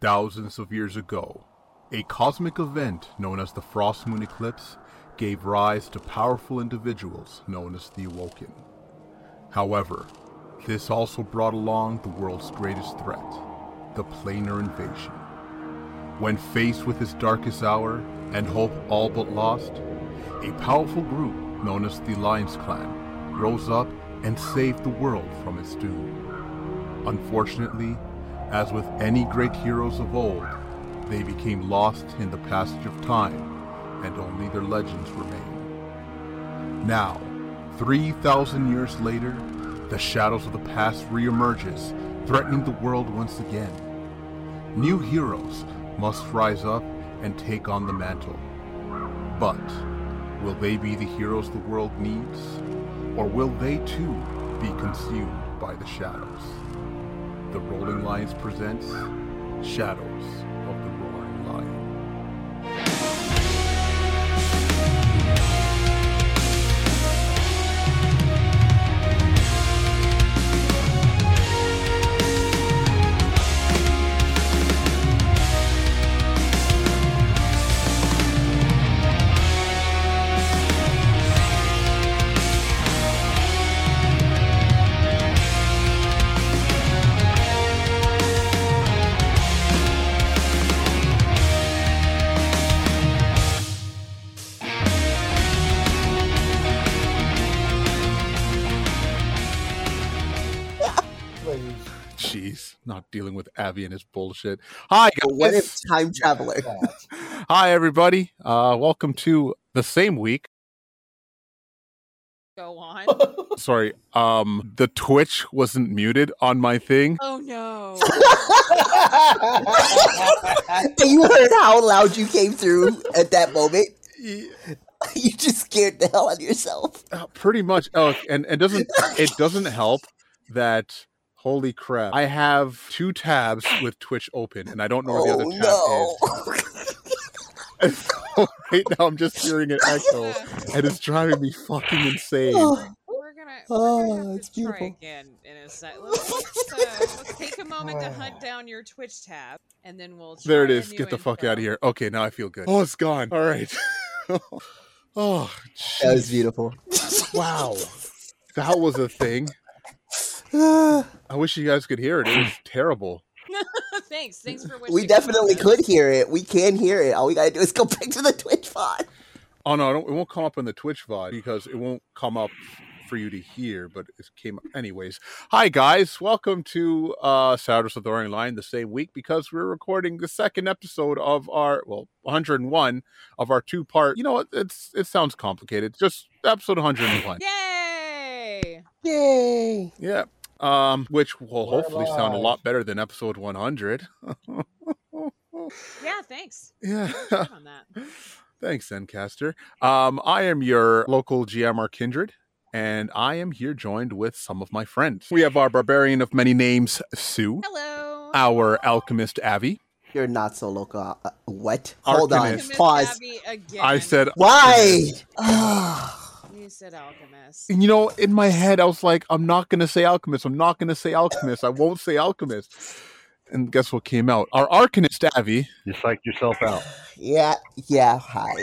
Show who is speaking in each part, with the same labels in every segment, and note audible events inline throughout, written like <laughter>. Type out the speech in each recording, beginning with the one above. Speaker 1: Thousands of years ago, a cosmic event known as the Frost Moon Eclipse gave rise to powerful individuals known as the Awoken. However, this also brought along the world's greatest threat, the planar invasion. When faced with his darkest hour and hope all but lost, a powerful group known as the Lions Clan rose up and saved the world from its doom. Unfortunately, as with any great heroes of old, they became lost in the passage of time and only their legends remain. Now, 3,000 years later, the shadows of the past reemerges, threatening the world once again. New heroes must rise up and take on the mantle. But will they be the heroes the world needs? Or will they too be consumed by the shadows? The Rolling Lions presents Shadows of the Roaring Lion. not dealing with Abby and his bullshit. Hi, guys.
Speaker 2: time traveler?
Speaker 1: Hi, everybody. Uh, welcome to the same week.
Speaker 2: <laughs>
Speaker 3: Go on.
Speaker 1: Sorry, um, the Twitch wasn't muted on my thing.
Speaker 3: Oh no.
Speaker 2: <laughs> you heard how loud you came through at that moment. <laughs> You just scared the hell out of yourself.
Speaker 1: Uh, pretty much. Oh, and and doesn't it doesn't help that Holy crap. I have two tabs with Twitch open and I don't know where the
Speaker 2: Oh
Speaker 1: other tab
Speaker 2: no!
Speaker 1: is. And <laughs> so right now I'm just hearing an echo and it's driving me fucking insane.
Speaker 3: We're gonna, we're gonna
Speaker 2: Oh,
Speaker 3: have
Speaker 2: it's
Speaker 3: to try
Speaker 2: beautiful.
Speaker 3: again in a sec.
Speaker 2: <laughs>
Speaker 3: Let's, let's, uh, let's take a moment to hunt down your Twitch tab, and then we'll. Try
Speaker 1: There it
Speaker 3: a
Speaker 1: is.
Speaker 3: new
Speaker 1: Get the fuck
Speaker 3: intro.
Speaker 1: out of here. Okay, now I feel good. Oh, it's gone. All right. <laughs> oh,
Speaker 2: that <laughs> was
Speaker 1: jeez.
Speaker 2: beautiful.
Speaker 1: wow. That was a thing. I wish you guys could hear it. It was terrible.
Speaker 3: <laughs> thanks. Thanks for wishing.
Speaker 2: we
Speaker 3: us
Speaker 2: definitely
Speaker 3: that.
Speaker 1: <laughs>
Speaker 2: could hear it. We can hear it. All we gotta do is go <laughs> back to the Twitch pod.
Speaker 1: Oh no, I don't, it won't come up in the Twitch VOD because it won't come up for you to hear, but it came up anyways. Hi guys, welcome to uh Saturdays of the Roaring Line the same week because we're recording the second episode of our well 101 of our two part. You know what? It's it sounds complicated. Just episode 101.
Speaker 3: Yay!
Speaker 2: Yay!
Speaker 1: Yeah. Um, which will
Speaker 4: We're
Speaker 1: hopefully sound a
Speaker 4: live.
Speaker 1: lot better than episode <laughs> 100.
Speaker 3: Yeah, thanks.
Speaker 1: yeah. <laughs>
Speaker 3: Good job on that.
Speaker 1: Thanks, Zencaster. Um, I am your local GMR Kindred, and I am here joined with some of my friends. We have our barbarian of many names, Sue,
Speaker 3: Hello.
Speaker 1: our alchemist, Avi.
Speaker 2: You're not so local. Uh, what? Hold
Speaker 1: Arcanist.
Speaker 2: on.
Speaker 3: Alchemist
Speaker 2: Pause.
Speaker 3: Abby again.
Speaker 1: I said,
Speaker 2: Why? Ah.
Speaker 3: You
Speaker 1: <laughs>
Speaker 3: said alchemist.
Speaker 1: and you know, in my head, I was like, I'm not going to say alchemist. I'm not going to say alchemist. I won't say alchemist. And guess what came out? Our arcanist, Avi.
Speaker 4: You psyched yourself out.
Speaker 2: <sighs> yeah. Yeah. Hi.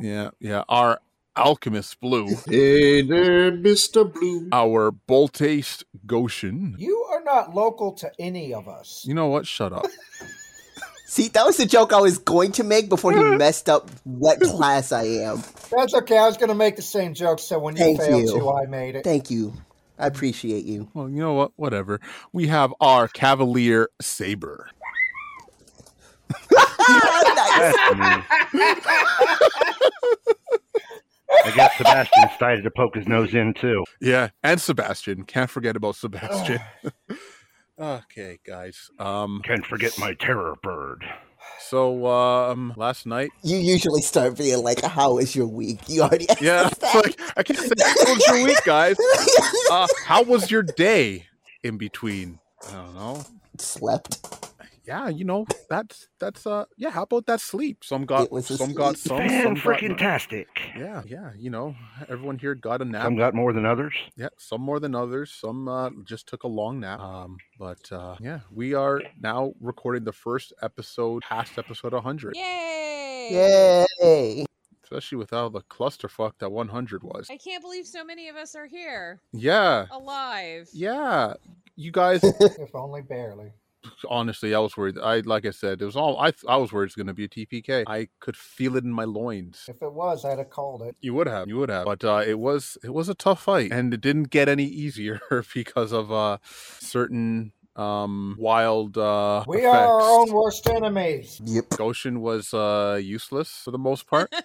Speaker 1: Yeah, yeah. Our alchemist, Blue.
Speaker 5: Hey there, Mr. Blue.
Speaker 1: Our Boltaste, Goshen.
Speaker 6: <laughs> You are not local to any of us.
Speaker 1: You know what? Shut
Speaker 2: <laughs>
Speaker 1: up.
Speaker 2: See, that was the joke I was going to make
Speaker 1: <laughs>
Speaker 2: before he messed up what class I am.
Speaker 6: That's okay. I was going to make the same joke, so when you
Speaker 2: Thank
Speaker 6: failed
Speaker 2: you.
Speaker 6: to, I made it.
Speaker 2: Thank you. I appreciate you.
Speaker 1: Well, you know what? Whatever. We have our Cavalier Saber.
Speaker 2: <laughs> nice.
Speaker 4: That's mean. I guess Sebastian decided to poke his nose in too.
Speaker 1: Yeah, and Sebastian. Can't forget about
Speaker 2: <sighs>
Speaker 1: Sebastian. <laughs> okay, guys. Um
Speaker 4: Can't forget my terror bird.
Speaker 1: so um last
Speaker 2: <laughs>
Speaker 1: night,
Speaker 2: You usually start being like, "How is your week?" You already
Speaker 1: <laughs>
Speaker 2: asked
Speaker 1: yeah,
Speaker 2: us
Speaker 1: it's
Speaker 2: that.
Speaker 1: like I can't say how was your week, guys. Uh how was your day in between? I don't know.
Speaker 2: <laughs> Slept.
Speaker 1: yeah, you know, that's that's uh yeah, how about that sleep? Some got
Speaker 2: It was a
Speaker 1: some got some,
Speaker 2: sleep.
Speaker 1: some
Speaker 4: Fan
Speaker 1: got
Speaker 4: freaking
Speaker 1: none.
Speaker 4: tastic.
Speaker 1: Yeah, yeah, you know, everyone here got a nap.
Speaker 4: Some got more than others.
Speaker 1: yeah, some more than others. Some uh, just took a long nap. Um, but uh, yeah, we are now recording the first episode, past episode 100,
Speaker 3: Yay!
Speaker 2: Yay.
Speaker 1: especially with all the clusterfuck that 100 was.
Speaker 3: I can't believe so many of us are here
Speaker 1: Yeah,
Speaker 3: alive.
Speaker 1: yeah. You guys,
Speaker 6: if only barely.
Speaker 1: honestly, I was worried. I like I said, it was all I. I was worried it's going to be a TPK. I could feel it in my loins.
Speaker 6: If it was, I'd have called
Speaker 1: <laughs>
Speaker 6: it.
Speaker 1: You would have, you would have, but uh, it was it was a tough fight, and it didn't get any easier <laughs> because of uh, certain um wild uh
Speaker 6: We are our
Speaker 1: effects.
Speaker 6: own worst enemies.
Speaker 2: Yep.
Speaker 1: Goshen was uh, useless for the most
Speaker 6: <laughs>
Speaker 1: part.
Speaker 2: Oh.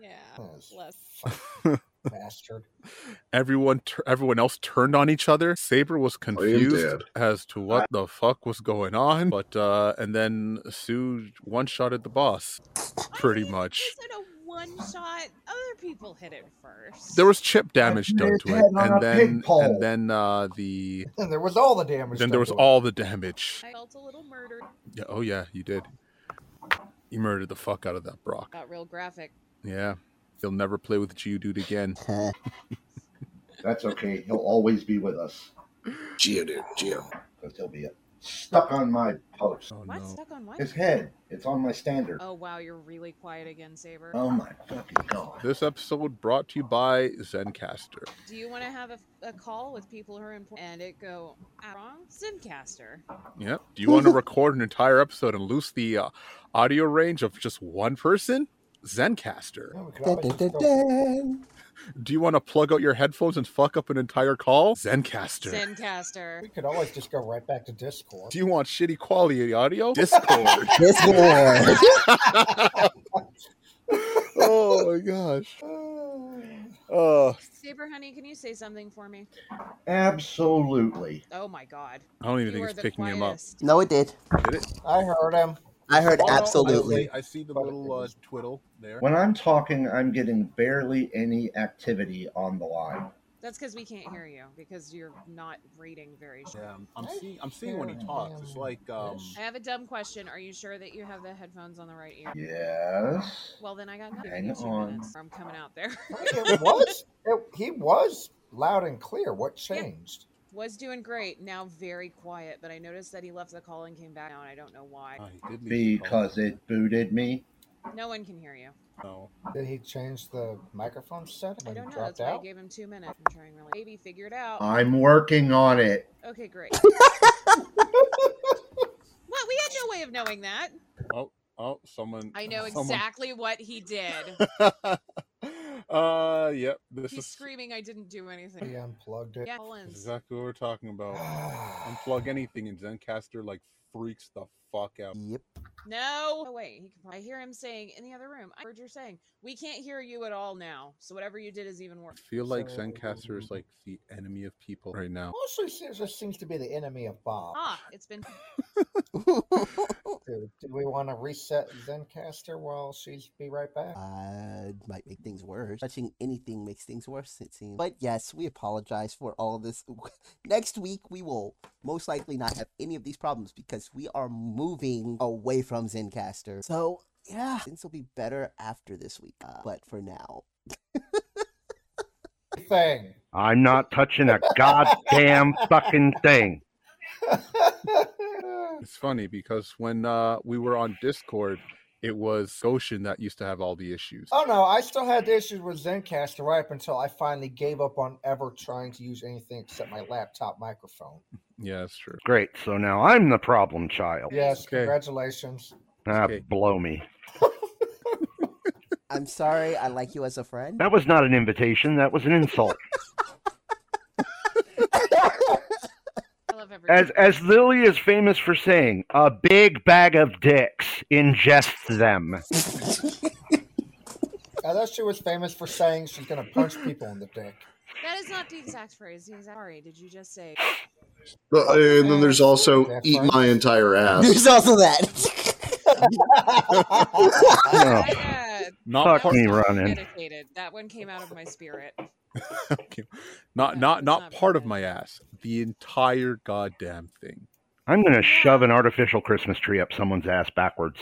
Speaker 3: yeah.
Speaker 6: Yes,
Speaker 3: Bless.
Speaker 6: Bastard. <laughs>
Speaker 1: everyone, tur everyone else turned on each other. Saber was confused
Speaker 7: dead.
Speaker 1: as to what the fuck was going on, but uh, and then Sue one-shotted the boss, pretty much.
Speaker 3: Instead of one shot, other people hit it first.
Speaker 1: There was chip damage done
Speaker 6: his
Speaker 1: to it,
Speaker 6: head on
Speaker 1: and
Speaker 6: a pig
Speaker 1: then
Speaker 6: pole.
Speaker 1: and then uh, the
Speaker 6: And there was all the damage.
Speaker 1: then
Speaker 6: done
Speaker 1: there was
Speaker 6: to it.
Speaker 1: all the damage.
Speaker 3: I felt a little murdered.
Speaker 1: Yeah, oh yeah, you did. You murdered the fuck out of that Brock.
Speaker 3: Got real graphic.
Speaker 1: Yeah, he'll never play with Geodude again.
Speaker 8: That's okay. He'll always be with us
Speaker 7: Geo, dude, Geo.
Speaker 8: because he'll be stuck on my post.
Speaker 1: Oh
Speaker 3: What?
Speaker 1: no.
Speaker 3: Stuck on what?
Speaker 8: His head. It's on my standard.
Speaker 3: Oh wow, you're really quiet again, Saber.
Speaker 8: Oh my fucking god.
Speaker 1: This episode brought to you by Zencaster.
Speaker 3: Do you want to have a, a call with people who are important and it go "Ah, wrong? Zencaster.
Speaker 1: Yeah. Do you want
Speaker 3: <laughs>
Speaker 1: to record an entire episode and lose the uh, audio range of just one person? Zencaster.
Speaker 3: Oh.
Speaker 6: Yeah, we could always
Speaker 2: Dun, dun,
Speaker 6: just
Speaker 2: dun,
Speaker 6: go-
Speaker 2: dun.
Speaker 1: Do you want to plug out your headphones and fuck up an entire call? Zencaster.
Speaker 3: Zencaster.
Speaker 6: We could always just go right back to Discord.
Speaker 1: Do you want shitty quality
Speaker 3: <laughs>
Speaker 1: audio? Discord.
Speaker 2: This one.
Speaker 1: oh my
Speaker 3: <laughs>
Speaker 1: gosh. Uh,
Speaker 3: Saber, honey, can you say something for me?
Speaker 8: Absolutely.
Speaker 3: Oh my God.
Speaker 1: I don't even
Speaker 3: you
Speaker 1: think
Speaker 3: are
Speaker 1: it's
Speaker 3: the
Speaker 1: picking
Speaker 3: quietest.
Speaker 2: <laughs> No, it did.
Speaker 6: I heard him.
Speaker 2: I
Speaker 1: him
Speaker 2: heard
Speaker 1: up. Oh, no, I see-
Speaker 2: absolutely.
Speaker 1: I see the little uh, twiddle there.
Speaker 8: When I'm talking, I'm getting barely any activity on the line.
Speaker 3: That's because we can't hear you because you're not reading very. Sure.
Speaker 1: Yeah, I'm seeing. I'm seeing when he talks. It's like um.
Speaker 3: I have a dumb question. Are you sure that you have the headphones on the right ear?
Speaker 8: Yes.
Speaker 3: Well, then I got nothing.
Speaker 8: Hang
Speaker 3: in two
Speaker 8: on.
Speaker 3: minutes, or I'm coming out there.
Speaker 6: It was. It, he was loud and clear. What changed?
Speaker 3: Was doing great. Now very quiet, but I noticed that he left the call and came back now, and I don't know why.
Speaker 1: ah, he did leave the call.
Speaker 8: Because it booted me.
Speaker 3: No one can hear you.
Speaker 1: No.
Speaker 6: Did he change the microphone setting
Speaker 3: I
Speaker 6: and
Speaker 3: don't know.
Speaker 6: dropped
Speaker 3: That's why I
Speaker 6: out?
Speaker 3: gave him two minutes. I'm trying really. Maybe figure it out.
Speaker 8: I'm working on it.
Speaker 3: Okay, great. what? We had no way of knowing that.
Speaker 1: Oh, someone.
Speaker 3: I know
Speaker 1: <laughs> someone-
Speaker 3: exactly what he did.
Speaker 1: <laughs> uh, yep. This
Speaker 3: He's
Speaker 1: is
Speaker 3: screaming, I didn't do
Speaker 6: He
Speaker 3: anything.
Speaker 6: unplugged it.
Speaker 3: Yeah,
Speaker 1: That's
Speaker 3: Collins.
Speaker 1: exactly what we're talking
Speaker 4: <sighs>
Speaker 1: about.
Speaker 6: <sighs>
Speaker 1: Unplug anything and Zencaster like freaks the fuck out.
Speaker 2: Yep.
Speaker 3: No. Oh, wait. He can probably, I hear him saying in the other room. I heard you're saying we can't hear you at all now. So whatever you did is even
Speaker 1: I
Speaker 3: worse.
Speaker 1: feel like
Speaker 6: So-
Speaker 1: Zencaster is like the enemy of people right now.
Speaker 6: Mostly seems- just seems to be the enemy of Bob.
Speaker 3: Ah, it's been. <laughs>
Speaker 2: <laughs>
Speaker 6: Do, do we want to reset Zencaster while she's be right back?
Speaker 2: Uh, might make things worse. Touching anything makes things worse, it seems. But yes, we apologize for all this. <laughs> Next week, we will most likely not have any of these problems because we are moving away from Zencaster. So, yeah, things will be better after this week. Uh, but for now,
Speaker 6: Thing.
Speaker 4: I'm not touching a goddamn fucking thing.
Speaker 1: It's funny because when uh we were on Discord, it was Goshen that used to have all the issues.
Speaker 6: <laughs> Oh no, I still had issues with Zencaster right up until I finally gave up on ever trying to use anything except my laptop microphone.
Speaker 1: Yeah, that's true.
Speaker 4: Great. So now I'm the problem child.
Speaker 6: Yes,
Speaker 1: Okay.
Speaker 6: congratulations.
Speaker 4: Ah,
Speaker 1: Okay.
Speaker 4: blow me.
Speaker 2: I'm sorry. I like you as a friend.
Speaker 4: That was not an invitation. That was an insult.
Speaker 3: I love everyone.
Speaker 4: As as Lily is famous for saying, a big bag of dicks ingests them.
Speaker 6: I thought she was famous for saying she's gonna punch people in the dick.
Speaker 3: That is not the exact phrase. The exact- Sorry, did you just say?
Speaker 7: But, uh, and then there's also
Speaker 6: That's
Speaker 7: eat
Speaker 6: fine.
Speaker 7: my entire ass.
Speaker 2: <laughs> There's also that.
Speaker 4: Oh,
Speaker 3: Yeah,
Speaker 1: Not
Speaker 4: Fuck
Speaker 3: uh, that
Speaker 4: me
Speaker 3: was
Speaker 4: running.
Speaker 3: premeditated. That one came out of my spirit.
Speaker 1: not
Speaker 3: That
Speaker 1: not
Speaker 3: was
Speaker 1: not
Speaker 3: not
Speaker 1: part of
Speaker 3: bad.
Speaker 1: my ass. The entire goddamn thing.
Speaker 4: I'm going to shove an artificial Christmas tree up someone's ass backwards.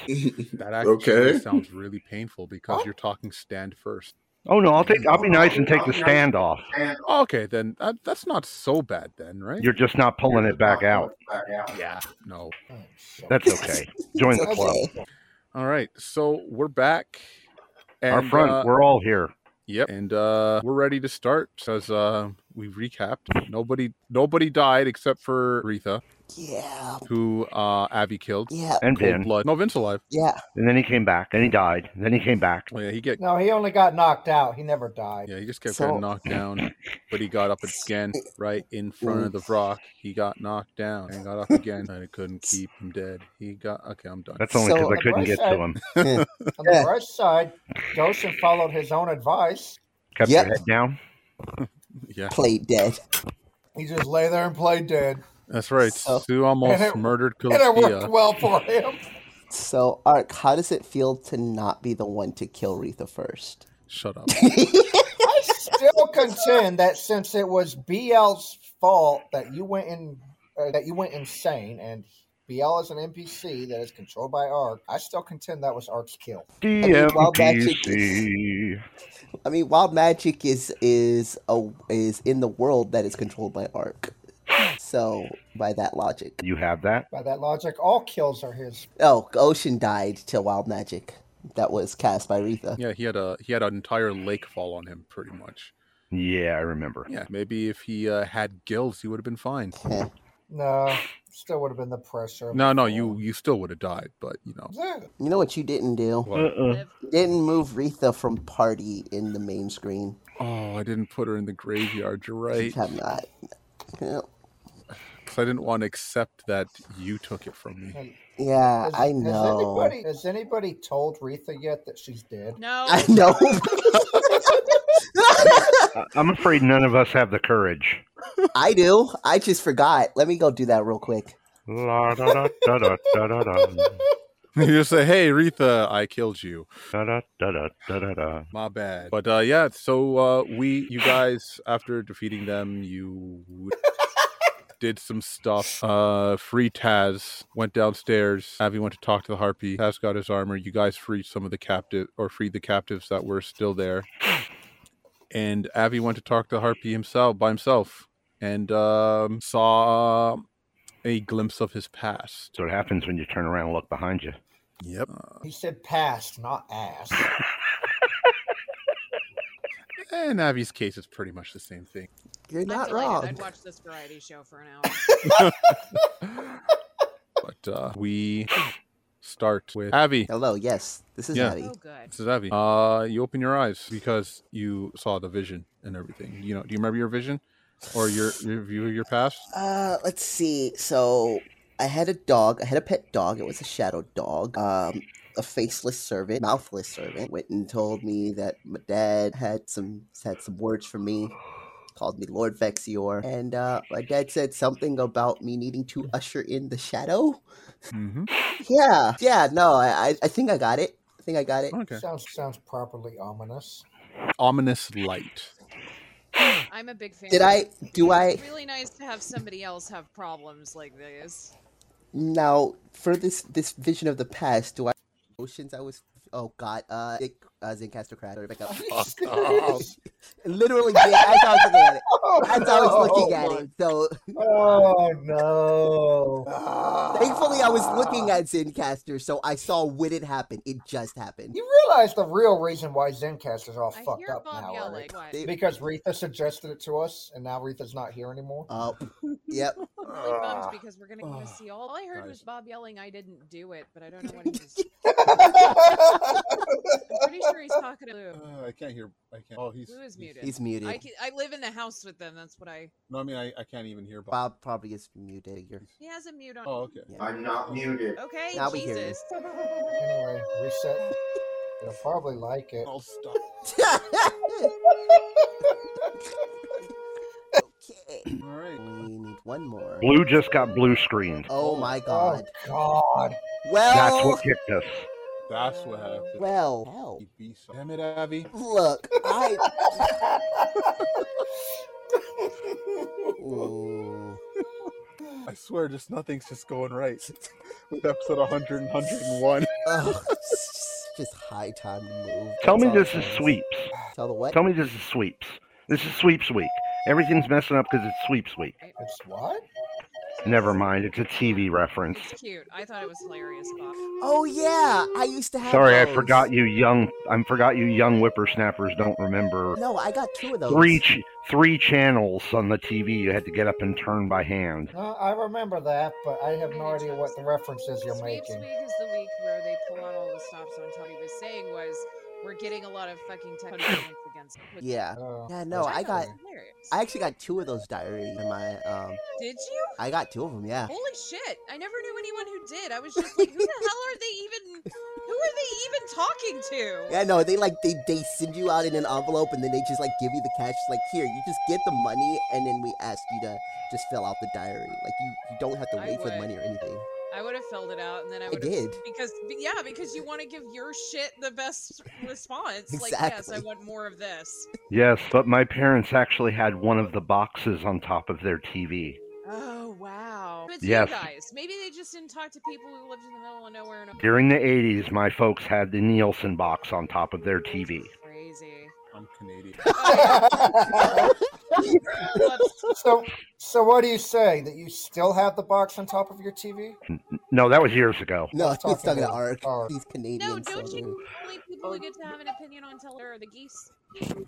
Speaker 1: That actually
Speaker 9: Okay.
Speaker 1: sounds really painful because you're talking stand first.
Speaker 4: Oh no, I'll take. I'll be nice and take the stand off.
Speaker 1: Okay, then uh, that's not so bad, then, right?
Speaker 4: You're just not pulling it back out.
Speaker 1: yeah, no.
Speaker 6: Oh, shit.
Speaker 4: That's okay. Join the club.
Speaker 1: All right, so we're back. And,
Speaker 4: Our front,
Speaker 1: uh,
Speaker 4: we're all here.
Speaker 1: Yep, and uh, we're ready to start because uh, we've recapped. Nobody, nobody died except for Retha,
Speaker 2: Yeah.
Speaker 1: who uh, Abby killed.
Speaker 2: Yeah.
Speaker 4: And
Speaker 1: Cold
Speaker 4: Vin.
Speaker 1: blood. No, Vince alive.
Speaker 2: Yeah.
Speaker 4: And then he came back. Then he died. and then he came back.
Speaker 1: Oh, yeah, he get.
Speaker 6: No, he only got knocked out. He never died.
Speaker 1: Yeah, he just kept
Speaker 2: So-
Speaker 1: getting knocked down, but he got up again right in front of the rock. He got knocked down and got up again, and it couldn't keep him dead. He got okay. I'm done.
Speaker 4: That's only
Speaker 2: So-
Speaker 4: because I couldn't get to him.
Speaker 6: On the
Speaker 2: Yeah.
Speaker 6: right side, Goshen followed his own advice.
Speaker 4: Kept
Speaker 2: Yep.
Speaker 4: your head down.
Speaker 1: yeah,
Speaker 2: Played dead.
Speaker 6: He just lay there and played dead.
Speaker 1: that's right.
Speaker 2: So-
Speaker 1: Sue almost
Speaker 6: And it-
Speaker 1: murdered
Speaker 6: And it worked <laughs>
Speaker 1: Columbia.
Speaker 6: well for him.
Speaker 2: So, Ark, how does it feel to not be the one to kill Retha first?
Speaker 1: Shut up.
Speaker 6: I still contend that since it was BL's fault that you went in, uh, that you went insane, and BL is an NPC that is controlled by Ark. I still contend that was Ark's kill.
Speaker 2: mean, while that chick is-
Speaker 4: DMPC.
Speaker 2: I mean, while magic is is a, is in the world that is controlled by Ark, so by that logic,
Speaker 4: You have that.
Speaker 6: By that logic, all kills are his.
Speaker 2: oh, Ocean died to wild magic that was cast by Retha.
Speaker 1: Yeah, he had a he had an entire lake fall on him, pretty much.
Speaker 4: Yeah, I remember.
Speaker 1: Yeah, maybe if he uh, had gills, he would have been fine.
Speaker 2: Heh.
Speaker 6: No, still would have been the pressure. of
Speaker 1: No,
Speaker 6: the
Speaker 1: no,
Speaker 6: fall.
Speaker 1: you you still would have died, but you know.
Speaker 6: Yeah.
Speaker 2: You know what you didn't do?
Speaker 1: What?
Speaker 3: Live.
Speaker 2: Didn't move Retha from party in the main screen.
Speaker 1: Oh, I didn't put her in the graveyard. You're right,
Speaker 2: Have not. Yeah,
Speaker 1: because I didn't want to accept that you took it from
Speaker 6: <laughs>
Speaker 1: me. <laughs>
Speaker 2: Yeah,
Speaker 6: Has-
Speaker 2: I know.
Speaker 6: Has anybody, has anybody told Retha yet that she's dead?
Speaker 3: No.
Speaker 2: <laughs> I know. <laughs>
Speaker 4: I- I'm afraid none of us have the courage.
Speaker 2: I do. I just forgot. Let me go do that real quick.
Speaker 4: La da da da da da da da
Speaker 1: you just say, "Hey, Retha, I killed you.
Speaker 4: da da da da da da da.
Speaker 1: My bad." But uh, yeah, so uh, we, you guys, after defeating them, you did some stuff. Uh, free Taz went downstairs. Abby went to talk to the harpy. Taz got his armor. You guys freed some of the captive, or freed the captives that were still there. And Abby went to talk to the harpy himself by himself, and um, saw a glimpse of his past. Uh,
Speaker 4: So it happens when you turn around and look behind you.
Speaker 1: Yep.
Speaker 6: He said past, not ass.
Speaker 1: In Abby's case, it's pretty much the same thing.
Speaker 2: You're
Speaker 3: I'm
Speaker 2: not
Speaker 3: delighted.
Speaker 2: wrong.
Speaker 3: I'd watch this variety show for an hour.
Speaker 1: But uh, we start with Abby.
Speaker 2: Hello. Yes, this is
Speaker 1: Yeah.
Speaker 2: Abby.
Speaker 3: Oh, good.
Speaker 1: This is Abby. Uh, you open your eyes because you saw the vision and everything. You know, do you remember your vision or your your view of your past?
Speaker 2: Uh, let's see. So I had a dog. I had a pet dog. It was a shadow dog. Um, a faceless servant, mouthless servant, went and told me that my dad had some had some words for me. Called me Lord Vexior, and uh, my dad said something about me needing to usher in the shadow.
Speaker 1: Mm-hmm.
Speaker 2: Yeah, yeah. No, I, I, I think I got it. I think I got it.
Speaker 1: Okay.
Speaker 6: Sounds sounds properly ominous.
Speaker 1: Ominous light.
Speaker 3: I'm a big fan.
Speaker 2: Did
Speaker 3: of
Speaker 2: I?
Speaker 3: this.
Speaker 2: Do I?
Speaker 3: It's really nice to have somebody else have problems like this.
Speaker 2: Now, for this this vision of the past, do I emotions I was? Oh God, uh, Dick, uh, Zencaster Crad, sorry, back up.
Speaker 6: <laughs>
Speaker 2: Literally, did. As I was looking at it, as I was looking at it. So
Speaker 6: Oh no!
Speaker 2: thankfully, I was looking at Zencaster, so I saw when it happened. It just happened.
Speaker 6: <laughs> You realize the real reason why Zencasters are all
Speaker 3: I
Speaker 6: Oh, fucked
Speaker 3: hear
Speaker 6: up
Speaker 3: Bob
Speaker 6: now,
Speaker 3: yelling.
Speaker 6: right?
Speaker 3: What?
Speaker 2: They-
Speaker 6: Because Retha suggested it to us, and now Retha's not here anymore.
Speaker 2: <laughs> Uh, yep.
Speaker 3: I'm really bummed because we're gonna
Speaker 1: Ah.
Speaker 3: go see all. All I heard
Speaker 1: Guys.
Speaker 3: was Bob yelling, "I didn't do it," but I don't know what he's. I'm pretty sure he's talking to Lou.
Speaker 1: Uh, I can't hear. I can't. Oh, he's
Speaker 3: Lou is muted.
Speaker 2: He's
Speaker 3: I,
Speaker 2: muted.
Speaker 3: can, I live in the house with them. That's what I.
Speaker 1: No, I mean I, I can't even hear
Speaker 2: Bob probably is muted. You're,
Speaker 3: He has a mute on.
Speaker 1: Oh, okay.
Speaker 2: yeah.
Speaker 8: I'm not muted.
Speaker 3: Okay,
Speaker 2: Now we hear you.
Speaker 3: Jesus.
Speaker 6: anyway, reset. You'll probably like
Speaker 1: <laughs>
Speaker 6: it.
Speaker 1: I'll stop.
Speaker 2: <laughs> okay.
Speaker 1: All right.
Speaker 2: We need one more.
Speaker 4: Blue just got blue screened.
Speaker 2: Oh my
Speaker 6: Oh
Speaker 2: God.
Speaker 6: God! <laughs>
Speaker 2: Well.
Speaker 4: That's what kicked us.
Speaker 1: That's what happened.
Speaker 2: Well, hell.
Speaker 1: You'd be so- Damn it, Abby.
Speaker 2: Look, I. Ooh.
Speaker 1: I swear, just nothing's just going right <laughs> with episode 100 and 101.
Speaker 2: Ugh, it's just high time to move.
Speaker 4: Tell
Speaker 2: That's
Speaker 4: me
Speaker 2: all it
Speaker 4: this is
Speaker 2: is.
Speaker 4: sweeps.
Speaker 2: Tell the what?
Speaker 4: Tell me this is sweeps. This is sweeps week. Everything's messing up because it's sweeps week.
Speaker 6: It's what?
Speaker 4: Never mind. It's a TV reference.
Speaker 3: It's cute. I thought it was hilarious. Bob.
Speaker 2: Oh yeah, I used to have.
Speaker 4: Sorry, I
Speaker 2: those.
Speaker 4: forgot you young. I forgot you young whippersnappers don't remember
Speaker 2: No, I got two of those.
Speaker 4: three ch- three channels on the TV. You had to get up and turn by hand.
Speaker 6: No, I remember that, but I have no idea what the references you're
Speaker 3: Sweeps
Speaker 6: making.
Speaker 3: week is the week where they pull out all the stops on Tony was saying was we're getting a lot of fucking
Speaker 2: <coughs>
Speaker 3: touchdowns against. with-
Speaker 2: Yeah.
Speaker 6: Oh.
Speaker 2: Uh, Yeah, no,
Speaker 3: which
Speaker 2: I
Speaker 3: thought
Speaker 2: got. <laughs>
Speaker 3: was hilarious.
Speaker 2: I actually got two of those diaries in my. Um,
Speaker 3: Did you?
Speaker 2: I got two of them. Yeah.
Speaker 3: Holy shit! I never knew anyone who did. I was just
Speaker 2: <laughs>
Speaker 3: like, who the hell are they even? Who are they even talking to?
Speaker 2: Yeah, no, they like they they send you out in an envelope and then they just like give you the cash. It's like here, you just get the money and then we ask you to just fill out the diary. Like you you don't have to
Speaker 3: I
Speaker 2: wait for the
Speaker 3: would.
Speaker 2: money or anything.
Speaker 3: I would have filled it out and then I
Speaker 2: I
Speaker 3: would
Speaker 2: did.
Speaker 3: because yeah, because you want to give your shit the best response. Like yes, I
Speaker 2: Exactly.
Speaker 3: want more of this.
Speaker 4: Yes, but my parents actually had one of the boxes on top of their TV.
Speaker 3: Oh wow! It's
Speaker 4: Yes.
Speaker 3: you guys. Maybe they just didn't talk to people who lived in the middle of nowhere. <laughs> And
Speaker 4: During the 80s, my folks had the Nielsen box on top of their TV.
Speaker 3: Crazy.
Speaker 1: I'm <laughs> Canadian.
Speaker 3: Whoops.
Speaker 6: so, so what do you say that you still have the box on top of your TV?
Speaker 4: No, that was years ago.
Speaker 2: <laughs> No, he's
Speaker 6: talking
Speaker 2: talking to
Speaker 6: about
Speaker 2: Ark.
Speaker 6: Ark.
Speaker 2: He's Canadian.
Speaker 3: no, don't
Speaker 2: so-
Speaker 3: you? Only people who get to have an opinion on Teller are the geese.
Speaker 1: Exactly.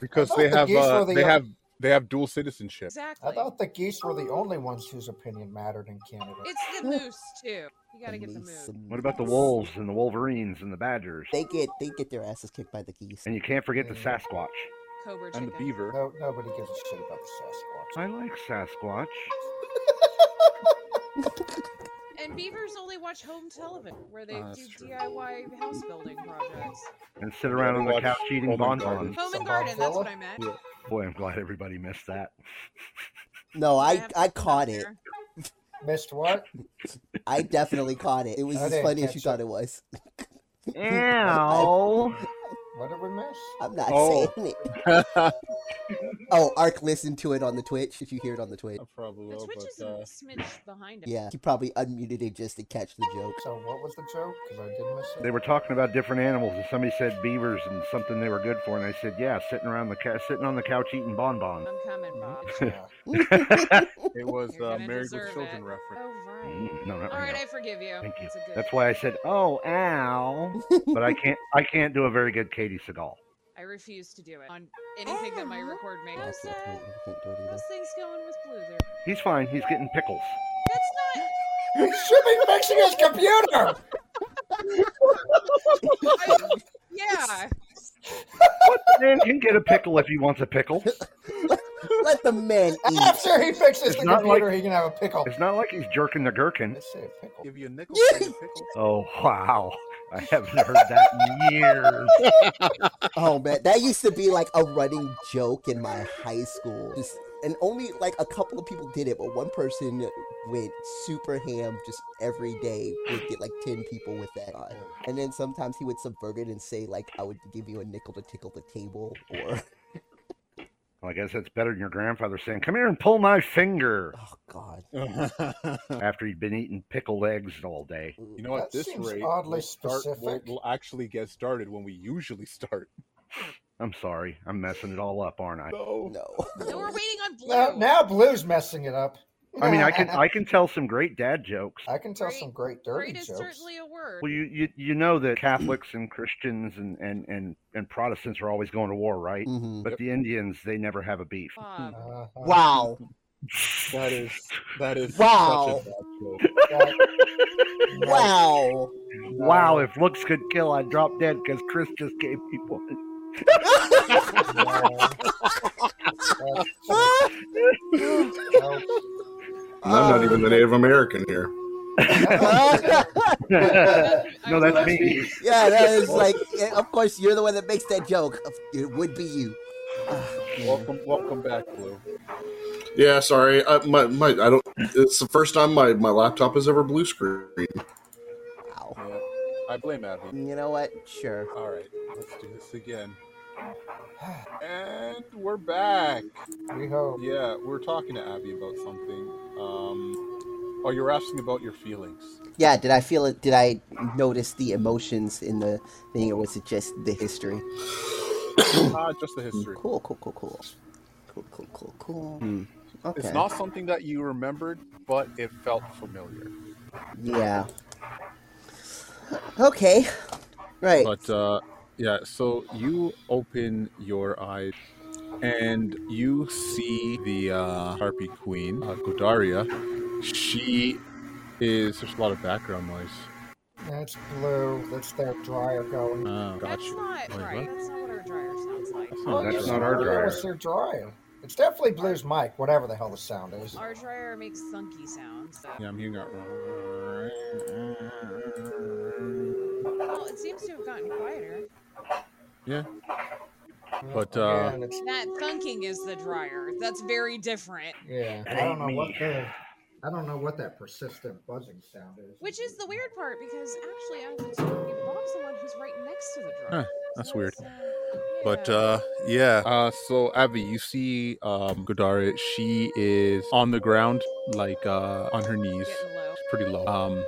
Speaker 1: because they
Speaker 6: I thought the
Speaker 1: have
Speaker 6: geese
Speaker 1: uh,
Speaker 6: were the
Speaker 1: they
Speaker 6: young-
Speaker 1: have they have dual citizenship.
Speaker 3: Exactly.
Speaker 6: I thought the geese were the only ones whose opinion mattered in Canada.
Speaker 3: It's
Speaker 1: <laughs>
Speaker 3: the moose too. You gotta get the moose.
Speaker 4: What about the wolves and the wolverines and the badgers?
Speaker 2: They get they get their asses kicked by the geese.
Speaker 4: And you can't forget the Sasquatch.
Speaker 3: Cobra
Speaker 1: And the
Speaker 3: chicken.
Speaker 1: beaver.
Speaker 6: No, nobody gives a shit about the Sasquatch.
Speaker 4: I like Sasquatch.
Speaker 3: And beavers only watch home television where they
Speaker 1: Oh, that's
Speaker 3: do
Speaker 1: true.
Speaker 3: DIY house building projects.
Speaker 4: And sit around on the
Speaker 1: Watch
Speaker 4: couch eating
Speaker 1: Home and
Speaker 4: bonbons.
Speaker 1: Garden.
Speaker 3: Home
Speaker 6: Some
Speaker 3: and garden. That's what
Speaker 6: Bonfilla?
Speaker 3: I meant.
Speaker 1: Yeah.
Speaker 4: Boy, I'm glad everybody missed that.
Speaker 2: No, I
Speaker 3: have to
Speaker 2: I
Speaker 3: put that
Speaker 2: caught
Speaker 3: out
Speaker 2: it.
Speaker 3: there.
Speaker 6: Missed what?
Speaker 2: I definitely caught it. It was
Speaker 6: I
Speaker 2: as
Speaker 6: didn't
Speaker 2: funny as
Speaker 6: catch
Speaker 2: you
Speaker 6: it.
Speaker 2: thought it was.
Speaker 8: <laughs>
Speaker 4: Ow.
Speaker 6: What did we miss?
Speaker 2: I'm not
Speaker 1: Oh.
Speaker 2: saying it.
Speaker 1: <laughs>
Speaker 2: Oh, Ark listened to it on the Twitch. If you hear it on the Twitch,
Speaker 1: probably
Speaker 3: The
Speaker 1: will,
Speaker 3: Twitch is
Speaker 1: but uh,
Speaker 3: a smidge behind it.
Speaker 2: yeah, he probably unmuted it just to catch the joke.
Speaker 6: So what was the joke? Because I did miss it.
Speaker 4: They were talking about different animals, and somebody said beavers and something they were good for, and I said, "Yeah, sitting around the ca- sitting on the couch eating bonbons."
Speaker 3: I'm coming, Bob.
Speaker 4: <laughs>
Speaker 6: Yeah.
Speaker 1: it was
Speaker 3: You're
Speaker 1: uh,
Speaker 3: gonna
Speaker 1: Married
Speaker 3: deserve
Speaker 1: with Children
Speaker 3: it.
Speaker 1: reference.
Speaker 3: Oh
Speaker 1: <laughs>
Speaker 3: right.
Speaker 4: Mm, no, not
Speaker 3: All
Speaker 4: right
Speaker 3: right,
Speaker 4: now.
Speaker 3: I forgive you.
Speaker 4: Thank you.
Speaker 3: That's, a good,
Speaker 4: That's why I said, "Oh, ow," but I can't. I can't do a very good Katie Seagal.
Speaker 3: I refuse to do it on anything that my
Speaker 10: Ow.
Speaker 3: record makes.
Speaker 2: I
Speaker 3: How's,
Speaker 2: can't, I
Speaker 3: uh,
Speaker 2: can't- I can't do it either.
Speaker 3: how's things going with Blue there?
Speaker 4: He's fine. He's getting pickles.
Speaker 3: That's not.
Speaker 6: He should be fixing his computer.
Speaker 3: I- yeah.
Speaker 4: Man can get a pickle if he wants a pickle.
Speaker 2: Let the man eat.
Speaker 6: After he fixes
Speaker 4: It's
Speaker 6: the
Speaker 4: not
Speaker 6: computer, he can have a pickle.
Speaker 4: It's not like he's jerking the gherkin.
Speaker 6: Let's say a pickle.
Speaker 1: Give you a nickel
Speaker 2: Yeah.
Speaker 1: for your pickle.
Speaker 4: Oh wow! I haven't heard that in years.
Speaker 2: Oh man, that used to be like a running joke in my high school. Just and only like a couple of people did it, but one person went super ham just every day. Would get like ten people with that, on. and then sometimes he would subvert it and say like, "I would give you a nickel to tickle the table," or <laughs>
Speaker 4: Well, I guess that's better than your grandfather saying, "Come here and pull my finger,"
Speaker 2: "Oh God."
Speaker 4: after he'd been eating pickled eggs all day.
Speaker 1: <laughs>
Speaker 2: Mm,
Speaker 1: you know what?
Speaker 6: That
Speaker 1: this
Speaker 6: seems
Speaker 1: rate
Speaker 6: oddly
Speaker 1: we'll, start, we'll,
Speaker 6: specific.
Speaker 1: we'll actually get started when we usually start.
Speaker 4: I'm sorry. I'm messing it all up, aren't I?
Speaker 1: <laughs> No.
Speaker 2: No. <laughs>
Speaker 3: No, we're waiting on Blue.
Speaker 6: Now, now Blue's messing it up.
Speaker 4: I mean, I can I can tell some great dad jokes.
Speaker 6: <laughs> I can tell
Speaker 3: Great-
Speaker 6: some great dirty
Speaker 3: Great is
Speaker 6: jokes.
Speaker 3: certainly a word.
Speaker 4: Well, you you, you know that Catholics and Christians and, and, and, and Protestants are always going to war, right?
Speaker 1: Mm,
Speaker 2: hmm
Speaker 4: But the Indians, they never have a beef.
Speaker 3: Bob.
Speaker 6: Uh,
Speaker 1: <laughs>
Speaker 2: Wow.
Speaker 1: <laughs>
Speaker 4: <laughs>
Speaker 1: That is that is
Speaker 2: Wow.
Speaker 1: such a bad
Speaker 6: <laughs>
Speaker 1: joke.
Speaker 6: that- no,
Speaker 2: Wow.
Speaker 4: Wow, if looks could kill, I'd drop dead because Chris just gave me
Speaker 1: <laughs>
Speaker 4: one.
Speaker 6: no.
Speaker 4: <laughs>
Speaker 6: That's- no.
Speaker 11: And I'm not even the Native American here.
Speaker 4: <laughs> no, that's me.
Speaker 2: <laughs> Yeah, that is like. yeah, Of course, you're the one that makes that joke. Of- It would be you. <sighs>
Speaker 1: Welcome, welcome back, Blue.
Speaker 11: Yeah, sorry. I, my, my, I don't. It's the first time my, my laptop has ever blue screen.
Speaker 2: Wow.
Speaker 1: Yeah. I blame Admin.
Speaker 2: You know what? Sure.
Speaker 1: All right, let's do this again. And we're back.
Speaker 6: We hope.
Speaker 1: Yeah, we were talking to Abby about something. Um, oh, you were asking about your feelings.
Speaker 2: Yeah, did I feel it? Did I notice the emotions in the thing, or was it just the history?
Speaker 1: Ah, just the history. Hmm.
Speaker 2: Cool, cool, cool, cool. Cool, cool, cool, cool. Okay.
Speaker 1: It's not something that you remembered, but it felt familiar.
Speaker 2: Yeah. Okay. Right.
Speaker 1: But uh, yeah, so you open your eyes and you see the uh, harpy queen, uh, Godaria. She is. There's a lot of background noise.
Speaker 6: That's blue. That's their dryer going.
Speaker 1: Ah, got
Speaker 3: That's
Speaker 1: you.
Speaker 3: not
Speaker 1: Wait,
Speaker 3: right.
Speaker 1: what?
Speaker 3: That's not what our dryer sounds like.
Speaker 1: That's
Speaker 6: Oh,
Speaker 1: not,
Speaker 4: that's
Speaker 6: yes,
Speaker 4: not our
Speaker 6: well,
Speaker 4: dryer.
Speaker 6: That was their dryer. It's definitely Blue's mic, whatever the hell the sound is.
Speaker 3: Our dryer makes thunky sounds. So.
Speaker 1: Yeah, I'm hearing that wrong.
Speaker 3: Well, it seems to have gotten quieter.
Speaker 1: But, uh,
Speaker 6: Again, it's-
Speaker 3: That thunking is the dryer. That's very different.
Speaker 6: yeah,
Speaker 4: That
Speaker 6: I don't
Speaker 4: ain't
Speaker 6: know what
Speaker 4: me.
Speaker 6: the. I don't know what that persistent buzzing sound is.
Speaker 3: Which is the weird part because actually I was talking to Bob's the one who's right next to the dryer.
Speaker 1: Huh, that's
Speaker 3: So
Speaker 1: weird.
Speaker 3: it's, uh,
Speaker 1: But
Speaker 3: yeah.
Speaker 1: uh, yeah. Uh, so Abby, you see um, Godaria. She is on the ground, like uh, on her knees,
Speaker 3: Getting low.
Speaker 1: pretty low. Um,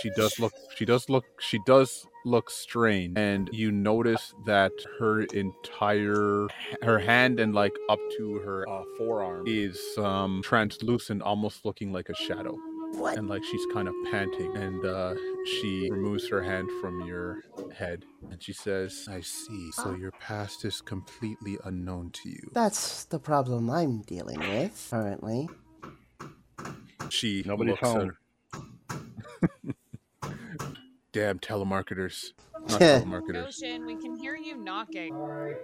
Speaker 1: she does
Speaker 3: <laughs>
Speaker 1: look. She does look. She does look strange, and you notice that her entire her hand and like up to her uh, forearm is um, translucent, almost looking like a shadow.
Speaker 2: What?
Speaker 1: And like she's kind of panting, and uh, she removes her hand from your head, and she says, "I see. So your past is completely unknown to you."
Speaker 2: That's the problem I'm dealing with currently.
Speaker 1: She
Speaker 12: Nobody's
Speaker 1: looks at
Speaker 12: home.
Speaker 1: her. <laughs> Damn telemarketers! Not telemarketers.
Speaker 3: Ocean, we can hear you knocking.
Speaker 6: All right.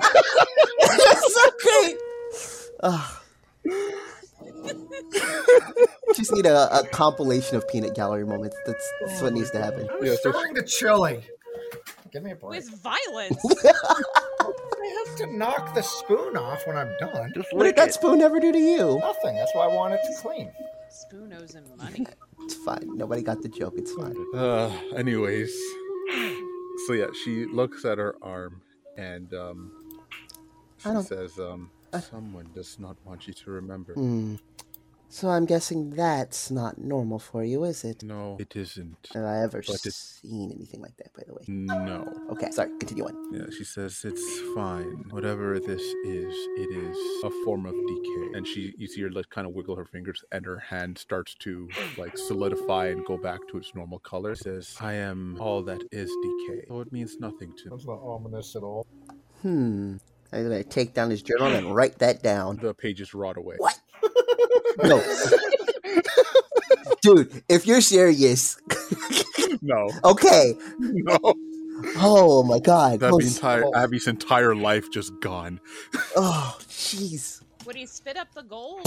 Speaker 2: That's so great. Ugh. Just need a, a compilation of peanut gallery moments. That's, that's what needs to happen.
Speaker 6: I'm
Speaker 1: Yeah, so-
Speaker 6: starting to chili. Give me a break.
Speaker 3: With
Speaker 1: <laughs>
Speaker 3: violence.
Speaker 6: I have to knock the spoon off when I'm done.
Speaker 12: Just
Speaker 2: What did
Speaker 12: lick
Speaker 2: that
Speaker 12: it.
Speaker 2: spoon ever do to you?
Speaker 6: Nothing. That's why I want it to clean.
Speaker 3: Spoon owes him money.
Speaker 2: It's fine. Nobody got the joke. It's fine.
Speaker 1: Uh, anyways, so yeah, she looks at her arm and um,
Speaker 2: I
Speaker 1: she
Speaker 2: don't-
Speaker 1: says, um,
Speaker 2: I-
Speaker 1: "Someone does not want you to remember."
Speaker 2: Hmm. So I'm guessing that's not normal for you, is it?
Speaker 1: No, it isn't.
Speaker 2: Have I ever
Speaker 1: But it-
Speaker 2: seen anything like that, by the way?
Speaker 1: No.
Speaker 2: Okay, sorry. Continue on.
Speaker 1: Yeah, she says it's fine. Whatever this is, it is a form of decay. And she, you see her like kind of wiggle her fingers, and her hand starts to like solidify and go back to its normal color. She says, "I am all that is decay." So it means nothing to me.
Speaker 6: That's not ominous at all.
Speaker 2: Hmm. I'm gonna take down his journal and write that down.
Speaker 1: The pages rot away.
Speaker 2: What? No. <laughs> Dude, if you're serious,
Speaker 1: No, <laughs>
Speaker 2: okay.
Speaker 1: no.
Speaker 2: Oh my god.
Speaker 1: That
Speaker 2: Oh,
Speaker 1: entire Abby's entire life just gone.
Speaker 2: Oh,
Speaker 1: <laughs>
Speaker 2: jeez.
Speaker 3: Would he spit up the gold?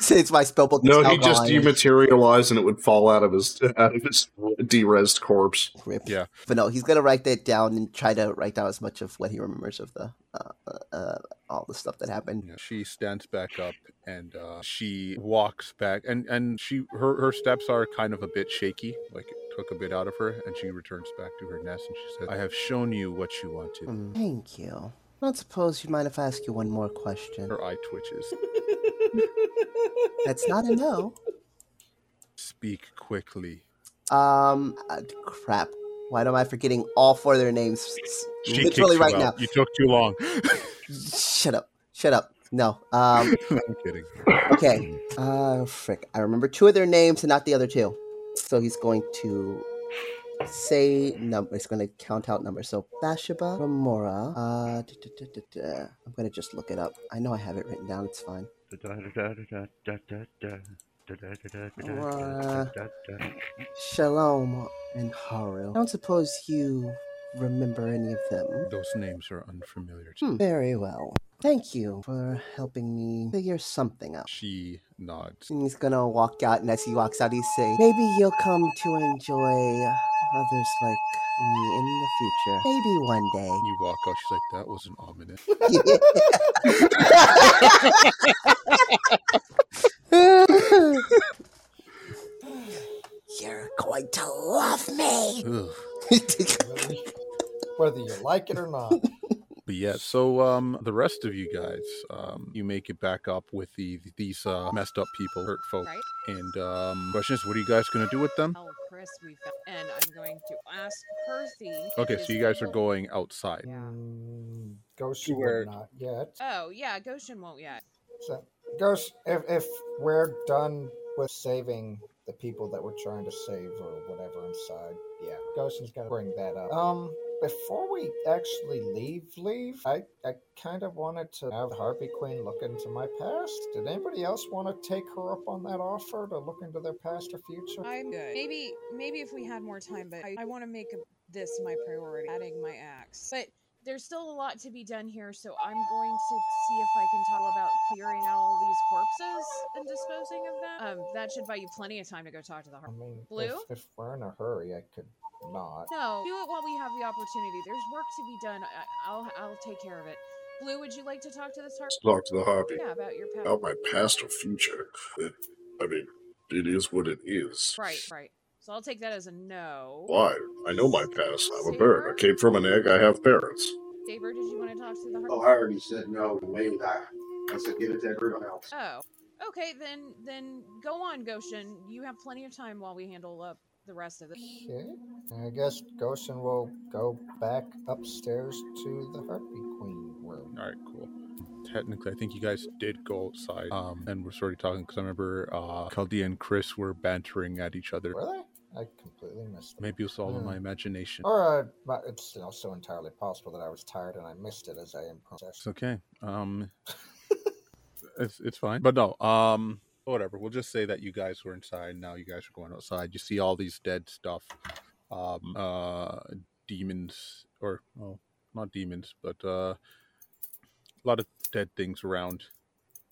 Speaker 2: Since my spellbook is
Speaker 11: No,
Speaker 2: now
Speaker 11: he just
Speaker 2: gone.
Speaker 11: dematerialized and it would fall out of his <laughs> out of his de-rezzed corpse.
Speaker 2: Rip.
Speaker 1: Yeah.
Speaker 2: But no, he's gonna write that down and try to write down as much of what he remembers of the uh, uh, uh, all the stuff that happened.
Speaker 1: Yeah, She stands back up and uh, she walks back, and and she her her steps are kind of a bit shaky, like it took a bit out of her, and she returns back to her nest and she says, "I have shown you what you wanted."
Speaker 2: Hmm, Thank you. I don't suppose you mind if I ask you one more question.
Speaker 1: Her eye twitches.
Speaker 2: That's not a no.
Speaker 1: Speak quickly.
Speaker 2: Um, uh, crap. Why am I forgetting all four of their names? s- s-
Speaker 1: She
Speaker 2: Literally
Speaker 1: kicks
Speaker 2: right
Speaker 1: you
Speaker 2: now.
Speaker 1: out. You took too long. <laughs>
Speaker 2: Shut up. Shut up. No. Um.
Speaker 1: I'm kidding.
Speaker 2: Okay. Uh, frick. I remember two of their names and not the other two. So he's going to say number. He's going to count out numbers. So Bathsheba, Ramora. Uh, duh, duh, duh, duh, duh. I'm going to just look it up. I know I have it written down. It's fine. Shalom and Haru. I don't suppose you remember any of them.
Speaker 1: Those names are unfamiliar. To
Speaker 2: Hmm, Very well. Thank you for helping me figure something out.
Speaker 1: She nods.
Speaker 2: And he's gonna walk out, and as he walks out, he's saying, Maybe you'll come to enjoy others like me in the future. Maybe one
Speaker 1: You walk out. She's like, "That was an ominous." <laughs>
Speaker 2: day. You're going to
Speaker 6: or not.
Speaker 1: But yeah, so um, the rest of you guys, um, you make it back up with the these uh, messed up people, hurt folk,
Speaker 3: Right.
Speaker 1: and um, question is, what are you guys gonna do with them?
Speaker 3: Tell Chris we found, and I'm going to ask Percy. if
Speaker 1: Okay,
Speaker 3: his
Speaker 1: so you guys are
Speaker 3: people-
Speaker 1: going outside.
Speaker 3: Yeah.
Speaker 6: Mm, Ghost
Speaker 13: You were-
Speaker 6: would not yet.
Speaker 3: Oh yeah, Goshen won't yet.
Speaker 6: So, Ghost, if, if we're done with saving the people that we're trying to save or whatever inside, yeah, Ghost is gonna bring that up. Um, before we actually leave, leave, I, I kind of wanted to have Harpy Queen look into my past. Did anybody else want to take her up on that offer to look into their past or future?
Speaker 3: I'm good. Maybe maybe if we had more time, but I, I want to make this my priority, adding my axe. But there's still a lot to be done here, so I'm going to see if I can tell about clearing out all these corpses and disposing of them. Um, that should buy you plenty of time to go talk to the
Speaker 6: I
Speaker 3: har
Speaker 6: mean, if-
Speaker 3: Blue?
Speaker 6: If, we're in a hurry, I could not.
Speaker 3: No, do it while we have the opportunity. There's work to be done. I, I'll I'll take care of it. Blue, would you like to talk to this harp?
Speaker 11: Let's talk to the hobby
Speaker 3: Yeah, about your past.
Speaker 11: about Oh, my past or future. It- I mean, it is what it is.
Speaker 3: Right, right. So I'll take that as a no.
Speaker 11: Why? I know my past. I'm a bird. I came from an egg. I have parents.
Speaker 3: Saber, did you want to talk to the harp?
Speaker 8: Oh, I already said no way back. I said give it to everyone else.
Speaker 3: Oh, okay. Then then go on, Goshen. You have plenty of time while we handle up the rest
Speaker 6: <laughs>
Speaker 3: of it.
Speaker 6: Okay. I guess Goshen will go back upstairs to the Harpy Queen room.
Speaker 1: All right, cool. Technically, I think you guys did go outside, um, and we're sort of talking because I remember uh, Chaldea and Chris were bantering at each other.
Speaker 6: Were they? I completely missed it.
Speaker 1: Maybe it was all in
Speaker 6: Hmm.
Speaker 1: my imagination.
Speaker 6: Or uh, but it's also entirely possible that I was tired and I missed it as I am
Speaker 1: It's
Speaker 6: processing.
Speaker 1: okay. Um, it's it's fine. But no, um, whatever. We'll just say that you guys were inside. Now you guys are going outside. You see all these dead stuff, um, uh, demons or well, not demons, but uh, a lot of dead things around.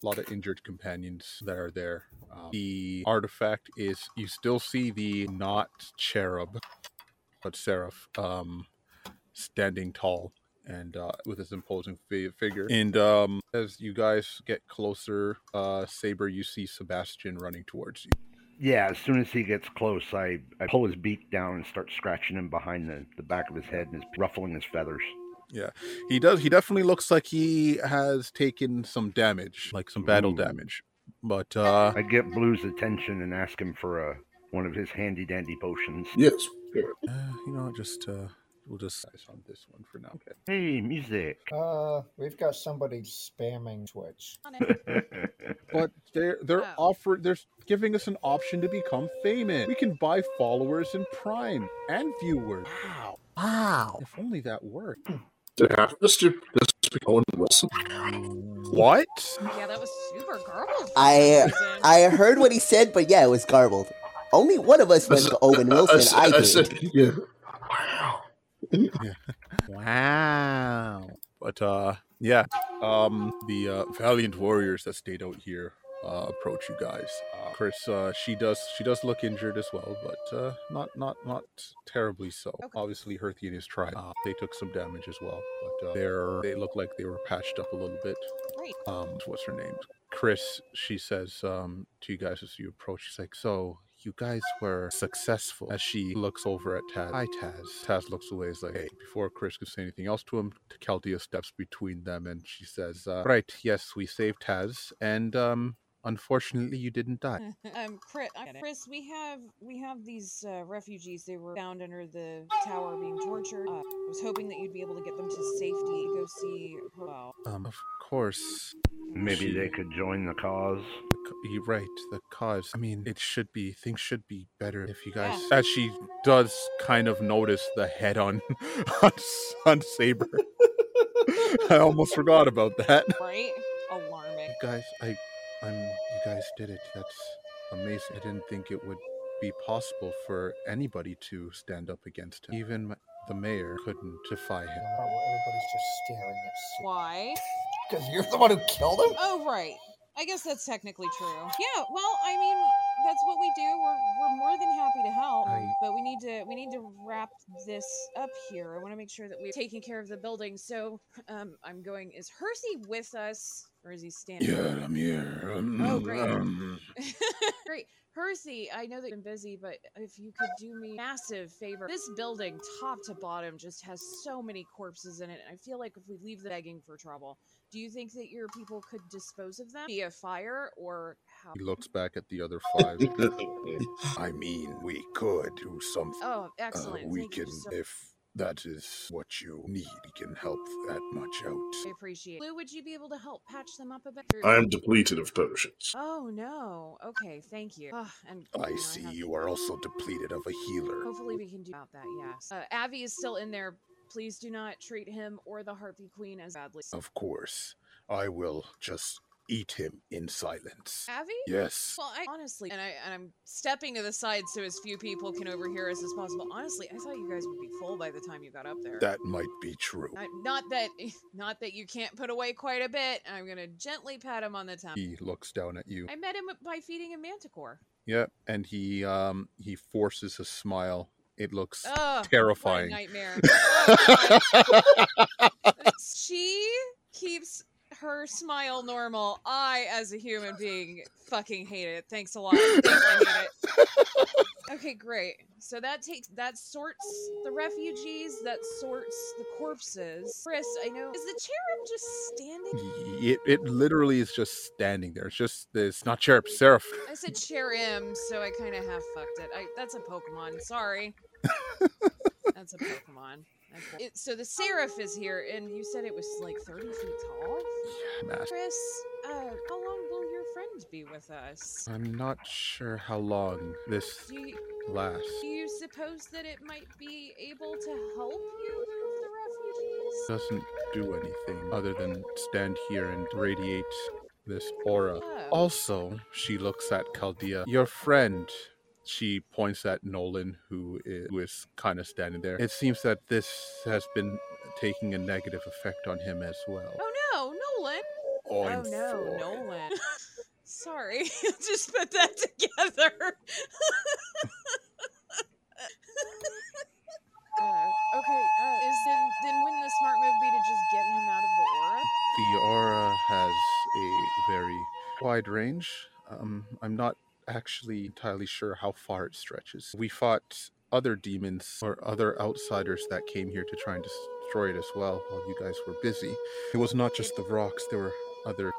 Speaker 1: A lot of injured companions that are there. Um, the artifact is you still see the not cherub, but seraph, um, standing tall and uh, with his imposing fi- figure. And um, as you guys get closer, uh, Saber, you see Sebastian running towards you.
Speaker 4: <laughs> Yeah, as soon as he gets close, I, I pull his beak down and start scratching him behind the, the back of his head and is ruffling his feathers.
Speaker 1: He does. He definitely looks like he has taken some damage, like some battle
Speaker 4: Ooh.
Speaker 1: damage. But uh,
Speaker 4: I get Blue's attention and ask him for a, one of his handy dandy potions.
Speaker 11: Yes. here.
Speaker 1: uh, you know, just uh, we'll just eyes on this one for now. Okay.
Speaker 4: Hey, music. <laughs>
Speaker 6: Uh, we've got somebody spamming Twitch.
Speaker 3: On it.
Speaker 1: But they're they're
Speaker 3: Oh.
Speaker 1: offer they're giving us an option to become famous. We can buy followers in Prime and viewers. Wow.
Speaker 2: <laughs> Wow.
Speaker 1: If only that worked.
Speaker 11: Did it happen? This dude, this is Owen Wilson.
Speaker 1: What?
Speaker 3: Yeah, that was super garbled. for
Speaker 2: I-
Speaker 3: some reason.
Speaker 2: I heard what he said, but yeah, it was garbled. Only one of us went
Speaker 11: said-
Speaker 2: to Owen Wilson. I,
Speaker 11: said- I
Speaker 2: did.
Speaker 11: said, yeah. Wow.
Speaker 1: Wow. But uh yeah, um the uh, valiant warriors that stayed out here uh approach you guys. Uh, Chris uh she does she does look injured as well, but uh not not not terribly so.
Speaker 3: Okay.
Speaker 1: Obviously Herthy and his tribe uh, they took some damage as well, but uh, they're they look like they were patched up a little bit.
Speaker 3: Great.
Speaker 1: Um what's her name? Chris, she says um to you guys as you approach, she's like, "So you guys were successful. As she looks over at Taz, hi Taz. Taz looks away. Is like, hey. Before Chris could say anything else to him, Chaldea steps between them and she says, uh, "Right, yes, we saved Taz, and um, unfortunately, you didn't die."
Speaker 3: <laughs> um, Chris, uh, Chris, we have we have these uh, refugees. They were found under the tower being tortured. Uh, I was hoping that you'd be able to get them to safety. Go see. Her. Well,
Speaker 1: Um, of course,
Speaker 4: Maybe they could join the cause.
Speaker 1: the c- you're right. The cause. I mean, it should be things should be better if you guys.
Speaker 3: Yeah.
Speaker 1: As she does, kind of notice the head on <laughs> on, S- on Saber. <laughs> I almost forgot about that.
Speaker 3: <laughs> right? Alarming.
Speaker 1: You guys, I, I'm. You guys did it. That's amazing. I didn't think it would be possible for anybody to stand up against him. Even m- the mayor couldn't defy
Speaker 6: I
Speaker 1: him.
Speaker 6: don't know why Uh, everybody's just staring at
Speaker 3: Why?
Speaker 6: Because you're the one who killed him?
Speaker 3: Oh, right. I guess that's technically true. Yeah. Well, I mean, that's what we do. We're, we're more than happy to help,
Speaker 1: I-
Speaker 3: but we need to we need to wrap this up here. I want to make sure that we're taking care of the building. So, um, I'm going. Is Hersey with us? Or is he standing?
Speaker 8: Yeah, I'm here.
Speaker 11: Mm,
Speaker 3: Oh, great.
Speaker 8: Um,
Speaker 3: Great. Hersey, I know that you've been busy, but if you could do me a massive favor. This building, top to bottom, just has so many corpses in it, and I feel like if we leave the begging for trouble, do you think that your people could dispose of them via fire or how?
Speaker 1: He looks back at the
Speaker 8: <laughs>
Speaker 1: other five.
Speaker 8: I mean, we could do something.
Speaker 3: Oh,
Speaker 8: Uh,
Speaker 3: excellent.
Speaker 8: we
Speaker 3: Thank you
Speaker 8: can,
Speaker 3: so
Speaker 8: if that is what you need, we can help that much
Speaker 3: I
Speaker 8: out.
Speaker 3: appreciate it. Lou, would you be able to help patch them up a bit?
Speaker 11: I am depleted of potions.
Speaker 3: Oh, no. Okay, thank you. Ah, and you know,
Speaker 8: I see
Speaker 3: have-
Speaker 8: you are also depleted of a healer.
Speaker 3: Hopefully, we can do about that, yes. Uh, Avi is still in there. Please do not treat him or the Harpy Queen as badly.
Speaker 8: Of course, I will just eat him in silence.
Speaker 3: Avi?
Speaker 8: Yes.
Speaker 3: Well, I honestly, and, I, and I'm stepping to the side so as few people can overhear us as possible. Honestly, I thought you guys would be full by the time you got up there.
Speaker 8: That might be true.
Speaker 3: Not, not that, <laughs> not that you can't put away quite a bit. I'm gonna gently pat him on the top.
Speaker 1: He looks down at you.
Speaker 3: I met him by feeding him manticore.
Speaker 1: Yeah, and he um he forces a smile. It looks
Speaker 3: Oh,
Speaker 1: terrifying.
Speaker 3: nightmare. Oh, God. <laughs> she keeps her smile normal. I, as a human being, fucking hate it. Thanks a lot. Thanks, I hate it. Okay, great. So that takes that sorts the refugees, that sorts the corpses. Chris, I know. Is the cherub just standing?
Speaker 1: Y- It it literally is just standing there. It's just it's not cherub, seraph.
Speaker 3: I said cherub, so I kind of half fucked it. I, that's a Pokemon. Sorry. that's a Pokemon. Okay. It, so the Seraph is here, and you said it was like 30 feet tall?
Speaker 1: Matt.
Speaker 3: Chris, uh, how long will your friend be with us?
Speaker 1: I'm not sure how long this
Speaker 3: Do you,
Speaker 1: lasts.
Speaker 3: do you suppose that it might be able to help you move the refugees?
Speaker 1: Doesn't do anything other than stand here and radiate this aura.
Speaker 3: Oh.
Speaker 1: Also, she looks at Chaldea. Your friend, she points at Nolan, who is, who is kind of standing there. It seems that this has been taking a negative effect on him as well.
Speaker 3: Oh no, Nolan!
Speaker 1: I'm
Speaker 3: oh no,
Speaker 1: for it.
Speaker 3: <laughs> Nolan. Sorry, <laughs> just put that together. <laughs> uh, okay, uh, is then then wouldn't the smart move be to just get him out of the aura?
Speaker 1: The aura has a very wide range. Um, I'm not actually entirely sure how far it stretches. We fought other demons or other outsiders that came here to try and destroy it as well while you guys were busy. It was not just the rocks, there were other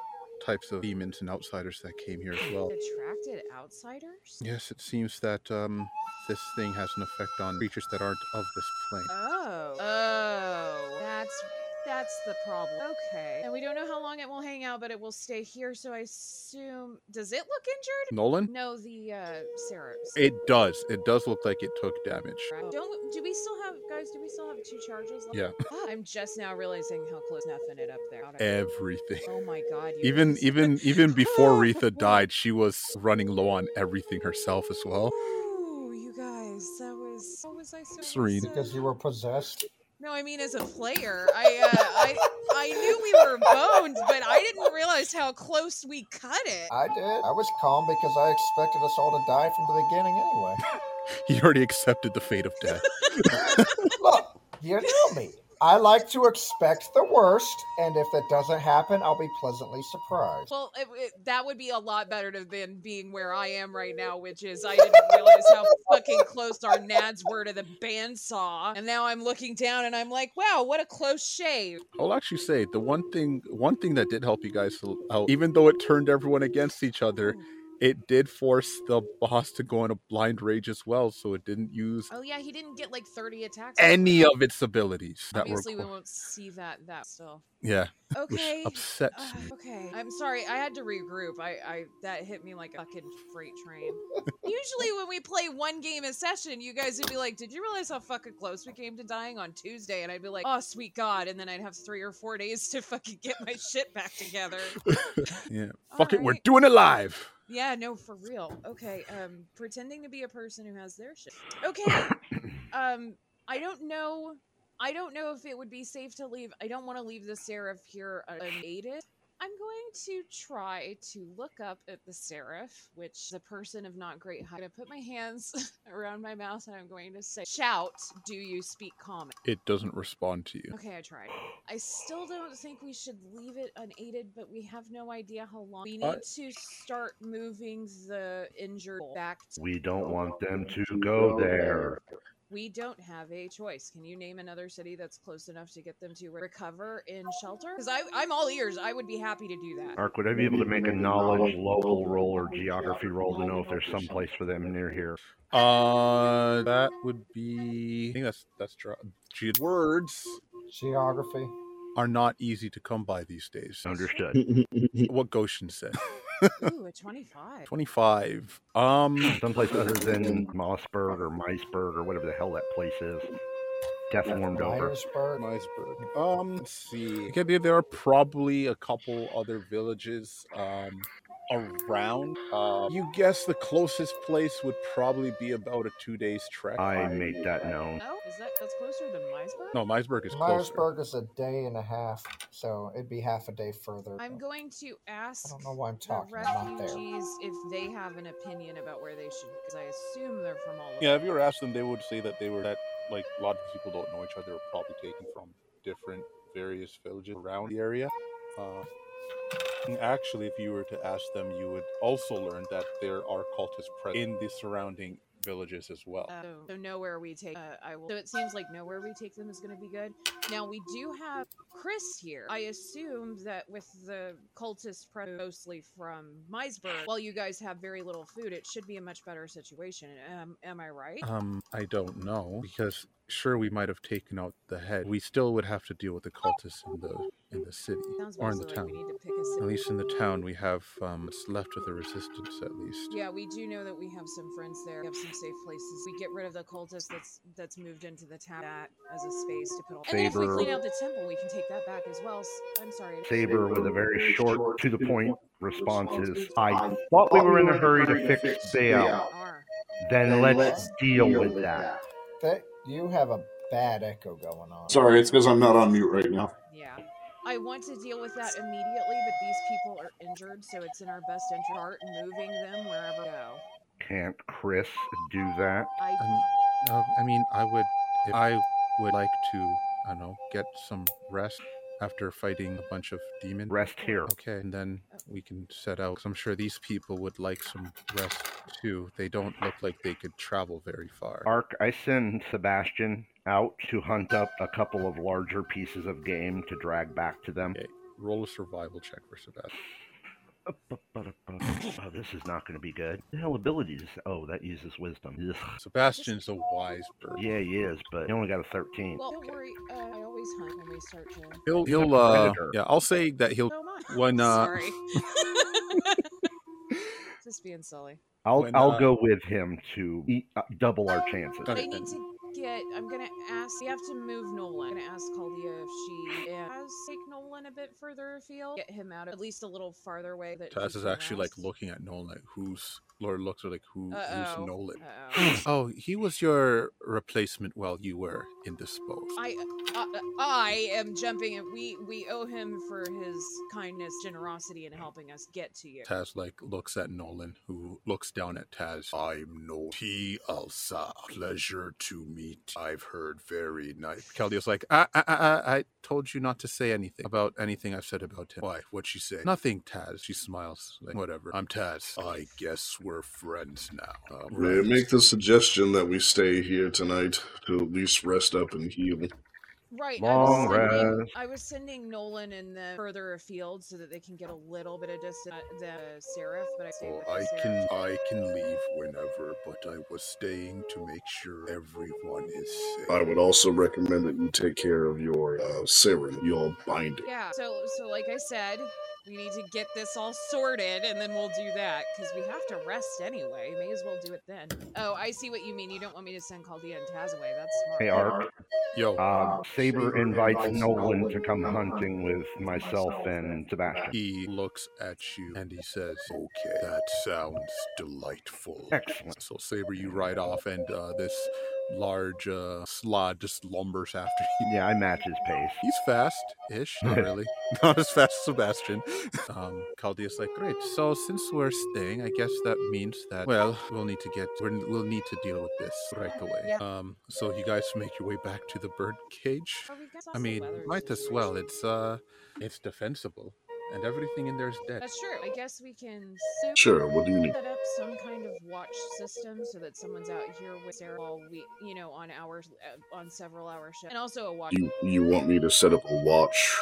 Speaker 1: types of demons and outsiders that came here as well.
Speaker 3: It Attracted outsiders?
Speaker 1: Yes, it seems that um, this thing has an effect on creatures that aren't of this plane.
Speaker 3: Oh, oh, that's that's the problem. Okay, and we don't know how long it will hang out, but it will stay here. So I assume does it look injured?
Speaker 1: Nolan?
Speaker 3: No, the uh, Seraphs.
Speaker 1: It does. It does look like it took damage.
Speaker 3: Right. Don't do we still have guys? Do we still have two charges? Left?
Speaker 1: Yeah.
Speaker 3: Ah, I'm just now realizing how close nothing it up there. Out of-
Speaker 1: Everything.
Speaker 3: oh my god! you
Speaker 1: even
Speaker 3: guys.
Speaker 1: even even before
Speaker 3: Oh,
Speaker 1: Retha died, she was running low on everything herself as well.
Speaker 3: <laughs>
Speaker 1: <laughs>
Speaker 3: Ooh, you guys, that was. How was I so
Speaker 1: Serene.
Speaker 3: upset?
Speaker 6: because you were possessed.
Speaker 3: No, I mean as a player, I uh, I I knew we were boned, but I didn't realize how close we cut it.
Speaker 6: I did. I was calm because I expected us all to die from the beginning anyway.
Speaker 1: He already accepted the fate of
Speaker 3: <laughs>
Speaker 1: death.
Speaker 6: Look, you know me. I like to expect the worst, and if it doesn't happen, I'll be pleasantly surprised.
Speaker 3: Well, it, it- that would be a lot better to, than being where I am right now, which is I didn't realize how fucking close our nads were to the bandsaw. And now I'm looking down and I'm like, wow, what a close shave.
Speaker 1: I'll actually say the one thing one thing that did help you guys out, even though it turned everyone against each other,
Speaker 3: Mm.
Speaker 1: it did force the boss to go on a blind rage as well, so it didn't use
Speaker 3: Oh, yeah, he didn't get like 30 attacks.
Speaker 1: any of its abilities that were
Speaker 3: Obviously, we
Speaker 1: cool.
Speaker 3: won't see that that still.
Speaker 1: yeah, which
Speaker 3: Okay.
Speaker 1: upsets
Speaker 3: Ugh,
Speaker 1: me.
Speaker 3: Uh, okay. I'm sorry. I had to regroup. I, I that hit me like a fucking freight train. Usually when we play one game a session, you guys would be like, "Did you realize how fucking close we came to dying on Tuesday?" And I'd be like, "Oh, sweet god." And then I'd have 3 or 4 days to fucking get my shit back together.
Speaker 1: Yeah, fuck it, we're
Speaker 3: Alright.
Speaker 1: doing it live.
Speaker 3: Yeah, no, for real. Okay, um, pretending to be a person who has their shit. Okay, um, I don't know. I don't know if it would be safe to leave. I don't want to leave the Seraph here unaided. I'm going to try to look up at the seraph, which the person of not great height. I'm going to put my hands <laughs> around my mouth and I'm going to say, Shout, do you speak common?
Speaker 1: It doesn't respond to you.
Speaker 3: Okay, I tried. I still don't think we should leave it unaided, but we have no idea how long. We need
Speaker 14: I-
Speaker 3: to start moving the injured back. To-
Speaker 4: We don't want them to go there.
Speaker 3: we don't have a choice. Can you name another city that's close enough to get them to recover in shelter? Because I'm all ears. I would be happy to do that.
Speaker 4: Mark, would I be able to make a knowledge local roll or geography roll to know if there's some place for them near here?
Speaker 1: Uh, that would be. I think that's that's dra- ge- words
Speaker 6: Geography.
Speaker 1: are not easy to come by these days.
Speaker 4: Understood.
Speaker 1: What Goshen said.
Speaker 3: Ooh, a 25.
Speaker 1: Twenty-five.
Speaker 4: <coughs>
Speaker 1: Um,
Speaker 4: Someplace other than Mossberg or Meisberg or whatever the hell that place is. Death warmed over.
Speaker 6: Myrisburg.
Speaker 1: Meisberg. Um, let's see. Okay, there- there are probably a couple other villages. Um. Around, uh, you guess the closest place would probably be about a two days trek.
Speaker 4: I make that known.
Speaker 3: Oh, is that that's closer than Meisburg?
Speaker 1: No, Meisberg is closer.
Speaker 6: Myrisburg is a day and a half, so it'd be half a day further.
Speaker 3: I'm going to
Speaker 6: I
Speaker 3: ask
Speaker 6: don't know why I'm
Speaker 3: the
Speaker 6: talking about there.
Speaker 3: refugees if they have an opinion about where they should, because I assume they're from all. over.
Speaker 1: Yeah, if you were asked them, they would say that they were that like a lot of people don't know each other. Were probably taken from different various villages around the area. Uh, and actually, if you were to ask them, you would also learn that there are cultists present in the surrounding villages as well.
Speaker 3: Uh, so nowhere we take. Uh, I will. So it seems like nowhere we take them is going to be good. Now we do have Chris here. I assume that with the cultist pre- mostly from Meisburg, while you guys have very little food, it should be a much better situation. Am, am I right?
Speaker 1: Um, I don't know because sure we might have taken out the head. We still would have to deal with the cultists in the in the city
Speaker 3: Sounds
Speaker 1: or in the
Speaker 3: mostly like we
Speaker 1: town.
Speaker 3: need to pick a city.
Speaker 1: At least in the town, we have um, what's left of the resistance. At least.
Speaker 3: Yeah, we do know that we have some friends there. We have some safe places. We get rid of the cultist that's that's moved into the town that as a space to put all. And then if we
Speaker 1: Faber-
Speaker 3: clean out the temple, we can take that back as well. S- I'm sorry.
Speaker 4: Saber with a very short, to the point response is I thought we were in a hurry to fix Baal.
Speaker 3: Are.
Speaker 4: Then let's deal with that.
Speaker 6: That you have a bad echo going on.
Speaker 11: Sorry, it's because I'm not on mute right now.
Speaker 3: Yeah. I want to deal with that immediately, but these people are injured, so it's in our best interest. Start moving them wherever we go.
Speaker 4: Can't Chris do that?
Speaker 3: I
Speaker 1: Um, uh, I mean, I would, if I would like to, I don't know, get some rest after fighting a bunch of demons.
Speaker 4: Rest here.
Speaker 1: Okay, and then we can set out. 'cause I'm sure these people would like some rest too. They don't look like they could travel very far.
Speaker 4: Ark, I send Sebastian out to hunt up a couple of larger pieces of game to drag back to them.
Speaker 1: Okay, roll a survival check for Sebastian.
Speaker 4: Oh, this is not going to be good. The hell abilities? Oh, that uses wisdom. Ugh.
Speaker 1: Sebastian's a wise bird.
Speaker 4: Yeah, he is, but he only got a 13.
Speaker 3: well, don't worry. Uh, I always hunt when we start to.
Speaker 1: He'll,
Speaker 4: He's a
Speaker 1: he'll, uh,
Speaker 4: predator.
Speaker 1: yeah, I'll say that he'll,
Speaker 3: So much. <laughs>
Speaker 1: when, uh,
Speaker 3: Sorry. Just being silly.
Speaker 4: I'll
Speaker 1: When,
Speaker 4: I'll
Speaker 1: uh,
Speaker 4: go with him to e- uh, double our chances.
Speaker 1: Okay.
Speaker 3: They need to get. I'm gonna ask. We have to move Nolan. I'm gonna ask Caldia if she has take Nolan a bit further afield. Get him out of, at least a little farther away. That he
Speaker 1: Taz is
Speaker 3: can
Speaker 1: actually like
Speaker 3: rest.
Speaker 1: looking at Nolan, like who's, Lord looks like who,
Speaker 3: Uh-oh. Uh.
Speaker 1: who's Nolan.
Speaker 3: Uh-oh.
Speaker 1: Oh, he was your replacement while you were indisposed.
Speaker 3: I, uh, I am jumping. In. We we owe him for his kindness, generosity, and helping us get to you.
Speaker 1: Taz like looks at Nolan, who looks down at Taz. I'm no T. Alsa. Pleasure to meet. I've heard very nice. Caldio's like, I, I, I, I told you not to say anything about anything I've said about him. Why? What'd she say? Nothing, Taz. She smiles. Like, whatever. I'm Taz. I guess we're friends now. Um,
Speaker 11: May I make the suggestion that we stay here tonight to at least rest up and heal?
Speaker 3: Right.
Speaker 4: Long
Speaker 3: I, was sending,
Speaker 4: rest.
Speaker 3: I was sending Nolan and the further afield so that they can get a little bit of distance. at The Seraph, but I stayed
Speaker 1: Oh,
Speaker 3: with
Speaker 1: I
Speaker 3: the Seraph.
Speaker 1: can I can leave whenever, but I was staying to make sure everyone is safe.
Speaker 11: I would also recommend that you take care of your uh, serum, your binding.
Speaker 3: Yeah. So so like I said, we need to get this all sorted, and then we'll do that because we have to rest anyway. May as well do it then. Oh, I see what you mean. You don't want me to send Caldia and Taz away. That's smart.
Speaker 4: Hey, Ark.
Speaker 1: Yo,
Speaker 4: Um, Saber invites Nolan to come hunting with myself and Sebastian.
Speaker 1: He looks at you and he says, Okay, that sounds delightful.
Speaker 4: Excellent.
Speaker 1: So, Saber, you ride off, and uh, this large uh, slod just lumbers after you.
Speaker 4: Yeah, I match his pace.
Speaker 1: He's fast ish, not really. not as fast as Sebastian. Um, Caldea's like, great. So since we're staying, I guess that means that, well, we'll need to get, we're, we'll need to deal with this right away.
Speaker 3: Yeah.
Speaker 1: Um, so you guys make your way back to the bird cage.
Speaker 3: Oh, we've got
Speaker 1: I
Speaker 3: some
Speaker 1: mean,
Speaker 3: weather
Speaker 1: might as well.
Speaker 3: situation.
Speaker 1: It's, uh, it's defensible. And everything in there is dead.
Speaker 3: That's true. I guess we can soup-
Speaker 11: Sure, what do you need?
Speaker 3: set up some kind of watch system so that someone's out here with Sarah all week, you know, on hours, uh, on several hour shift, and also a watch.
Speaker 11: You you want me to set up a watch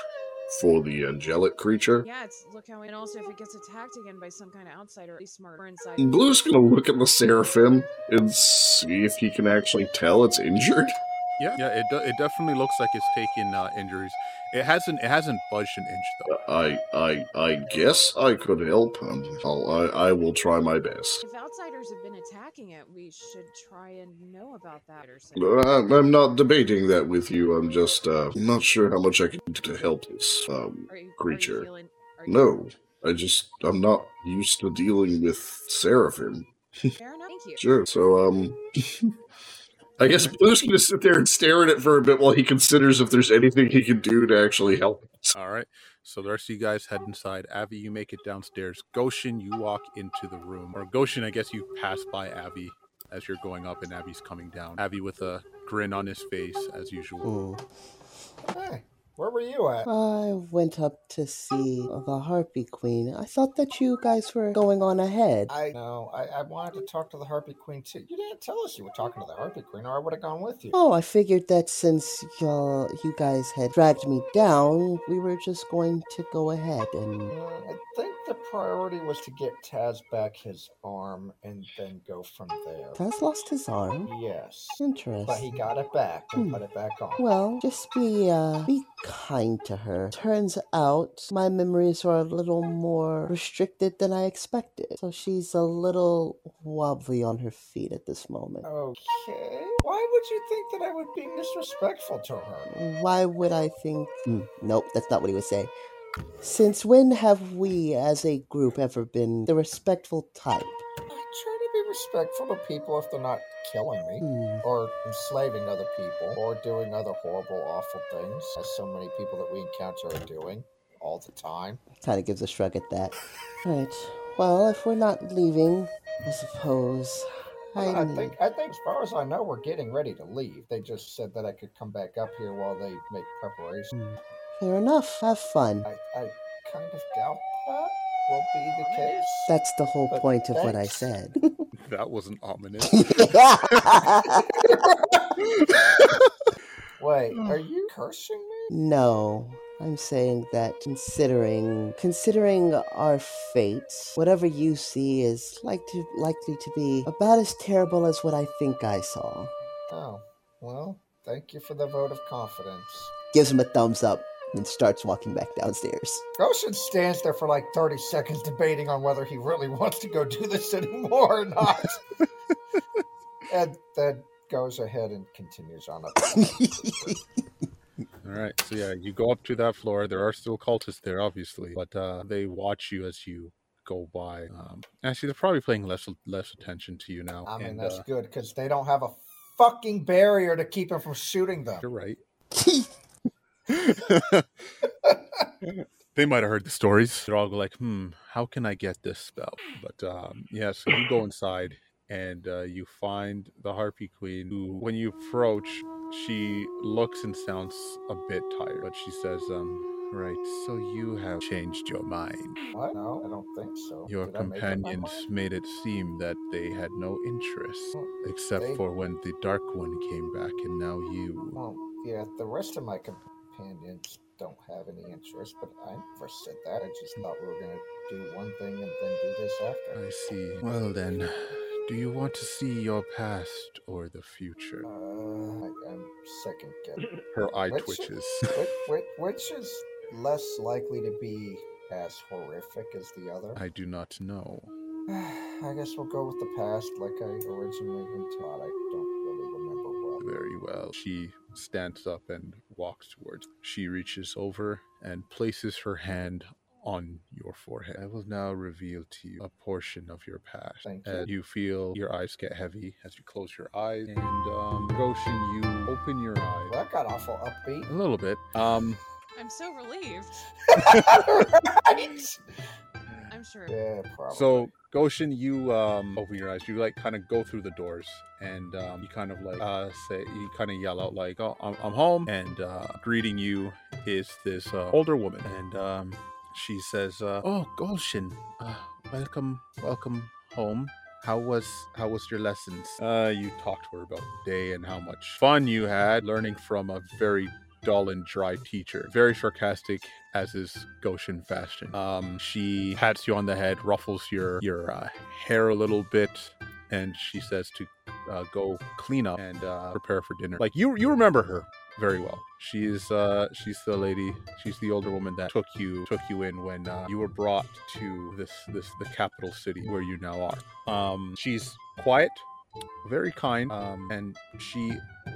Speaker 11: for the angelic creature?
Speaker 3: Yeah, it's look how, and also if it gets attacked again by some kind of outsider, be smart or inside.
Speaker 11: Blue's gonna look at the seraphim and see if he can actually tell it's injured.
Speaker 1: Yeah, yeah. It, de- it definitely looks like it's taking uh, injuries. It hasn't it hasn't budged an inch though.
Speaker 11: I I I guess I could help him. I'll, I I will try my best.
Speaker 3: If outsiders have been attacking it, we should try and know about that. Or something.
Speaker 11: I, I'm not debating that with you. I'm just uh, not sure how much I can do to help this. Um,
Speaker 3: Are you, are you
Speaker 11: creature.
Speaker 3: feeling- are you-
Speaker 11: no, <laughs> I just I'm not used to dealing with seraphim.
Speaker 3: Fair enough. Thank you.
Speaker 11: Sure. So um, I <laughs> guess Blue's gonna sit there and stare at it for a bit while he considers if there's anything he can do to actually help. us.
Speaker 1: All right. So the rest of you guys head inside. Avi, you make it downstairs. Goshen, you walk into the room. Or Goshen, I guess you pass by Avi as you're going up, and Avi's coming down. Avi with a grin on his face as usual.
Speaker 2: Mm.
Speaker 6: Hey, where were you at?
Speaker 2: I went up to see the Harpy Queen. I thought that you guys were going on ahead.
Speaker 6: I know. I, I wanted to talk to the Harpy Queen too. You didn't tell us you were talking to the Harpy Queen, or I would have gone with you.
Speaker 2: Oh, I figured that since y'all, you guys had dragged me down, we were just going to go ahead and.
Speaker 6: Mm, I think the priority was to get Taz back his arm and then go from there.
Speaker 2: Taz lost his arm.
Speaker 6: Yes. But he
Speaker 2: Interesting.
Speaker 6: got it back and
Speaker 2: Hmm.
Speaker 6: put it back on.
Speaker 2: Well, just be uh, be kind to her. Turns out my memories were a little more restricted than I expected, so she's a little wobbly on her feet at this moment.
Speaker 6: Okay. Why would you think that I would be disrespectful to her?
Speaker 2: Why would I think? Hmm, nope, that's not what he would say. Since when have we, as a group, ever been the respectful type?
Speaker 6: I try to be respectful to people if they're not killing me.
Speaker 2: Hmm.
Speaker 6: Or enslaving other people, or doing other horrible, awful things, as so many people that we encounter are doing all the time.
Speaker 2: Kind of gives a shrug at that. Right. Well, if we're not leaving, I suppose. I,
Speaker 6: I
Speaker 2: need-
Speaker 6: think I think as far as I know, we're getting ready to leave. They just said that I could come back up here while they make preparations.
Speaker 2: Hmm. Fair enough. Have fun.
Speaker 6: I, I kind of doubt that will be the case.
Speaker 2: That's the whole
Speaker 6: But
Speaker 2: point of what I
Speaker 6: thanks.
Speaker 2: said.
Speaker 1: That wasn't ominous.
Speaker 6: <laughs>
Speaker 2: <laughs>
Speaker 6: Wait, are you cursing me?
Speaker 2: no, I'm saying that considering considering our fates, whatever you see is like to, likely to be about as terrible as what I think I saw.
Speaker 6: Oh, well, thank you for the vote of confidence.
Speaker 2: Gives him a thumbs up and starts walking back downstairs.
Speaker 6: Goshen stands there for like 30 seconds debating on whether he really <laughs> wants to go do this anymore
Speaker 1: <laughs>
Speaker 6: or not. and then goes ahead and continues on up.
Speaker 1: <coughs> All right. So yeah, you go up to that floor. There are still cultists there, obviously, but uh, they watch you as you go by. Um, actually, they're probably paying less less attention to you now.
Speaker 6: I mean,
Speaker 1: and,
Speaker 6: that's
Speaker 1: uh,
Speaker 6: good because they don't have a fucking barrier to keep him from shooting them.
Speaker 1: You're
Speaker 6: <laughs>
Speaker 1: right. they might have heard the stories. They're all like, hmm, how can I get this spell? But um, yeah, so you go inside and uh, you find the Harpy Queen, who, when you approach, she looks and sounds a bit tired, but she says, um, right, so you have changed your mind.
Speaker 6: What? No, I don't think so.
Speaker 1: Your
Speaker 6: Did I make up my
Speaker 1: companions
Speaker 6: mind?
Speaker 1: made it seem that they had no interest,
Speaker 6: Well,
Speaker 1: except
Speaker 6: they-
Speaker 1: for when the Dark One came back, and now you.
Speaker 6: Well, yeah, the rest of my companions don't have any interest, but I never said that. I just thought we were gonna do one thing and then do this after.
Speaker 1: I see. Well then, do you want to see your past or the future?
Speaker 6: Uh, I, I'm second guessing.
Speaker 1: Her eye
Speaker 6: Which-
Speaker 1: twitches.
Speaker 6: which, which, which is less likely to be as horrific as the other?
Speaker 1: I do not know.
Speaker 6: <sighs> I guess we'll go with the past, like I originally thought. I don't really remember well.
Speaker 1: Very well. She stands up and walks towards. She reaches over and places her hand on your your forehead. I will now reveal to you a portion of your past.
Speaker 6: Thank
Speaker 1: And you feel your eyes get heavy as you close your eyes. And um, Goshen, you open your eyes.
Speaker 6: Well, that got awful upbeat.
Speaker 1: A little bit. Um,
Speaker 3: I'm so relieved.
Speaker 1: Hmm.
Speaker 6: <laughs>
Speaker 3: I'm sure.
Speaker 6: Yeah, probably.
Speaker 1: so Goshen, you um, open your eyes. You like kind of go through the doors, and um, you kind of like uh, say, you kind of yell out like, "Oh, I'm, I'm home!" And uh, greeting you is this uh, older woman, and um, she says, uh, "Oh, Goshen, uh, welcome, welcome home." How was how was your lessons? Uh, you talked to her about the day and how much fun you had learning from a very dull and dry teacher. Very sarcastic, as is Goshen fashion. Um, she pats you on the head, ruffles your your uh, hair a little bit, and she says to uh, go clean up and uh, prepare for dinner. Like you, you remember her very well. She is uh, she's the lady, she's the older woman that took you took you in when uh, you were brought to this this the capital city where you now are. Um, she's quiet. Very kind, um, and she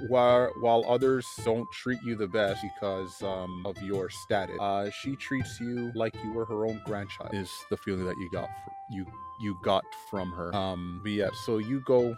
Speaker 1: while while others don't treat you the best because um, of your status, uh, she treats you like you were her own grandchild. Is the feeling that you got fr- you you got from her? Um, but yeah, so you go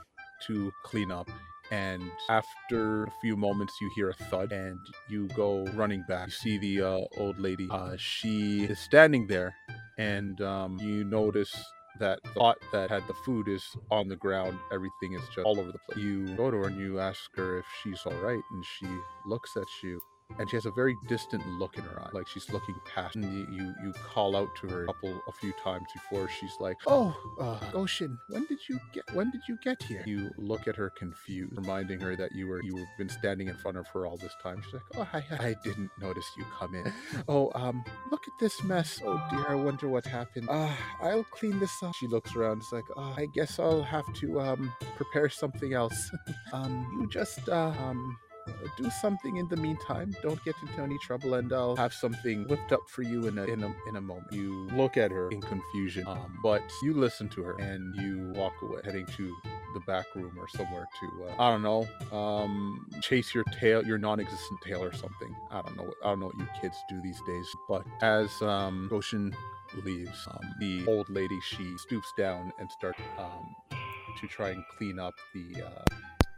Speaker 1: to clean up, and after a few moments, you hear a thud, and you go running back. You see the uh, old lady. Uh, she is standing there, and um, you notice that the pot that had the food is on the ground. Everything is just all over the place. You go to her and you ask her if she's all right, and she looks at you. And she has a very distant look in her eye, like she's looking past. And you, you, you call out to her a couple, a few times before she's like, "Oh, uh, Goshen, when did you get? When did you get here?" You look at her confused, reminding her that you were you were been standing in front of her all this time. She's like, "Oh, I, I didn't notice you come in. Oh, um, look at this mess. Oh dear, I wonder what happened. Uh, I'll clean this up. She looks around. It's like, uh, I guess I'll have to um prepare something else. <laughs> um, you just uh, um do something in the meantime. Don't get into any trouble, and I'll have something whipped up for you in a in a, in a moment. You look at her in confusion, um, but you listen to her and you walk away, heading to the back room or somewhere to uh, I don't know, um, chase your tail, your non-existent tail or something. I don't know. what- I don't know what you kids do these days. But as um, Goshen leaves, um, the old lady she stoops down and starts um, to try and clean up the. Uh,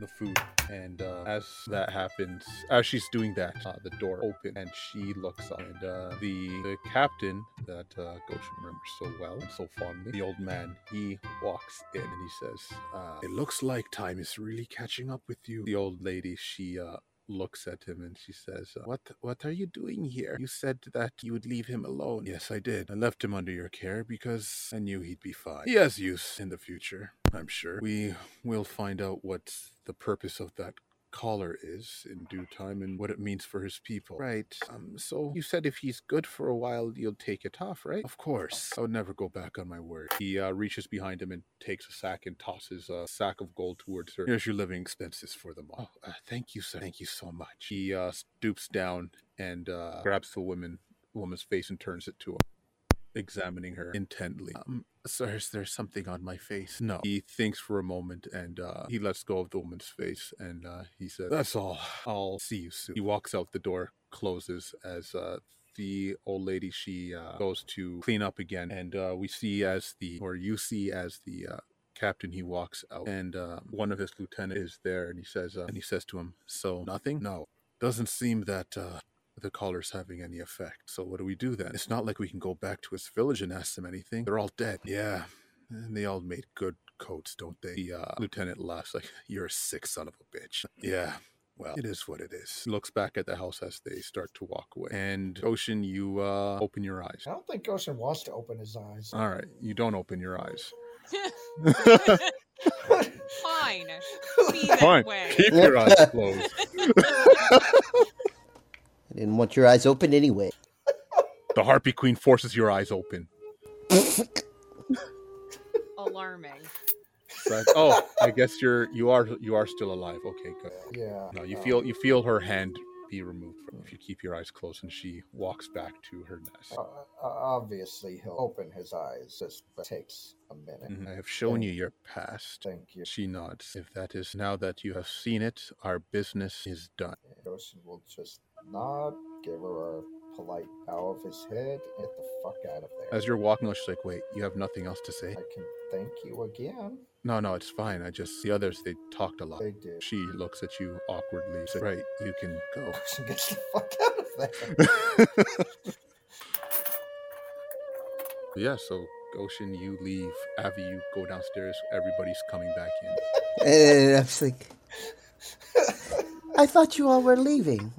Speaker 1: the food. And uh, as that happens, as she's doing that, uh, the door opens and she looks up. And uh, the, the captain that uh, Goshen remembers so well and so fondly, the old man, he walks in and he says, uh,
Speaker 15: It looks like time is really catching up with you.
Speaker 1: The old lady, she uh, looks at him and she says, uh, "What what are you doing here? You said that you would leave him alone."
Speaker 15: Yes, I did. I left him under your care because I knew he'd be fine.
Speaker 1: He
Speaker 15: Yes,
Speaker 1: has use in the future.
Speaker 15: I'm sure.
Speaker 1: We will find out what the purpose of that collar is in due time and what it means for his people. Right. Um so you said if he's good for a while you'll take it off, right?
Speaker 15: Of course.
Speaker 1: I would never go back on my word. He uh, reaches behind him and takes a sack and tosses a sack of gold towards her. Here's your living expenses for the month.
Speaker 15: Oh, uh, thank you, sir. Thank you so much.
Speaker 1: He uh, stoops down and uh, grabs the woman woman's face and turns it to him, examining her intently.
Speaker 15: Um, sir, is there something on my face?
Speaker 1: No. He thinks for a moment and uh, he lets go of the woman's face and uh, he says, "That's all. I'll see you soon." He walks out. The door closes as uh, the old lady she uh, goes to clean up again, and uh, we see as the or you see as the uh, captain he walks out, and uh, one of his lieutenant is there, and he says, uh, and he says to him, "So nothing?
Speaker 15: No. Doesn't seem that uh, the collar's having any effect. So what do we do then? It's not like we can go back to his village and ask them anything. They're all dead. Yeah. And they all made good coats, don't they? The uh, lieutenant laughs like, you're a sick son of a bitch. Yeah. Well, it is what it is.
Speaker 1: looks back at the house as they start to walk away. And Ocean, you uh, open your eyes.
Speaker 6: I don't think Goshen wants to open his eyes.
Speaker 1: All right, you don't open your eyes.
Speaker 3: <laughs>
Speaker 11: <laughs>
Speaker 3: Fine. Be that
Speaker 1: Fine.
Speaker 11: <laughs>
Speaker 3: way.
Speaker 1: Keep your eyes closed.
Speaker 2: I didn't want your eyes open anyway.
Speaker 1: The Harpy Queen forces your eyes open.
Speaker 3: Alarming.
Speaker 1: It's
Speaker 6: <laughs>
Speaker 1: like, oh, I guess you're you are you are still alive. Okay, good.
Speaker 6: Yeah.
Speaker 1: No, you
Speaker 6: uh,
Speaker 1: feel you feel her hand be removed from if you keep your eyes closed, and she walks back to her nest.
Speaker 6: uh, uh, obviously, he'll open his eyes. This takes a minute.
Speaker 1: "Mhm, I have shown you your past.
Speaker 6: Thank you.
Speaker 1: She nods. If that is now that you have seen it, our business is done.
Speaker 6: Goshen will just nod, give her a polite bow of his head and get the fuck out of there.
Speaker 1: As you're walking, she's like, wait, you have nothing else to say?
Speaker 6: I can thank you again.
Speaker 1: No, no, it's fine. I just, the others, they talked a lot.
Speaker 6: They did.
Speaker 1: She looks at you awkwardly. Says, right, you can go.
Speaker 6: She gets the fuck out of there.
Speaker 1: yeah, so Goshen, you leave. Avi, you go downstairs. Everybody's coming back in.
Speaker 2: And Eh, I was like, <laughs> I thought you all were leaving.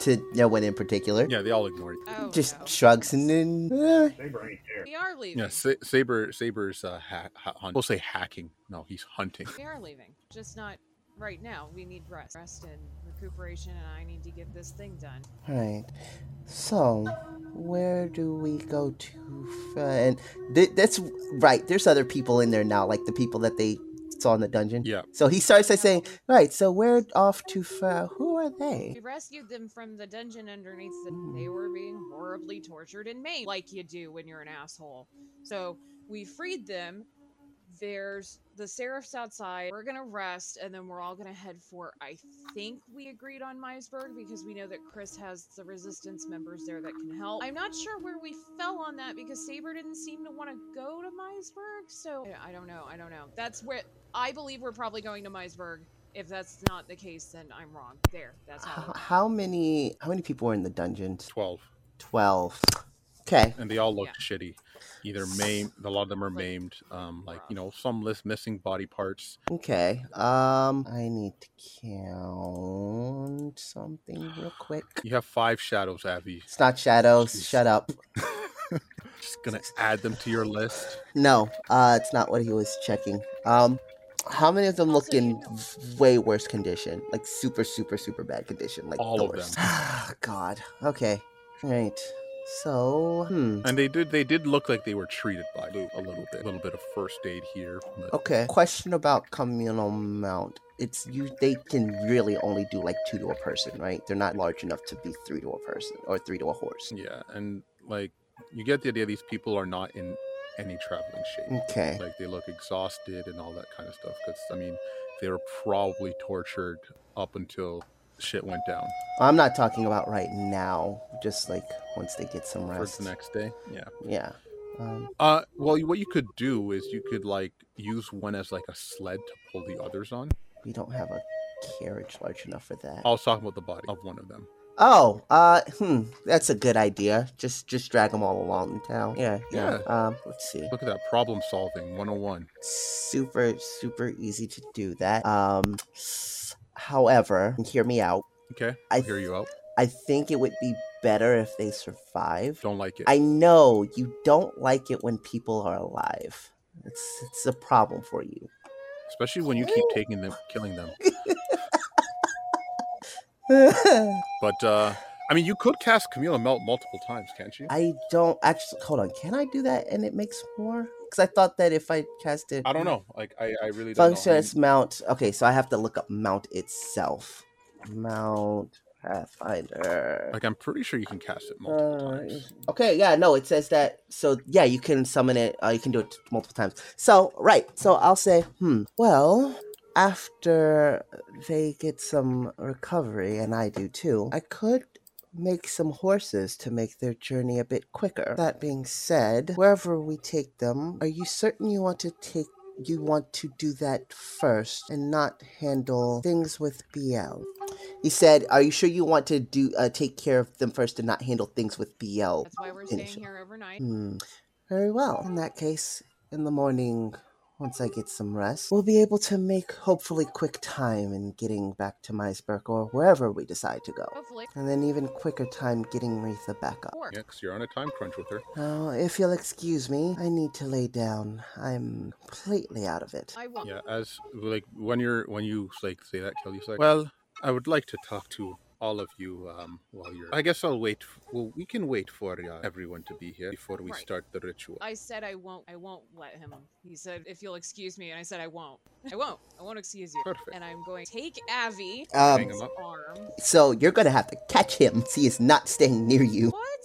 Speaker 2: To no one in particular.
Speaker 1: Yeah, they all ignore you.
Speaker 3: Oh,
Speaker 2: Just
Speaker 3: no.
Speaker 2: shrugs and then. "Eh."
Speaker 4: Saber ain't there.
Speaker 3: We are leaving.
Speaker 1: Yeah, Sa- Saber, Saber's uh, ha- ha- hunt. We'll say hacking. No, he's <laughs> hunting.
Speaker 3: We are leaving. Just not right now. We need rest. Rest and recuperation, and I need to get this thing done.
Speaker 2: Right. So, where do we go to? f- And th- that's right. There's other people in there now, like the people that they saw in the dungeon.
Speaker 1: Yeah.
Speaker 2: So he starts by saying, "Right. So we're off to. F- who are
Speaker 3: We
Speaker 2: they?
Speaker 3: rescued them from the dungeon underneath the. They were being horribly tortured and maimed, like you do when you're an asshole. So we freed them. There's the serifs outside. We're gonna rest, and then we're all gonna head for. I think we agreed on Meisberg because we know that Chris has the resistance members there that can help. I'm not sure where we fell on that because Saber didn't seem to want to go to Meisberg. So I- I don't know. I don't know. That's where I believe we're probably going to Meisberg. If that's not the case, then I'm wrong. There. That's how.
Speaker 2: <laughs>
Speaker 3: it
Speaker 2: How, how many? How many people were in the dungeon?
Speaker 1: 12.
Speaker 2: Twelve. Okay.
Speaker 1: And they all looked shitty. Either maimed, a lot of them are
Speaker 3: Like,
Speaker 1: maimed. Um, like, you know, some list missing body parts.
Speaker 2: Okay. Um, I need to count something real quick.
Speaker 1: You have five shadows, Avi.
Speaker 2: It's not shadows.
Speaker 1: Jeez.
Speaker 2: Shut up.
Speaker 1: Just gonna add them to your list.
Speaker 2: No, uh, it's not what he was checking. Um, how many of them
Speaker 3: Also,
Speaker 2: look
Speaker 3: you
Speaker 2: in
Speaker 3: know-
Speaker 2: way worse condition? Like super, super, super bad condition. Like
Speaker 1: All
Speaker 2: the
Speaker 1: of
Speaker 2: worst. <sighs> Ah,
Speaker 1: them.
Speaker 2: God. Okay. All right. So, hmm.
Speaker 1: And they did they did look like they were treated by Lou a little bit. A little bit of first aid here. But
Speaker 2: Okay. Question about communal mount. It's you. They can really only do like two to a person, right? They're not large enough to be three to a person or three to a horse.
Speaker 1: yeah, and like you get the idea these people are not in any traveling shape.
Speaker 2: Okay.
Speaker 1: Like they look exhausted and all that kind of stuff. Because I mean, they were probably tortured up until shit went down
Speaker 2: I'm not talking about right now. Just like once they get some rest.
Speaker 1: for the next day. Yeah.
Speaker 2: Yeah. Um,
Speaker 1: Uh, well, what you could do is you could like use one as like a sled to pull the others on.
Speaker 2: we don't have a carriage large enough for that.
Speaker 1: I was talking about the body of one of them.
Speaker 2: Oh, uh, hmm, that's a good idea. Just, just drag them all along the town. Yeah, yeah. Um, let's see.
Speaker 1: Look at that problem solving 101.
Speaker 2: Super, super easy to do that. Um, however, hear me out.
Speaker 1: Okay,
Speaker 2: I
Speaker 1: I hear you out.
Speaker 2: I think it would be better if they survive.
Speaker 1: Don't like it.
Speaker 2: I know you don't like it when people are alive. It's, it's a problem for you. <laughs>
Speaker 1: Especially when you keep taking them, killing them. But uh, I mean, you could cast Camila Melt multiple times, can't you? I,
Speaker 2: I don't actually. Hold on. Can I do that? And it makes more? Because I thought that if I cast it,
Speaker 1: don't know. Like, I, I really don't
Speaker 2: Function
Speaker 1: know.
Speaker 2: as mount. Okay, so I have to look up mount itself. Mount Pathfinder.
Speaker 1: Like, I'm pretty sure you can cast it multiple
Speaker 2: Uh,
Speaker 1: times.
Speaker 2: okay, yeah, no, it says that. So yeah, you can summon it. Uh, you can do it multiple times. So right, so I'll say, hmm. Well, after they get some recovery, and I do too, I could make some horses to make their journey a bit quicker. That being said, wherever we take them, are you certain you want to take? You want to do that first and not handle things with BL. He said, "Are you sure you want to do uh, take care of them first and not handle things with BL?"
Speaker 3: That's why we're staying
Speaker 2: initially.
Speaker 3: here overnight.
Speaker 2: Hmm. Very well. In that case, in the morning, once I get some rest, we'll be able to make hopefully quick time in getting back to Meisberg or wherever we decide to go,
Speaker 3: Hopefully.
Speaker 2: and then even quicker time getting Retha back up.
Speaker 3: Or
Speaker 1: Yeah, because you're on a time crunch with her.
Speaker 2: Now, if you'll excuse me, I need to lay down. I'm completely out of it. Um,
Speaker 3: I won't.
Speaker 1: Yeah, as like when you're when you like say that, Kelly's like, well, I would like to talk to all of you um while you're. I guess I'll wait. f- Well, we can wait for uh, everyone to be here before we
Speaker 3: Right.
Speaker 1: start the ritual.
Speaker 3: I said I won't. I won't let him. He said, "If you'll excuse me," and I said, "I won't. I won't. I won't excuse you."
Speaker 1: Perfect.
Speaker 3: And I'm going to take Avi
Speaker 1: Hang
Speaker 2: Um,
Speaker 1: 'em up.
Speaker 3: arm.
Speaker 2: so you're gonna have to catch him. <laughs> 'cause He is not staying near you.
Speaker 3: What?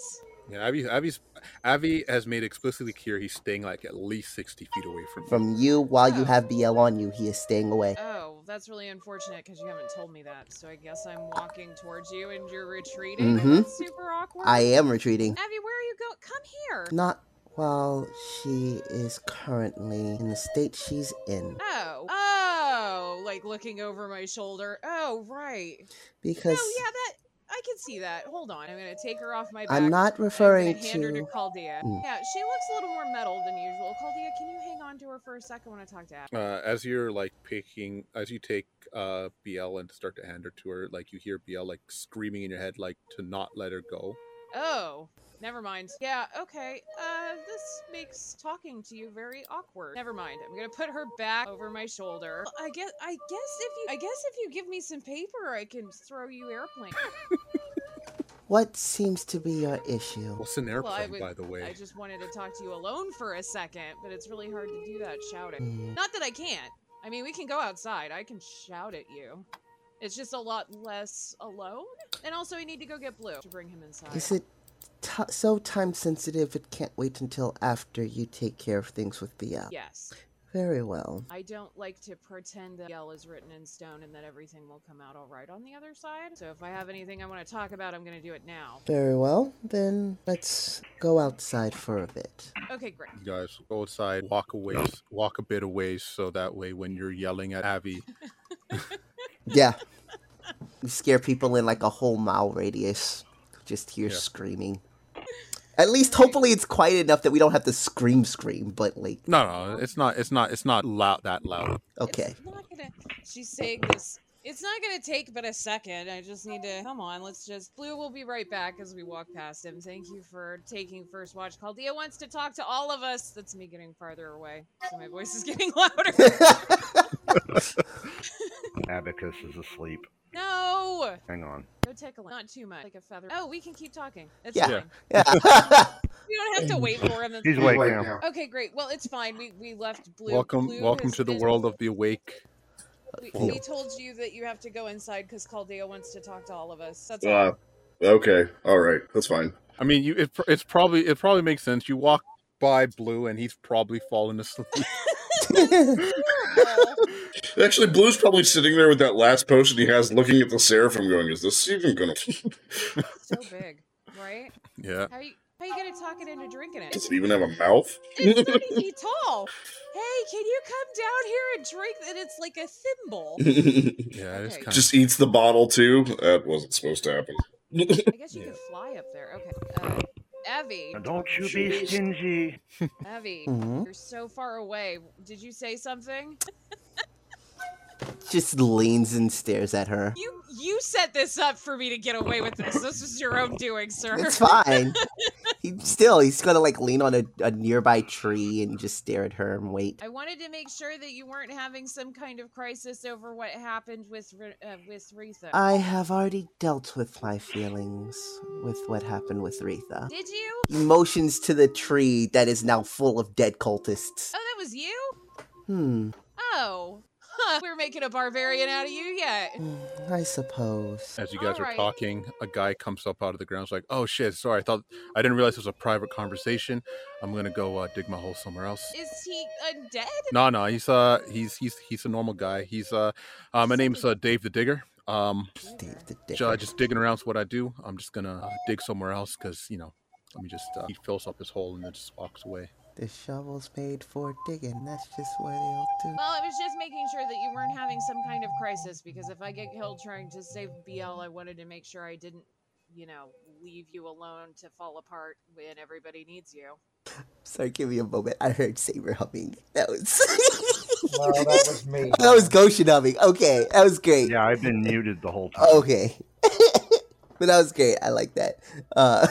Speaker 1: Yeah, Abby, Abby's, Abby has made explicitly clear he's staying like at least sixty feet away from you.
Speaker 2: From you, while you
Speaker 3: Oh.
Speaker 2: have BL on you, he is staying away.
Speaker 3: Oh, That's really unfortunate because you haven't told me that. So I guess I'm walking towards you and you're retreating.
Speaker 2: Mhm.
Speaker 3: That's super awkward.
Speaker 2: I am retreating.
Speaker 3: Abby, where are you go? Come here.
Speaker 2: Not while she is currently in the state she's in.
Speaker 3: Oh. Oh. Like looking over my shoulder. Oh, right.
Speaker 2: Because
Speaker 3: No, yeah, that I can see that. Hold on, I'm gonna take her off my back.
Speaker 2: I'm not
Speaker 3: and gonna
Speaker 2: referring
Speaker 3: hand her to
Speaker 2: to-
Speaker 3: Chaldea.
Speaker 2: Mm.
Speaker 3: Yeah, she looks a little more metal than usual. Chaldea, can you hang on to her for a sec? I want to talk to Abby.
Speaker 1: Uh, as you're like picking, as you take uh, BL and start to hand her to her, like you hear BL like screaming in your head, like to not let her go.
Speaker 3: Oh, never mind. Yeah, okay. Uh, this makes talking to you very awkward. Never mind. I'm gonna put her back over my shoulder. Well, I guess, I guess if you, I guess if you give me some paper, I can throw you airplane.
Speaker 2: what seems to be your issue?
Speaker 1: What's an
Speaker 3: Well, I would- I just wanted to talk to you alone for a second, but it's really hard to do that shouting.
Speaker 2: Mm.
Speaker 3: Not that I can't. I mean, we can go outside. I can shout at you. It's just a lot less alone. And also, I need to go get Blue to bring him inside.
Speaker 2: Is it t- so time sensitive it can't wait until after you take care of things with the app?
Speaker 3: Yes.
Speaker 2: Very well.
Speaker 3: I don't like to pretend that yell is written in stone and that everything will come out all right on the other side. So if I have anything I want to talk about, I'm going to do it now.
Speaker 2: Very well. Then let's go outside for a bit.
Speaker 3: Okay, great.
Speaker 1: You guys go outside, walk away, walk a bit away, so that way when you're yelling at
Speaker 3: <laughs>
Speaker 1: Abby,
Speaker 2: Yeah. We scare people in like a whole mile radius. Just hear
Speaker 1: Yeah.
Speaker 2: screaming. At least, hopefully, it's quiet enough that we don't have to scream, scream. But like,
Speaker 1: no, no, it's not, it's not, it's not loud that loud.
Speaker 2: okay,
Speaker 3: It's not gonna. She's saying this. It's not gonna take but a second. I just need to. Come on, let's just. Blue will be right back as we walk past him. Thank you for taking first watch. Chaldea wants to talk to all of us. That's me getting farther away. So my voice is <laughs> getting
Speaker 2: <laughs>
Speaker 3: louder.
Speaker 4: Abacus is asleep.
Speaker 3: no!
Speaker 4: Hang on.
Speaker 3: Go tickle him. Not too much. Like a feather. Oh, we can keep talking. It's
Speaker 2: Yeah.
Speaker 3: fine.
Speaker 2: yeah.
Speaker 3: We don't have to wait for him. It's
Speaker 4: He's
Speaker 3: fine.
Speaker 4: awake
Speaker 16: awake
Speaker 4: now.
Speaker 16: now.
Speaker 3: Okay, great. Well, it's fine. We we left Blue.
Speaker 1: welcome,
Speaker 3: Blue
Speaker 1: welcome
Speaker 3: has
Speaker 1: to the
Speaker 3: been-
Speaker 1: world of the awake.
Speaker 3: We,
Speaker 2: Yeah.
Speaker 3: we told you that you have to go inside because Caldea wants to talk to all of us. That's all.
Speaker 11: Uh, okay, all right, that's fine.
Speaker 1: I mean, you, it, it's probably, it probably makes sense. You walk by Blue, and he's probably fallen asleep. <laughs>
Speaker 3: Well,
Speaker 11: Actually, Blue's probably sitting there with that last potion he has, looking at the seraphim, going, "Is this even gonna?" <laughs>
Speaker 3: so big, right?
Speaker 1: yeah,
Speaker 3: How you how you gonna talk it into drinking it?
Speaker 11: Does it even have a <laughs> mouth?
Speaker 3: It's thirty feet tall. Hey, can you come down here and drink? And it's like a thimble.
Speaker 1: yeah, it's
Speaker 3: Okay.
Speaker 1: kind
Speaker 11: Just eats the bottle too. That wasn't supposed to happen.
Speaker 3: I guess you
Speaker 1: Yeah.
Speaker 3: could fly up there. Okay, uh, Evie.
Speaker 4: Now don't you be stingy.
Speaker 3: Evie,
Speaker 2: Mhm.
Speaker 3: you're so far away. Did you say something?
Speaker 2: <laughs> Just leans and stares at her.
Speaker 3: You you set this up for me to get away with this. This is your own doing, sir.
Speaker 2: It's fine. He still, he's gonna like lean on a, a nearby tree and just stare at her and wait.
Speaker 3: I wanted to make sure that you weren't having some kind of crisis over what happened with Re- uh, with Retha.
Speaker 2: I have already dealt with my feelings with what happened with Retha.
Speaker 3: Did you?
Speaker 2: Emotions to the tree that is now full of dead cultists.
Speaker 3: Oh, that was you.
Speaker 2: Hmm,
Speaker 3: Oh, <laughs> huh. we're making a barbarian out of you yet.
Speaker 2: mm, I suppose.
Speaker 1: As you guys
Speaker 3: Alright.
Speaker 1: are talking, a guy comes up out of the ground. It's like, "Oh shit! Sorry, I thought I didn't realize it was a private conversation. I'm gonna go uh, dig my hole somewhere else."
Speaker 3: Is he undead?
Speaker 1: No, no, he's uh, he's he's he's a normal guy. He's uh, uh my name's uh, Dave the Digger. Um,
Speaker 2: Dave the
Speaker 1: j-
Speaker 2: Dick.
Speaker 1: uh, just digging around is what I do. I'm just gonna uh, dig somewhere else because you know, let me just. Uh, he fills up his hole and then just walks away.
Speaker 2: The shovel's made for digging. That's just what they all do.
Speaker 3: Well, I was just making sure that you weren't having some kind of crisis because if I get killed trying to save BL, I wanted to make sure I didn't, you know, leave you alone to fall apart when everybody needs you.
Speaker 2: Sorry, give me a moment. I heard Saber humming. That was. <laughs>
Speaker 6: No, that
Speaker 1: <laughs>
Speaker 6: was me.
Speaker 2: that was Goshen humming. Okay, that was great.
Speaker 4: Yeah, I've been muted the whole time.
Speaker 2: Okay. <laughs> but that was great. I like that. Uh,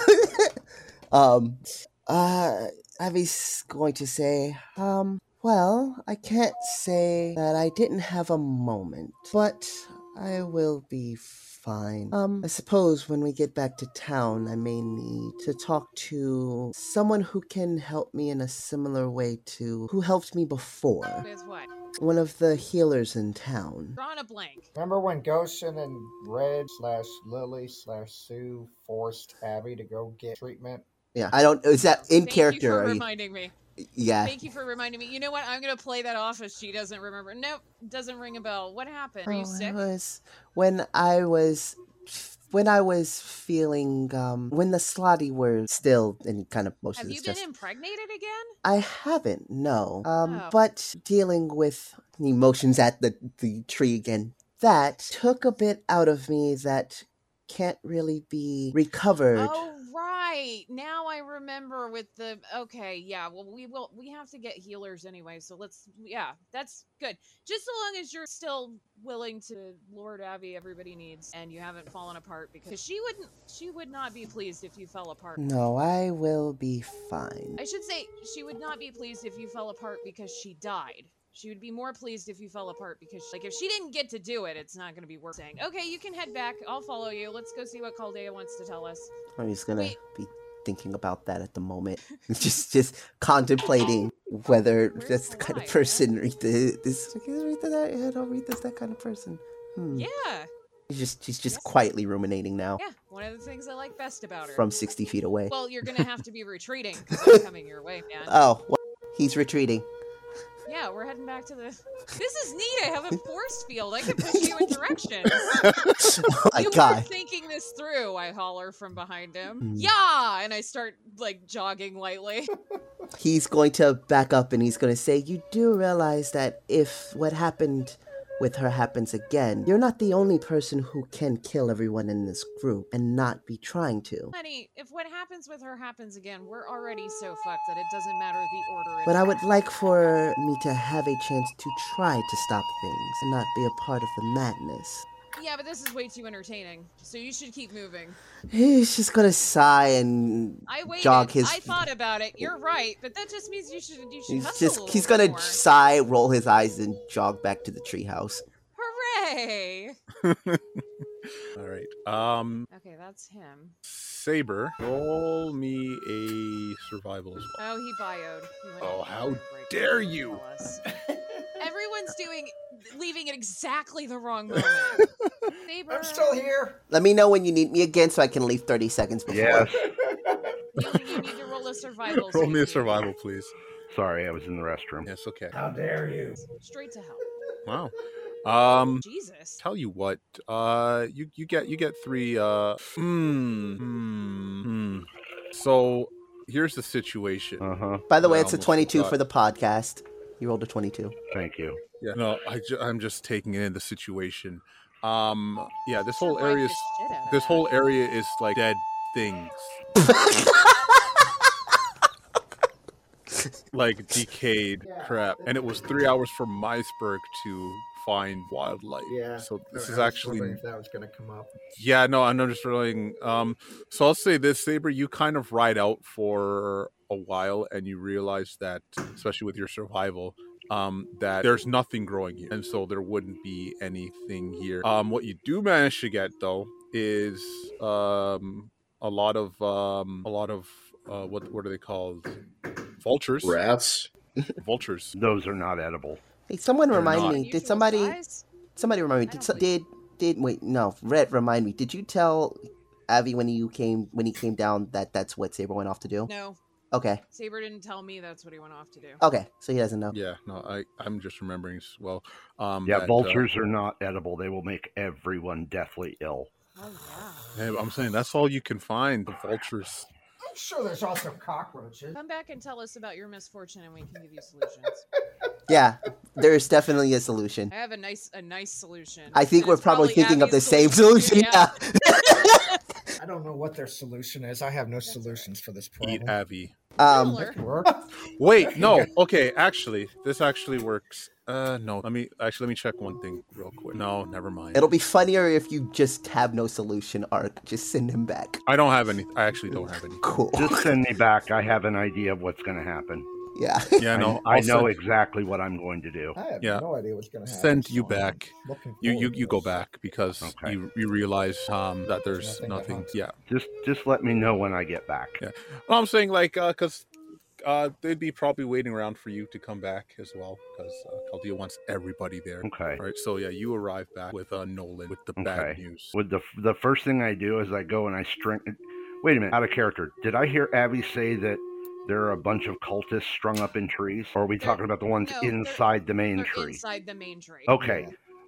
Speaker 2: <laughs> um, uh, Abby's going to say, um, well, I can't say that I didn't have a moment, but I will be fine. Um, I suppose when we get back to town, I may need to talk to someone who can help me in a similar way to who helped me before.
Speaker 3: With what?
Speaker 2: One of the healers in town.
Speaker 3: Drawn a blank.
Speaker 6: Remember when Goshen and Red slash Lily slash Sue forced Abby to go get treatment?
Speaker 2: Yeah, I don't. Is that in
Speaker 3: Thank
Speaker 2: character?
Speaker 3: you for
Speaker 2: are you- Ah.
Speaker 3: reminding me.
Speaker 17: Yeah.
Speaker 3: Thank you for reminding me. You know what? I'm gonna play that off if she doesn't remember. Nope, doesn't ring a bell. What happened? Are you
Speaker 2: it
Speaker 3: sick?
Speaker 2: was when I was when I was feeling um when the slotty were still in kind of most
Speaker 3: Have
Speaker 2: of
Speaker 3: you
Speaker 2: this
Speaker 3: been
Speaker 2: just
Speaker 3: impregnated again?
Speaker 2: I haven't, no. Um
Speaker 3: Oh.
Speaker 2: but dealing with the emotions at the the tree again. That took a bit out of me that can't really be recovered.
Speaker 3: Oh right. Now I remember with the okay, yeah. Well we will we have to get healers anyway, so let's yeah, that's good. Just so long as you're still willing to Lord Abby everybody needs and you haven't fallen apart because she wouldn't she would not be pleased if you fell apart.
Speaker 2: No, I will be fine.
Speaker 3: I should say she would not be pleased if you fell apart because she died. She would be more pleased if you fell apart because, like, if she didn't get to do it, it's not going to be worth saying. Okay, you can head back. I'll follow you. Let's go see what Caldea wants to tell us.
Speaker 2: I'm just gonna
Speaker 3: Wait.
Speaker 2: be thinking about that at the moment. <laughs> just just contemplating whether
Speaker 3: Where's
Speaker 2: that's the kind of
Speaker 3: Halaya?
Speaker 2: person Rita is. Rita that yeah, no, Rita's that kind of person. Hmm.
Speaker 3: Yeah.
Speaker 2: She's just she's just
Speaker 3: Yes.
Speaker 2: quietly ruminating now
Speaker 3: Yeah. One of the things I like best about her.
Speaker 2: from sixty feet away.
Speaker 3: well, you're going to have to be retreating 'cause I'm coming your way,
Speaker 2: <laughs>
Speaker 3: man.
Speaker 2: Oh, well, he's retreating. <laughs>
Speaker 3: yeah, we're heading back to the. <laughs> This is neat. I have
Speaker 2: <laughs>
Speaker 3: a force field. I can push you in directions. <laughs>
Speaker 2: oh my
Speaker 3: you were
Speaker 2: god.
Speaker 3: thinking this through, I holler from behind him.
Speaker 2: Mm.
Speaker 3: Yeah! And I start, like, jogging lightly. <laughs>
Speaker 2: He's going to back up and he's going to say, You do realize that if what happened with her happens again, you're not the only person who can kill everyone in this group and not be trying to.
Speaker 3: Honey, if what happens with her happens again, we're already so fucked that it doesn't matter the order.
Speaker 2: But I would like for me to have a chance to try to stop things and not be a part of the madness.
Speaker 3: Yeah, but this is way too entertaining. So you should keep moving.
Speaker 2: He's just going to sigh and
Speaker 3: I waited.
Speaker 2: jog his.
Speaker 3: I thought about it. You're right, but that just means you should you should
Speaker 2: He's
Speaker 3: hustle a
Speaker 2: just
Speaker 3: little
Speaker 2: he's
Speaker 3: bit
Speaker 2: gonna
Speaker 3: more.
Speaker 2: sigh, roll his eyes, and jog back to the treehouse.
Speaker 3: Hooray!
Speaker 1: All right. Um,
Speaker 3: Okay, that's him.
Speaker 1: Saber, roll me a survival as well.
Speaker 3: Oh, he bioed. He went
Speaker 1: Oh,
Speaker 3: on
Speaker 1: how
Speaker 3: bio break.
Speaker 1: dare you!
Speaker 3: Tell
Speaker 1: <laughs>
Speaker 3: us. Everyone's doing leaving at exactly the
Speaker 1: <laughs>
Speaker 3: wrong moment. Saber,
Speaker 6: I'm still here.
Speaker 2: Let me know when you need me again so I can leave 30 seconds before.
Speaker 4: Yes.
Speaker 3: You, you need to roll a Uh, survival.
Speaker 1: <laughs> roll me a
Speaker 3: save.
Speaker 1: survival, please.
Speaker 4: Sorry, I was in the restroom.
Speaker 1: Yes, okay.
Speaker 8: How dare you?
Speaker 3: Straight to hell.
Speaker 1: Wow. Um,
Speaker 3: Jesus.
Speaker 1: tell you what. Uh, you you get you get three. Uh, mm, mm, mm. so here's the situation.
Speaker 4: Uh huh.
Speaker 2: By the
Speaker 1: I
Speaker 2: way, it's a
Speaker 1: almost
Speaker 2: 22
Speaker 1: forgot.
Speaker 2: for the podcast. You rolled a 22.
Speaker 4: Thank you.
Speaker 1: Yeah. No, I ju- I'm just taking in the situation. Um, yeah, this whole
Speaker 3: Survived
Speaker 1: area
Speaker 3: the
Speaker 1: is
Speaker 3: shit out of
Speaker 1: this
Speaker 3: that.
Speaker 1: whole area is like dead things, like decayed crap, and it was three hours from Meisberg to find wildlife.
Speaker 6: Yeah.
Speaker 1: So this
Speaker 6: I
Speaker 1: is
Speaker 6: was
Speaker 1: actually
Speaker 6: wondering if that was going to come up.
Speaker 1: Yeah, no, I'm just really. Um, so I'll say this, Saber, you kind of ride out for a while, and you realize that, especially with your survival, um, that there's nothing growing here, and so there wouldn't be anything here. Um, what you do manage to get though is um a lot of um a lot of uh what what are they called? Vultures,
Speaker 11: Rats.
Speaker 1: vultures.
Speaker 4: Those are not edible.
Speaker 2: Hey, someone
Speaker 1: They're
Speaker 2: remind
Speaker 1: not.
Speaker 2: me.
Speaker 3: Unusual
Speaker 2: Did somebody
Speaker 3: size?
Speaker 2: somebody remind me?
Speaker 3: I
Speaker 2: Did
Speaker 3: don't
Speaker 2: so, did did wait, no, Red remind me. Did you tell Avi when you came when he came down that that's what Saber went off to do?
Speaker 3: No,
Speaker 2: Okay.
Speaker 3: Saber didn't tell me that's what he went off to do.
Speaker 2: Okay. So he doesn't know.
Speaker 1: Yeah, no, I I'm just remembering as well. Um,
Speaker 4: Yeah,
Speaker 1: that, uh,
Speaker 4: vultures are not edible. They will make everyone deathly ill.
Speaker 3: Oh yeah.
Speaker 1: hey, I'm saying that's all you can find. The vultures.
Speaker 6: I'm sure there's also cockroaches.
Speaker 3: Come back and tell us about your misfortune, and we can give you solutions.
Speaker 2: Yeah. There is definitely a solution.
Speaker 3: I have a nice, a nice solution.
Speaker 2: I think
Speaker 3: And
Speaker 2: we're
Speaker 3: it's
Speaker 2: probably, thinking of the
Speaker 3: Abby's
Speaker 2: same solution. Yeah.
Speaker 6: I don't know what their solution is. I have no solutions for this
Speaker 1: Eat
Speaker 6: problem.
Speaker 1: Abby.
Speaker 2: Um
Speaker 3: Similar.
Speaker 1: <laughs>
Speaker 6: Work.
Speaker 1: Wait, no. Okay, actually, this actually works. Uh, no. Let me actually let me check one thing real quick. No, never mind.
Speaker 2: it'll be funnier if you just have no solution arc. Just send him back.
Speaker 1: I don't have any. I actually don't have any.
Speaker 2: Cool.
Speaker 4: Just send me back. I have an idea of what's going to happen.
Speaker 2: <laughs> yeah.
Speaker 1: Yeah, no.
Speaker 4: <laughs> I, I
Speaker 1: I'll
Speaker 4: know
Speaker 1: send-
Speaker 4: exactly what I'm going to do.
Speaker 6: I have
Speaker 1: Yeah.
Speaker 6: no idea what's going to happen.
Speaker 1: Send you
Speaker 6: so I'm
Speaker 1: back.
Speaker 6: looking
Speaker 1: You you
Speaker 6: forward to
Speaker 1: you go
Speaker 6: this.
Speaker 1: back because
Speaker 4: Okay.
Speaker 1: you you realize um that there's
Speaker 6: There's nothing to
Speaker 1: nothing.
Speaker 6: hunt.
Speaker 1: Yeah.
Speaker 4: Just just let me know when I get back.
Speaker 1: Yeah. Well, I'm saying like uh, cause uh they'd be probably waiting around for you to come back as well because uh, Chaldea wants everybody there.
Speaker 4: Okay.
Speaker 1: All right. So yeah, you arrive back with uh Nolan with the bad
Speaker 4: Okay.
Speaker 1: news.
Speaker 4: With the the first thing I do is I go and I string. Wait a minute, out of character. Did I hear Abby say that There are a bunch of cultists strung up in trees. Or are we talking about the ones
Speaker 3: no, they're-
Speaker 4: inside the main
Speaker 3: They're
Speaker 4: tree?
Speaker 3: inside the main tree.
Speaker 4: Okay.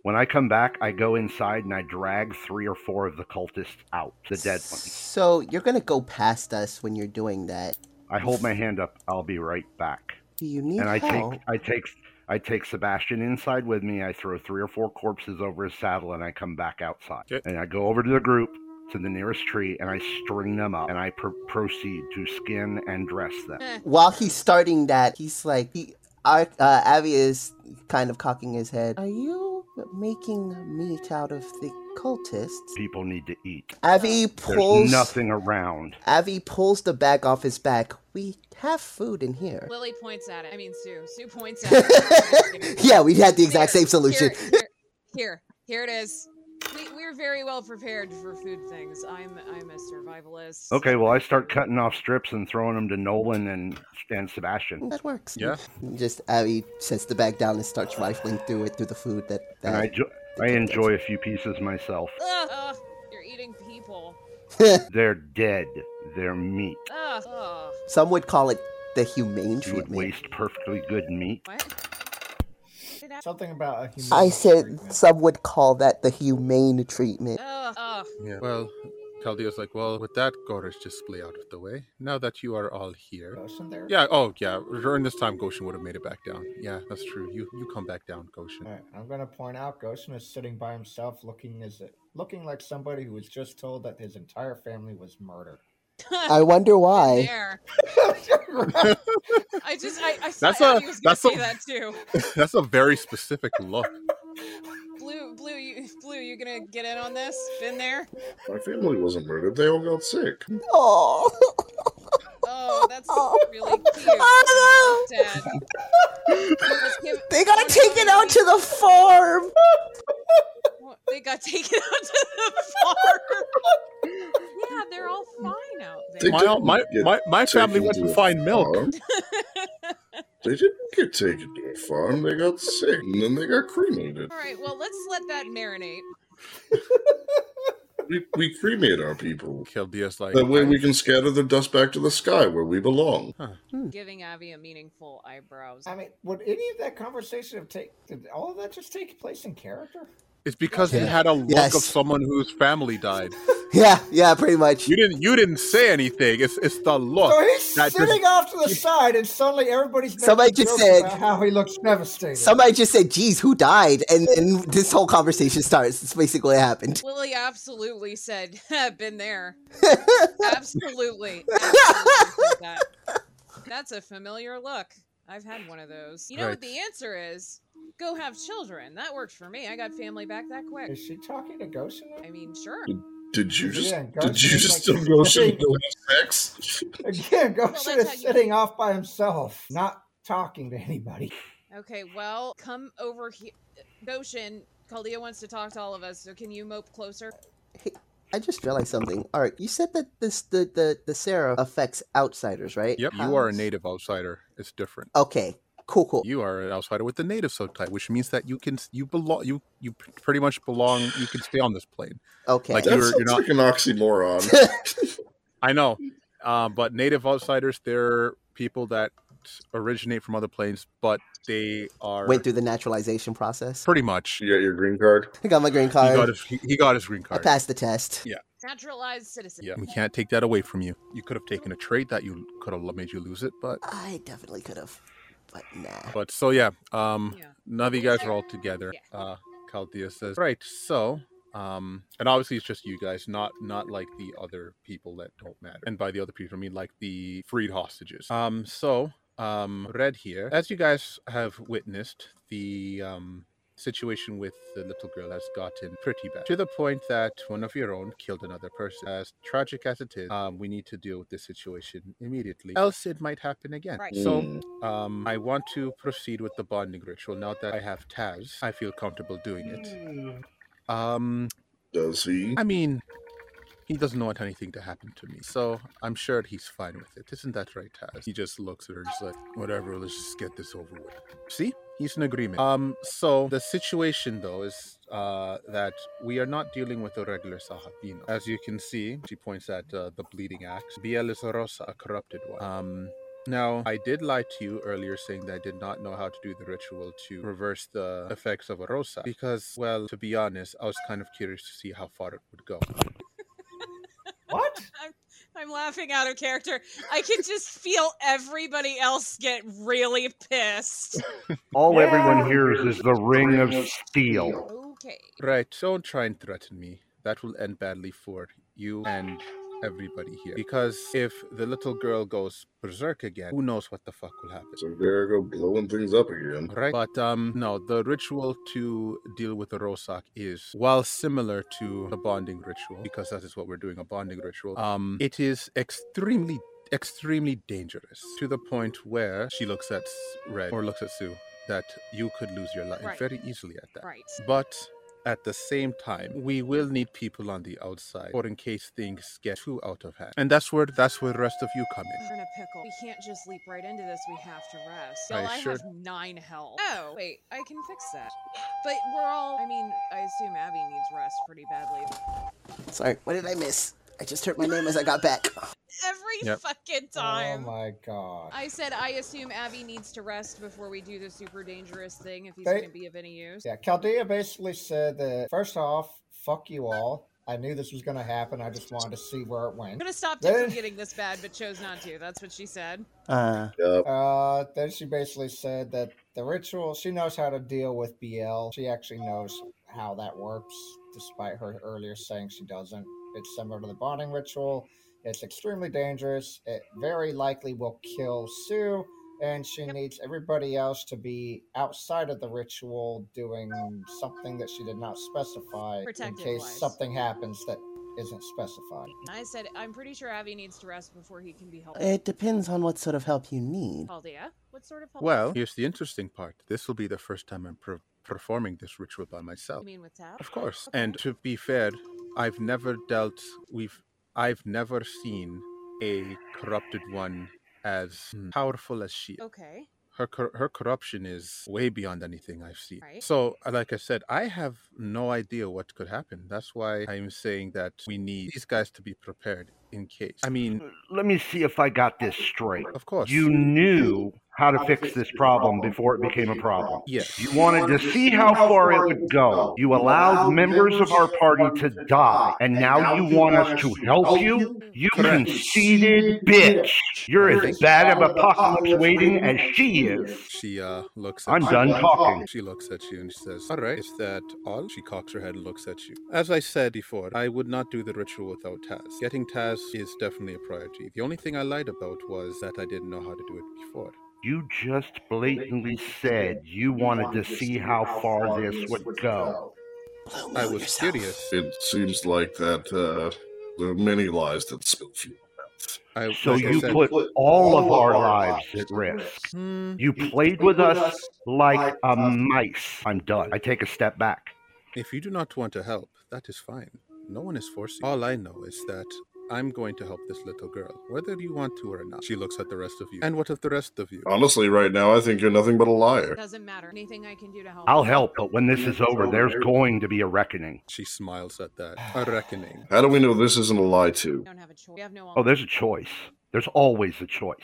Speaker 4: When I come back, I go inside and I drag three or four of the cultists out, the dead ones.
Speaker 2: So you're gonna go past us when you're doing that.
Speaker 4: I hold my hand up. I'll be right back.
Speaker 2: Do you need
Speaker 4: and I
Speaker 2: help?
Speaker 4: take I take I take Sebastian inside with me. I throw three or four corpses over his saddle, and I come back outside. And I go over to the group to the nearest tree, and I string them up, and I pr- proceed to skin and dress them.
Speaker 3: Eh,
Speaker 2: While he's starting that, he's like, he, Ar- uh, Avi is kind of cocking his head. Are you making meat out of the cultists?
Speaker 4: People need to eat.
Speaker 2: Avi
Speaker 4: There's
Speaker 2: pulls.
Speaker 4: nothing around.
Speaker 2: Avi pulls the bag off his back. We have food in here.
Speaker 3: Lily points at it. I mean, Sue. Sue points at
Speaker 2: <laughs>
Speaker 3: it.
Speaker 2: Yeah, we had the exact same solution.
Speaker 3: Here, here, here, here it is. We, we're very well prepared for food things. I'm I'm a survivalist.
Speaker 4: Okay, well, I start cutting off strips and throwing them to Nolan and and Sebastian.
Speaker 2: That works.
Speaker 4: Yeah.
Speaker 2: Just Avi sets the bag down and starts rifling through it through the food that. that
Speaker 4: And I, jo- I enjoy a few pieces myself.
Speaker 3: Ugh, ugh, you're eating people.
Speaker 4: They're dead. They're meat.
Speaker 3: Ugh, ugh.
Speaker 2: Some would call it the humane
Speaker 4: You would
Speaker 2: treatment.
Speaker 4: waste perfectly good meat.
Speaker 6: Something about a human.
Speaker 2: I said some would call that the humane treatment.
Speaker 3: <laughs>
Speaker 1: Yeah. Well, Chaldea's like, well, with that, Gorish, just play out of the way. Now that you are all here.
Speaker 6: Goshen there?
Speaker 1: Yeah, oh, yeah. During this time, Goshen would have made it back down. Yeah, that's true. You you come back down, Goshen.
Speaker 6: All right, I'm gonna point out Goshen is sitting by himself, looking as looking like somebody who was just told that his entire family was murdered.
Speaker 2: I wonder why.
Speaker 3: There.
Speaker 1: <laughs>
Speaker 3: I just I, I saw
Speaker 1: That's
Speaker 3: that's
Speaker 1: a-
Speaker 3: was gonna
Speaker 1: that's
Speaker 3: say
Speaker 1: a-
Speaker 3: that too.
Speaker 1: that's a very specific <laughs> look.
Speaker 3: Blue, blue, you, blue, you gonna get in on this? Been there?
Speaker 11: My family wasn't murdered. They all got sick.
Speaker 2: Oh. <laughs>
Speaker 3: Oh, that's really cute.
Speaker 2: Oh,
Speaker 3: Dad. Let's give-
Speaker 2: They gotta take it out to the farm.
Speaker 3: Well, they got taken <laughs> out to the farm. yeah, they're all fine out there.
Speaker 1: My- my- my- my family went to find milk.
Speaker 11: <laughs> They didn't get taken to a farm. They got sick, and then they got cremated.
Speaker 3: All right, well, let's let that marinate.
Speaker 11: We, we cremate our people.
Speaker 1: Chaldea's like,
Speaker 11: That way
Speaker 1: I-
Speaker 11: we can scatter the dust back to the sky where we belong.
Speaker 3: Giving Avi a meaningful eyebrows.
Speaker 6: I mean, would any of that conversation have take? Did all of that just take place in character?
Speaker 1: It's because he
Speaker 6: Yeah.
Speaker 1: had a look of
Speaker 2: Yes.
Speaker 1: someone whose family died.
Speaker 2: Yeah, yeah, pretty much.
Speaker 1: You didn't you didn't say anything. It's it's the look.
Speaker 6: so he's
Speaker 1: Oh, that just-
Speaker 6: sitting off to the side, and suddenly everybody's making
Speaker 2: Somebody just
Speaker 6: jokes
Speaker 2: said-
Speaker 6: about how he looks devastated.
Speaker 2: Somebody just said, "Geez, who died?" And then this whole conversation starts. It's basically what <laughs> happened.
Speaker 3: Lily absolutely said, <laughs> "Been there." absolutely. absolutely said that. That's a familiar look. I've had one of those. You know
Speaker 6: Right.
Speaker 3: what the answer is? Go have children. That worked for me. I got family back that quick.
Speaker 6: Is she talking to Goshen?
Speaker 3: I mean, sure.
Speaker 11: Did you just
Speaker 6: Yeah,
Speaker 11: did you
Speaker 6: Goshen is
Speaker 11: just
Speaker 6: like-
Speaker 11: emotionally have sex?
Speaker 1: <laughs>
Speaker 6: Again, Goshen is sitting off by himself, not talking to anybody.
Speaker 3: Okay, well, come over here. Goshen, Caldea wants to talk to all of us, so can you mope closer?
Speaker 2: I just realized something. All right, you said that this the the the Sarah affects outsiders, right?
Speaker 1: Yep, you are a native outsider. It's different.
Speaker 2: Okay, cool, cool.
Speaker 1: You are an outsider with the native subtype, which means that you can you belong you you p- pretty much belong. You can stay on this plane.
Speaker 2: Okay.
Speaker 1: like you're,
Speaker 11: That
Speaker 1: you're
Speaker 11: sounds
Speaker 1: not
Speaker 11: like an
Speaker 1: <laughs>
Speaker 11: oxymoron.
Speaker 1: I know, um, but native outsiders they're people that originate from other planes, but they are
Speaker 2: <laughs> Went through the naturalization process.
Speaker 1: pretty much.
Speaker 11: You got your green card.
Speaker 2: I <laughs> got my green
Speaker 1: He
Speaker 2: card.
Speaker 1: got his, he, he got his green
Speaker 2: I
Speaker 1: card.
Speaker 2: passed the test.
Speaker 1: Yeah.
Speaker 3: Naturalized citizen.
Speaker 1: Yeah, we can't take that away from you. You could have taken a trade that you could have made you lose it, but
Speaker 2: I definitely could have, but nah.
Speaker 1: But so yeah, um, now that you guys are all together, uh, Chaldea says, "Right, so." Um, and obviously it's just you guys, not not like the other people that don't matter. And by the other people, I mean like the freed hostages. Um, so um, Red here, as you guys have witnessed, the um situation with the little girl has gotten pretty bad to the point that one of your own killed another person. As tragic as it is, um, we need to deal with this situation immediately, else it might happen again.
Speaker 18: Right.
Speaker 1: So
Speaker 18: Mm.
Speaker 1: um, I want to proceed with the bonding ritual. Now that I have Taz, I feel comfortable doing it. Um,
Speaker 11: Does he?
Speaker 1: I mean, he doesn't want anything to happen to me, so I'm sure he's fine with it. Isn't that right, Taz? He just looks at her, just like, whatever. Let's just get this over with. See, he's in agreement. Um, so the situation though is uh that we are not dealing with a regular Sahabino. As you can see, she points at uh, the bleeding axe. Biel is a Rosa, a corrupted one. Um, Now, I did lie to you earlier saying that I did not know how to do the ritual to reverse the effects of a rosa because, well, to be honest, I was kind of curious to see how far it would go.
Speaker 6: What?
Speaker 3: <laughs> I'm, I'm laughing out of character. I can just feel everybody else get really pissed.
Speaker 4: All everyone hears is the ring of steel.
Speaker 3: Okay.
Speaker 1: Right, don't try and threaten me. That will end badly for you and everybody here. Because if the little girl goes berserk again, who knows what the fuck will happen.
Speaker 11: So there I go blowing things up again.
Speaker 1: Right, but um, no, the ritual to deal with the Rosak is, while similar to a bonding ritual, because that is what we're doing, a bonding ritual, um, it is extremely, extremely dangerous to the point where she looks at Red or looks at Sue that you could lose your life
Speaker 3: Right.
Speaker 1: very easily at that.
Speaker 3: Right.
Speaker 1: But at the same time, we will need people on the outside, or in case things get too out of hand. And that's where that's where the rest of you come in.
Speaker 3: We're in a pickle. We can't just leap right into this. We have to rest.
Speaker 1: I
Speaker 3: Y'all, I
Speaker 1: sure-
Speaker 3: have nine health. Oh, wait, I can fix that. But we're all. I mean, I assume Abby needs rest pretty badly.
Speaker 17: Sorry, what did I miss? I just heard my name as I got back.
Speaker 3: Every
Speaker 1: Yep.
Speaker 3: fucking time.
Speaker 6: Oh my god.
Speaker 3: I said I assume Abby needs to rest before we do the super dangerous thing if he's
Speaker 6: They-
Speaker 3: going to be of any use.
Speaker 6: Yeah, Chaldea basically said that first off, fuck you all. I knew this was going to happen. I just wanted to see where it
Speaker 3: I'm
Speaker 6: went.
Speaker 3: gonna stop Dick from
Speaker 6: They-
Speaker 3: getting this bad, but chose not to. That's what she said.
Speaker 2: Uh,
Speaker 6: Uh, then she basically said that the ritual, she knows how to deal with BL. She actually knows how that works, despite her earlier saying she doesn't. It's similar to the bonding ritual. It's extremely dangerous. It very likely will kill Sue, and she needs everybody else to be outside of the ritual doing something that she did not specify
Speaker 3: Protective
Speaker 6: in case
Speaker 3: wise.
Speaker 6: something happens that isn't specified.
Speaker 3: I said I'm pretty sure Abby needs to rest before he can be helped.
Speaker 2: it depends on what sort of help you need.
Speaker 3: Aldea, what sort of help?
Speaker 1: Well, here's the interesting part. This will be the first time I'm per- performing this ritual by
Speaker 3: you
Speaker 1: myself.
Speaker 3: mean with tap?
Speaker 1: Of course.
Speaker 3: Okay.
Speaker 1: And to be fair, I've never dealt we've I've never seen a corrupted one as
Speaker 3: Hmm.
Speaker 1: powerful as she.
Speaker 3: Okay.
Speaker 1: Her cor- her corruption is way beyond anything I've seen.
Speaker 3: Right.
Speaker 1: So, uh, like I said, I have no idea what could happen. That's why I'm saying that we need these guys to be prepared in case. I
Speaker 3: Hmm.
Speaker 1: mean,
Speaker 4: Let me see if I got this straight.
Speaker 1: of course.
Speaker 4: You knew how to fix this problem before it became a problem.
Speaker 1: yes.
Speaker 4: You wanted to see how far it would go. You allowed members of our party to die, and now you want us to help you? You
Speaker 1: Correct.
Speaker 4: conceited bitch. You're as bad of apocalypse waiting as she is.
Speaker 1: She uh looks at
Speaker 4: I'm
Speaker 1: you.
Speaker 4: done talking.
Speaker 1: She looks at you and she says, All right, is that all? She cocks her head and looks at you. As I said before, I would not do the ritual without Taz. Getting Taz is definitely a priority. The only thing I lied about was that I didn't know how to do it before.
Speaker 4: You just blatantly said you wanted to see how far this would go.
Speaker 2: Bloom
Speaker 1: I
Speaker 2: out
Speaker 1: was
Speaker 2: yourself.
Speaker 1: curious.
Speaker 11: It seems like that uh, there are many lies that spill from your
Speaker 1: I,
Speaker 4: So
Speaker 1: like I
Speaker 4: you
Speaker 1: said,
Speaker 4: put all of our lives at risk.
Speaker 1: "Hmm,
Speaker 4: You played with us like a mice. I'm done. I take a step back.
Speaker 1: if you do not want to help, that is fine. No one is forcing. you. All I know is that I'm going to help this little girl, whether you want to or not. She looks at the rest of you. And what of the rest of you?
Speaker 11: mouth. Honestly, right now, I think you're nothing but a liar.
Speaker 3: Doesn't matter. Anything I can do to help.
Speaker 4: I'll
Speaker 3: you.
Speaker 4: help, but when this is over, there's going to be a reckoning.
Speaker 1: She smiles at that. A reckoning.
Speaker 11: How do we know this isn't a lie,
Speaker 3: We
Speaker 11: too?
Speaker 3: don't have a choice. We have no.
Speaker 4: Oh, there's a choice. There's always a choice.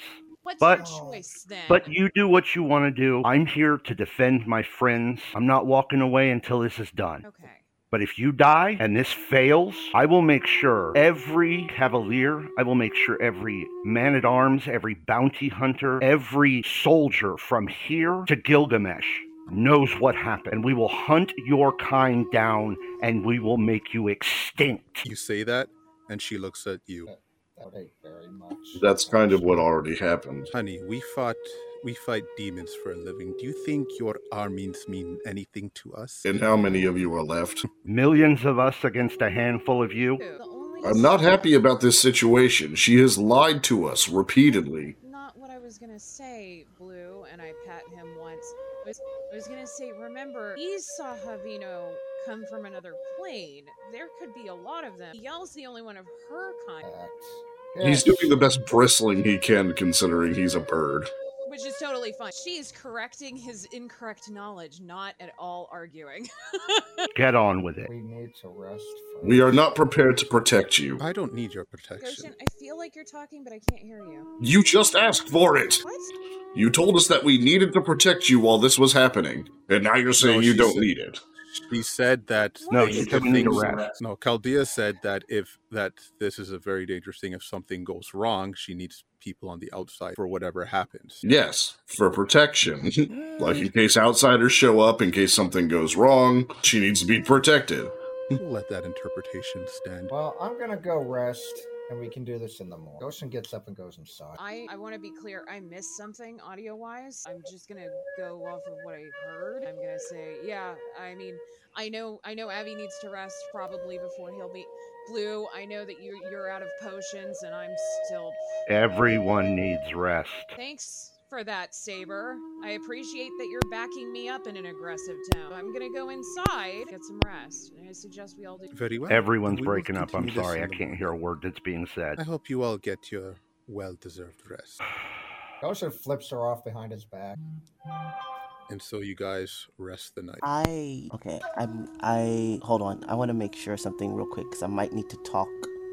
Speaker 3: What's
Speaker 4: but-
Speaker 3: your choice then?
Speaker 4: But you do what you want to do. I'm here to defend my friends. I'm not walking away until this is done.
Speaker 3: Okay.
Speaker 4: But if you die and this fails, I will make sure every cavalier, I will make sure every man at arms, every bounty hunter, every soldier from here to Gilgamesh knows what happened. And we will hunt your kind down and we will make you extinct.
Speaker 1: You say that, and she looks at you.
Speaker 6: That would hate very much.
Speaker 11: That's kind of what already happened.
Speaker 1: Honey, we fought we fight demons for a living. Do you think your armings mean anything to us?
Speaker 11: And how many of you are left?
Speaker 4: Millions of us against a handful
Speaker 3: <laughs>
Speaker 4: of you.
Speaker 3: The only
Speaker 11: I'm not
Speaker 3: solution-
Speaker 11: happy about this situation. She has lied to us repeatedly.
Speaker 3: Not what I was gonna say, Blue. And I pat him once. I was, I was gonna say, remember, these saw Havino come from another plane. There could be a lot of them. Yell's the only one of her kind.
Speaker 6: That's-
Speaker 11: He's
Speaker 6: Yes.
Speaker 11: doing the best bristling he can, considering he's a bird.
Speaker 3: which is totally fine. She is correcting his incorrect knowledge, not at all arguing. <laughs>
Speaker 4: Get on with it.
Speaker 6: We need to rest.
Speaker 11: We are not prepared to protect you.
Speaker 1: I don't need your protection.
Speaker 3: Goshen, I feel like you're talking, but I can't hear you.
Speaker 11: You just asked for it.
Speaker 3: What?
Speaker 11: You told us that we needed to protect you while this was happening, and now you're saying you
Speaker 1: she
Speaker 11: don't
Speaker 1: said-
Speaker 11: need it.
Speaker 1: She said that.
Speaker 4: No,
Speaker 1: if
Speaker 4: you
Speaker 1: the
Speaker 4: said we need to
Speaker 1: things-
Speaker 4: rest.
Speaker 1: No, Chaldea said that if that this is a very dangerous thing. If something goes wrong, she needs people on the outside for whatever happens.
Speaker 11: Yes, for protection. <laughs> like in case outsiders show up, in case something goes wrong, she needs to be protected.
Speaker 4: Mm.
Speaker 1: We'll let that interpretation stand.
Speaker 6: Well, I'm gonna go rest, and we can do this in the morning. Goshen gets up and goes inside.
Speaker 3: I, I want to be clear. I missed something audio wise. I'm just gonna go off of what I heard. I'm gonna say, yeah. I mean, I know I know Abby needs to rest probably before he'll be blue. I know that you're you're out of potions, and I'm still.
Speaker 4: Everyone needs rest.
Speaker 3: Thanks for that, Saber. I appreciate that you're backing me up in an aggressive tone. I'm gonna go inside, get some rest, and I suggest we all do.
Speaker 1: Very well.
Speaker 4: Everyone's
Speaker 1: We will
Speaker 4: breaking up. I'm
Speaker 1: continue this
Speaker 4: sorry. I
Speaker 1: in the
Speaker 4: can't hear a
Speaker 1: morning.
Speaker 4: word that's being said.
Speaker 1: I hope you all get your well-deserved rest.
Speaker 6: Goshen flips her off behind his back.
Speaker 1: And so you guys rest the night.
Speaker 2: I okay. I'm. I hold on. I want to make sure of something real quick because I might need to talk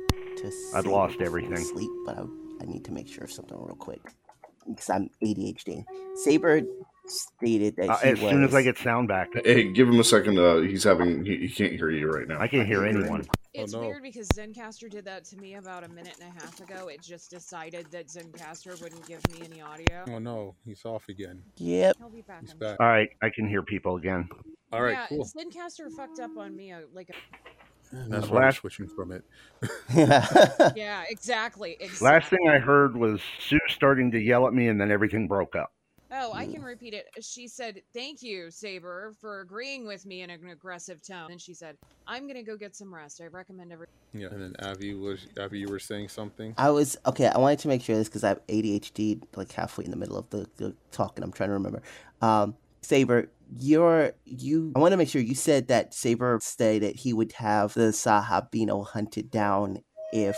Speaker 2: to.
Speaker 4: I've
Speaker 2: Saber
Speaker 4: lost
Speaker 2: before
Speaker 4: everything.
Speaker 2: Sleep, but I, I need to make sure of something real quick because I'm ADHD. Saber stated that
Speaker 4: Uh,
Speaker 2: she
Speaker 4: as
Speaker 2: was.
Speaker 4: soon as I get sound back,
Speaker 11: Hey, give him a second. Uh, he's having. He, he can't hear you right now.
Speaker 4: I can't hear anyone.
Speaker 3: It's
Speaker 1: no.
Speaker 3: weird because Zencaster did that to me about a minute and a half ago. It just decided that Zencaster wouldn't give me any audio.
Speaker 1: Oh no, he's off again.
Speaker 2: Yep.
Speaker 3: He'll be back.
Speaker 1: He's
Speaker 3: I'm
Speaker 1: back.
Speaker 4: All right, I can hear people again.
Speaker 1: All right,
Speaker 3: yeah,
Speaker 1: cool.
Speaker 3: Zencaster fucked up on me. uh, Like,
Speaker 1: <laughs> That's
Speaker 4: Uh,
Speaker 1: why we're
Speaker 4: last-
Speaker 1: switching from it.
Speaker 4: <laughs>
Speaker 2: <laughs>
Speaker 3: yeah, exactly. exactly.
Speaker 4: Last thing I heard was Sue starting to yell at me, and then everything broke up.
Speaker 3: Oh, I can repeat it. She said, "Thank you, Saber, for agreeing with me in an aggressive tone." And she said, "I'm gonna go get some rest. I recommend every."
Speaker 1: Yeah. And then Abby was Abby, you were saying something.
Speaker 2: I was okay. I wanted to make sure of this because I have ADHD like halfway in the middle of the, the talk, and I'm trying to remember. Um, Saber, you're you. I want to make sure you said that Saber stated that he would have the Sahabino hunted down if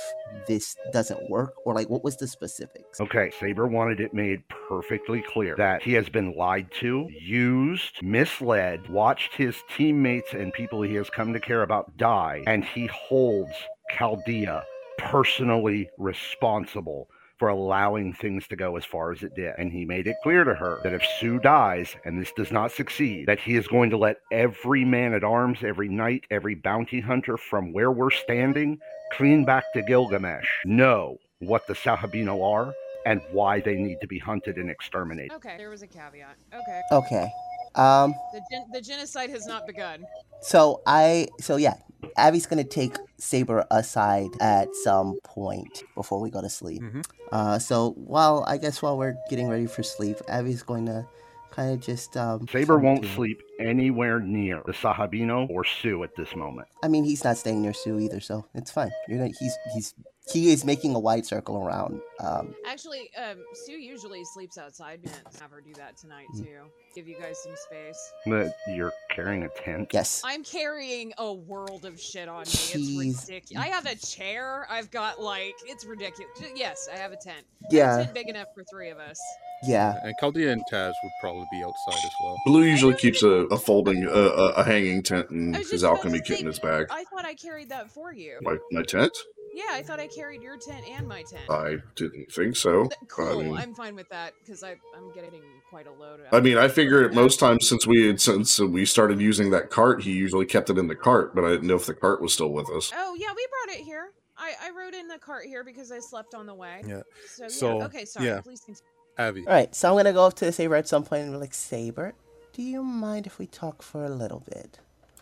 Speaker 2: this doesn't work, or like what was the specifics?
Speaker 4: Okay, Saber wanted it made perfectly clear that he has been lied to, used, misled, watched his teammates and people he has come to care about die, and he holds Chaldea personally responsible for allowing things to go as far as it did. And he made it clear to her that if Sue dies and this does not succeed, that he is going to let every man at arms, every knight, every bounty hunter from where we're standing, clean back to Gilgamesh, know what the Sahabino are and why they need to be hunted and exterminated.
Speaker 3: Okay, there was a caveat. Okay,
Speaker 2: Okay. Um.
Speaker 3: the gen- the genocide has not begun.
Speaker 2: So I. So yeah, Abby's gonna take Saber aside at some point before we go to sleep.
Speaker 1: Mm-hmm.
Speaker 2: Uh, so while I guess while we're getting ready for sleep, Abby's going to kind of just um,
Speaker 4: Saber
Speaker 2: come
Speaker 4: won't
Speaker 2: to-
Speaker 4: sleep anywhere near the Sahabino or Sue at this moment.
Speaker 2: I mean, he's not staying near Sue either, so it's fine. You're not, he's he's he is making a wide circle around. Um,
Speaker 3: Actually, um, Sue usually sleeps outside. We can't have her do that tonight
Speaker 11: Mm.
Speaker 3: too. Give you guys some space.
Speaker 4: But you're carrying a tent.
Speaker 2: yes.
Speaker 3: I'm carrying a world of shit on me.
Speaker 2: Jeez.
Speaker 3: It's ridiculous. I have a chair. I've got like it's ridiculous. Yes, I have a tent. A
Speaker 2: Yeah.
Speaker 3: tent big enough for three of us.
Speaker 2: Yeah.
Speaker 1: And Chaldea and Taz would probably be outside as well.
Speaker 11: Blue usually keeps a, a folding, a, a, a hanging tent in
Speaker 3: I was
Speaker 11: his
Speaker 3: just about to
Speaker 11: alchemy
Speaker 3: say-
Speaker 11: kit in his bag.
Speaker 3: I thought I carried that for you.
Speaker 11: My, my tent?
Speaker 3: Yeah, I thought I carried your tent and my tent.
Speaker 11: I didn't think so.
Speaker 3: Th-
Speaker 11: I
Speaker 3: cool.
Speaker 11: mean,
Speaker 3: I'm fine with that because I I'm getting quite a load.
Speaker 11: I mean, I figure
Speaker 3: out.
Speaker 11: at most times since we had, since we started using that cart, he usually kept it in the cart, but I didn't know if the cart was still with us.
Speaker 3: Oh yeah, we brought it here. I I rode in the cart here because I slept on the way.
Speaker 1: Yeah.
Speaker 3: So yeah.
Speaker 1: So,
Speaker 3: okay, sorry.
Speaker 1: yeah.
Speaker 3: Please continue.
Speaker 1: Abby.
Speaker 2: All right. So I'm gonna go up to Saber at some point and be like, Saber, do you mind if we talk for a little bit?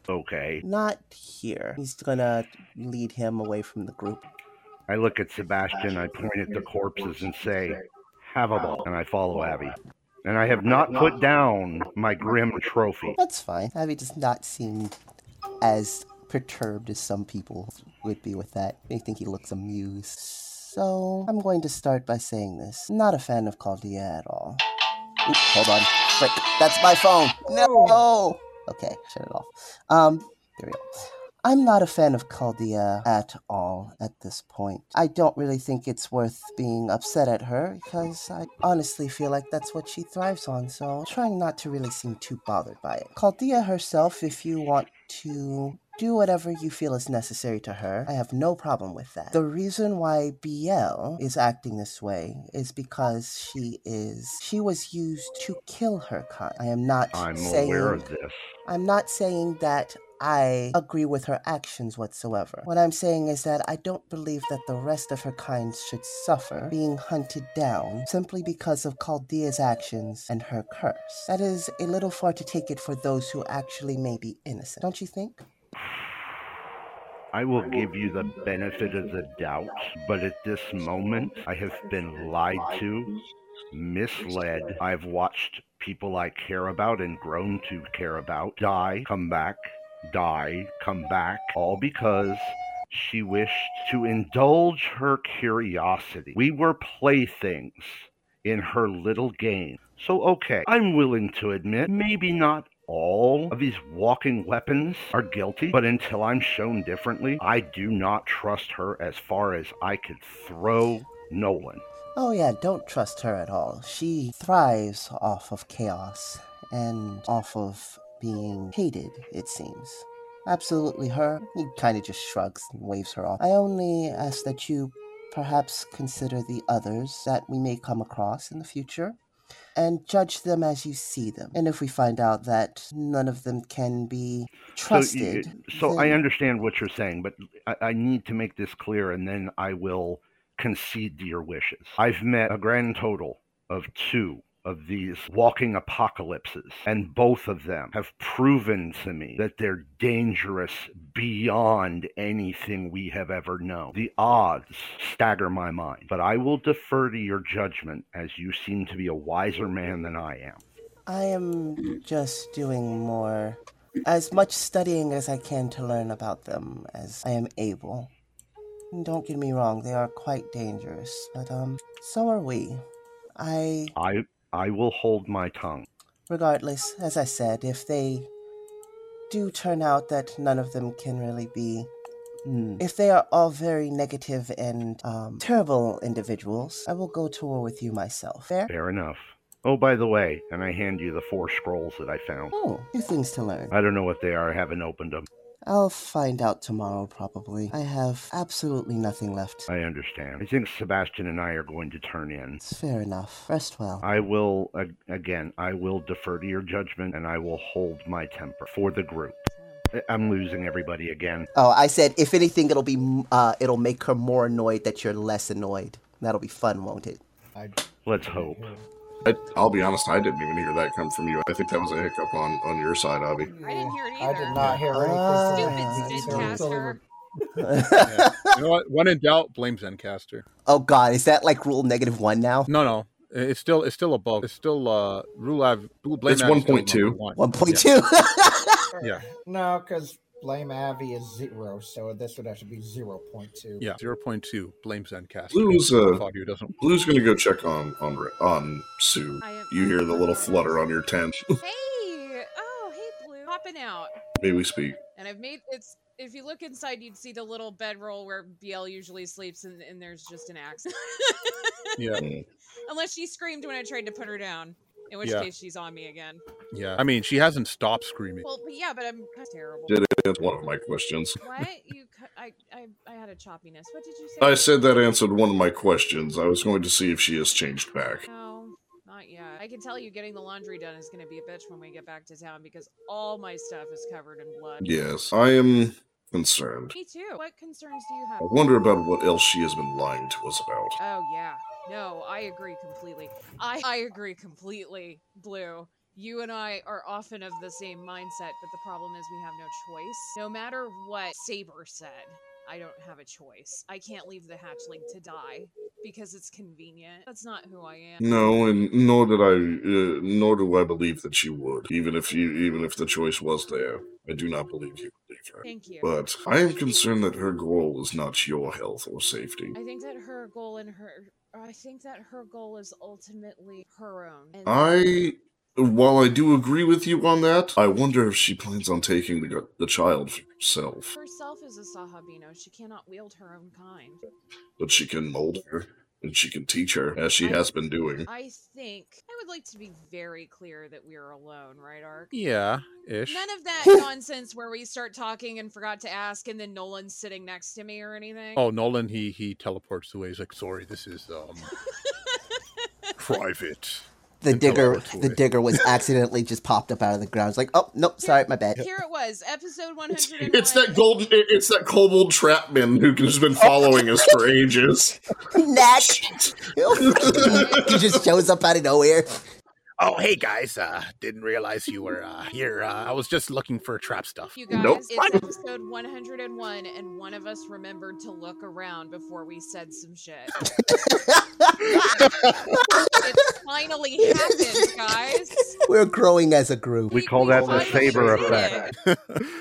Speaker 4: Okay.
Speaker 2: Not here. He's gonna lead him away from the group.
Speaker 4: I look at Sebastian, I point at the corpses and say, Have a ball. And I follow Abby. And I have not put down my grim trophy.
Speaker 2: That's fine. Abby does not seem as perturbed as some people would be with that. They think he looks amused. So I'm going to start by saying this. Not a fan of Claudia at all. Oop, hold on. Frick, that's my phone. No. Okay, shut it off. Um, there we go. I'm not a fan of Caldia at all at this point. I don't really think it's worth being upset at her because I honestly feel like that's what she thrives on, so I'm trying not to really seem too bothered by it. Caldia herself, if you want to do whatever you feel is necessary to her. I have no problem with that. The reason why BL is acting this way is because she is she was used to kill her kind. I am not
Speaker 4: I'm
Speaker 2: saying
Speaker 4: aware of this.
Speaker 2: I'm not saying that I agree with her actions whatsoever. What I'm saying is that I don't believe that the rest of her kind should suffer being hunted down simply because of Chaldea's actions and her curse. That is a little far to take it for those who actually may be innocent, don't you think?
Speaker 4: I will give you the benefit of the doubt, but at this moment, I have been lied to, misled. I've watched people I care about and grown to care about die, come back, die, come back, all because she wished to indulge her curiosity. We were playthings in her little game. So, okay, I'm willing to admit maybe not all of these walking weapons are guilty, but until I'm shown differently, I do not trust her as far as I could throw Nolan.
Speaker 2: Oh, yeah, don't trust her at all. She thrives off of chaos and off of being hated, it seems. Absolutely her. He kind of just shrugs and waves her off. I only ask that you perhaps consider the others that we may come across in the future and judge them as you see them. And if we find out that none of them can be trusted,
Speaker 4: So, you, so I
Speaker 2: then-
Speaker 4: understand what you're saying, but I, I need to make this clear, and then I will concede to your wishes. I've met a grand total of two of these walking apocalypses, and both of them have proven to me that they're dangerous beyond anything we have ever known. The odds stagger my mind, but I will defer to your judgment as you seem to be a wiser man than I am.
Speaker 2: I am just doing more, as much studying as I can to learn about them as I am able. And don't get me wrong, they are quite dangerous, but um, so are we. I,
Speaker 4: I I will hold my tongue.
Speaker 2: regardless, as I said, if they do turn out that none of them can really be. If they are all very negative and um, terrible individuals, I will go to war with you myself. Fair?
Speaker 4: Fair enough. Oh, by the way, and I hand you the four scrolls that I found.
Speaker 2: Oh, new things to learn.
Speaker 4: I don't know what they are. I haven't opened them.
Speaker 2: I'll find out tomorrow, probably. I have absolutely nothing left.
Speaker 4: I understand. I think Sebastian and I are going to turn in.
Speaker 2: Fair enough. Rest well.
Speaker 4: I will, ag- again, I will defer to your judgment and I will hold my temper for the group. I- I'm losing everybody again.
Speaker 2: Oh, I said, if anything, it'll be, m- uh, it'll make her more annoyed that you're less annoyed. That'll be fun, won't it? <laughs>
Speaker 4: Let's hope.
Speaker 11: I, I'll be honest, I didn't even hear that come from you. I think that was a hiccup on on your side, Avi.
Speaker 3: I didn't hear it
Speaker 6: I
Speaker 3: either.
Speaker 6: did not hear anything.
Speaker 2: Ah.
Speaker 6: from
Speaker 2: Stupid
Speaker 6: that. It's
Speaker 3: Zencaster.
Speaker 6: totally-
Speaker 1: Yeah. You know what? When in doubt, blame Zencaster.
Speaker 2: Oh God, is that like rule negative one now?
Speaker 1: No, no. I- It's still it's still above. It's still uh rule I've rule blame
Speaker 11: It's
Speaker 1: Avi is still
Speaker 11: 1.2.
Speaker 1: number One
Speaker 2: One point
Speaker 1: Yeah.
Speaker 2: two. <laughs>
Speaker 1: Yeah.
Speaker 6: No, because blame Avi is zero, so this would actually be zero point two.
Speaker 1: Yeah, zero point two. Blame Zencaster.
Speaker 11: Blue's uh,
Speaker 1: Fuck you, doesn't.
Speaker 11: Blue's gonna go check on on Ra- on Sue.
Speaker 3: I am-
Speaker 11: You hear the little flutter on your tent. <laughs>
Speaker 3: Hey! Oh, hey, Blue. Popping out.
Speaker 11: May we speak?
Speaker 3: And I've made it's. If you look inside, you'd see the little bedroll where BL usually sleeps, and, and there's just an axe. <laughs>
Speaker 1: Yeah,
Speaker 3: Unless she screamed when I tried to put her down, in which
Speaker 1: Yeah.
Speaker 3: case she's on me again.
Speaker 1: yeah. I mean, she hasn't stopped screaming.
Speaker 3: Well, but yeah, but I'm kind of terrible.
Speaker 11: Did answer one of my questions?
Speaker 3: What you? cu- I, I I had a choppiness. What did you say?
Speaker 11: I said that answered one of my questions. I was going to see if she has changed back.
Speaker 3: No, not yet. I can tell you, getting the laundry done is going to be a bitch when we get back to town because all my stuff is covered in blood.
Speaker 11: Yes, I am concerned.
Speaker 3: Me too. What concerns do you have?
Speaker 11: I wonder about what else she has been lying to us about.
Speaker 3: Oh yeah. No, I agree completely. I I agree completely, Blue. You and I are often of the same mindset, but the problem is we have no choice. No matter what Saber said, I don't have a choice. I can't leave the hatchling to die because it's convenient. That's not who I am.
Speaker 11: No, and nor did I, uh, nor do I believe that she would. Even if you, even if the choice was there, I do not believe you would leave her.
Speaker 3: Thank you.
Speaker 11: But I am concerned that her goal is not your health or safety.
Speaker 3: I think that her goal and her I think that her goal is ultimately her own. And
Speaker 11: I While I do agree with you on that, I wonder if she plans on taking the, the child for herself,
Speaker 3: Herself is a Sahabino. She cannot wield her own kind.
Speaker 11: but she can mold her and she can teach her as she has been doing.
Speaker 3: I think I would like to be very clear that we are alone, right, Ark?
Speaker 1: Yeah, ish.
Speaker 3: None of
Speaker 11: <laughs>
Speaker 3: that
Speaker 11: Oh.
Speaker 3: nonsense where we start talking and forgot to ask, and then Nolan's sitting next to me or anything.
Speaker 1: Oh, Nolan, he he teleports away. He's like, sorry, this is um <laughs> private.
Speaker 17: The
Speaker 1: And
Speaker 17: digger,
Speaker 1: teleports
Speaker 17: the
Speaker 1: away.
Speaker 17: digger was accidentally just popped up out of the ground. It's like, oh nope, sorry, my
Speaker 2: <laughs>
Speaker 17: bad.
Speaker 3: Here it was, episode 101.
Speaker 11: It's that golden. it- It's that kobold trapman who has been following us for ages.
Speaker 17: Knack.
Speaker 2: <laughs>
Speaker 17: he just shows up out of nowhere.
Speaker 1: Oh, hey guys, uh, didn't realize you were uh, here. Uh, I was just looking for trap stuff. <laughs>
Speaker 3: You guys,
Speaker 1: Nope.
Speaker 4: <laughs>
Speaker 3: it's episode 101, and one of us remembered to look around before we said some shit. it finally happened, guys.
Speaker 17: We're growing as a group.
Speaker 4: We call that the
Speaker 3: finally
Speaker 4: Saber
Speaker 3: did
Speaker 4: effect.
Speaker 3: it.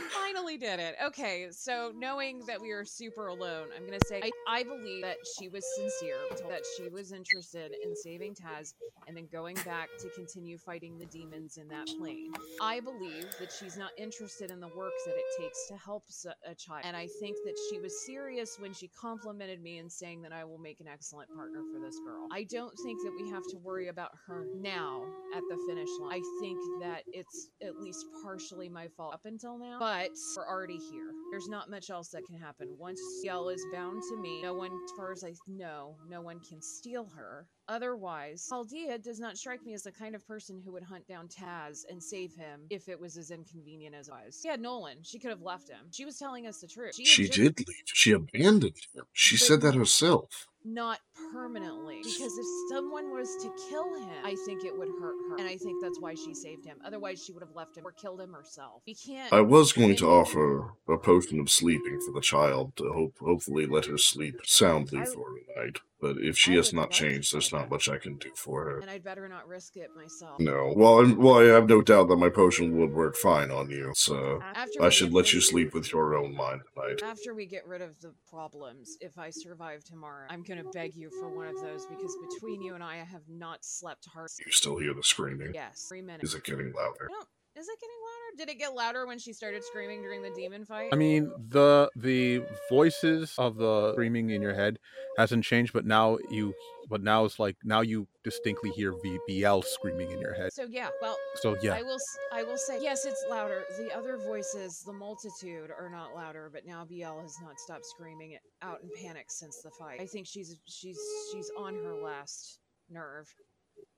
Speaker 3: finally did it. Okay, so knowing that we are super alone, I'm gonna say I, I believe that she was sincere, that she was interested in saving Taz and then going back to continue fighting the demons in that plane. I believe that she's not interested in the work that it takes to help s- a child, and I think that she was serious when she complimented me in saying that I will make an excellent partner for this girl. I don't think that we have to worry about her now at the finish line. I think that it's at least partially my fault up until now, but we're already here. There's not much else that can happen. Once Yell is bound to me, no one, as far as I know, no one can steal her. Otherwise, Aldea does not strike me as the kind of person who would hunt down Taz and save him if it was as inconvenient as I was. Yeah, Nolan, she could have left him. She was telling us the truth. had
Speaker 11: She
Speaker 3: just-
Speaker 11: did leave. She abandoned him. She said that herself.
Speaker 3: not permanently because if someone was to kill him i think it would hurt her and i think that's why she saved him otherwise she would have left him or killed him herself we can't
Speaker 11: I was going to offer a potion of sleeping for the child to hope, hopefully let her sleep soundly for a night. But if she has not changed, there's not much I can do for her.
Speaker 3: and i'd better not risk it myself
Speaker 11: No. Well, I'm, well, I have no doubt that my potion would work fine on you. So
Speaker 3: After
Speaker 11: I
Speaker 3: we
Speaker 11: should
Speaker 3: get
Speaker 11: let you
Speaker 3: rid-
Speaker 11: sleep with your own mind tonight.
Speaker 3: after we get rid of the problems if i survive tomorrow i'm gonna beg you for one of those because between you and i i have not slept hard
Speaker 11: You still hear the screaming?
Speaker 3: yes three minutes
Speaker 11: Is it getting louder?
Speaker 3: I don't- is it getting louder did it get louder when she started screaming during the demon fight
Speaker 1: I mean, the the voices of the screaming in your head hasn't changed, but now you, but now it's like now you distinctly hear VBL screaming in your head.
Speaker 3: So yeah, well.
Speaker 1: So, yeah.
Speaker 3: I will. s- I will say yes. It's louder. The other voices, the multitude, are not louder. But now BL has not stopped screaming it out in panic since the fight. I think she's she's she's on her last nerve.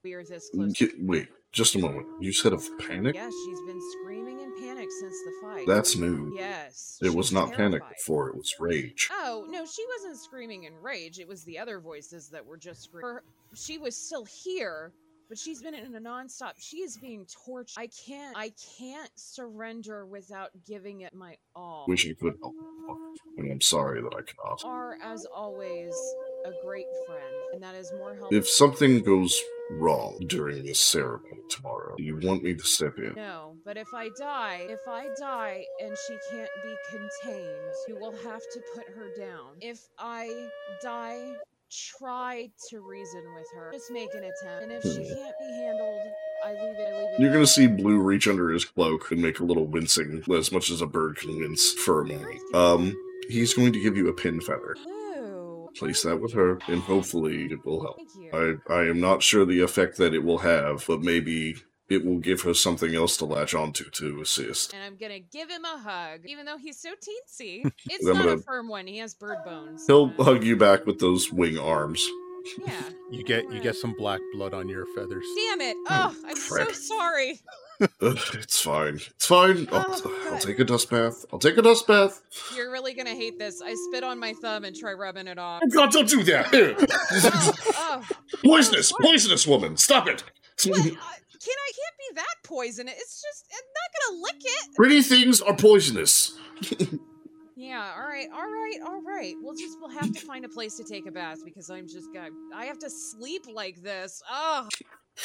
Speaker 3: We are this close.
Speaker 11: Mm, Ki- Wait, just a moment. You said of panic?
Speaker 3: Yeah, she's been screaming in panic since the fight.
Speaker 11: That's new.
Speaker 3: Yes.
Speaker 11: It
Speaker 3: she
Speaker 11: was not panic
Speaker 3: terrified.
Speaker 11: before, it was rage.
Speaker 3: Oh no, she wasn't screaming in rage. It was the other voices that were just screaming. She was still here, but she's been in a nonstop. She is being tortured. I can't. I can't surrender without giving it my all.
Speaker 11: Wish I could help. And I'm sorry that I cannot.
Speaker 3: Are as always a great friend, and that is more helpful.
Speaker 11: If something goes wrong during this ceremony tomorrow, you want me to step in.
Speaker 3: No, but if I die, if I die and she can't be contained, you will have to put her down. If I die, try to reason with her. Just make an attempt. And if she
Speaker 11: Hmm.
Speaker 3: can't be handled, I leave it. I leave it.
Speaker 11: You're gonna see Blue reach under his cloak and make a little wincing, as much as a bird can wince for a moment. Um, he's going to give you a pin feather. Place that with her, and hopefully it will help. I, I am not sure the effect that it will have, but maybe it will give her something else to latch onto to assist.
Speaker 3: And I'm gonna give him a hug, even though he's so
Speaker 11: <laughs>
Speaker 3: teensy. It's
Speaker 11: I'm
Speaker 3: not a
Speaker 11: gonna-
Speaker 3: firm one. He has bird bones.
Speaker 11: He'll hug you back with those wing arms.
Speaker 3: Yeah.
Speaker 11: <laughs>
Speaker 1: You get you get some black blood on your feathers.
Speaker 3: Damn it! Oh, I'm so
Speaker 11: crap.
Speaker 3: sorry.
Speaker 11: Ugh, it's fine. It's fine. I'll, I'll take a dust bath. I'll take a dust bath.
Speaker 3: You're really gonna hate this. I spit on my thumb and try rubbing it
Speaker 11: <laughs>
Speaker 3: off.
Speaker 11: Oh God, don't do that! Ew.
Speaker 3: Oh,
Speaker 11: <laughs> poisonous, poisonous woman. Stop it.
Speaker 3: Can I can't be that poisonous? It's just I'm not gonna lick it.
Speaker 11: Pretty things are poisonous. <laughs>
Speaker 3: Yeah, all right, all right, all right. We'll just we'll have to find a place to take a bath because I'm just gonna I have to sleep like this. Oh,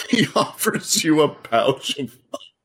Speaker 11: He offers you a pouch of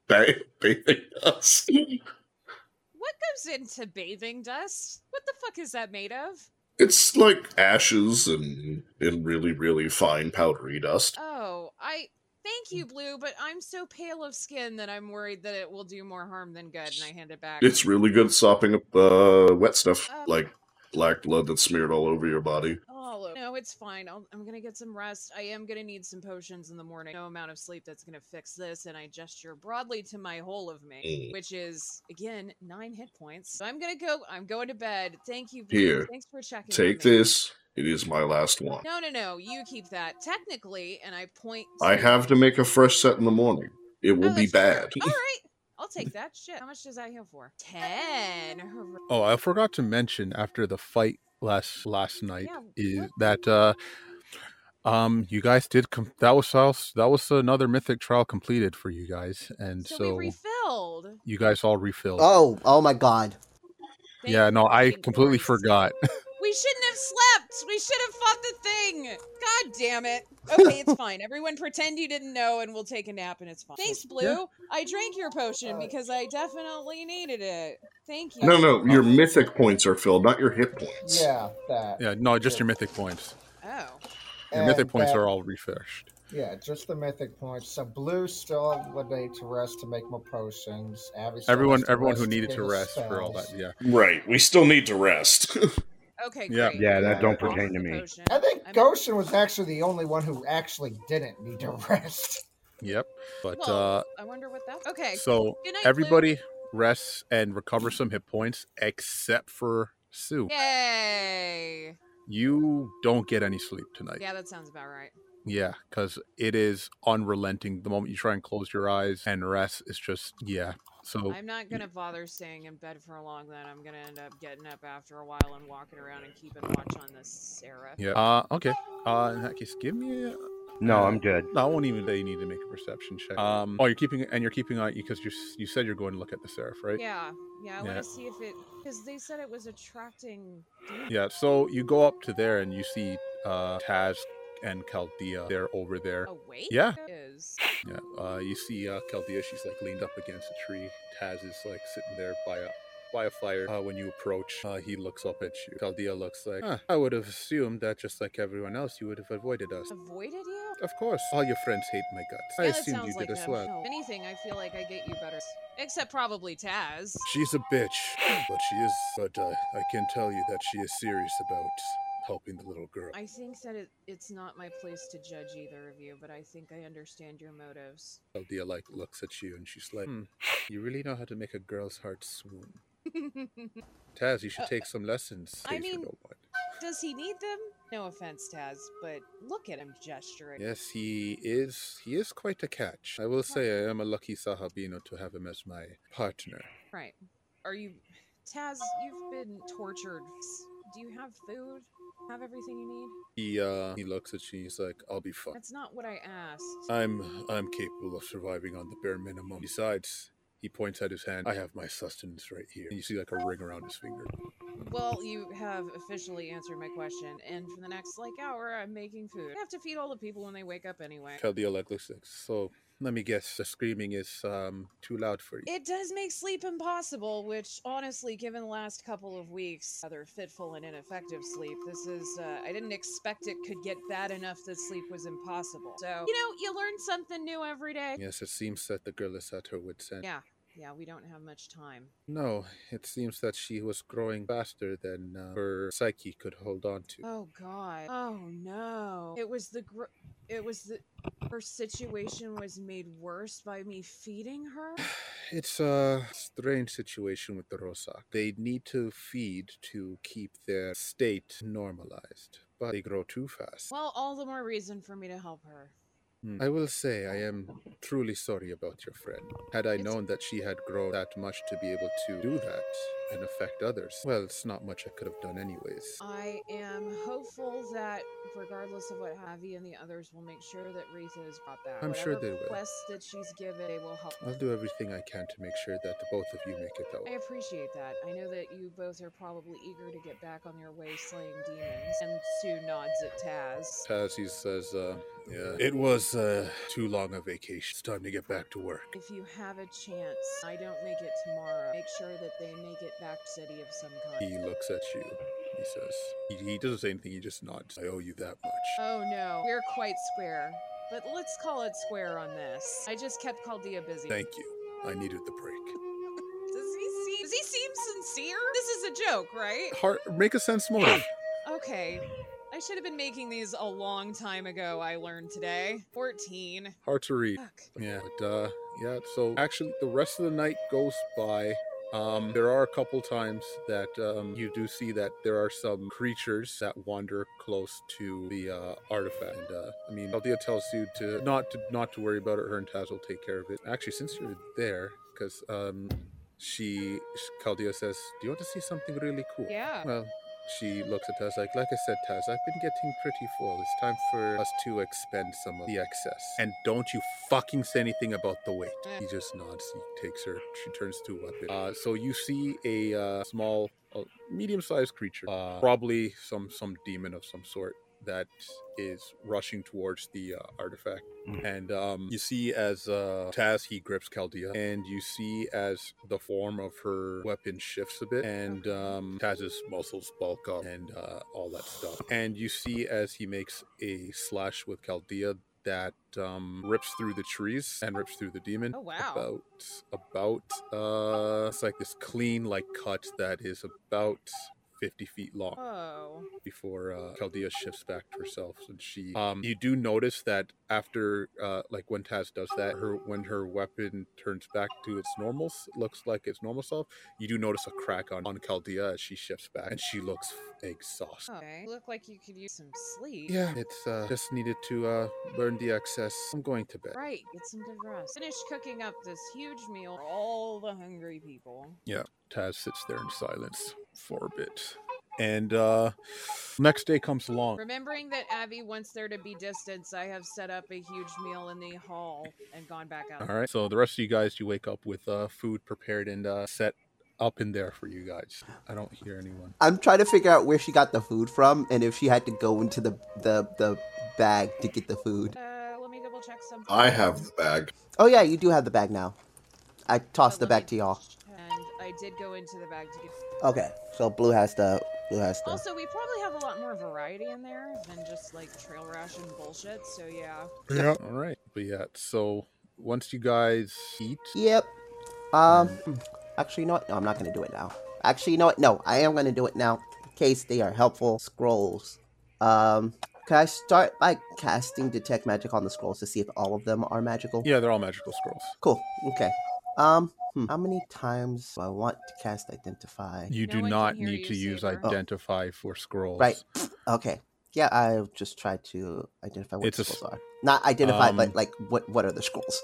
Speaker 11: ba- bathing dust.
Speaker 3: what goes into bathing dust? What the fuck is that made of?
Speaker 11: It's like ashes and and really really fine powdery dust.
Speaker 3: Oh, I thank you, Blue, but I'm so pale of skin that I'm worried that it will do more harm than good, and I hand it back.
Speaker 11: It's really good at sopping up uh, wet stuff, like black blood that's smeared all over your body.
Speaker 3: all over. No, it's fine. I'll, I'm gonna get some rest. I am gonna need some potions in the morning. No amount of sleep that's gonna fix this. And I gesture broadly to my whole of me,
Speaker 11: Mm.
Speaker 3: which is again nine hit points. So I'm gonna go. I'm going to bed. Thank you. Blue.
Speaker 11: Here,
Speaker 3: Thanks for checking. on
Speaker 11: take
Speaker 3: me.
Speaker 11: this. It is my last one.
Speaker 3: No, no, no. You keep that. Technically, and I point. Oh,
Speaker 11: I have to make a fresh set in the morning. It will be bad.
Speaker 3: All right. I'll take that shit. How much does that heal for?
Speaker 11: <laughs>
Speaker 3: Ten. Hooray.
Speaker 1: Oh, I forgot to mention after the fight last last night
Speaker 3: Yeah,
Speaker 1: is that uh um you guys did com- that was also, that was another mythic trial completed for you guys and so,
Speaker 3: So, we refilled.
Speaker 1: you guys all refilled.
Speaker 2: Oh, oh my god.
Speaker 3: Thank
Speaker 1: yeah,
Speaker 3: you
Speaker 1: no,
Speaker 3: for
Speaker 1: I
Speaker 3: being
Speaker 1: completely
Speaker 3: generous.
Speaker 1: forgot. <laughs>
Speaker 3: We shouldn't have slept. We should have fought the thing. God damn it. Okay, it's fine. Everyone pretend you didn't know and we'll take a nap and it's fine. Thanks, Blue. I drank your potion because I definitely needed it. Thank you.
Speaker 11: No, no, your mythic points are filled, not your hit points.
Speaker 6: Yeah, that.
Speaker 1: yeah, no, just your mythic points.
Speaker 3: Oh.
Speaker 1: Your mythic
Speaker 6: And
Speaker 1: points
Speaker 6: that-
Speaker 1: are all refreshed.
Speaker 6: Yeah, just the mythic points. So blue still have a day to rest to make more potions. Abby still
Speaker 1: Everyone
Speaker 6: has to
Speaker 1: everyone who
Speaker 6: rest
Speaker 1: needed to
Speaker 6: get his
Speaker 1: rest for all that,
Speaker 6: spells.
Speaker 1: yeah.
Speaker 11: Right, we still need to rest. <laughs>
Speaker 3: Okay,
Speaker 1: Yeah.
Speaker 3: great.
Speaker 4: Yeah, that don't
Speaker 3: Off
Speaker 4: pertain
Speaker 3: the
Speaker 4: to me.
Speaker 3: potion.
Speaker 6: I think
Speaker 3: I'm-
Speaker 6: Goshen was actually the only one who actually didn't need to <laughs> rest.
Speaker 1: Yep. But
Speaker 3: Well,
Speaker 1: uh
Speaker 3: I wonder what that. Okay.
Speaker 1: so
Speaker 3: Good night, Blue.
Speaker 1: everybody rests and recovers some hit points except for Sue.
Speaker 3: Yay.
Speaker 1: You don't get any sleep tonight.
Speaker 3: Yeah, that sounds about right.
Speaker 1: Yeah, because it is unrelenting. The moment you try and close your eyes and rest, it's just yeah. So
Speaker 3: I'm not gonna bother staying in bed for long. Then I'm gonna end up getting up after a while and walking around and keeping watch on this Sarah. <laughs>
Speaker 1: yeah. Uh, okay. Uh, in that case, give me. A,
Speaker 4: No, I'm good.
Speaker 1: no, I won't even. They need to make a perception check. Um. Oh, you're keeping and you're keeping on because you s- you said you're going to look at the seraph, right?
Speaker 3: Yeah, yeah. I want
Speaker 1: Yeah.
Speaker 3: to see if it because they said it was attracting. demons.
Speaker 1: Yeah. So you go up to there and you see uh Taz and Chaldea. They're over there.
Speaker 3: Awake.
Speaker 1: Yeah.
Speaker 3: Is
Speaker 1: Yeah. Uh, you see uh, Chaldea. She's like leaned up against a tree. Taz is like sitting there by a by a fire. Uh, when you approach, uh, he looks up at you. Chaldea looks like, "Huh, I would have assumed that just like everyone else, you would have avoided us.
Speaker 3: avoided you?
Speaker 1: Of course, all your friends hate my guts. I
Speaker 3: Um, yeah, that
Speaker 1: assumed
Speaker 3: sounds
Speaker 1: you
Speaker 3: like
Speaker 1: did as
Speaker 3: them.
Speaker 1: well.
Speaker 3: No, Anything, I feel like I get you better. Except probably Taz.
Speaker 1: She's a bitch, but she is. But uh, I can tell you that she is serious about helping the little girl.
Speaker 3: I think that it, it's not my place to judge either of you, but I think I understand your motives. <laughs>
Speaker 1: Chaldea like looks at you and she's like, "Hmm, you really know how to make a girl's heart swoon. Taz, you should take some lessons.
Speaker 3: Uh, I
Speaker 1: if you
Speaker 3: mean-
Speaker 1: don't mind."
Speaker 3: Does he need them? No offense, Taz, but look at him gesturing.
Speaker 1: Yes, he is. He is quite a catch. I will say I am a lucky Sahabino to have him as my partner.
Speaker 3: Right. Are you, Taz? You've been tortured. Do you have food? Have everything you need?
Speaker 1: He uh, he looks at you. He's like, "I'll be fine.
Speaker 3: That's not what I asked.
Speaker 1: Uh, I'm I'm capable of surviving on the bare minimum. Besides." He points at his hand. I have my sustenance right here. And you see like a ring around his finger.
Speaker 3: Well, you have officially answered my question, and for the next like hour, I'm making food. I have to feed all the people when they wake up anyway.
Speaker 1: Chaldea like looks like so. Let me guess. The screaming is um too loud for you.
Speaker 3: It does make sleep impossible, which honestly, given the last couple of weeks, rather fitful and ineffective sleep, this is, uh, I didn't expect it could get bad enough that sleep was impossible. So, you know, you learn something new every day.
Speaker 1: Yes, it seems that the girl is at her wit's end.
Speaker 3: Yeah, yeah, we don't have much time.
Speaker 1: No, it seems that she was growing faster than uh, her psyche could hold on to.
Speaker 3: Oh god. Oh no. It was the gr- it was the her situation was made worse by me feeding her.
Speaker 1: <sighs> It's a strange situation with the Rosak. They need to feed to keep their state normalized, but they grow too fast.
Speaker 3: Well, all the more reason for me to help her.
Speaker 1: Hmm. I will say I am truly sorry about your friend. Had I
Speaker 3: It's-
Speaker 1: known that she had grown that much to be able to do that and affect others, well, it's not much I could have done anyways.
Speaker 3: I am hopeful that, regardless of what Javi and the others will make sure that Retha is brought back.
Speaker 1: I'm sure
Speaker 3: Whatever
Speaker 1: they will.
Speaker 3: Requests that she's given, they will help.
Speaker 1: I'll do everything I can to make sure that the both of you make it out.
Speaker 3: I appreciate that. I know that you both are probably eager to get back on your way slaying demons. And Sue nods at Taz.
Speaker 1: Taz, he says, uh, yeah. It was uh, too long a vacation. It's time to get back to work.
Speaker 3: If you have a chance, I don't make it tomorrow. Make sure that they make it back to city of some kind.
Speaker 1: He looks at you. He says, he, he doesn't say anything. He just nods. I owe you that much.
Speaker 3: Oh no, we're Oh, quite square. But let's call it square on this. I just kept Chaldea busy.
Speaker 1: Thank you. I needed the break.
Speaker 3: Does he seem does he seem sincere? This is a joke, right?
Speaker 1: Heart, make a sense motive.
Speaker 3: Okay. I should have been making these a long time ago, I learned today. 14.
Speaker 1: Hard to read.
Speaker 3: Fuck.
Speaker 1: Yeah, but, uh, yeah. So actually, the rest of the night goes by. Um, there are a couple times that um, you do see that there are some creatures that wander close to the uh, artifact. And, uh, I mean, Aldea tells you to not to not to worry about it. Her and Taz will take care of it. Actually, since you're there, because um, she Chaldea says, "Do you want to see something really cool?"
Speaker 3: Yeah.
Speaker 1: Well, she looks at us like, like I said, Taz, I've been getting pretty full. It's time for us to expend some of the excess. And don't you fucking say anything about the weight. He just nods. He takes her. She turns to a weapon. Uh, so you see a uh, small, uh, medium-sized creature, uh, probably some some demon of some sort, that is rushing towards the uh, artifact.
Speaker 4: Mhm.
Speaker 1: And um, you see as uh, Taz he grips Chaldea, and you see as the form of her weapon shifts a bit, and um, Taz's muscles bulk up, and uh, all that stuff. And you see as he makes a slash with Chaldea that um, rips through the trees and rips through the demon
Speaker 3: Oh wow.
Speaker 1: about about uh it's like this clean like cut that is about 50 feet long
Speaker 3: Oh.
Speaker 1: before uh, Chaldea shifts back to herself. And she, um, you do notice that after, uh, like when Taz does that, her when her weapon turns back to its normal, s- looks like its normal self. You do notice a crack on on Chaldea as she shifts back, and she looks exhausted.
Speaker 3: Okay. Look like you could use some sleep.
Speaker 1: Yeah, it's uh, just needed to uh, burn the excess. I'm going to bed.
Speaker 3: Right, get some good rest. Finish cooking up this huge meal for all the hungry people.
Speaker 1: Yeah, Taz sits there in silence for a bit, and uh, next day comes along.
Speaker 3: Remembering that Abby wants there to be distance, I have set up a huge meal in the hall and gone back out.
Speaker 1: All right. So the rest of you guys, you wake up with uh, food prepared and uh, set up in there for you guys. I don't hear anyone.
Speaker 2: I'm trying to figure out where she got the food from and if she had to go into the the, the bag to get the food.
Speaker 3: Uh, let me double check something.
Speaker 11: I have the bag.
Speaker 2: Oh yeah, you do have the bag now. I tossed the
Speaker 3: Let me
Speaker 2: bag to y'all.
Speaker 3: And I did go into the bag to get.
Speaker 2: Okay, so blue has the blue has the.
Speaker 3: Also, we probably have a lot more variety in there than just like trail ration bullshit. So yeah.
Speaker 1: Yeah. All right. But yeah. So once you guys eat,
Speaker 2: Yep. Um. hmm. Actually, you know what? No, I'm not gonna do it now. Actually, you know what? No, I am gonna do it now. In case they are helpful scrolls. Um. Can I start by casting detect magic on the scrolls to see if all of them are magical?
Speaker 1: yeah, they're all magical scrolls.
Speaker 2: Cool. Okay. Um. hmm, How many times do I want to cast identify?
Speaker 1: You
Speaker 3: No
Speaker 1: do
Speaker 3: one can
Speaker 1: not
Speaker 3: hear
Speaker 1: need
Speaker 3: you,
Speaker 1: to use
Speaker 3: Saber.
Speaker 2: Oh.
Speaker 1: identify for scrolls.
Speaker 2: Right. Okay. Yeah, I'll just try to identify what
Speaker 1: It's
Speaker 2: the
Speaker 1: a s-
Speaker 2: scrolls are. Not identify,
Speaker 1: um,
Speaker 2: but like what what are the <laughs> scrolls?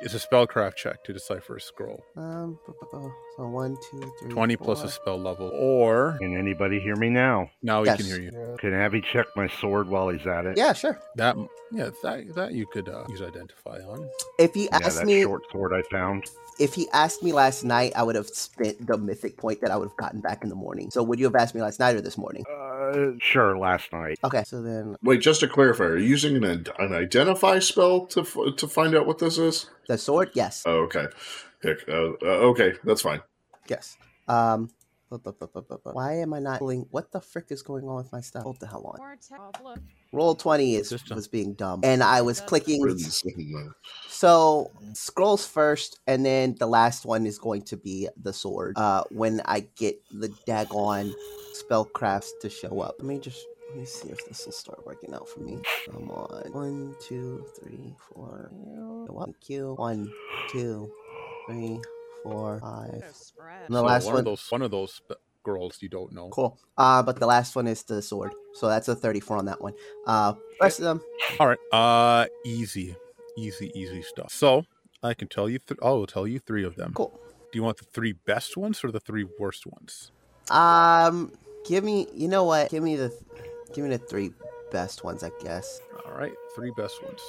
Speaker 1: It's a spellcraft check to decipher a scroll.
Speaker 2: um. bu- bu- bu- So one, two, three.
Speaker 1: Twenty plus a
Speaker 2: four.
Speaker 1: spell level, or
Speaker 4: Can anybody hear me now?
Speaker 1: now we can
Speaker 2: Yes.
Speaker 1: hear you.
Speaker 4: Can Abby check my sword while he's at it?
Speaker 2: Yeah, sure.
Speaker 1: That yeah, that that you could uh, use identify on.
Speaker 2: If he
Speaker 4: Yeah,
Speaker 2: asked
Speaker 4: that
Speaker 2: me,
Speaker 4: short sword I found.
Speaker 2: if he asked me last night, I would have spent the mythic point that I would have gotten back in the morning. So would you have asked me last night or this morning?
Speaker 4: Uh, sure, last night.
Speaker 2: Okay, so then
Speaker 11: Wait, just to clarify, are you using an, an identify spell to f- to find out what this is?
Speaker 2: the sword, yes,
Speaker 11: Oh, okay. Heck, uh, uh, okay, that's fine.
Speaker 2: yes. Um, bu- bu- bu- bu- bu- bu- why am I not pulling? What the frick is going on with my stuff? Hold the hell on.
Speaker 3: More te- Oh, problem.
Speaker 2: Roll twenty is
Speaker 1: System.
Speaker 2: was being dumb, and I was
Speaker 3: That's-
Speaker 2: clicking.
Speaker 11: Friends, uh,
Speaker 2: So scrolls first, and then the last one is going to be the sword. Uh, when I get the daggone spellcrafts to show up, let me just let me see if this will start working out for me. Come on, one, two, three, four. One, Q. One, two, three, four,
Speaker 3: what a
Speaker 2: five.
Speaker 3: spread.
Speaker 2: No. The last
Speaker 1: one,
Speaker 2: one-
Speaker 1: of those one of those spe- scrolls you don't know.
Speaker 2: Cool. Uh, but the last one is the sword, so that's a thirty-four on that one. Uh, rest of them.
Speaker 1: All right. Uh, easy, easy, easy stuff. So I can tell you. Th- I will tell you three of them.
Speaker 2: Cool.
Speaker 1: Do you want the three best ones or the three worst ones?
Speaker 2: Um, give me. You know what? Give me the, give me the three best ones, I guess.
Speaker 1: All right, three best ones.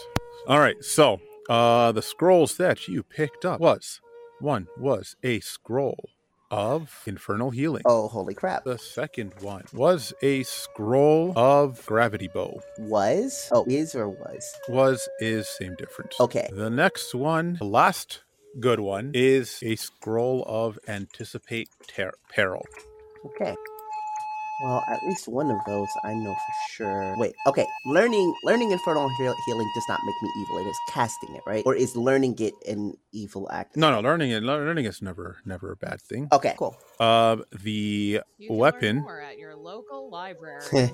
Speaker 1: All right. So, uh, the scrolls that you picked up was one was a scroll of infernal healing.
Speaker 2: Oh, holy crap.
Speaker 1: The second one was a scroll of gravity bow.
Speaker 2: Was? Oh, is or was?
Speaker 1: Was is same difference.
Speaker 2: Okay.
Speaker 1: The next one, the last good one, is a scroll of anticipate ter- peril.
Speaker 2: Okay. Well, at least one of those I know for sure. Wait, okay. Learning learning infernal heal- healing does not make me evil. It is casting it, right? Or is learning it an evil act?
Speaker 1: No, no, learning it, learning is never, never a bad thing.
Speaker 2: Okay, cool. <laughs>
Speaker 1: Uh, the <laughs>
Speaker 3: You can learn
Speaker 1: weapon.
Speaker 3: more at your
Speaker 1: <laughs>
Speaker 3: local library.
Speaker 1: Sorry,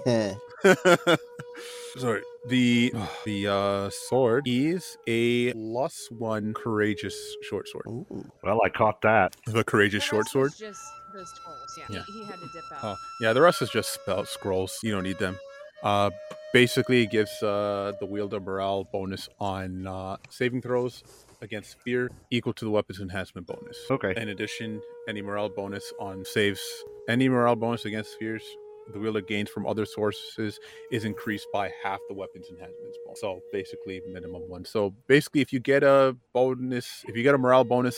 Speaker 1: the the uh sword is a plus one courageous short sword.
Speaker 4: Well, I caught that.
Speaker 1: The courageous short
Speaker 3: This was
Speaker 1: sword.
Speaker 3: Just those trolls. Yeah,
Speaker 1: Yeah.
Speaker 3: He, he had to dip out.
Speaker 1: Oh, yeah, the rest is just spell scrolls. You don't need them. Uh, basically, it gives uh, the wielder morale bonus on uh, saving throws against fear equal to the weapon's enhancement bonus.
Speaker 4: Okay.
Speaker 1: In addition, any morale bonus on saves, any morale bonus against fears the wielder gains from other sources is increased by half the weapon's enhancements bonus. So basically, minimum one. So basically, if you get a bonus, if you get a morale bonus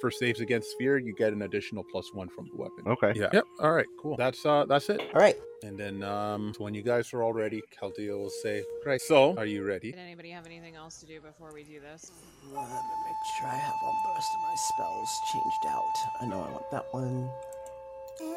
Speaker 1: for saves against fear, you get an additional plus one from the weapon.
Speaker 4: Okay.
Speaker 1: Yeah. Yep. All right. Cool. That's uh. That's it.
Speaker 2: All right.
Speaker 1: And then um, so when you guys are all ready, Caldea will say, "Right. So, are you ready?"
Speaker 3: Did anybody have anything else to do before we do this?
Speaker 2: Let me make sure I have all the rest of my spells changed out. I know I want that one.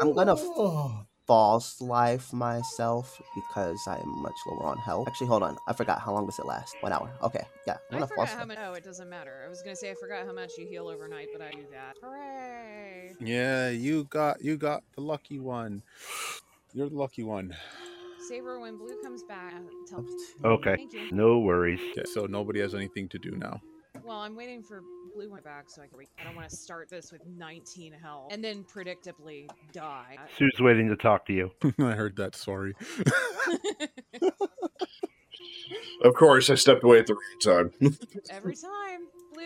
Speaker 2: I'm gonna f- false life myself because I am much lower on health. Actually, hold on. I forgot how long does it last? One hour. Okay. Yeah. I'm
Speaker 3: I
Speaker 2: gonna
Speaker 3: forgot
Speaker 2: false.
Speaker 3: how
Speaker 2: life.
Speaker 3: much. Oh, it doesn't matter. I was gonna say I forgot how much you heal overnight, but I do that. Hooray!
Speaker 1: Yeah, you got you got the lucky one. You're the lucky one.
Speaker 3: Saber, when Blue comes back, uh, tell.
Speaker 4: Okay.
Speaker 3: Thank you.
Speaker 4: No worries.
Speaker 1: Okay, so nobody has anything to do now. <laughs>
Speaker 3: Well, I'm waiting for Blue one back so I can. Re- I don't want to start this with 19 health and then predictably die. Uh,
Speaker 4: Sue's waiting to talk to you.
Speaker 1: I heard that. Sorry.
Speaker 11: Of course, I stepped away at the wrong time.
Speaker 3: Every time, Blue.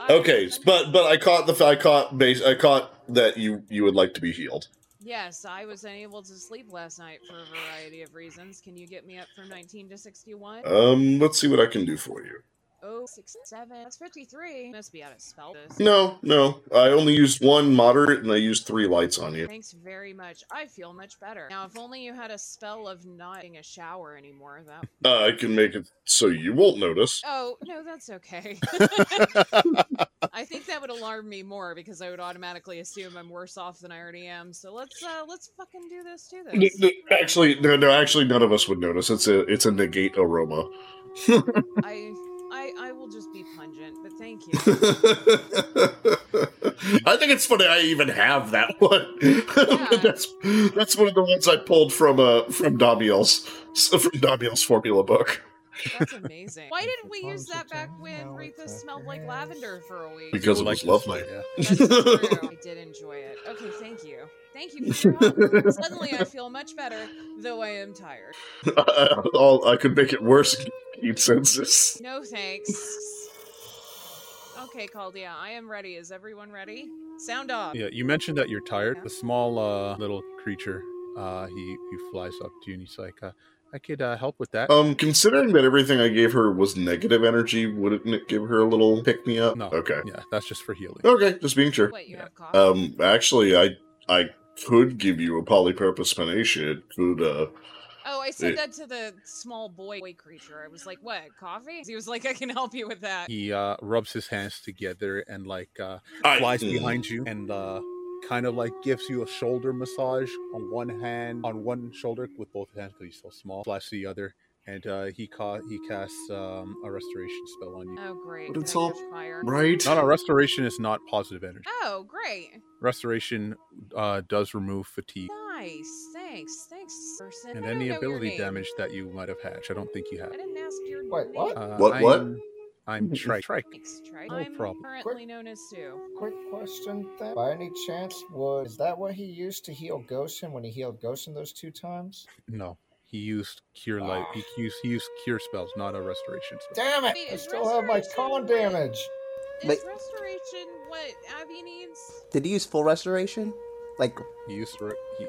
Speaker 3: I-
Speaker 11: <laughs> okay, but but I caught the I caught base I caught that you you would like to be healed.
Speaker 3: Yes, I was unable to sleep last night for a variety of reasons. Can you get me up from 19 to 61?
Speaker 11: Um, let's see what I can do for you.
Speaker 3: Oh, six, seven. That's 53. Must be out of spell. this.
Speaker 11: No, no, I only used one moderate and I used three lights on you.
Speaker 3: Thanks very much. I feel much better. Now, if only you had a spell of not getting a shower anymore,
Speaker 11: <laughs>
Speaker 3: that.
Speaker 11: Uh, I can make it so you won't notice.
Speaker 3: Oh, no, that's
Speaker 11: <laughs>
Speaker 3: okay. I think that would alarm me more because I would automatically assume I'm worse off than I already am. So let's uh let's fucking do this
Speaker 11: <laughs>
Speaker 3: do
Speaker 11: N-
Speaker 3: this.
Speaker 11: n- Actually, no, no. Actually, none of us would notice. It's a, it's a negate aroma.
Speaker 3: I I I will just be pungent, but thank
Speaker 11: <laughs>
Speaker 3: you.
Speaker 11: I think it's funny I even have that <laughs> one. <laughs> that's that's one of the ones I pulled from uh from Damiel's <laughs> from Damiel's formula book
Speaker 3: That's amazing. Why didn't we use that back when Retha smelled like lavender for a week?
Speaker 11: because it was lovely.
Speaker 3: That's true.
Speaker 11: <laughs>
Speaker 3: I did enjoy it. Okay, thank you. Thank you for <laughs> your help. Suddenly I feel much better, though I am tired.
Speaker 11: All I could make it worse. Keep senses.
Speaker 3: No thanks. Okay, Caldia, I am ready. Is everyone ready? Sound off.
Speaker 1: Yeah, you mentioned that you're tired. The small uh, little creature, uh, he he flies up to you and he's like, uh, "I could uh, help with that."
Speaker 11: Um, considering that everything I gave her was negative energy, wouldn't it give her a little pick me up?
Speaker 1: No.
Speaker 11: Okay.
Speaker 1: Yeah, that's just for healing.
Speaker 11: Okay, just being sure.
Speaker 3: What, you have coffee?
Speaker 11: Um, actually, I I could give you a polypurpose panacea. It could uh,
Speaker 3: oh, I said
Speaker 11: it-
Speaker 3: that to the small boy boy creature. I was like, what, coffee? He was like, I can help you with that.
Speaker 1: He uh, rubs his hands together and like uh,
Speaker 11: I-
Speaker 1: flies behind you and uh, kind of like gives you a shoulder massage on one hand, on one shoulder with both hands because he's so small. Flies to the other, and uh, he ca- he casts um, a restoration spell on you.
Speaker 3: Oh, great.
Speaker 11: But it's
Speaker 3: Can I
Speaker 11: all
Speaker 3: catch fire?
Speaker 11: right.
Speaker 1: No, no, restoration is not positive energy.
Speaker 3: Oh, great.
Speaker 1: Restoration uh, does remove fatigue.
Speaker 3: Nice. Thanks. Thanks, person.
Speaker 1: and
Speaker 3: I don't
Speaker 1: any
Speaker 3: know your
Speaker 1: ability
Speaker 3: name.
Speaker 1: damage that you might have had, which I don't think you
Speaker 3: I
Speaker 1: had.
Speaker 3: didn't ask your
Speaker 6: Wait,
Speaker 3: name.
Speaker 6: what?
Speaker 1: Uh,
Speaker 11: What- what?
Speaker 1: I'm,
Speaker 3: <laughs>
Speaker 1: I'm Trike. Trike.
Speaker 3: Thanks, Trey.
Speaker 1: No
Speaker 3: I'm
Speaker 1: problem.
Speaker 3: currently known as Sue.
Speaker 6: Quick question then. By any chance, was is that what he used to heal Goshen when he healed Goshen those two times?
Speaker 1: No, he used cure light.
Speaker 11: Ah.
Speaker 1: He used he used cure spells, not a restoration spell.
Speaker 6: Damn it!
Speaker 3: Wait,
Speaker 6: I
Speaker 3: is
Speaker 6: still have my
Speaker 3: restoration
Speaker 6: con
Speaker 3: good?
Speaker 6: damage.
Speaker 3: Is
Speaker 2: Wait.
Speaker 3: restoration what Abby needs?
Speaker 2: Did he use full restoration? Like,
Speaker 1: He used. Re- he,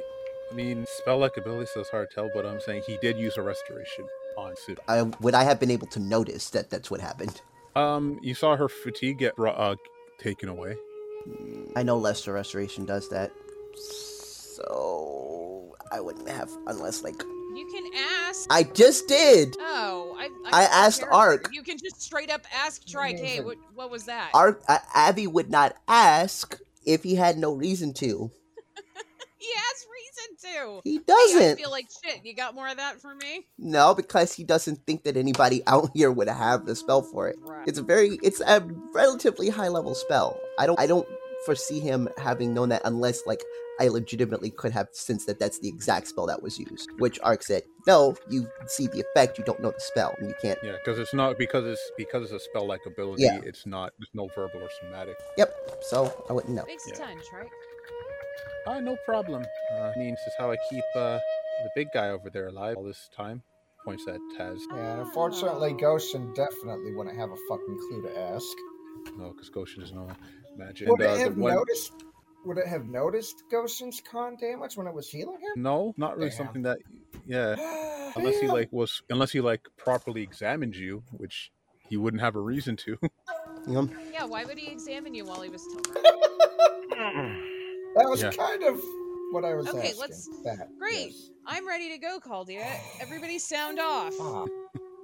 Speaker 1: I mean, spell like ability, so it's hard to tell. But I'm saying he did use a restoration on Sue.
Speaker 2: I, would I have been able to notice that that's what happened?
Speaker 1: Um, you saw her fatigue get bro- uh, taken away.
Speaker 2: Mm, I know lesser restoration does that, so I wouldn't have unless like
Speaker 3: You can ask.
Speaker 2: I just did.
Speaker 3: Oh, I.
Speaker 2: I
Speaker 3: took
Speaker 2: asked
Speaker 3: care of it.
Speaker 2: Ark.
Speaker 3: You can just straight up ask Trike. Hey, what, what was that?
Speaker 2: Our uh, Abby would not ask if he had no reason to.
Speaker 3: He has doesn't do.
Speaker 2: He
Speaker 3: Hey, I
Speaker 2: doesn't.
Speaker 3: feel like shit. You got more of that for me?
Speaker 2: No, because he doesn't think that anybody <laughs> out here would have the spell for it. It's a very it's a relatively high level spell. I don't I don't foresee him having known that unless like I legitimately could have sensed that that's the exact spell that was used. Which Ark said, "No, you see the effect, you don't know the spell. You can't."
Speaker 1: Yeah, because it's not because it's because it's a spell like ability.
Speaker 2: Yeah.
Speaker 1: It's not. There's no verbal or somatic.
Speaker 2: Yep. So I wouldn't know.
Speaker 3: Makes a ten, right?
Speaker 1: Ah, no problem. Uh, I mean, this is how I keep uh, the big guy over there alive all this time. Points at Taz.
Speaker 6: And unfortunately, Goshen definitely wouldn't have a fucking clue to ask.
Speaker 1: No, because Oh, Goshen is no magic.
Speaker 6: Would
Speaker 1: And, uh,
Speaker 6: it
Speaker 1: the
Speaker 6: have
Speaker 1: one-
Speaker 6: noticed? Would it have noticed Goshen's con damage when it was healing him?
Speaker 1: No, not really
Speaker 6: Damn.
Speaker 1: something that. Yeah, <laughs> unless he like was unless he like properly examined you, which he wouldn't have a reason to. <laughs>
Speaker 3: Yeah, why would he examine you while he was telling
Speaker 2: <laughs>
Speaker 6: That was
Speaker 1: Yeah.
Speaker 6: kind of what I was
Speaker 3: Okay,
Speaker 6: asking.
Speaker 3: let's-
Speaker 6: That,
Speaker 3: Great.
Speaker 6: yes.
Speaker 3: I'm ready to go, Caldia. Everybody sound off.
Speaker 6: Ah,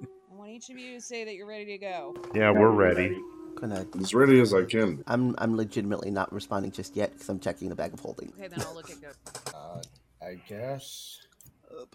Speaker 3: I want each of you to say that you're ready to go.
Speaker 4: Yeah, we're ready.
Speaker 2: Gonna,
Speaker 11: As ready as I can.
Speaker 2: I'm I'm legitimately not responding just yet because I'm checking the bag of holding.
Speaker 3: Okay, then I'll look at go.
Speaker 6: uh, I guess.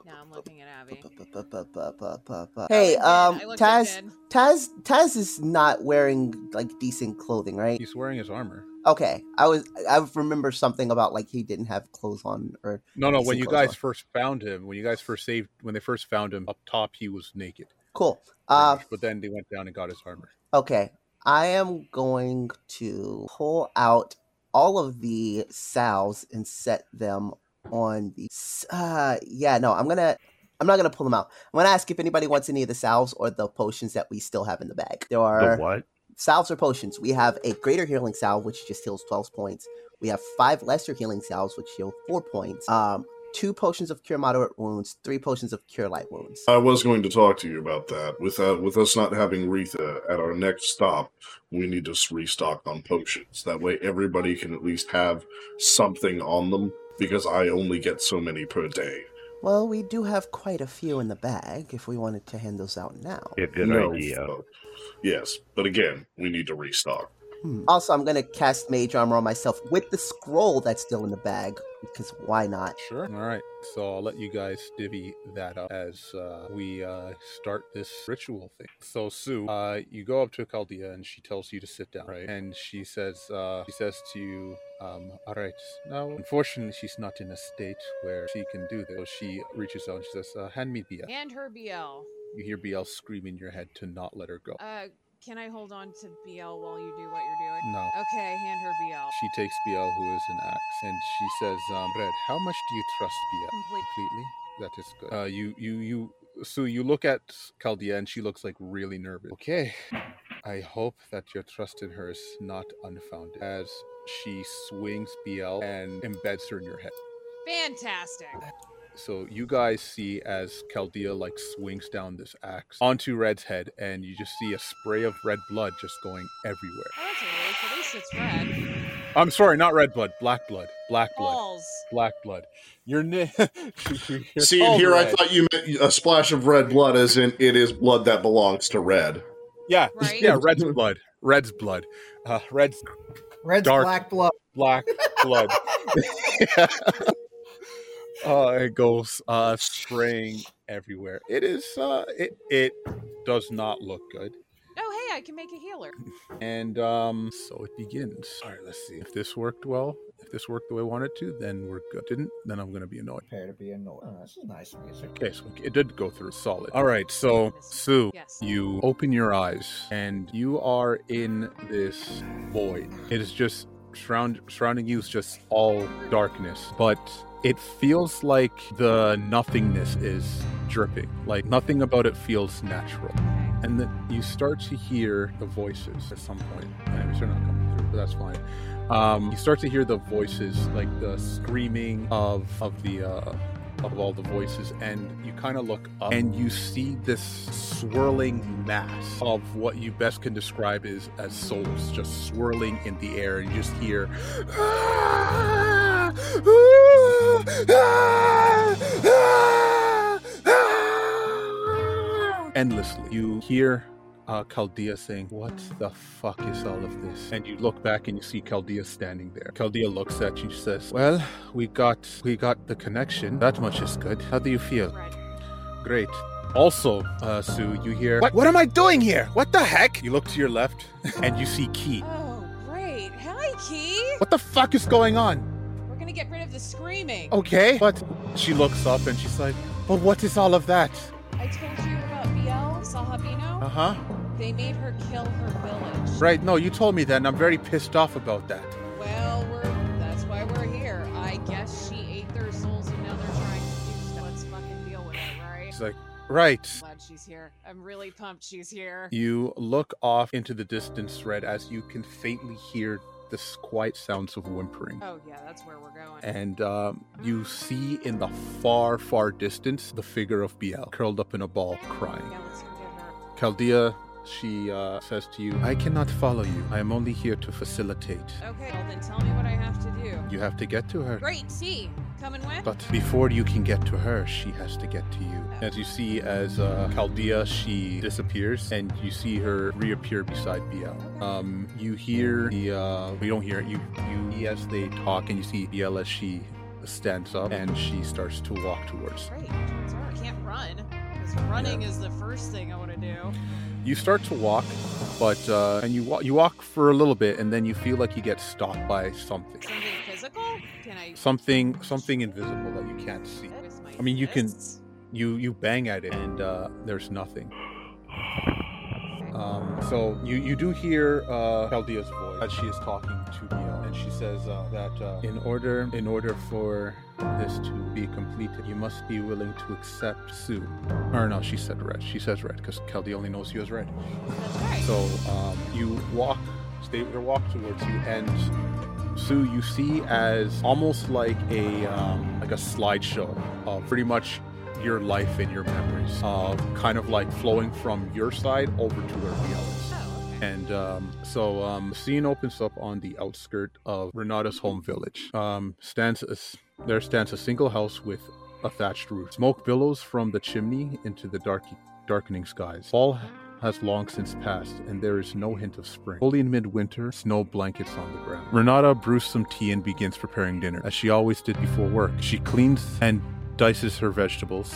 Speaker 3: Now I'm looking at Abby.
Speaker 2: Ba-ba-ba-ba-ba-ba-ba. Hey,
Speaker 3: Ned.
Speaker 2: um,
Speaker 3: I looked at
Speaker 2: Taz,
Speaker 3: Ned.
Speaker 2: Taz, Taz is not wearing like decent clothing, right?
Speaker 1: He's wearing his armor.
Speaker 2: Okay, I was, I remember something about like he didn't have clothes on, or
Speaker 1: No, no.
Speaker 2: Decent
Speaker 1: When you
Speaker 2: clothes
Speaker 1: guys
Speaker 2: on.
Speaker 1: first found him, when you guys first saved, when they first found him up top, he was naked.
Speaker 2: cool.
Speaker 1: pretty
Speaker 2: Uh,
Speaker 1: much, but then they went down and got his armor.
Speaker 2: okay, I am going to pull out all of the salves and set them on the. s- Uh, yeah, no, I'm gonna. I'm not gonna pull them out. I'm gonna ask if anybody wants any of the salves or the potions that we still have in the bag. There are
Speaker 4: The what?
Speaker 2: salves or potions. We have a greater healing salve, which just heals 12 points. We have five lesser healing salves, which heal four points. Um, two potions of cure moderate wounds, three potions of cure light wounds.
Speaker 11: I was going to talk to you about that. With uh, with us not having Retha at our next stop, we need to s- restock on potions. That way, everybody can at least have something on them. Because I only get so many per day.
Speaker 2: Well, we do have quite a few in the bag if we wanted to hand those out now.
Speaker 4: Yeah, good
Speaker 11: No,
Speaker 4: idea.
Speaker 11: fuck. Yes, but again, we need to restock.
Speaker 2: Hmm. Also, I'm going to cast Mage Armor on myself with the scroll that's still in the bag, because why not?
Speaker 1: Sure. All right. So I'll let you guys divvy that up as uh, we uh, start this ritual thing. So Sue, uh, you go up to Chaldea and she tells you to sit down, right? And she says, uh, she says to you, um, "All right. Now, unfortunately, she's not in a state where she can do this." So she reaches out and she says, uh, "Hand me BL."
Speaker 3: And her BL.
Speaker 1: You hear BL scream in your head to not let her go.
Speaker 3: Uh, can I hold on to BL while you do what you're doing?
Speaker 1: No.
Speaker 3: Okay, hand her BL.
Speaker 1: She takes BL, who is an axe, and she says, um, "Red, how much do you trust BL?"
Speaker 3: Complete.
Speaker 1: completely. That is good. Uh, you, you, you. So you look at Chaldea, and she looks like really nervous. Okay, I hope that your trust in her is not unfounded. As she swings BL and embeds her in your head.
Speaker 3: Fantastic.
Speaker 1: So you guys see as Chaldea like swings down this axe onto Red's head, and you just see a spray of red blood just going everywhere.
Speaker 3: Oh, that's a relief. At least it's red.
Speaker 1: I'm sorry, not red blood, black blood, black blood, <laughs>
Speaker 3: Balls.
Speaker 1: black blood. Your name. <laughs> Oh,
Speaker 11: See, and here I thought you meant a splash of red blood, as in it is blood that belongs to red.
Speaker 1: Yeah,
Speaker 3: Right?
Speaker 1: yeah, red's blood, red's blood, uh, red's
Speaker 6: Red's
Speaker 1: Dark.
Speaker 6: black blood.
Speaker 1: black blood. <laughs> uh, it goes uh, spraying everywhere. It is. Uh, it it does not look good.
Speaker 3: Oh, hey, I can make a healer.
Speaker 1: And um, so it begins. All right, let's see if this worked well. If this worked the way I wanted to, then we're good. Didn't then I'm gonna be annoyed.
Speaker 6: Prepare to be annoyed. Oh, this is nice music.
Speaker 1: Okay, so it did go through solid. All right, so Sue,
Speaker 3: Yes.
Speaker 1: you open your eyes and you are in this void. It is just surround, surrounding you is just all darkness, but it feels like the nothingness is dripping. Like nothing about it feels natural. And then you start to hear the voices at some point. Anyways, they're not coming through, but that's fine. Um, you start to hear the voices, like the screaming of of the uh, of all the voices and you kind of look up and you see this swirling mass of what you best can describe is as souls just swirling in the air and you just hear "Ah! Ah! Ah! Ah! Ah!" endlessly you hear uh, Chaldea saying, What the fuck is all of this? And you look back and you see Chaldea standing there. Chaldea looks at you and says, Well, we got we got the connection. That much is good. How do you feel? Great. Also, uh, Sue, you hear, what, what am I doing here? What the heck? You look to your left <laughs> and you see Key.
Speaker 3: Oh, great. Hi, Key.
Speaker 1: What the fuck is going on?
Speaker 3: We're gonna get rid of the screaming.
Speaker 1: Okay. But she looks up and she's like, But what is all of that?
Speaker 3: I told you about BL Sahabino.
Speaker 1: Uh huh.
Speaker 3: They made her kill her village.
Speaker 1: Right, no, you told me that and I'm very pissed off about that.
Speaker 3: Well, we're that's why we're here. I guess she ate their souls and now they're trying to do stuff. Let's fucking deal with it, right?
Speaker 1: She's like, Right.
Speaker 3: Glad she's here. I'm really pumped she's here.
Speaker 1: You look off into the distance, Red, as you can faintly hear the s- quiet sounds of whimpering.
Speaker 3: Oh yeah, that's where we're going.
Speaker 1: And um, you see in the far, far distance the figure of Biel curled up in a ball crying.
Speaker 3: yeah, let's go get her.
Speaker 1: Chaldea, she uh, says to you, I cannot follow you. I am only here to facilitate.
Speaker 3: Okay, well then tell me what I have to do.
Speaker 1: You have to get to her.
Speaker 3: Great T, coming with?
Speaker 1: But before you can get to her, she has to get to you. As you see, as uh, Chaldea, she disappears, and you see her reappear beside Biel. Um, you hear the, uh, we don't hear it, you, you, as they talk, and you see Biel as she stands up and she starts to walk towards.
Speaker 3: Great. Turns out I can't run. Because running is the first thing I want to do.
Speaker 1: You start to walk, but, uh, and you, wa- you walk for a little bit, and then you feel like you get stopped by something.
Speaker 3: Something physical? Can I
Speaker 1: Something, something invisible that you can't see.
Speaker 3: with my
Speaker 1: I mean, you can-
Speaker 3: fists?
Speaker 1: You, you bang at it, and uh, there's nothing. Um, so you, you do hear uh, Chaldea's voice as she is talking to Mia, and she says uh, that uh, in order in order for this to be completed, you must be willing to accept Sue. Or no, she said red. She says red because Chaldea only knows you as red.
Speaker 3: That's right.
Speaker 1: So um, you walk, stay or walk towards you, and Sue, you see as almost like a um, like a slideshow of pretty much your life and your memories, of kind of like flowing from your side over to where we are.
Speaker 3: oh, okay.
Speaker 1: And um, so um, the scene opens up on the outskirt of Renata's home village. Um, stands a s there stands a single house with a thatched roof. Smoke billows from the chimney into the dark, darkening skies. Fall has long since passed, and there is no hint of spring. Fully in midwinter, snow blankets on the ground. Renata brews some tea and begins preparing dinner, as she always did before work. She cleans and dices her vegetables,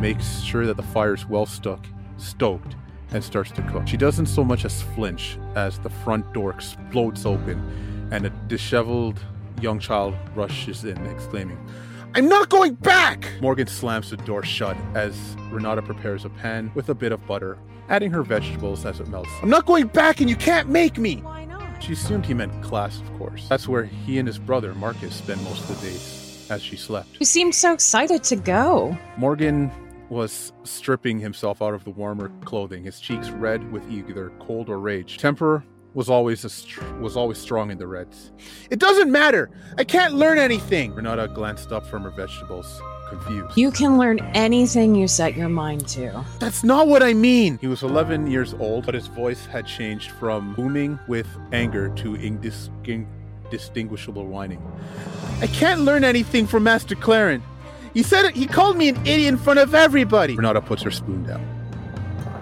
Speaker 1: makes sure that the fire is well stuck, stoked, and starts to cook. She doesn't so much as flinch as the front door explodes open and a disheveled young child rushes in, exclaiming, I'm not going back! Morgan slams the door shut as Renata prepares a pan with a bit of butter, adding her vegetables as it melts. I'm not going back and you can't make me!
Speaker 3: Why not?
Speaker 1: She assumed he meant class, of course. That's where he and his brother Marcus spend most of the days as she slept.
Speaker 3: You seem so excited to go.
Speaker 1: Morgan was stripping himself out of the warmer clothing, his cheeks red with either cold or rage. Temper was always a str- was always strong in the Reds. It doesn't matter. I can't learn anything. Renata glanced up from her vegetables, confused.
Speaker 3: You can learn anything you set your mind to.
Speaker 1: That's not what I mean. He was 11 years old, but his voice had changed from booming with anger to indis- indistinguishable whining. I can't learn anything from Master Claren. He said it, he called me an idiot in front of everybody. Renata puts her spoon down.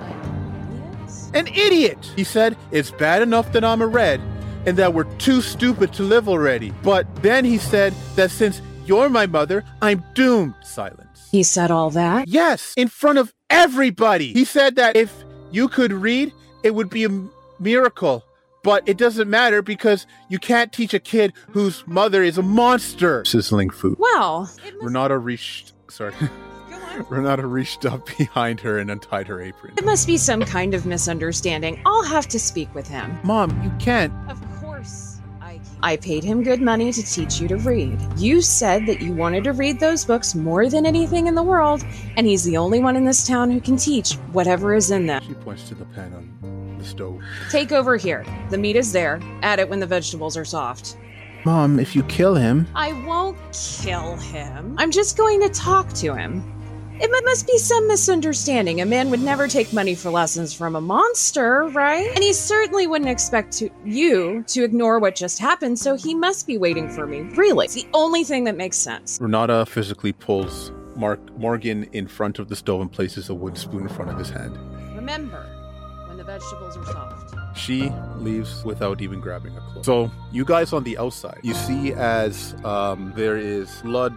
Speaker 3: Yes?
Speaker 1: An idiot! He said, It's bad enough that I'm a red and that we're too stupid to live already. But then he said that since you're my mother, I'm doomed. Silence.
Speaker 3: He said all that?
Speaker 1: Yes, in front of everybody. He said that if you could read, it would be a m- miracle. But it doesn't matter because you can't teach a kid whose mother is a monster. Sizzling food.
Speaker 3: Well, it must,
Speaker 1: Renata reached. Sorry. <laughs>
Speaker 3: go on.
Speaker 1: Renata reached up behind her and untied her
Speaker 3: <laughs>
Speaker 1: apron.
Speaker 3: It must be some kind of misunderstanding. I'll have to speak with him.
Speaker 1: Mom, you can't.
Speaker 3: Of course I can. I paid him good money to teach you to read. You said that you wanted to read those books more than anything in the world, and he's the only one in this town who can teach whatever is in them.
Speaker 1: She points to the pan on the stove.
Speaker 3: Take over here. The meat is there. Add it when the vegetables are soft.
Speaker 1: Mom, if you kill him.
Speaker 3: I won't kill him. I'm just going to talk to him. It mu- must be some misunderstanding. A man would never take money for lessons from a monster, right? And he certainly wouldn't expect to, you to ignore what just happened, so he must be waiting for me. Really, it's the only thing that makes sense.
Speaker 1: Renata physically pulls Mark Morgan in front of the stove and places a wooden spoon in front of his hand.
Speaker 3: Remember, when the vegetables are soft.
Speaker 1: She leaves without even grabbing a cloak. So you guys on the outside, you see as um, there is blood.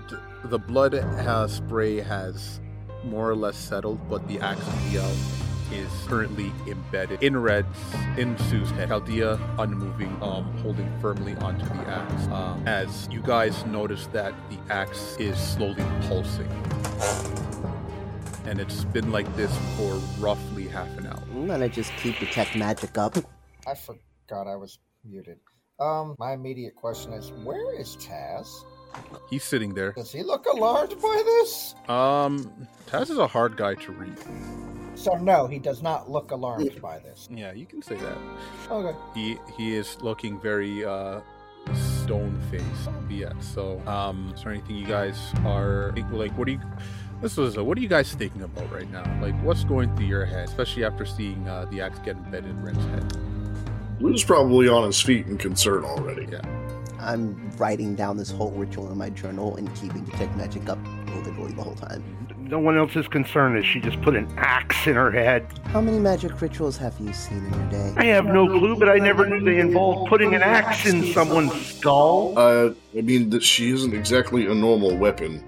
Speaker 1: The blood uh, spray has more or less settled, but the axe of Yell is currently embedded in Red's, in Sue's head. Chaldea unmoving, um, holding firmly onto the axe. Um, as you guys notice that the axe is slowly pulsing. And it's been like this for roughly half an hour.
Speaker 2: I'm gonna just keep detect magic up.
Speaker 6: I forgot I was muted. Um, my immediate question is, where is Taz?
Speaker 1: He's sitting there.
Speaker 6: Does he look alarmed by this?
Speaker 1: Um, Taz is a hard guy to read.
Speaker 6: So no, he does not look alarmed by this.
Speaker 1: Yeah, you can say that.
Speaker 6: Okay.
Speaker 1: He he is looking very uh stone faced. Yeah. So um, is there anything you guys are like? What do you? This was what are you guys thinking about right now? Like, what's going through your head, especially after seeing uh, the axe get embedded in Ren's head?
Speaker 11: Lou's probably on his feet in concern already.
Speaker 1: Yeah.
Speaker 2: I'm writing down this whole ritual in my journal and keeping detect magic up literally the whole time.
Speaker 4: No one else is concerned that she just put an axe in her head.
Speaker 2: How many magic rituals have you seen in your day?
Speaker 4: I have no clue, but I never knew they involved putting an axe in someone's skull.
Speaker 11: Uh, I mean, that she isn't exactly a normal weapon,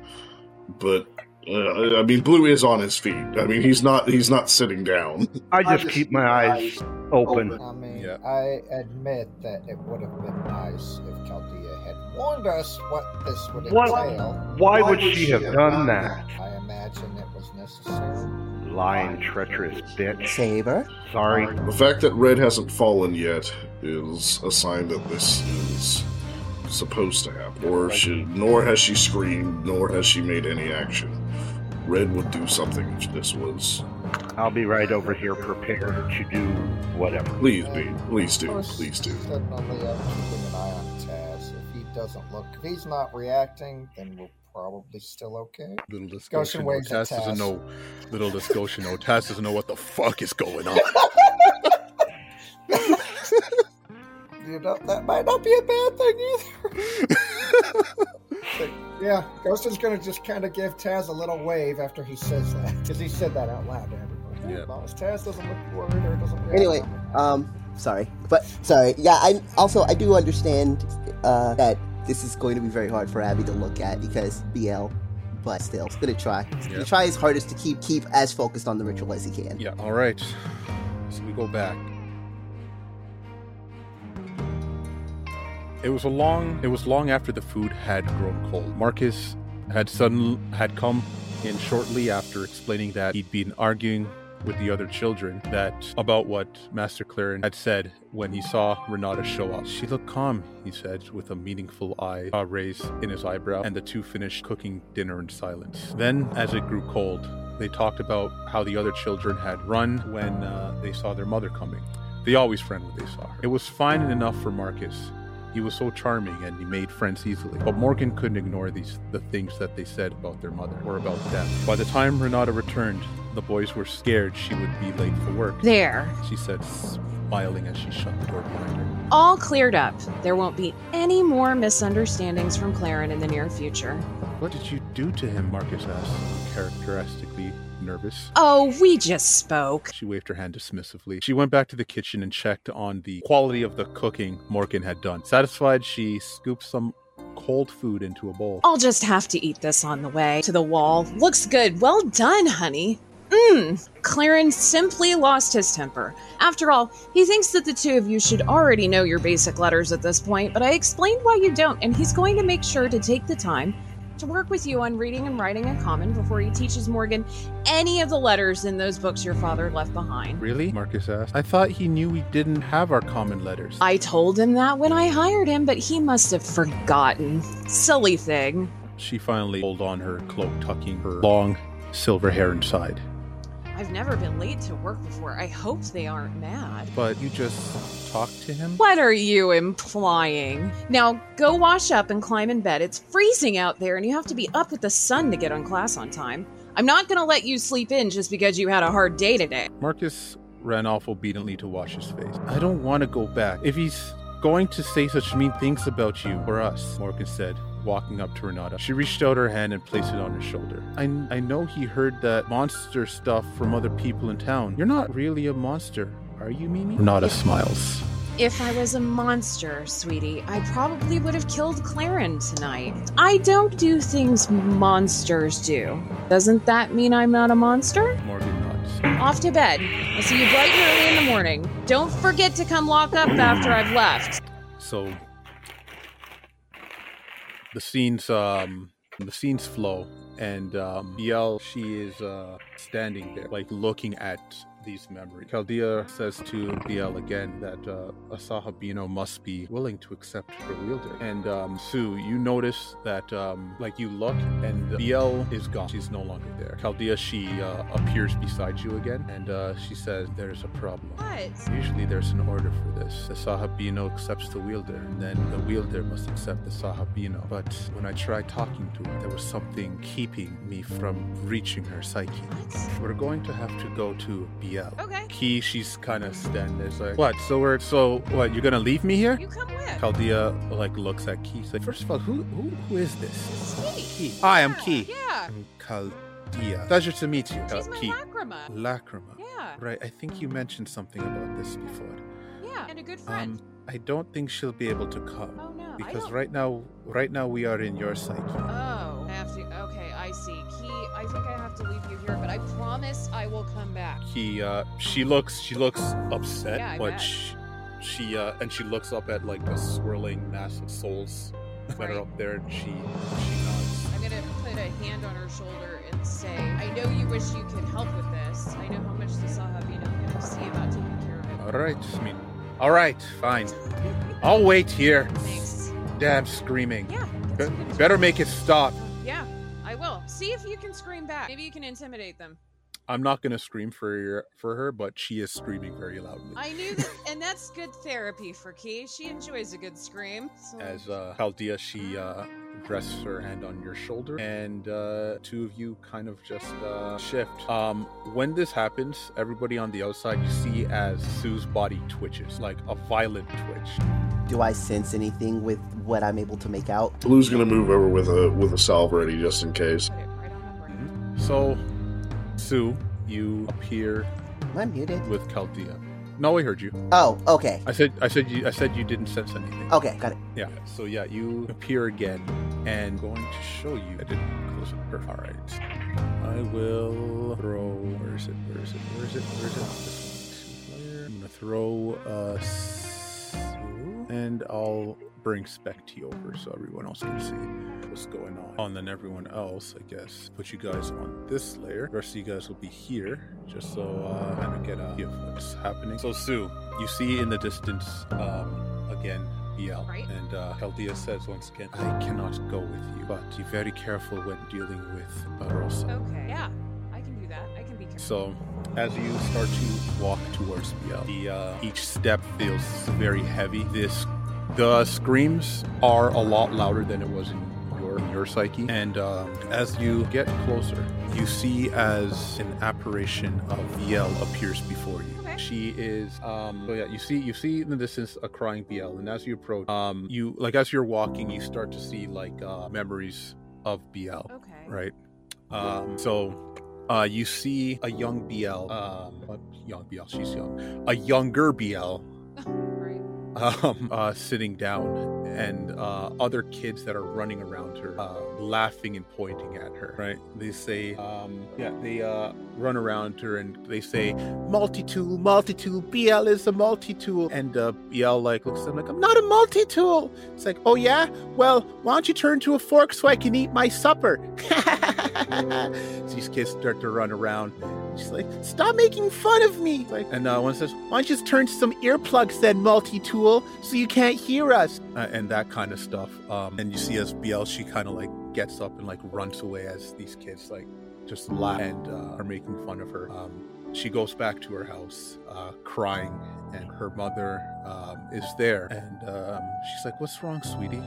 Speaker 11: but uh, I mean, Blue is on his feet. I mean, he's not he's not sitting down. <laughs>
Speaker 4: I just keep my eyes open.
Speaker 6: I mean,
Speaker 1: Yeah.
Speaker 6: I admit that it would have been nice if Chaldea had warned us what this would
Speaker 4: What?
Speaker 6: entail.
Speaker 4: Why would she have done that?
Speaker 6: I imagine it was necessary.
Speaker 4: Lying, treacherous bitch.
Speaker 2: Saber?
Speaker 4: Sorry.
Speaker 11: The fact that Red hasn't fallen yet is a sign that this is supposed to happen. Or she, nor has she screamed, nor has she made any action. Red would do something if this was.
Speaker 4: I'll be right over here prepared to do whatever.
Speaker 11: Please be, please do,
Speaker 6: Most
Speaker 11: please do.
Speaker 6: Certainly, I'm keeping an eye on Taz. If he doesn't look, if he's not reacting, then we're probably still okay.
Speaker 1: Little discussion.
Speaker 6: Goshen
Speaker 1: No,
Speaker 6: waves at
Speaker 1: Taz doesn't
Speaker 6: Taz.
Speaker 1: know. Little discussion. No, Taz doesn't know what the fuck is going on.
Speaker 6: You know, that might not be a bad thing either. yeah, Gostin's gonna just kind of give Taz a little wave after he says that, because he said that out loud to everybody.
Speaker 1: Yeah.
Speaker 6: As long as Taz doesn't look worried or doesn't. react,
Speaker 2: Anyway, um, sorry, but sorry. Yeah, I also I do understand uh, that this is going to be very hard for Abby to look at because BL, but still, he's gonna try. He's gonna
Speaker 1: Yeah.
Speaker 2: try his hardest to keep keep as focused on the ritual as he can.
Speaker 1: yeah. All right. So we go back. It was a long. It was long after the food had grown cold. Marcus had suddenly had come in shortly after, explaining that he'd been arguing with the other children that about what Master Clarin had said when he saw Renata show up. She looked calm, he said, with a meaningful eye uh, raise in his eyebrow, and the two finished cooking dinner in silence. Then, as it grew cold, they talked about how the other children had run when uh, they saw their mother coming. They always friend when they saw her. It was fine and enough for Marcus. He was so charming and he made friends easily. But Morgan couldn't ignore these the things that they said about their mother or about death. By the time Renata returned, the boys were scared she would be late for work.
Speaker 3: There.
Speaker 1: She said, smiling as she shut the door behind her.
Speaker 3: All cleared up. There won't be any more misunderstandings from Claren in the near future.
Speaker 1: What did you do to him? Marcus asked, characteristically nervous.
Speaker 3: Oh, we just spoke.
Speaker 1: She waved her hand dismissively. She went back to the kitchen and checked on the quality of the cooking Morgan had done. Satisfied, she scooped some cold food into a bowl.
Speaker 3: I'll just have to eat this on the way to the wall. Looks good. Well done, honey. Mmm. Claren simply lost his temper. After all, he thinks that the two of you should already know your basic letters at this point, but I explained why you don't, and he's going to make sure to take the time to work with you on reading and writing in common before he teaches Morgan any of the letters in those books your father left behind.
Speaker 1: Really? Marcus asked. I thought he knew we didn't have our common letters.
Speaker 3: I told him that when I hired him, but he must have forgotten. Silly thing.
Speaker 1: She finally pulled on her cloak, tucking her long silver hair inside.
Speaker 3: I've never been late to work before. I hope they aren't mad.
Speaker 1: But you just talked to him?
Speaker 3: What are you implying? Now go wash up and climb in bed. It's freezing out there, and you have to be up with the sun to get on class on time. I'm not gonna let you sleep in just because you had a hard day today.
Speaker 1: Marcus ran off obediently to wash his face. I don't want to go back. If he's going to say such mean things about you or us, Morgan said, walking up to Renata. She reached out her hand and placed it on his shoulder. I, I know he heard that monster stuff from other people in town. You're not really a monster. Are you Mimi? Renata smiles.
Speaker 3: If I was a monster, sweetie, I probably would have killed Claren tonight. I don't do things monsters do. Doesn't that mean I'm not a monster?
Speaker 1: Morgan nods.
Speaker 3: Off to bed. I'll see you bright and early in the morning. Don't forget to come lock up after I've left.
Speaker 1: So the scenes um the scenes flow and um Yell she is uh standing there like looking at these memories. Chaldea says to Biel again that uh, Asahabino must be willing to accept her wielder. And um, Sue, you notice that um, like you look and Biel is gone. She's no longer there. Chaldea she uh, appears beside you again and uh, she says there's a problem.
Speaker 3: What?
Speaker 1: Usually there's an order for this. The Sahabino accepts the wielder, and then the wielder must accept the Sahabino. But when I tried talking to her, there was something keeping me from reaching her psyche.
Speaker 3: What?
Speaker 1: We're going to have to go to Biel.
Speaker 3: Okay.
Speaker 1: Key, she's kind of standing there. She's like, what? So we're so what? You're gonna leave me here?
Speaker 3: You come with.
Speaker 1: Chaldea like looks at Key. She's like, first of all, who who who is this?
Speaker 3: Sweetie.
Speaker 1: Key. Hi, I'm
Speaker 3: Yeah,
Speaker 1: Key.
Speaker 3: Yeah.
Speaker 1: I'm Chaldea. Pleasure to meet you.
Speaker 3: She's
Speaker 1: Uh,
Speaker 3: my
Speaker 1: Key.
Speaker 3: lacrima.
Speaker 1: Lacrima.
Speaker 3: Yeah.
Speaker 1: Right. I think you mentioned something about this before.
Speaker 3: Yeah. And a good friend.
Speaker 1: Um, I don't think she'll be able to come
Speaker 3: oh no. I
Speaker 1: because
Speaker 3: don't.
Speaker 1: right now, right now we are in your psyche.
Speaker 3: Oh, I have to. Okay, I see. Key, I think I have to leave you here, but I promise I will come back.
Speaker 1: He, uh, she looks, she looks upset,
Speaker 3: Yeah, I
Speaker 1: but
Speaker 3: bet.
Speaker 1: she, she, uh, and she looks up at like the swirling mass of souls that
Speaker 3: Right.
Speaker 1: are up there, and she, she nods.
Speaker 3: I'm gonna put a hand on her shoulder and say, I know you wish you could help with this. I know how much the Sahabino can see about taking care of
Speaker 1: All right, I mean, all right, fine.
Speaker 3: it.
Speaker 1: I'll wait here.
Speaker 3: Thanks.
Speaker 1: Damn screaming.
Speaker 3: Yeah.
Speaker 1: Be-
Speaker 3: that's good.
Speaker 1: better make it stop.
Speaker 3: Yeah, I will. See if you can scream back. Maybe you can intimidate them.
Speaker 1: I'm not gonna scream for your, for her, but she is screaming very loudly.
Speaker 3: I knew that, and that's good therapy for Key. She enjoys a good scream. So.
Speaker 1: As uh, Chaldea, she uh, rests her hand on your shoulder, and uh, two of you kind of just uh, shift. Um, when this happens, everybody on the outside, you see as Sue's body twitches, like a violent twitch.
Speaker 17: Do I sense anything with what I'm able to make out?
Speaker 11: Blue's gonna move over with a with a salve ready just in case.
Speaker 3: Put it right on the brain.
Speaker 1: So, Sue, you appear
Speaker 17: Am I muted?
Speaker 1: with Chaldea. No, I heard you.
Speaker 17: Oh, okay.
Speaker 1: I said, I said, you, I said you didn't sense anything.
Speaker 17: Okay, got it.
Speaker 1: Yeah. So yeah, you appear again, and going to show you. I didn't close it. Perfect. All right. I will throw. Where is it? Where is it? Where is it? Where is it? This one, two, player. I'm gonna throw uh s- and I'll bring Specty over so everyone else can see what's going on. And then everyone else, I guess, put you guys on this layer. The rest of you guys will be here, just so uh, I can get a view of what's happening. So Sue, you see in the distance um, again BL.
Speaker 3: Right.
Speaker 1: And uh, Chaldea says once again, I cannot go with you, but be very careful when dealing with Barossa.
Speaker 3: Okay. Yeah, I can do that. I can be careful.
Speaker 1: Mm-hmm. So, as you start to walk towards BL, the, uh, each step feels very heavy. This, the screams are a lot louder than it was in your, in your psyche. And um, as you get closer, you see as an apparition of BL appears before you.
Speaker 3: Okay.
Speaker 1: She is. Um, so yeah, you see, you see in the distance a crying BL, and as you approach, um, you like as you're walking, you start to see like uh, memories of BL
Speaker 3: Okay.
Speaker 1: right? Um, so uh, you see a young BL, um, what- young BL, she's young, a younger BL
Speaker 3: Right.
Speaker 1: um, <laughs> uh, sitting down, and uh, other kids that are running around her, uh, laughing and pointing at her. Right? They say, um, yeah, they uh, run around her and they say, multi-tool, multi-tool, BL is a multi-tool, and uh, BL like looks at them like, I'm not a multi-tool. It's like, oh yeah, well, why don't you turn to a fork so I can eat my supper? <laughs> These kids start to run around. She's like, stop making fun of me. Like, and uh, one says, why don't you just turn to some earplugs then, multi-tool, so you can't hear us? Uh, and that kind of stuff. Um, and you see as BL, she kind of like gets up and like runs away as these kids like just laugh and uh, are making fun of her. Um, she goes back to her house uh, crying and her mother um, is there and um, she's like what's wrong sweetie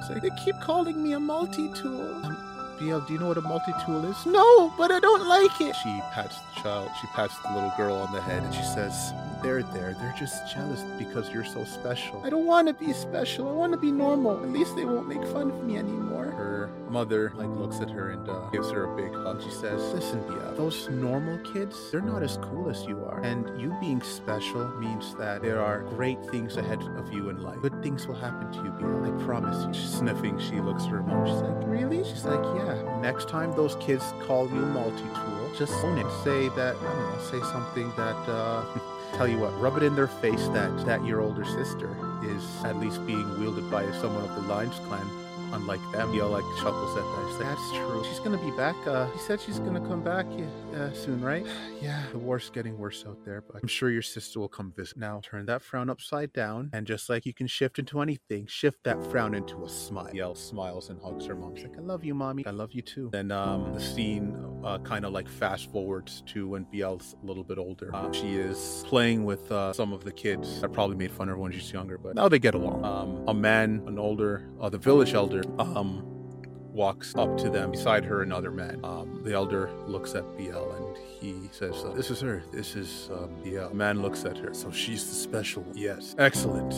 Speaker 1: she's like they keep calling me a multi-tool um, BL, do you know what a multi-tool is? No, but I don't like it. She pats the child. She pats the little girl on the head, and she says, they're there. They're just jealous because you're so special. I don't want to be special. I want to be normal. At least they won't make fun of me anymore. Her mother like looks at her and uh, gives her a big hug. She says, "Listen, Bia, those normal kids, they're not as cool as you are. And you being special means that there are great things ahead of you in life. Good things will happen to you, Bia. I promise you." She's sniffing. She looks at her mom. She's like, "Really?" She's like, "Yeah. Next time those kids call you multi-tool, just own it. Say that. I don't know. Say something that." Uh, <laughs> tell you what, rub it in their face that that your older sister is at least being wielded by someone of the Limes clan. Unlike them, Yell like chuckles at that. She's like, That's true. She's gonna be back. Uh, he said she's gonna come back yeah, uh, soon, right? yeah, the war's getting worse out there, but I'm sure your sister will come visit. Now turn that frown upside down, and just like you can shift into anything, shift that frown into a smile. Yell smiles and hugs her mom. She's like, "I love you, mommy. I love you too." Then um, the scene uh, kind of like fast forwards to when Biel's a little bit older. Um, she is playing with uh, some of the kids that probably made fun of her when she's younger, but now they get along. Um, a man, an older, uh, the village elder, um, walks up to them beside her another man. Um, the elder looks at Biel and he says, uh, This is her. This is um, Biel. The man looks at her. So she's the special one. Yes. Excellent.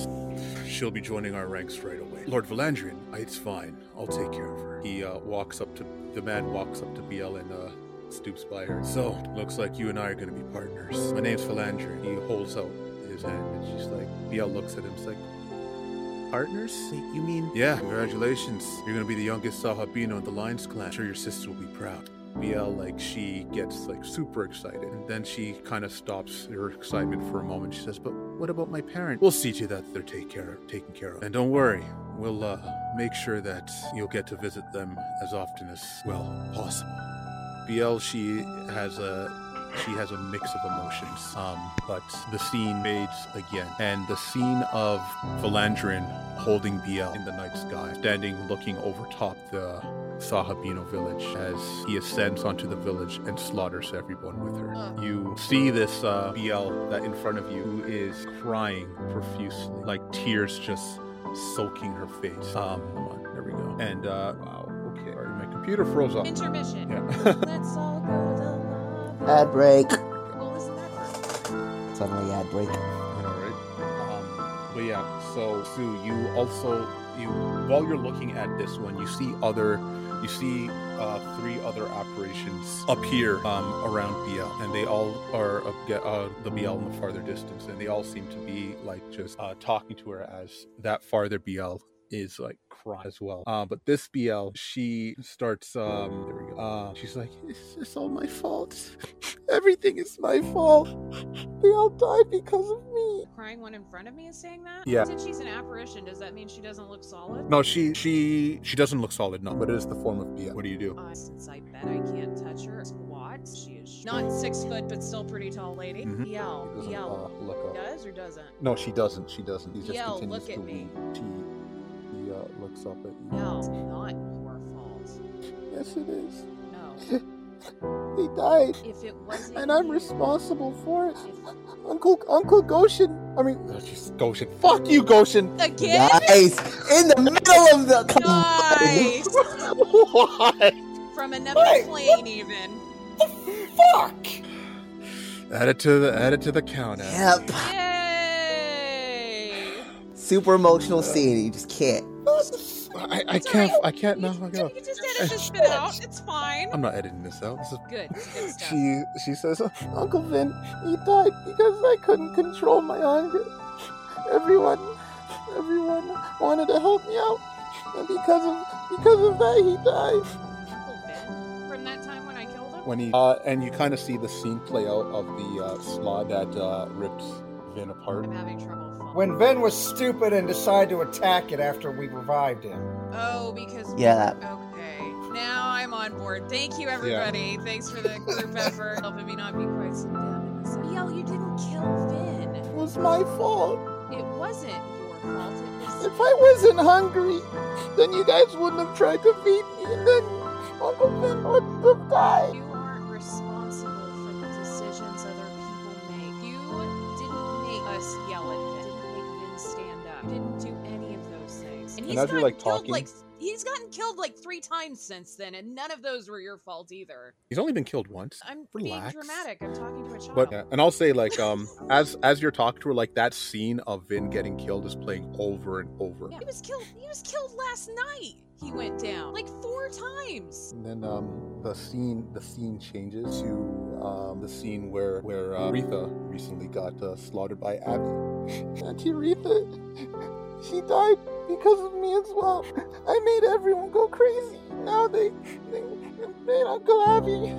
Speaker 1: She'll be joining our ranks right away. Lord Valandrian, I- it's fine. I'll take care of her. He uh, walks up to the man, walks up to Biel and uh, stoops by her. So, looks like you and I are going to be partners. My name's Valandrian. He holds out his hand and she's like, Biel looks at him. She's like, partners? You mean? Yeah, congratulations. You're gonna be the youngest Sahabino in the Lions clan. I'm sure your sister will be proud. Biel, like, she gets, like, super excited. And then she kind of stops her excitement for a moment. She says, But what about my parents? We'll see to that they're take care, taken care of. And don't worry, we'll, uh, make sure that you'll get to visit them as often as, well, possible. Biel, she has a she has a mix of emotions. Um, but the scene fades again, and the scene of Valandrin holding Biel in the night sky, standing looking over top the Sahabino village as he ascends onto the village and slaughters everyone with her. You see this uh, Biel that in front of you who is crying profusely, like tears just soaking her face. Um, come on, there we go. And uh, wow, okay, all right, my computer froze up.
Speaker 3: Intermission.
Speaker 1: Oh. <laughs> Yeah. Uh,
Speaker 3: Let's all go to
Speaker 2: Ad break.
Speaker 3: Well, isn't that
Speaker 2: Suddenly, ad break.
Speaker 1: All right. Um, but yeah, so Sue, you also you while you're looking at this one, you see other you see uh, three other apparitions appear um, around BL, and they all are up, get, uh, the BL in the farther distance, and they all seem to be like just uh, talking to her as that farther BL is like cry as well. Uh, but this BL, she starts. Um, there we go. Uh, she's like, "It's just all my fault. <laughs> Everything is my fault. They all died because of me."
Speaker 3: crying one in front of me is saying that?
Speaker 1: Yeah.
Speaker 3: Since she's an apparition, does that mean she doesn't look solid?
Speaker 1: No, she she she doesn't look solid, no, but it is the form of BL. What do you do?
Speaker 3: Uh, since I bet I can't touch her, squat. She is not six foot, but still pretty tall lady.
Speaker 1: Mhm.
Speaker 3: Yell,
Speaker 1: She doesn't,
Speaker 3: yell.
Speaker 1: uh, look up.
Speaker 3: Does or doesn't?
Speaker 1: No, she doesn't. She doesn't. He just
Speaker 3: Yo,
Speaker 1: continues
Speaker 3: look at
Speaker 1: to
Speaker 3: me.
Speaker 1: weep. She he, uh, looks up at you.
Speaker 3: No, it's not your fault.
Speaker 1: Yes, it is.
Speaker 3: No.
Speaker 1: He died,
Speaker 3: If it wasn't.
Speaker 1: and I'm
Speaker 3: you-
Speaker 1: responsible for it.
Speaker 3: If-
Speaker 1: Uncle Uncle Goshen. I mean, oh, she's Goshen. Fuck you, Goshen. <laughs>
Speaker 3: Again?
Speaker 2: Nice. In the middle of
Speaker 3: Oh
Speaker 2: the. Come on.
Speaker 3: Nice!
Speaker 1: Why?
Speaker 3: From another
Speaker 6: Wait,
Speaker 3: plane, even.
Speaker 6: Fuck!
Speaker 1: Add it to the add it to the count. Ashley.
Speaker 2: Yep.
Speaker 3: Yay!
Speaker 2: Super emotional scene. You just can't.
Speaker 1: I, I can't I can't no
Speaker 3: You
Speaker 1: I
Speaker 3: just-
Speaker 1: go.
Speaker 3: You just edit this bit out. It's fine.
Speaker 1: I'm not editing this out. This is
Speaker 3: Good. Good stuff.
Speaker 1: She she says, Uncle Vin, he died because I couldn't control my anger. Everyone, everyone wanted to help me out, and because of because of that, he died.
Speaker 3: Uncle Ben, From that time when I killed him?
Speaker 1: When he uh, and you kind of see the scene play out of the uh, slot that uh, ripped Vin apart.
Speaker 3: I'm having trouble falling.
Speaker 6: When Ven was stupid and decided to attack it after we revived him.
Speaker 3: Oh, because we-
Speaker 2: Yeah.
Speaker 3: Okay, now I'm on board. Thank you, everybody. Thanks for the group effort, helping me not be quite so down in this. Yell, you didn't kill Finn.
Speaker 1: It was my fault.
Speaker 3: It wasn't your fault. It was.
Speaker 1: If I wasn't hungry, then you guys wouldn't have tried to feed me, and then Uncle Vin wouldn't have died.
Speaker 3: You aren't responsible for the decisions other people make. You didn't make us yell at Finn. Didn't make Finn stand up. Didn't do any of those things. And he's
Speaker 1: as
Speaker 3: not
Speaker 1: you're, like,
Speaker 3: killed
Speaker 1: talking-
Speaker 3: like s- he's gotten killed like three times since then, and none of those were your fault either.
Speaker 1: He's only been killed once.
Speaker 3: I'm
Speaker 1: Relax.
Speaker 3: being dramatic. I'm talking to a child.
Speaker 1: But uh, and I'll say like um as as you're talking to her, like that scene of Vin getting killed is playing over and over.
Speaker 3: Yeah, he was killed. He was killed last night. He went down like four times.
Speaker 1: And then um, the scene the scene changes to um, the scene where where uh, Aretha recently got uh, slaughtered by Abby. <laughs>
Speaker 19: Auntie Rita, she died because of me as well. I made everyone go crazy. Now they, they made Uncle Abby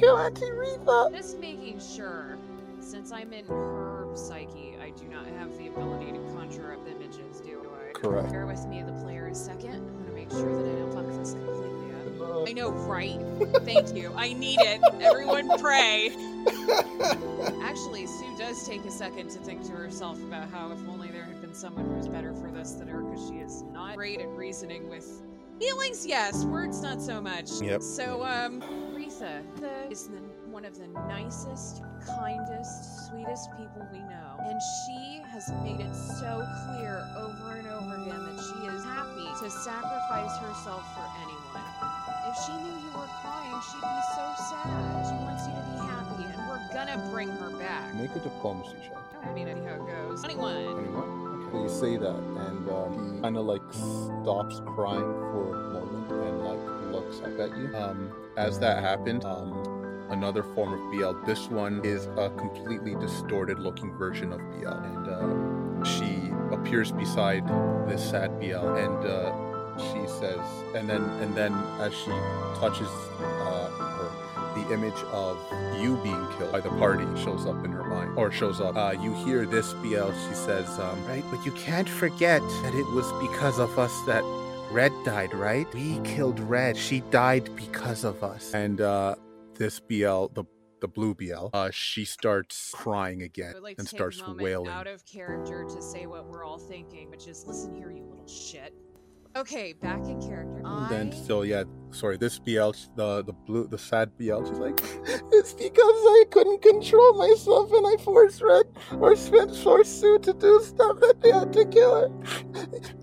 Speaker 19: kill Auntie Rita.
Speaker 3: Just making sure, since I'm in her psyche, I do not have the ability to conjure up images, do I?
Speaker 1: Correct.
Speaker 3: Bear with me, the player, a second. I'm gonna make sure that I don't fuck this completely up. I
Speaker 1: <laughs>
Speaker 3: know, right? Thank you. I need it. Everyone pray. Actually, Sue does take a second to think to herself about how if only there had been someone who was better for this than her, because she is not great at reasoning with feelings, yes, words not so much.
Speaker 1: Yep.
Speaker 3: So, um, Retha Retha is the, one of the nicest, kindest, sweetest people we know. And she has made it so clear over and over again that she is happy to sacrifice herself for anyone. If she knew you were crying, she'd be so sad. She wants you to be happy, and we're gonna bring her back.
Speaker 1: Make a diplomacy check.
Speaker 3: I don't have any idea how it goes. 21.
Speaker 1: Anyone? Okay. You say that, and uh, he kind of like stops crying for a moment and like looks up at you. Um, as that happened, um, another form of BL. This one is a completely distorted looking version of BL, and uh, she appears beside this sad BL, and uh, she says, and then and then as she touches uh, her, the image of you being killed by the party shows up in her mind, or shows up. Uh, you hear this BL. She says, um,
Speaker 20: Right, but you can't forget that it was because of us that Red died, right? We killed Red. She died because of us.
Speaker 1: and uh, this BL, the the blue BL, uh, she starts crying again
Speaker 3: I would like
Speaker 1: and
Speaker 3: to take
Speaker 1: starts
Speaker 3: a moment
Speaker 1: wailing.
Speaker 3: out of character to say what we're all thinking, which is listen here, you little shit. Okay, back in character. I...
Speaker 1: then still, yeah, sorry, this BL, the the blue, the sad BL. She's like,
Speaker 19: It's because I couldn't control myself and I forced Red or spent forced Sue to do stuff that they had to kill her.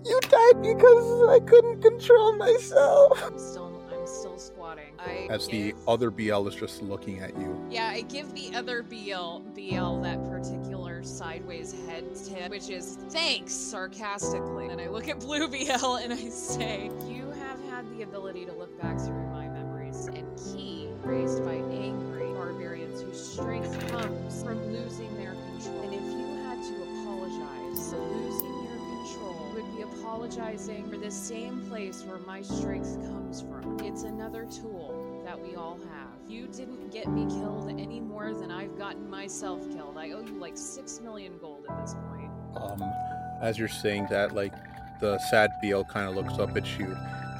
Speaker 19: You died because I couldn't control myself.
Speaker 3: I'm still, I'm still squatting. I
Speaker 1: as the
Speaker 3: give-
Speaker 1: other BL is just looking at you.
Speaker 3: yeah, I give the other BL BL that particular sideways head tip, which is thanks sarcastically. And I look at Blue <laughs> BL and I say, "You have had the ability to look back through my memories, and Key, raised by angry barbarians whose strength comes from losing their control, and if you had to apologize for losing your control, you would be apologizing for the same place where my strength comes from. It's another tool that we all have." You didn't get me killed any more than I've gotten myself killed. I owe you like six million gold at this point.
Speaker 1: Um, as you're saying that, like the sad BL kind of looks up at you,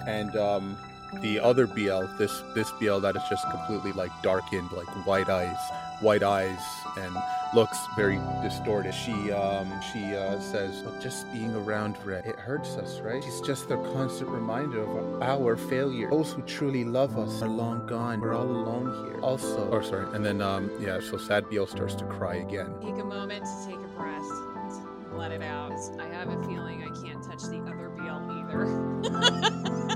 Speaker 1: and um, the other BL, this this BL that is just completely like darkened, like white eyes, white eyes, and looks very distorted.
Speaker 20: She, um, she uh, says, "Look, just being around Red, it hurts us, right? She's just a constant reminder of our failure. Those who truly love us are long gone. We're all alone here. Also,
Speaker 1: Or sorry, and then um, yeah, so sad BL starts to cry again.
Speaker 3: Take a moment to take a breath, let it out. 'Cause I have a feeling I can't touch the other BL either. <laughs>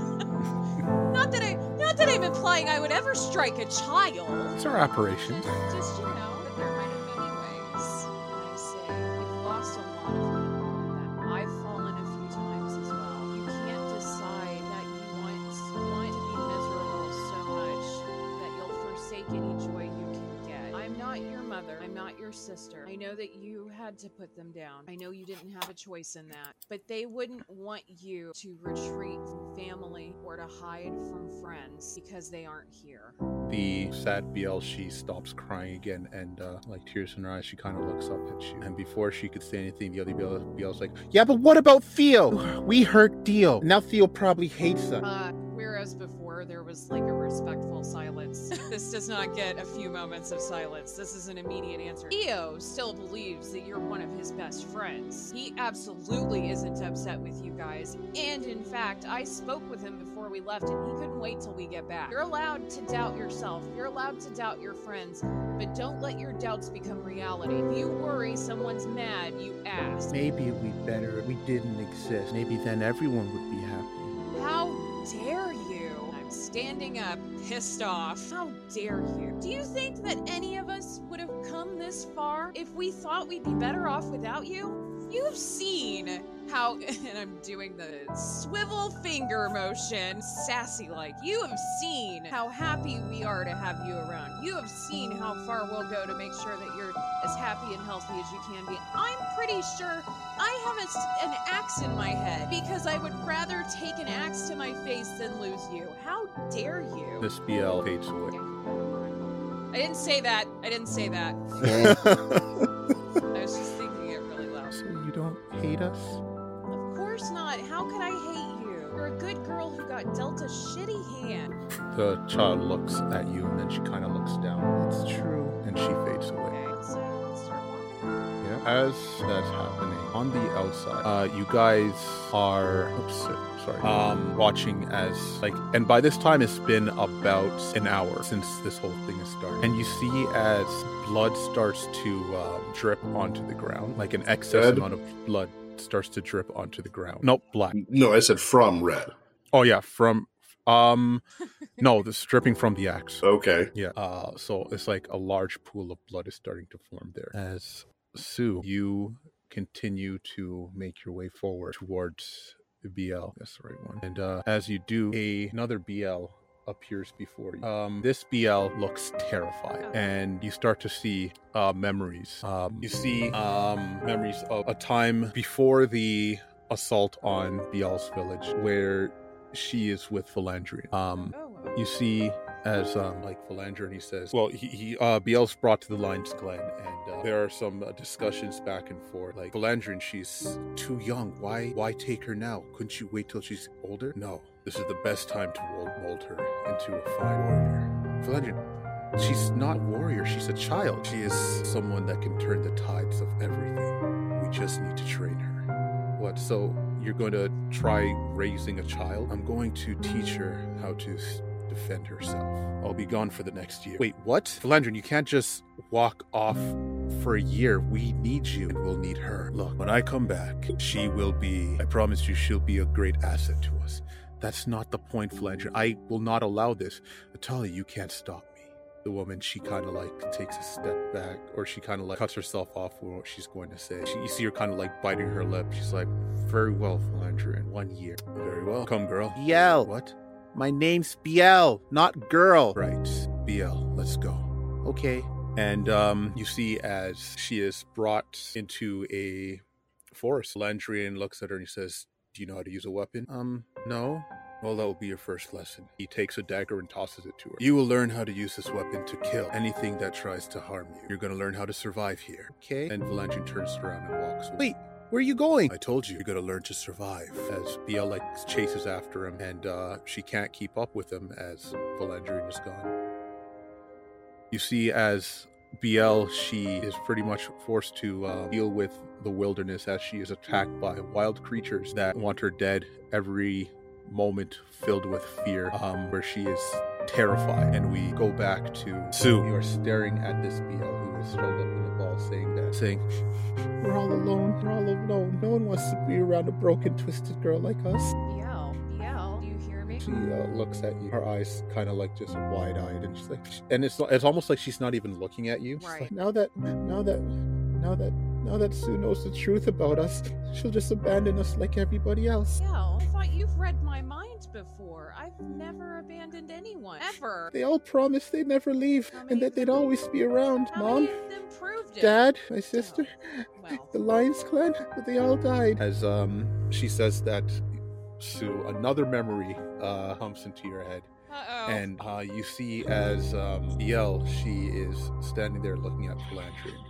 Speaker 3: not that I, not that I'm implying I would ever strike a child.
Speaker 1: It's our operation.
Speaker 3: Just you know that there might have been ways. And I say we've lost a lot of people. That I've fallen a few times as well. You can't decide that you want want to be miserable so much that you'll forsake any joy you can get. I'm not your mother. I'm not your sister. I know that you had to put them down. I know you didn't have a choice in that. But they wouldn't want you to retreat from family or to hide from friends because they aren't here.
Speaker 1: The sad BL, she stops crying again, and uh, like tears in her eyes, she kind of looks up at you. And before she could say anything, the other BL, BL's like,
Speaker 20: yeah, but what about Theo? We hurt Theo. Now Theo probably hates us.
Speaker 3: Uh, whereas before there was like a respectful silence, this does not get a few moments of silence. This is an immediate answer. Theo still believes that you're one of his best friends. He absolutely isn't upset with you guys. And in fact, I spoke with him before we left and he couldn't wait till we get back. You're allowed to doubt yourself, you're allowed to doubt your friends, but don't let your doubts become reality. If you worry someone's mad, you ask.
Speaker 20: Maybe we would better if we didn't exist. Maybe then everyone would be happy.
Speaker 3: How standing up, pissed off. How dare you? Do you think that any of us would have come this far if we thought we'd be better off without you? You've seen how, <laughs> and I'm doing the swivel finger motion, sassy like. You have seen how happy we are to have you around. You have seen how far we'll go to make sure that you're as happy and healthy as you can be. I'm pretty sure I have a s an axe in my head because I would rather take an axe to my face than lose you. How dare you?
Speaker 1: This BL fades away.
Speaker 3: I didn't say that. I didn't say that. I was just thinking it really loud.
Speaker 1: So you don't hate us?
Speaker 3: Of course not. How could I hate you? You're a good girl who got dealt a shitty hand.
Speaker 1: The child looks at you and then she kind of looks down. It's true. And she fades away.
Speaker 3: uh,
Speaker 1: Yeah. As that's happening on the outside, uh, you guys are oops, so- sorry, um, watching as like, and by this time it's been about an hour since this whole thing has started, and you see as blood starts to um, drip onto the ground, like an excess
Speaker 11: Red?
Speaker 1: amount of blood starts to drip onto the ground. Nope, black.
Speaker 11: No, I said from red.
Speaker 1: Oh yeah, from um no, the dripping from the axe.
Speaker 11: Okay.
Speaker 1: Yeah. Uh so it's like a large pool of blood is starting to form there. As Sue, you continue to make your way forward towards the BL. That's the right one. And uh as you do, a, another BL appears before you. Um this BL looks terrified and you start to see uh memories. Um you see um memories of a time before the assault on Bial's village where she is with Philandrian. Um,
Speaker 3: Oh, uh,
Speaker 1: you see as um, like Philandrian, he says, well, he, he uh, Biel's brought to the Lion's Glen, and uh, there are some uh, discussions back and forth. Like Philandrian, she's too young. Why, why take her now? Couldn't you wait till she's older? No, this is the best time to mold, mold her into a fine warrior. Philandrian, she's not a warrior. She's a child. She is someone that can turn the tides of everything. We just need to train her. What? So you're going to try raising a child? I'm going to teach her how to s- defend herself. I'll be gone for the next year. Wait, what? Philandrin, you can't just walk off for a year. We need you and we'll need her. Look, when I come back, she will be, I promise you, she'll be a great asset to us. That's not the point, Philandrin. I will not allow this. Atalia, you can't stop me. The woman, she kind of like takes a step back, or she kind of like cuts herself off from what she's going to say. She, you see her kind of like biting her lip. She's like, "Very well, Philandra, in one year. Very well, come, girl."
Speaker 20: Biel.
Speaker 1: What?
Speaker 20: My name's Biel, not girl.
Speaker 1: Right. BL, let's go.
Speaker 20: Okay.
Speaker 1: And um, you see as she is brought into a forest, Landrian looks at her and he says, Do you know how to use a weapon? Um, no. Well, that will be your first lesson. He takes a dagger and tosses it to her. You will learn how to use this weapon to kill anything that tries to harm you. You're going to learn how to survive here.
Speaker 20: Okay.
Speaker 1: And Valandrian turns around and walks away.
Speaker 20: Wait, where are you going?
Speaker 1: I told you, you're gonna learn to survive. As Biel like chases after him, and uh, she can't keep up with him as Valandrian is gone. You see, as Biel, she is pretty much forced to uh, deal with the wilderness as she is attacked by wild creatures that want her dead every moment filled with fear, um, where she is terrified. And we go back to
Speaker 21: Sue.
Speaker 1: You are staring at this Biel who is curled up in a ball, saying that, saying,
Speaker 20: We're all alone. We're all alone. No one wants to be around a broken, twisted girl like us.
Speaker 3: BL, BL, do you hear me?
Speaker 1: She uh, looks at you. Her eyes kind of like just wide eyed, and she's like, and it's it's almost like she's not even looking at you. She's
Speaker 3: Right.
Speaker 1: like,
Speaker 20: Now that, now that, now that, now that Sue knows the truth about us, she'll just abandon us like everybody else.
Speaker 3: BL, I thought you've read my mind before. I've never abandoned anyone, ever.
Speaker 20: They all promise they'd never leave and that they'd always be around.
Speaker 3: How
Speaker 20: Mom,
Speaker 3: many of them proved it?
Speaker 20: Dad, my sister,
Speaker 3: Well.
Speaker 20: the Lions Clan, but they all died.
Speaker 1: as um she says that, Sue, another memory uh humps into your head,
Speaker 3: Uh-oh.
Speaker 1: and uh, you see as um Yell, she is standing there looking at Philandrian.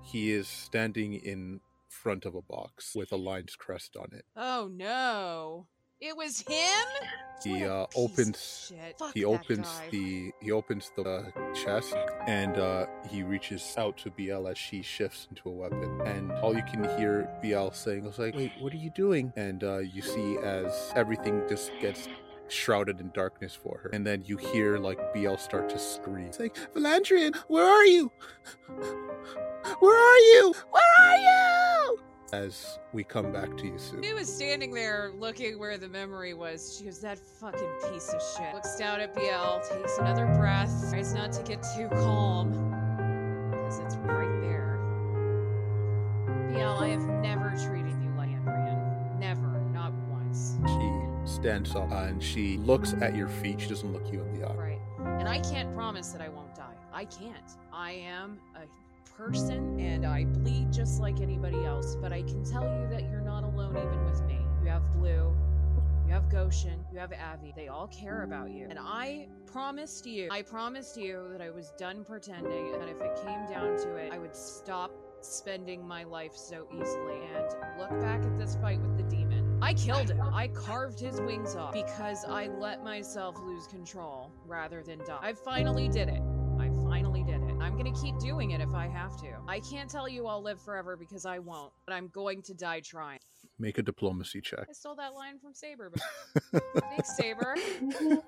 Speaker 1: He is standing in front of a box with a lion's crest on it.
Speaker 3: Oh no. It was him? What
Speaker 1: he
Speaker 3: a
Speaker 1: uh,
Speaker 3: piece of
Speaker 1: opens
Speaker 3: shit.
Speaker 1: he
Speaker 3: Fuck that
Speaker 1: opens
Speaker 3: guy.
Speaker 1: the he opens the uh, chest and uh, he reaches out to BL as she shifts into a weapon and all you can hear BL saying is like
Speaker 20: Wait, what are you doing?
Speaker 1: and uh, you see as everything just gets shrouded in darkness for her and then you hear like BL start to scream
Speaker 20: It's like, Valandrian, where are you? Where are you? Where are you?
Speaker 1: as we come back to you soon.
Speaker 3: She was standing there looking where the memory was. She goes, That fucking piece of shit. Looks down at BL, takes another breath, tries not to get too calm. Because it's right there. BL, I have never treated you like Ambrian. Never. Not once.
Speaker 1: She stands up and she looks at your feet. She doesn't look you in the eye.
Speaker 3: Right. And I can't promise that I won't die. I can't. I am a person and I bleed just like anybody else, but I can tell you that you're not alone even with me. You have Blue, you have Goshen, you have Avi. They all care about you. And I promised you, I promised you that I was done pretending and that if it came down to it, I would stop spending my life so easily and look back at this fight with the demon. I killed him. I carved his wings off because I let myself lose control rather than die. I finally did it. I finally did it. I'm going to keep doing it if I have to. I can't tell you I'll live forever because I won't, but I'm going to die trying.
Speaker 1: Make a diplomacy check.
Speaker 3: I stole that line from Saber.
Speaker 1: <laughs>
Speaker 3: Thanks, Saber.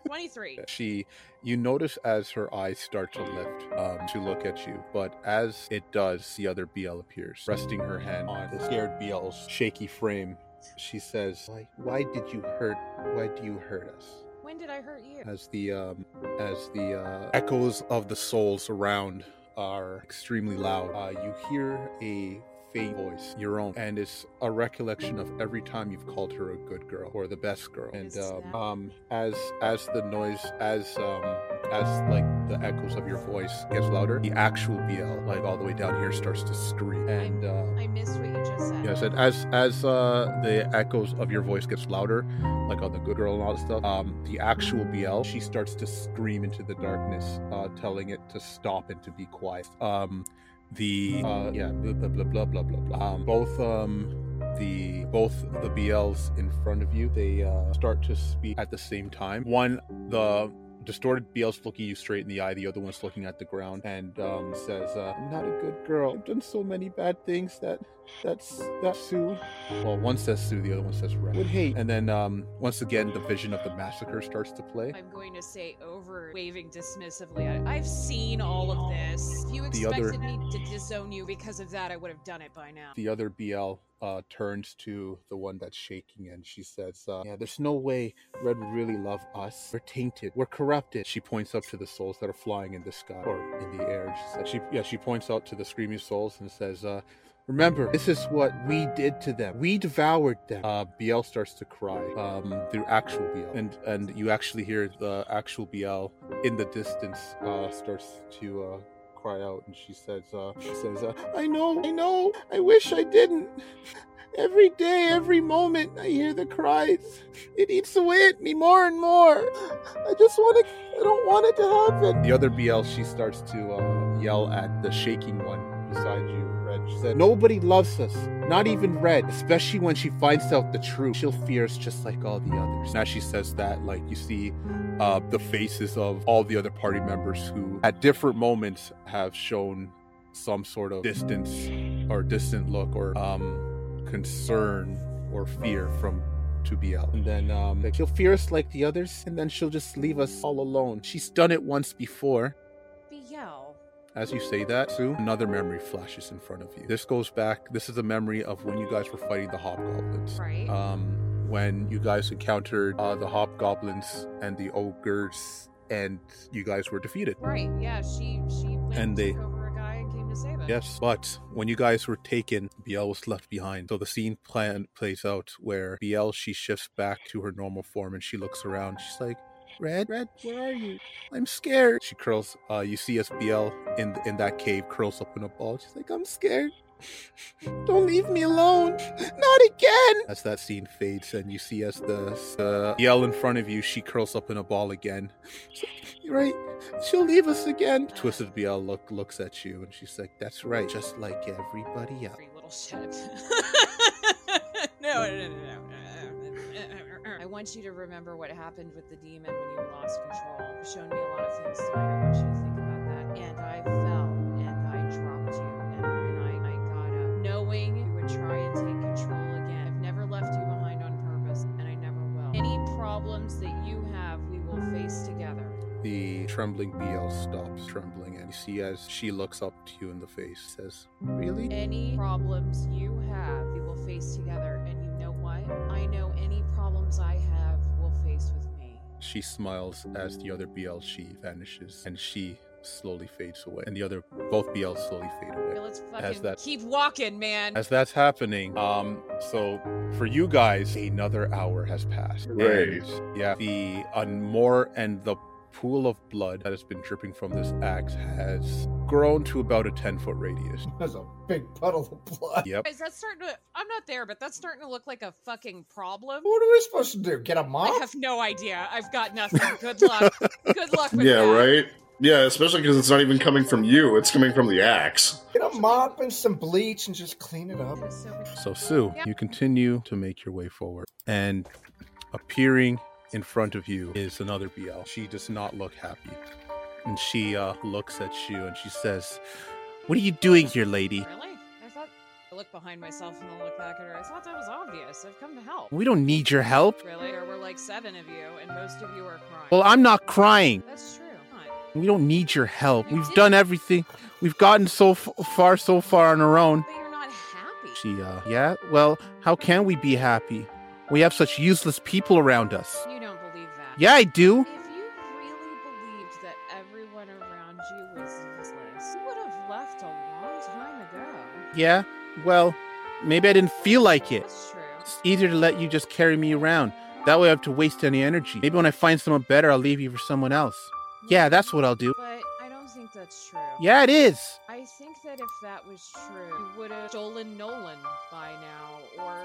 Speaker 3: 23.
Speaker 1: She, you notice as her eyes start to lift um, to look at you, but as it does, the other BL appears, resting her hand on the scared BL's shaky frame. She says, "Why, why did you hurt? Why do you hurt us?"
Speaker 3: When did I hurt you?
Speaker 1: as the um, as the uh, echoes of the souls around are extremely loud. Uh, you hear a faint voice, your own, and it's a recollection of every time you've called her a good girl or the best girl. And um, um, as as the noise, as um, as like the echoes of your voice gets louder, the actual BL, like all the way down here, starts to scream. And uh,
Speaker 3: I missed what you just said.
Speaker 1: Yes, and as as uh, the echoes of your voice gets louder, like on the good girl and all that stuff, um, the actual BL she starts to scream into the darkness, uh, telling it to stop and to be quiet. Um, the uh, yeah blah blah blah blah blah blah. blah. Um, both um the both the BLs in front of you they uh, start to speak at the same time. One the distorted BL's looking you straight in the eye. The other one's looking at the ground and um, says, uh, "I'm not a good girl. I've done so many bad things that that's that Sue." Well, one says Sue, the other one says Red. Would hate. And then um, once again, the vision of the massacre starts to play.
Speaker 3: I'm going to say over, waving dismissively. I, I've seen all of this. If you
Speaker 1: The other-
Speaker 3: expected me to disown you because of that, I would have done it by now.
Speaker 1: The other BL uh, turns to the one that's shaking and she says, uh, Yeah, there's no way Red would really love us. We're tainted. We're corrupted. She points up to the souls that are flying in the sky or in the air. She, said, she Yeah, she points out to the screaming souls and says, uh, Remember, this is what we did to them. We devoured them. Uh, BL starts to cry. Um, the actual BL, and and you actually hear the actual BL in the distance uh, starts to uh, cry out, and she says, uh, she says, uh,
Speaker 19: I know, I know. I wish I didn't. Every day, every moment, I hear the cries. It eats away at me more and more. I just want to. I don't want it to happen.
Speaker 1: The other BL, she starts to uh, yell at the shaking one beside you, Red. She said, Nobody loves us, not even Red, especially when she finds out the truth. She'll fear us just like all the others. Now she says that, like, you see uh, the faces of all the other party members who, at different moments, have shown some sort of distance or distant look or um, concern or fear from to be out. And then um, like, she'll fear us like the others, and then she'll just leave us all alone. She's done it once before.
Speaker 3: BL.
Speaker 1: As you say that, Sue, another memory flashes in front of you. This goes back. This is a memory of when you guys were fighting the hobgoblins.
Speaker 3: Right.
Speaker 1: Um, when you guys encountered uh, the hobgoblins and the ogres, and you guys were defeated.
Speaker 3: Right, yeah, she she
Speaker 1: And
Speaker 3: went and
Speaker 1: they-
Speaker 3: took over a guy and came to save us.
Speaker 1: Yes, but when you guys were taken, Biel was left behind. So the scene plan plays out where Biel she shifts back to her normal form and she looks around. She's like, Red, Red, where are you? I'm scared. She curls. Uh, you see as Biel in in that cave curls up in a ball. She's like, I'm scared.
Speaker 19: Don't leave me alone. Not again.
Speaker 1: As that scene fades and you see as the uh, Biel in front of you, she curls up in a ball again.
Speaker 19: You're right. She'll leave us again.
Speaker 1: Twisted Biel look looks at you and she's like, That's right, just like everybody else.
Speaker 3: Free little shit. <laughs> no, no, no, no, no. I want you to remember what happened with the demon when you lost control. You've shown me a lot of things tonight. I want you to think about that. And I fell and I dropped you. And when I, I got up, knowing you would try and take control again, I've never left you behind on purpose, and I never will. Any problems that you have, we will face together.
Speaker 1: The trembling BL stops trembling, and you see as she looks up to you in the face, says, Really?
Speaker 3: Any problems you have, we will face together. And you know what? I know any problems I have will face with me.
Speaker 1: She smiles as the other BL she vanishes, and she slowly fades away, and the other both BL slowly fade away.
Speaker 3: Okay, let's
Speaker 1: As
Speaker 3: fucking
Speaker 1: that
Speaker 3: keep walking, man.
Speaker 1: as that's happening, um, so for you guys, another hour has passed.
Speaker 11: Hooray.
Speaker 1: And, yeah, the uh, more and the pool of blood that has been dripping from this axe has grown to about a ten foot radius.
Speaker 6: There's a big puddle of blood. <laughs>
Speaker 1: Yep.
Speaker 3: Guys, that's starting to. I'm not there, but that's starting to look like a fucking problem.
Speaker 6: What are we supposed to do? Get a mop?
Speaker 3: I have no idea. I've got nothing.
Speaker 1: <laughs>
Speaker 3: Good luck. Good luck with
Speaker 11: Yeah,
Speaker 3: that.
Speaker 11: right? Yeah, especially because it's not even coming from you, it's coming from the axe.
Speaker 6: Get a mop and some bleach and just clean it up.
Speaker 1: So, Sue, you continue to make your way forward, and appearing in front of you is another BL. She does not look happy, and she uh, looks at you and she says, "What are you doing here, lady?
Speaker 3: Really? I thought. I look behind myself and then look back at her. I thought that was obvious. I've come to help.
Speaker 1: We don't need your help."
Speaker 3: Really? There were like seven of you, and most of you are crying.
Speaker 1: Well, I'm not crying.
Speaker 3: That's true. Fine.
Speaker 1: We don't need your help. We've done everything. We've gotten so f- far, so far on our own.
Speaker 3: But you're not happy.
Speaker 1: She, uh, yeah. Well, how can we be happy? We have such useless people around us.
Speaker 3: You don't believe that.
Speaker 1: Yeah, I do.
Speaker 3: If you really believed that everyone around you was useless, you would have left a long time ago.
Speaker 1: Yeah, well, maybe I didn't feel like it.
Speaker 3: That's true.
Speaker 1: It's easier to let you just carry me around. That way I don't have to waste any energy. Maybe when I find someone better, I'll leave you for someone else. Yeah, that's what I'll do.
Speaker 3: But I don't think that's true.
Speaker 1: Yeah, it is.
Speaker 3: I think that if that was true, you would have stolen Nolan by now, or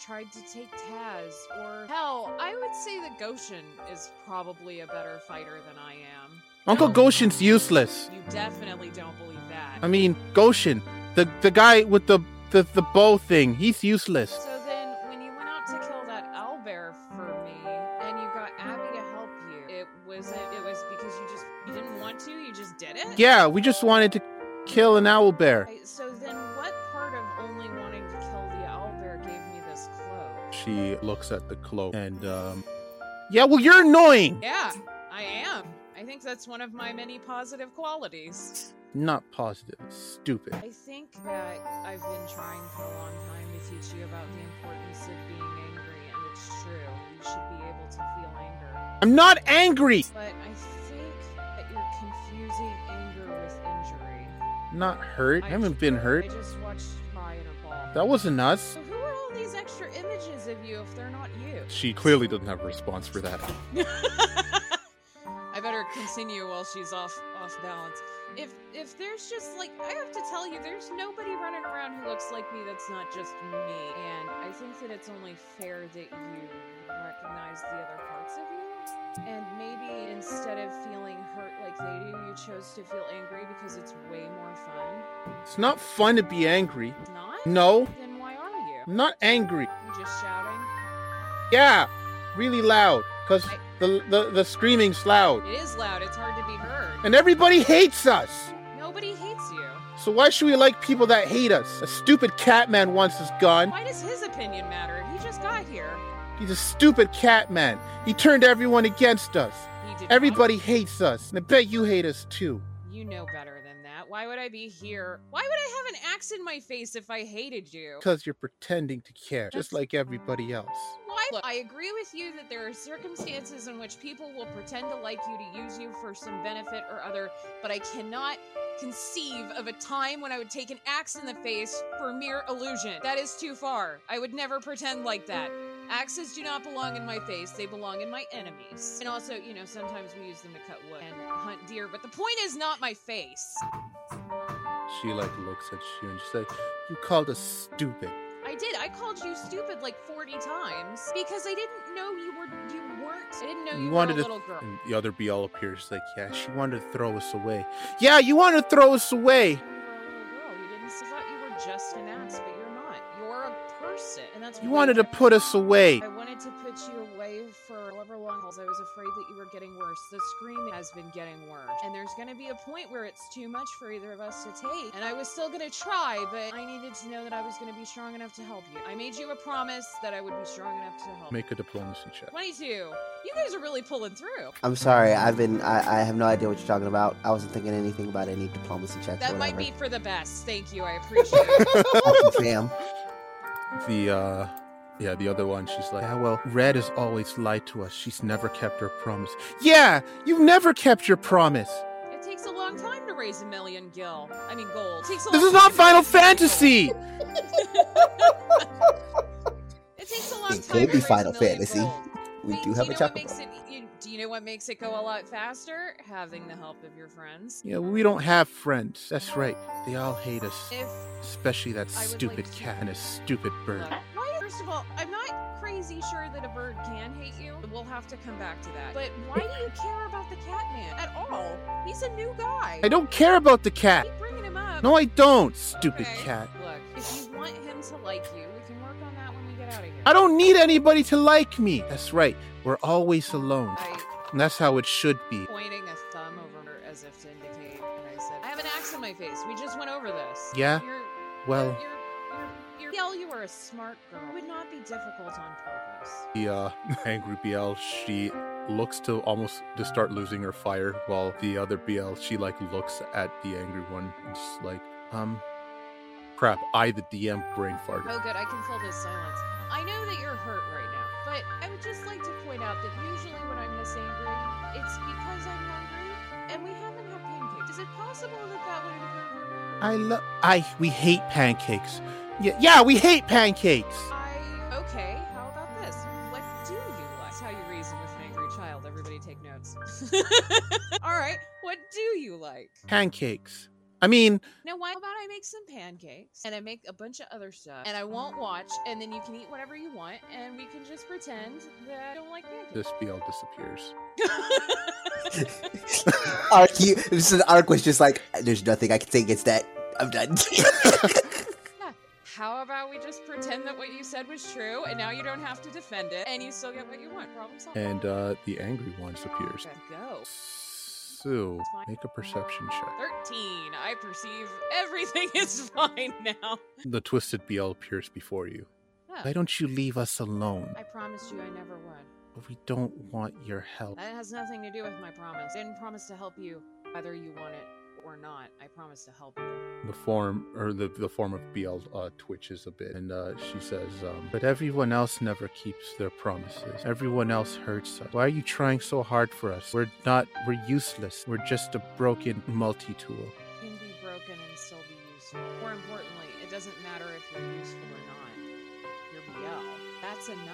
Speaker 3: tried to take Taz, or hell, I would say that Goshen is probably a better fighter than I am.
Speaker 1: Uncle Goshen's useless.
Speaker 3: You definitely don't believe that.
Speaker 1: I mean, Goshen, the, the guy with the, the, the bow thing, he's useless.
Speaker 3: So then, when you went out to kill that owlbear for me, and you got Abby to help you, it was it was because you just you didn't want to, you just did it.
Speaker 1: Yeah, we just wanted to kill an owl bear.
Speaker 3: Right, so then, what part of only wanting to kill the owlbear gave me this cloak?
Speaker 1: She looks at the cloak and, um, yeah, well, you're annoying.
Speaker 3: Yeah, I am. I think that's one of my many positive qualities.
Speaker 1: Not positive, stupid.
Speaker 3: I think that I've been trying for a long time to teach you about the importance of being angry, and it's true. You should be able to feel anger.
Speaker 1: I'm not angry.
Speaker 3: But I think that you're confusing anger with injury.
Speaker 1: Not hurt. I haven't been
Speaker 3: I
Speaker 1: hurt.
Speaker 3: just watched you cry in a ball.
Speaker 1: That wasn't us.
Speaker 3: So who are all these extra images of you if they're not you?
Speaker 1: She clearly doesn't have a response for that.
Speaker 3: I better continue while she's off off balance. If if there's just like I have to tell you, there's nobody running around who looks like me that's not just me. And I think that it's only fair that you recognize the other parts of you. And maybe instead of feeling hurt like they do, you chose to feel angry because it's way more fun.
Speaker 1: It's not fun to be angry.
Speaker 3: Not?
Speaker 1: No.
Speaker 3: Then why are you?
Speaker 1: I'm not angry.
Speaker 3: You just shouting?
Speaker 1: Yeah, really loud. Cause the the, the screaming's loud,
Speaker 3: It is loud. It's hard to be heard.
Speaker 1: and everybody hates us.
Speaker 3: Nobody hates you.
Speaker 1: So why should we like people that hate us? A stupid cat man wants us gone.
Speaker 3: Why does his opinion matter? He just got here.
Speaker 1: He's a stupid cat man. He turned everyone against us.
Speaker 3: He did not.
Speaker 1: Everybody hates us, and I bet you hate us too.
Speaker 3: You know better than that. Why would I be here? Why would I have an axe in my face if I hated you?
Speaker 1: Because you're pretending to care, just like everybody else.
Speaker 3: Why? Look, I agree with you that there are circumstances in which people will pretend to like you to use you for some benefit or other, but I cannot conceive of a time when I would take an axe in the face for mere illusion. That is too far. I would never pretend like that. Axes do not belong in my face, they belong in my enemies. And also, you know, sometimes we use them to cut wood and hunt deer, but the point is not my face.
Speaker 1: She like looks at you and she's like, "You called us stupid."
Speaker 3: I did. I called you stupid like 40 times because I didn't know you were you weren't. I didn't know you,
Speaker 1: You
Speaker 3: were a
Speaker 1: wanted to.
Speaker 3: little girl.
Speaker 1: And the other BL appears she's like, "Yeah, she wanted to throw us away." Yeah, you wanted to throw us away.
Speaker 3: Girl, you didn't. I thought you were just an axe, but you're not. You're a person, and that's.
Speaker 1: You
Speaker 3: way
Speaker 1: wanted to
Speaker 3: different.
Speaker 1: put us away.
Speaker 3: I wanted to put you away for however long because I was afraid that you were getting worse. The screaming has been getting worse, and there's going to be a point where it's too much for either of us to take. And I was still going to try, but I needed to know that I was going to be strong enough to help you. I made you a promise that I would be strong enough to help.
Speaker 1: Make a diplomacy check.
Speaker 3: 22. You guys are really pulling through.
Speaker 17: I'm sorry. I've been. I, I have no idea what you're talking about. I wasn't thinking anything about any diplomacy checks.
Speaker 3: That
Speaker 17: or
Speaker 3: might
Speaker 17: whatever.
Speaker 3: be for the best. Thank you. I appreciate it.
Speaker 17: Damn.
Speaker 1: The uh yeah, the other one, she's like, Yeah, well, Red has always lied to us. She's never kept her promise. Yeah, you've never kept your promise.
Speaker 3: It takes a long time to raise a million gil. I mean, gold. It takes a
Speaker 1: This
Speaker 3: long
Speaker 1: is not
Speaker 3: time-
Speaker 1: Final
Speaker 3: <laughs>
Speaker 1: Fantasy!
Speaker 3: It takes a long
Speaker 17: It
Speaker 3: time.
Speaker 17: could be
Speaker 3: to raise a
Speaker 17: Final
Speaker 3: million
Speaker 17: Fantasy.
Speaker 3: gold.
Speaker 17: We
Speaker 3: But
Speaker 17: do have
Speaker 3: you
Speaker 17: a
Speaker 3: know what
Speaker 17: chocolate.
Speaker 3: makes it, you, Do you know what makes it go a lot faster? Having the help of your friends.
Speaker 1: Yeah, we don't have friends. That's right. They all hate us.
Speaker 3: If
Speaker 1: Especially that
Speaker 3: I would
Speaker 1: stupid
Speaker 3: like to-
Speaker 1: cat and a stupid bird.
Speaker 3: Why, first of all, I'm not crazy sure that a bird can hate you. We'll have to come back to that. But why do you care about the cat man at all? He's a new guy.
Speaker 1: I don't care about the cat.
Speaker 3: Keep bringing him up.
Speaker 1: No, I don't, stupid
Speaker 3: Okay,
Speaker 1: cat.
Speaker 3: Look, if you want him to like you, we can work on that when we get out of here.
Speaker 1: I don't need anybody to like me. That's right. We're always alone. And that's how it should be.
Speaker 3: Pointing a thumb over her as if to indicate, and I said, "I have an axe on my face. We just went over this."
Speaker 1: Yeah?
Speaker 3: You're,
Speaker 1: Well,
Speaker 3: you're, Yell, you are a smart girl. It would not be difficult on purpose.
Speaker 1: the uh, <laughs> angry BL, she looks to almost to start losing her fire, while the other BL, she like looks at the angry one and just like, um, crap, I, the DM, brain farted.
Speaker 3: Oh, good. I can fill this silence. I know that you're hurt right now, but I would just like to point out that usually when I'm this angry, it's because I'm hungry and we haven't had pancakes. Is it possible that that would improve your mood?
Speaker 1: I love, I, we hate pancakes. Yeah, yeah, we hate pancakes.
Speaker 3: I. Okay, how about this? What do you like? That's how you reason with an angry child. Everybody take <laughs> notes. All right, what do you like?
Speaker 1: Pancakes. I mean,
Speaker 3: Now, why how about I make some pancakes and I make a bunch of other stuff and I won't watch and then you can eat whatever you want and we can just pretend that I don't like pancakes.
Speaker 1: this BL disappears.
Speaker 17: Arc, you, so Arc was just like, there's nothing I can say against that. I'm done.
Speaker 3: <laughs>
Speaker 17: <laughs>
Speaker 3: How about we just pretend that what you said was true, and now you don't have to defend it, and you still get what you want? Problem solved.
Speaker 1: And uh, the angry one disappears.
Speaker 3: Okay, go.
Speaker 1: So, make a perception check.
Speaker 3: Thirteen. I perceive everything <laughs> is fine now.
Speaker 1: The twisted BL appears before you.
Speaker 3: Huh.
Speaker 1: Why don't you leave us alone?
Speaker 3: Oh. I promised you I never would.
Speaker 1: But we don't want your help.
Speaker 3: That has nothing to do with my promise. I didn't promise to help you, whether you want it or not. I promise to help you.
Speaker 1: The form or the, the form of BL uh, twitches a bit, and uh, she says, um, "But everyone else never keeps their promises. Everyone else hurts us. Why are you trying so hard for us? We're not. We're useless. We're just a broken multi-tool."
Speaker 3: It can be broken and still be useful. More importantly, it doesn't matter if you're useful or not. You're BL. That's enough.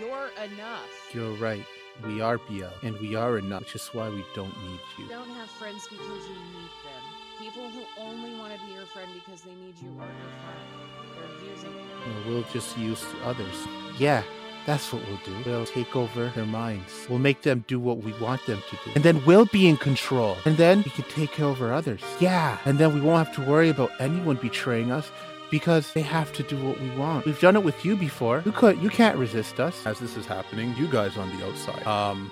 Speaker 3: You're enough.
Speaker 1: You're right. We are BL, and we are enough, which is why we don't need you.
Speaker 3: You don't have friends because you need them. People who only want to be your friend because they need you are your friend. They're using you.
Speaker 1: And we'll just use others. Yeah, that's what we'll do. We'll take over their minds. We'll make them do what we want them to do. And then we'll be in control. And then we can take over others. Yeah, and then we won't have to worry about anyone betraying us because they have to do what we want. We've done it with you before. You could you can't resist us. As this is happening, you guys on the outside. Um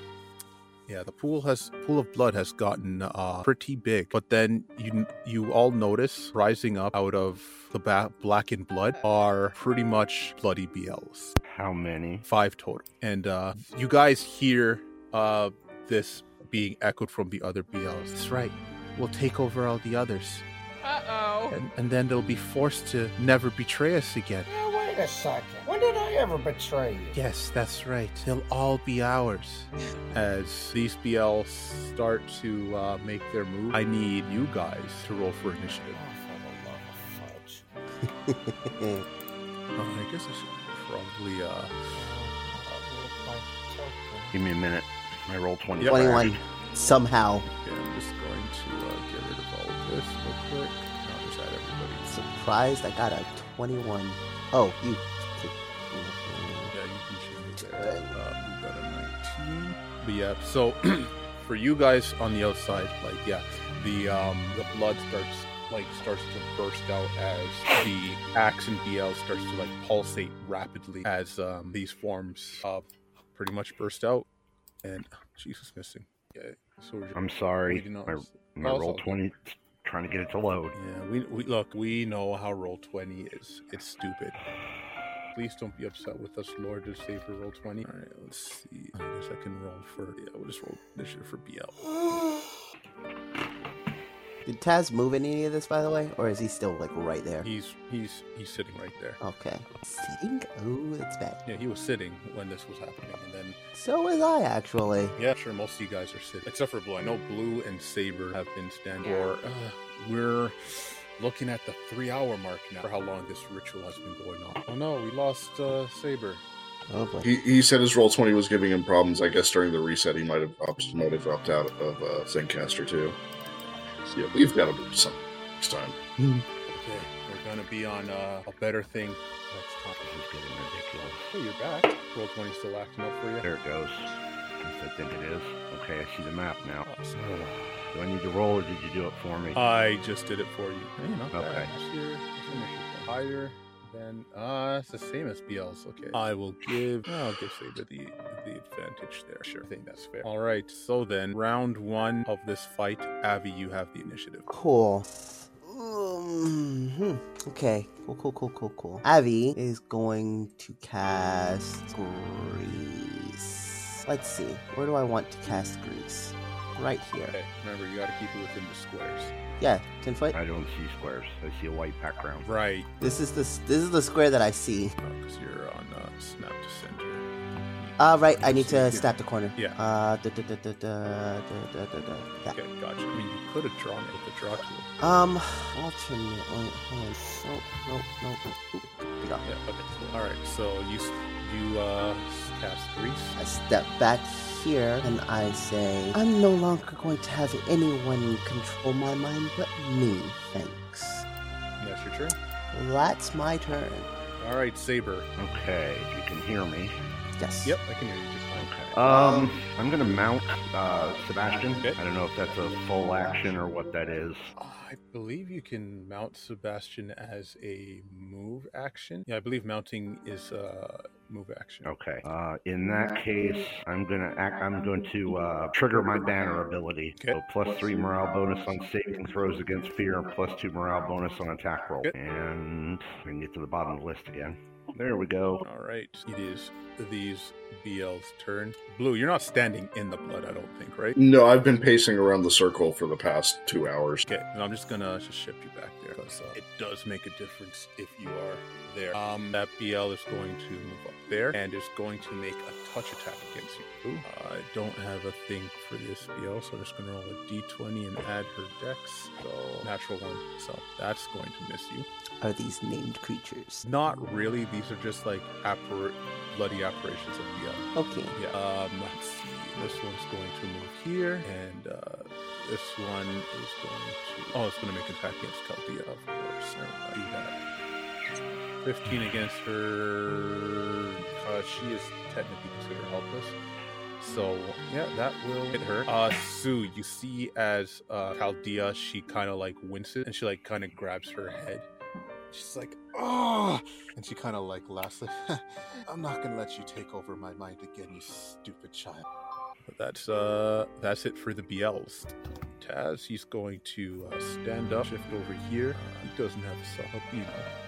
Speaker 1: yeah, the pool has pool of blood has gotten uh, pretty big, but then you you all notice rising up out of the ba- blackened blood are pretty much bloody BLs.
Speaker 4: How many?
Speaker 1: Five total, and uh, you guys hear uh, this being echoed from the other BLs. That's right. We'll take over all the others,
Speaker 3: Uh oh.
Speaker 1: and, and then they'll be forced to never betray us again.
Speaker 6: Now, wait a second. When did I ever betray you?
Speaker 1: Yes, that's right. They'll all be ours. As these BLs start to uh, make their move, I need you guys to roll for initiative.
Speaker 6: Oh, for the love of fudge.
Speaker 1: Oh, I guess I should probably. Uh...
Speaker 4: Give me a minute. I roll 20.
Speaker 17: 21. Somehow.
Speaker 1: Yeah, I'm just going to uh, get rid of all of this real quick. And I'll just add everybody.
Speaker 17: Surprised I got a 21. Oh, you.
Speaker 1: Yeah, you can choose it there. Um, you got a 19. But yeah, so <clears throat> for you guys on the outside, like yeah, the um the blood starts like starts to burst out as the axe and BL starts to like pulsate rapidly as um these forms uh pretty much burst out and oh, Jesus missing. Yeah, so we're just,
Speaker 4: I'm sorry.
Speaker 1: We do not-
Speaker 4: My, my
Speaker 1: Oh, it's all
Speaker 4: roll
Speaker 1: good.
Speaker 4: 20 trying to get it to load.
Speaker 1: Yeah, we, we look, we know how roll 20 is. It's stupid. Please don't be upset with us, Lord. Just save her roll 20. All right, let's see. I guess I can roll for. Yeah, we'll just roll initiative for BL.
Speaker 2: Did Taz move in any of this, by the way, or is he still like right there?
Speaker 1: He's he's he's sitting right there.
Speaker 2: Okay. Sitting? Oh, that's bad.
Speaker 1: Yeah, he was sitting when this was happening, and then
Speaker 2: So was I actually.
Speaker 1: yeah, sure, most of you guys are sitting, except for Blue. I know Blue and Saber have been standing. Or uh, we're looking at the three-hour mark now for how long this ritual has been going on. Oh no, we lost uh, Saber.
Speaker 2: Oh boy.
Speaker 11: He, he said his roll twenty was giving him problems. I guess during the reset, he might have dropped, might have dropped out of uh, Zencaster too. So yeah, we've got to move some next time.
Speaker 1: Okay, we're gonna be on uh, a better thing next time.
Speaker 4: This is getting ridiculous.
Speaker 1: Hey, you're back. Roll 20 still acting up for you.
Speaker 4: There it goes. Yes, I think it is. Okay, I see the map now. <sighs>
Speaker 1: Oh, so-
Speaker 4: Do I need to roll or did you do it for me?
Speaker 1: I just did it for you. Hey, not bad.
Speaker 4: Okay.
Speaker 1: That's your- that's your initiative. Higher than ah, it's the same as BL's. Okay, I will give. I'll give Saber the the advantage there. Sure, I think that's fair. All right. So then, round one of this fight, Avi, you have the initiative.
Speaker 2: Cool. Um, hmm. Okay. Cool, cool, cool, cool, cool. Avi is going to cast Grease. Let's see. Where do I want to cast Grease? Right here.
Speaker 1: Okay. Remember, you got to keep it within the squares.
Speaker 2: Yeah, 10 foot.
Speaker 4: I don't see squares. I see a white background.
Speaker 1: Right.
Speaker 2: This is the s- this is the square that I see.
Speaker 1: Because you're on uh, snap to center.
Speaker 2: Uh, right. I
Speaker 1: You
Speaker 2: need
Speaker 1: see it
Speaker 2: to
Speaker 1: here.
Speaker 2: snap the corner.
Speaker 1: Yeah.
Speaker 2: Uh, da, da, da, da, da, da, da, da, da. Yeah.
Speaker 1: Okay, gotcha. I mean, you could have drawn it with the Dracula.
Speaker 2: Um, alternate. Wait, hold on. Nope, nope, nope. nope. Oop, there you go.
Speaker 1: Yeah. Okay. Cool. All right. So you s- you uh cast Grease.
Speaker 2: I step back here and I say, I'm no longer going to have anyone control my mind but me, thanks.
Speaker 1: And That's your turn.
Speaker 2: That's my turn.
Speaker 1: All right, Saber.
Speaker 4: Okay, if you can hear me.
Speaker 2: Yes.
Speaker 1: Yep, I can hear you just fine.
Speaker 4: Okay. Um, I'm gonna mount uh, Sebastian.
Speaker 1: Okay.
Speaker 4: I don't know if that's a full action or what that is.
Speaker 1: Uh, I believe you can mount Sebastian as a move action. Yeah, I believe mounting is a move action.
Speaker 4: Okay. Uh, in that case, I'm gonna act, I'm going to uh, trigger my banner ability.
Speaker 1: Okay.
Speaker 4: So plus three morale bonus on saving throws against fear, and plus two morale bonus on attack roll.
Speaker 1: Good.
Speaker 4: And I can get to the bottom of the list again. There we go.
Speaker 1: All right, it is these BL's turn. Blue, you're not standing in the blood, I don't think, right?
Speaker 11: No, I've been pacing around the circle for the past two hours.
Speaker 1: Okay, and I'm just gonna just ship you back there because uh, it does make a difference if you are there. Um, that BL is going to move up there and is going to make a touch attack against you. I don't have a thing for this BL, so I'm just gonna roll a d20 and add her dex. So natural one, so that's going to miss you.
Speaker 2: Are these named creatures?
Speaker 1: Not really. These are just like appar- bloody apparitions of the other.
Speaker 2: Okay.
Speaker 1: Yeah. Um, let's see. This one's going to move here, and uh, this one is going to. Oh, it's going to make an attack against Keltia, of course. Never mind. Do that. Fifteen against her. Uh, she is technically considered helpless. So yeah, that will hit her. Uh, Sue, you see as uh, Chaldea, she kind of like winces and she like kind of grabs her head. She's like, oh, and she kind of like laughs. Like, I'm not gonna let you take over my mind again, you stupid child. But that's uh, that's it for the BLs. Taz, he's going to uh, stand up, shift over here. Uh, he doesn't have a sub, you know,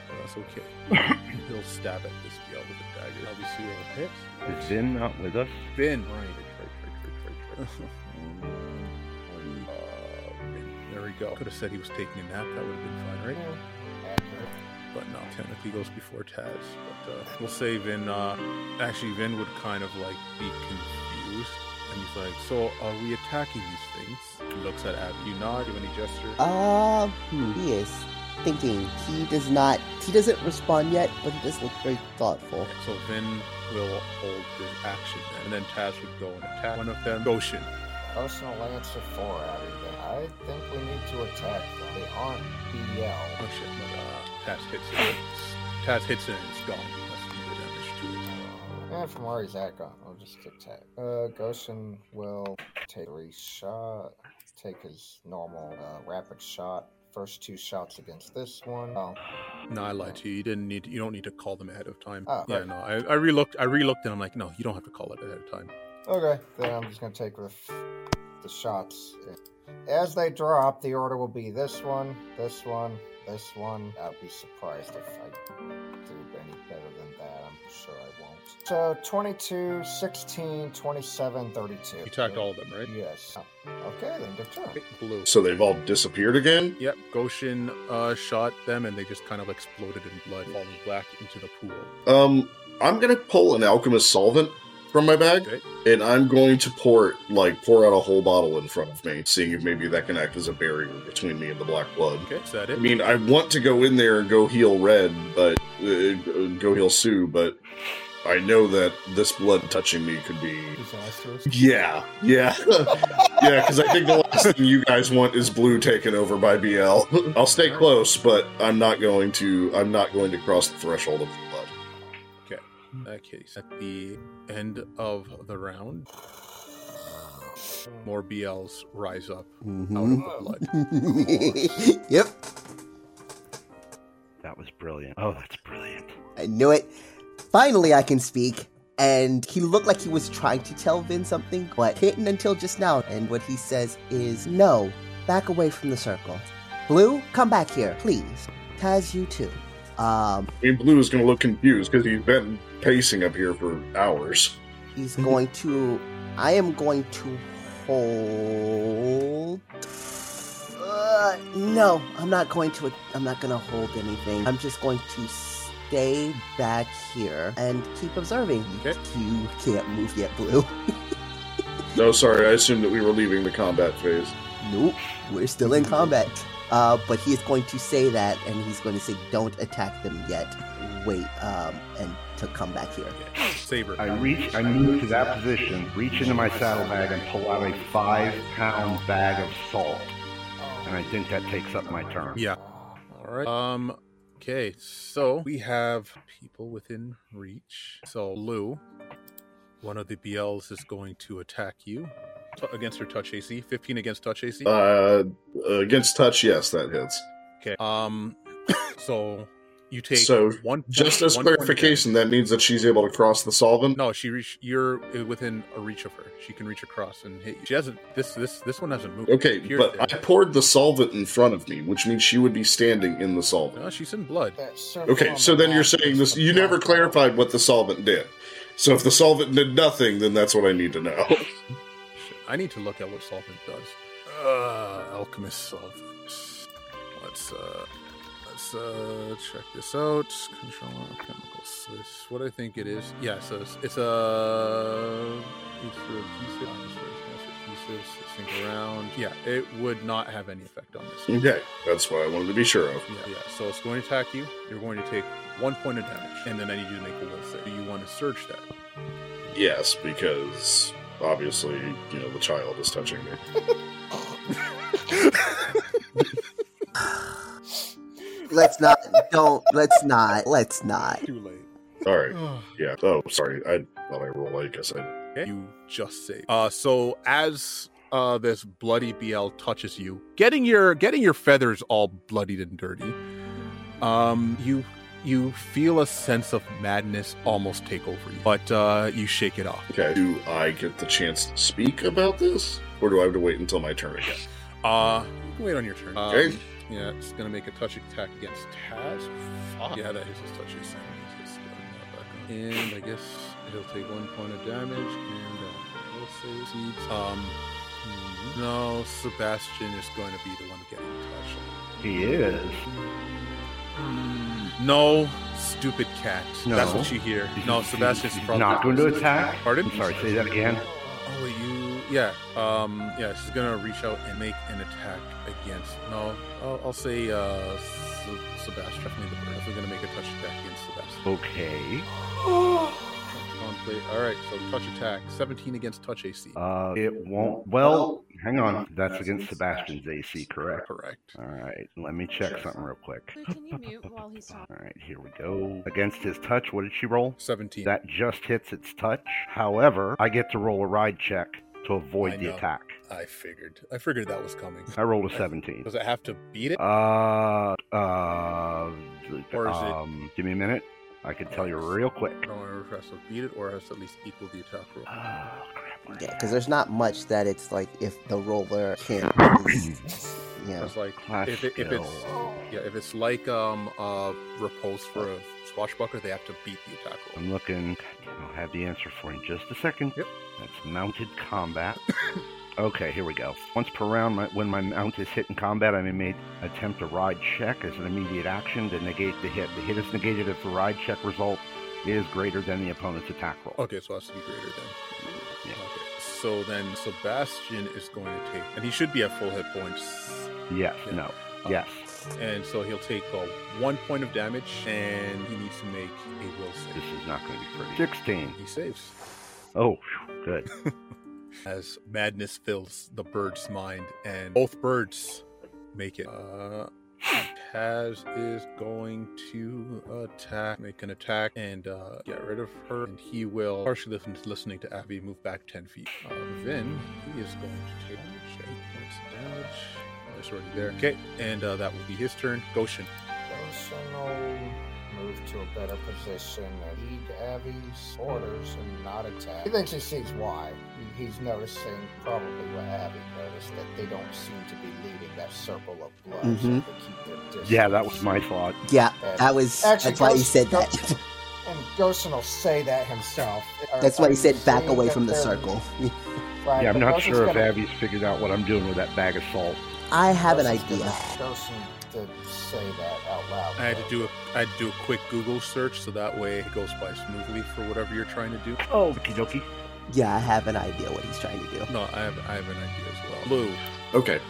Speaker 1: but that's okay. He'll stab at this BL with a dagger. Obviously, it'll hit.
Speaker 4: Is Vin not with us?
Speaker 1: Bin. Right, right, right, right, right, <laughs> right. Uh, bin. there we go. Could have said he was taking a nap. That would have been fine, right? But no, technically goes before Taz. But uh, we'll say Vin. Uh, actually, Vin would kind of like be confused, and he's like, "So are we attacking these things?" He looks at Abby. You nod. Give any gesture.
Speaker 2: Uh, hmm, he is thinking. He does not, he doesn't respond yet, but he does look very thoughtful.
Speaker 1: Okay, So Vin will hold his action, then. and then Taz would go and attack one of them. Oh, Goshen.
Speaker 6: Personal Lancer 4, Abby. then. I think we need to attack them. They aren't BL.
Speaker 1: Oh shit, but, uh, Taz hits it. Taz hits it and it's gone. That's the damage to it.
Speaker 6: And from where he's at, gone. We'll just attack. Uh, Goshen will take three shot. Take his normal uh, rapid shot. First two shots against this one. Oh,
Speaker 1: No, I lied to you. You didn't need. You don't need to call them ahead of time.
Speaker 6: Oh,
Speaker 1: yeah,
Speaker 6: right.
Speaker 1: no. I, I relooked. I relooked, and I'm like, no, you don't have to call it ahead of time.
Speaker 6: Okay, then I'm just gonna take the, the shots. As they drop, the order will be this one, this one, this one. I'd be surprised if I do any better than that. sure I won't. So 22, 16, 27, 32.
Speaker 1: You talked all of them, right?
Speaker 6: Yes. Okay, then their turn.
Speaker 1: Blue.
Speaker 11: So they've all disappeared again?
Speaker 1: Yep, Goshen uh, shot them and they just kind of exploded in blood, falling black into the pool.
Speaker 11: Um, I'm gonna pull an alchemist solvent from my bag, and I'm going to pour it, like pour out a whole bottle in front of me, seeing if maybe that can act as a barrier between me and the black blood.
Speaker 1: Okay, is that
Speaker 11: I
Speaker 1: it?
Speaker 11: mean, I want to go in there and go heal Red, but uh, go heal Sue, but I know that this blood touching me could be
Speaker 6: disastrous.
Speaker 11: Yeah, yeah, <laughs> yeah. Because I think the last thing you guys want is Blue taken over by BL. I'll stay close, but I'm not going to. I'm not going to cross the threshold of blood.
Speaker 1: Okay. In that case, at the end of the round, more BLs rise up out of the blood.
Speaker 2: <laughs> yep.
Speaker 4: That was brilliant. Oh, that's brilliant.
Speaker 2: I knew it. Finally, I can speak. And he looked like he was trying to tell Vin something, but didn't until just now. And what he says is, no, back away from the circle. Blue, come back here, please. Taz, you too. Um,
Speaker 11: I mean, Blue is going to look confused because he's been pacing up here for hours.
Speaker 2: he's going to. I am going to hold. Uh, no, I'm not going to. I'm not going to hold anything. I'm just going to stay back here and keep observing. You can't move yet, Blue.
Speaker 11: No, sorry, I assumed that we were leaving the combat phase.
Speaker 2: Nope, we're still in combat. Uh, but he is going to say that, and he's going to say, "Don't attack them yet. Wait, um, and to come back here."
Speaker 1: Saber.
Speaker 4: I reach, I move to that position, reach into my saddlebag, and pull out a five pound bag of salt. And I think that takes up my turn.
Speaker 1: Yeah. All right. Um. Okay. So we have people within reach. So Lou, one of the BLs is going to attack you T- against her touch AC. Fifteen against touch AC.
Speaker 11: Uh, against touch, yes, that hits.
Speaker 1: okay. Um. <coughs> So you take
Speaker 11: so,
Speaker 1: one.
Speaker 11: just as
Speaker 1: one point
Speaker 11: clarification, that means that she's able to cross the solvent.
Speaker 1: No, she reach. You're within a reach of her. She can reach across and hit you. She hasn't. This this this one hasn't moved.
Speaker 11: Okay,
Speaker 1: Here's
Speaker 11: but
Speaker 1: the-
Speaker 11: I poured the solvent in front of me, which means she would be standing in the solvent.
Speaker 1: No, she's in blood.
Speaker 11: Okay, so then you're saying this. You never clarified what the solvent did. So if the solvent did nothing, then that's what I need to know.
Speaker 1: <laughs> I need to look at what solvent does. Uh, alchemist solvent. Let's uh, let's uh, check this out. Control chemicals. This is what I think it is. Yeah, so it's, it's uh, a it's for adhesive. Adhesive. Think around. Yeah, it would not have any effect on this.
Speaker 11: Okay, that's what I wanted to be sure of.
Speaker 1: Yeah, yeah. So it's going to attack you. You're going to take one point of damage, and then I need you to make a will save. Do you want to search that?
Speaker 11: Yes, because obviously, you know, the child is touching me.
Speaker 2: Let's not. <laughs> Don't. Let's not. Let's not.
Speaker 1: Too late.
Speaker 11: All right. Yeah. Oh, sorry. I thought I rolled. I guess I.
Speaker 1: You just saved. Uh, so as uh, this bloody BL touches you, getting your getting your feathers all bloodied and dirty, um, you you feel a sense of madness almost take over you, but uh, you shake it off.
Speaker 11: Okay. Do I get the chance to speak about this, or do I have to wait until my turn again?
Speaker 1: Uh, you can wait on your turn. Um,
Speaker 11: Okay.
Speaker 1: Yeah, it's gonna make a touch attack against Taz. Fuck. Yeah, that is his touch AC. He's just getting that back on. And I guess he'll take one point of damage, and uh, we'll save seeds. Um, hmm. no, Sebastian is going to be the one getting touched.
Speaker 4: He is.
Speaker 1: No, stupid cat.
Speaker 4: No.
Speaker 1: That's what you
Speaker 4: <laughs>
Speaker 1: hear. No, Sebastian's
Speaker 4: He's
Speaker 1: probably
Speaker 4: not going to attack.
Speaker 1: Pardon?
Speaker 4: I'm sorry, say that again.
Speaker 1: Oh, you. Yeah. Um. Yeah. She's gonna reach out and make an attack against. No. I'll, I'll say. Uh. Se- Sebastian. Definitely the bird. Definitely gonna make a touch attack against Sebastian.
Speaker 4: Oh. Okay.
Speaker 1: On play. All right. So touch attack. Seventeen against touch AC.
Speaker 4: Uh, it won't. Well, hang on. That's against Sebastian's AC, correct?
Speaker 1: Correct.
Speaker 4: All right. Let me check something real quick.
Speaker 3: Lou, can you mute while he's talking?
Speaker 4: All right, here we go. Against his touch, what did she roll?
Speaker 1: 17.
Speaker 4: That just hits its touch. However, I get to roll a ride check to
Speaker 1: I
Speaker 4: avoid the
Speaker 1: know.
Speaker 4: attack.
Speaker 1: I figured. I figured that was coming.
Speaker 4: I rolled a 17.
Speaker 1: Does it have to beat it?
Speaker 4: Uh,
Speaker 1: Or
Speaker 4: uh,
Speaker 1: is it-
Speaker 4: um, give me a minute. I can tell you real quick. <sighs>
Speaker 1: I don't want to refresh. So beat it, or has to at least equal the attack roll.
Speaker 4: Uh, Oh,
Speaker 2: Yeah, because there's not much that it's like if the roller can't. Yeah.
Speaker 1: It's like
Speaker 4: Clash
Speaker 1: if, it, if
Speaker 4: skill.
Speaker 1: it's yeah, if it's like um uh repulse for a swashbuckler, they have to beat the attack roll.
Speaker 4: I'm looking. God damn, I'll have the answer for you in just a second.
Speaker 1: Yep.
Speaker 4: That's mounted combat. okay, here we go. Once per round, my, when my mount is hit in combat, I may make attempt to ride check as an immediate action to negate the hit. The hit is negated if the ride check result is greater than the opponent's attack roll.
Speaker 1: Okay, so it has to be greater than. Okay. So then Sebastian is going to take, and he should be at full hit points.
Speaker 4: Yes. No.
Speaker 1: Oh.
Speaker 4: Yes.
Speaker 1: And so he'll take uh, one point of damage, and he needs to make a will save.
Speaker 4: This is not going to be pretty. Sixteen.
Speaker 1: He saves.
Speaker 4: Oh, phew, good.
Speaker 1: As madness fills the bird's mind, and both birds make it. Uh, Taz is going to attack, make an attack, and uh, get rid of her. And he will, partially listen- listening to Abby, move back 10 feet. Uh, then he is going to take eight points of damage. Oh, it's already there. Okay, and uh, that will be his turn. Goshen.
Speaker 6: Goshen will move to a better position, heed Abby's orders, and not attack. He thinks he sees why. He- He's noticing probably what Abby noticed that they don't seem to be leaving that circle of blood.
Speaker 2: Mhm.
Speaker 6: So they keep their distance.
Speaker 4: Mm-hmm. Yeah, that was my thought.
Speaker 2: Yeah,
Speaker 6: And-
Speaker 2: that was.
Speaker 6: Actually,
Speaker 2: that's why he
Speaker 6: Goshen-
Speaker 2: said
Speaker 6: Go-
Speaker 2: that. <laughs>
Speaker 6: And Gerson will say that himself. Are-
Speaker 2: That's why
Speaker 6: are
Speaker 2: he said
Speaker 6: you
Speaker 2: back
Speaker 6: seeing
Speaker 2: away
Speaker 6: that
Speaker 2: from the
Speaker 6: they're-
Speaker 2: circle. <laughs>
Speaker 6: Right,
Speaker 4: yeah, I'm
Speaker 6: but
Speaker 4: not
Speaker 6: Gerson's
Speaker 4: sure if
Speaker 6: gonna-
Speaker 4: Abby's figured out what I'm doing with that bag of salt.
Speaker 2: I have an
Speaker 6: Gerson's
Speaker 2: idea.
Speaker 6: gonna- Gerson did say that out loud.
Speaker 1: I had to do a I had to do a quick Google search, so that way it goes by smoothly for whatever you're trying to do.
Speaker 4: Oh, okie dokie.
Speaker 2: Yeah, I have an idea what he's trying to do.
Speaker 1: No, I have I have an idea as well. Blue.
Speaker 11: Okay.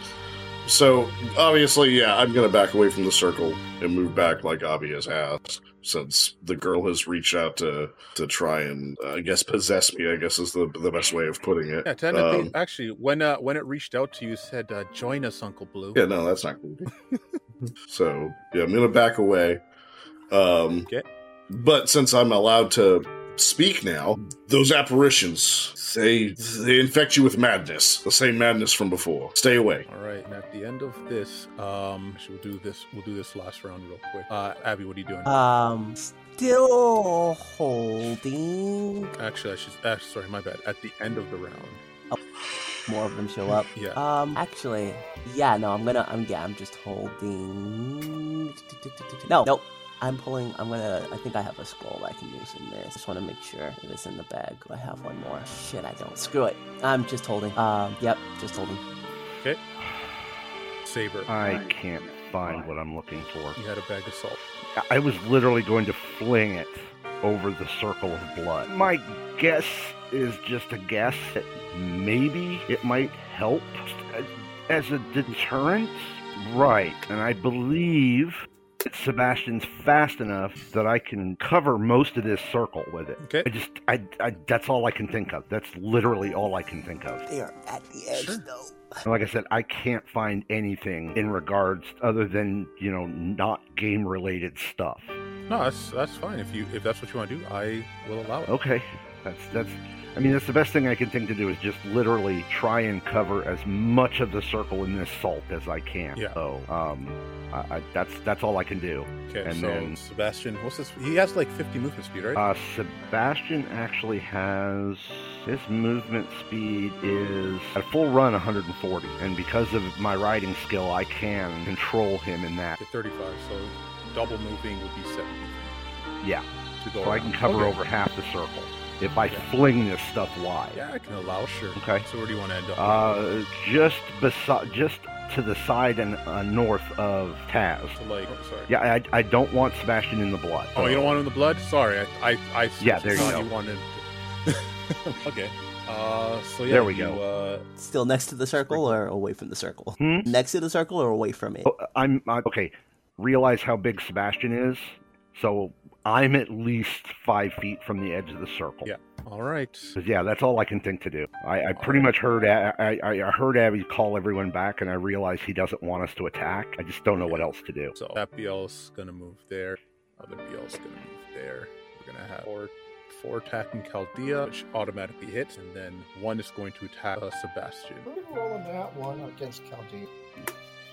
Speaker 11: So obviously, yeah, I'm gonna back away from the circle and move back like Abby has asked, since the girl has reached out to to try and uh, I guess possess me. I guess is the the best way of putting it.
Speaker 1: Yeah, technically,
Speaker 11: Um,
Speaker 1: actually, when uh, when it reached out to you, it said, uh, "Join us, Uncle Blue."
Speaker 11: yeah, no, that's not cool. so yeah, I'm gonna back away. Um,
Speaker 1: Okay.
Speaker 11: But since I'm allowed to speak now, those apparitions they they infect you with madness, the same madness from before. Stay away.
Speaker 1: All right, and at the end of this, um, actually, we'll do this. We'll do this last round real quick. Uh, Abby, what are you doing?
Speaker 2: Um, still holding.
Speaker 1: actually, I should. ah, sorry, my bad. At the end of the round.
Speaker 2: More of them show up.
Speaker 1: Yeah.
Speaker 2: Um, actually, yeah, no, I'm gonna, I'm, yeah, I'm just holding. No, nope. I'm pulling. I'm gonna. I think I have a scroll I can use in this. Just want to make sure that it's in the bag. Do I have one more? Shit, I don't. Screw it. I'm just holding. Um, yep, just holding.
Speaker 1: Okay.
Speaker 4: Uh,
Speaker 1: Saber.
Speaker 4: I can't find what I'm looking for.
Speaker 1: You had a bag of salt.
Speaker 4: I- I was literally going to fling it over the circle of blood. My guess is just a guess that maybe it might help as a deterrent. Right. And I believe that Sebastian's fast enough that I can cover most of this circle with it.
Speaker 1: Okay.
Speaker 4: I just, I, I, that's all I can think of. That's literally all I can think of.
Speaker 2: They are at the edge, though.
Speaker 4: And Like I said, I can't find anything in regards other than, you know, not game related stuff.
Speaker 1: No, that's that's fine. If you if that's what you want to do, I will allow it.
Speaker 4: Okay. That's that's I mean that's the best thing I can think to do is just literally try and cover as much of the circle in this salt as I can.
Speaker 1: Yeah.
Speaker 4: So um I, I, that's that's all I can do.
Speaker 1: Okay.
Speaker 4: And
Speaker 1: so
Speaker 4: then-
Speaker 1: Sebastian, what's this? He has like 50 movement speed, right?
Speaker 4: Uh, Sebastian actually has his movement speed is at full run 140, and because of my riding skill, I can control him in that.
Speaker 1: Okay, 35. So double moving would be 70
Speaker 4: Yeah,
Speaker 1: to go.
Speaker 4: so I can
Speaker 1: around.
Speaker 4: cover
Speaker 1: Okay.
Speaker 4: over half the circle if I
Speaker 1: Yeah.
Speaker 4: fling this stuff wide.
Speaker 1: Yeah, I can allow. Sure.
Speaker 4: Okay.
Speaker 1: So where do you want to end up?
Speaker 4: Uh, just besi- just to the side and uh, north of Taz.
Speaker 1: so like, sorry.
Speaker 4: Yeah, I, I don't want Sebastian in the blood.
Speaker 1: Oh, you don't want him in the blood? Sorry, I, I, I
Speaker 4: Yeah, there you
Speaker 1: thought
Speaker 4: go.
Speaker 1: wanted. <laughs> to- okay. Uh, so yeah,
Speaker 4: There we
Speaker 1: you,
Speaker 4: go.
Speaker 1: Uh,
Speaker 2: Still next to the circle or away from the circle?
Speaker 4: Hmm?
Speaker 2: Next to the circle or away from it?
Speaker 4: Oh, I'm, i okay. Realize how big Sebastian is. So I'm at least five feet from the edge of the circle.
Speaker 1: Yeah. uh, all right.
Speaker 4: 'Cause, yeah, that's all I can think to do. I, I pretty much heard A- I, I I heard Abby call everyone back, and I realized he doesn't want us to attack. I just don't know what else to do.
Speaker 1: So that BL's gonna move there. Other BL's gonna move there. We're gonna have four, four attacking Chaldea, which automatically hits, and then one is going to attack uh, Sebastian.
Speaker 6: We're rolling that one against Chaldean.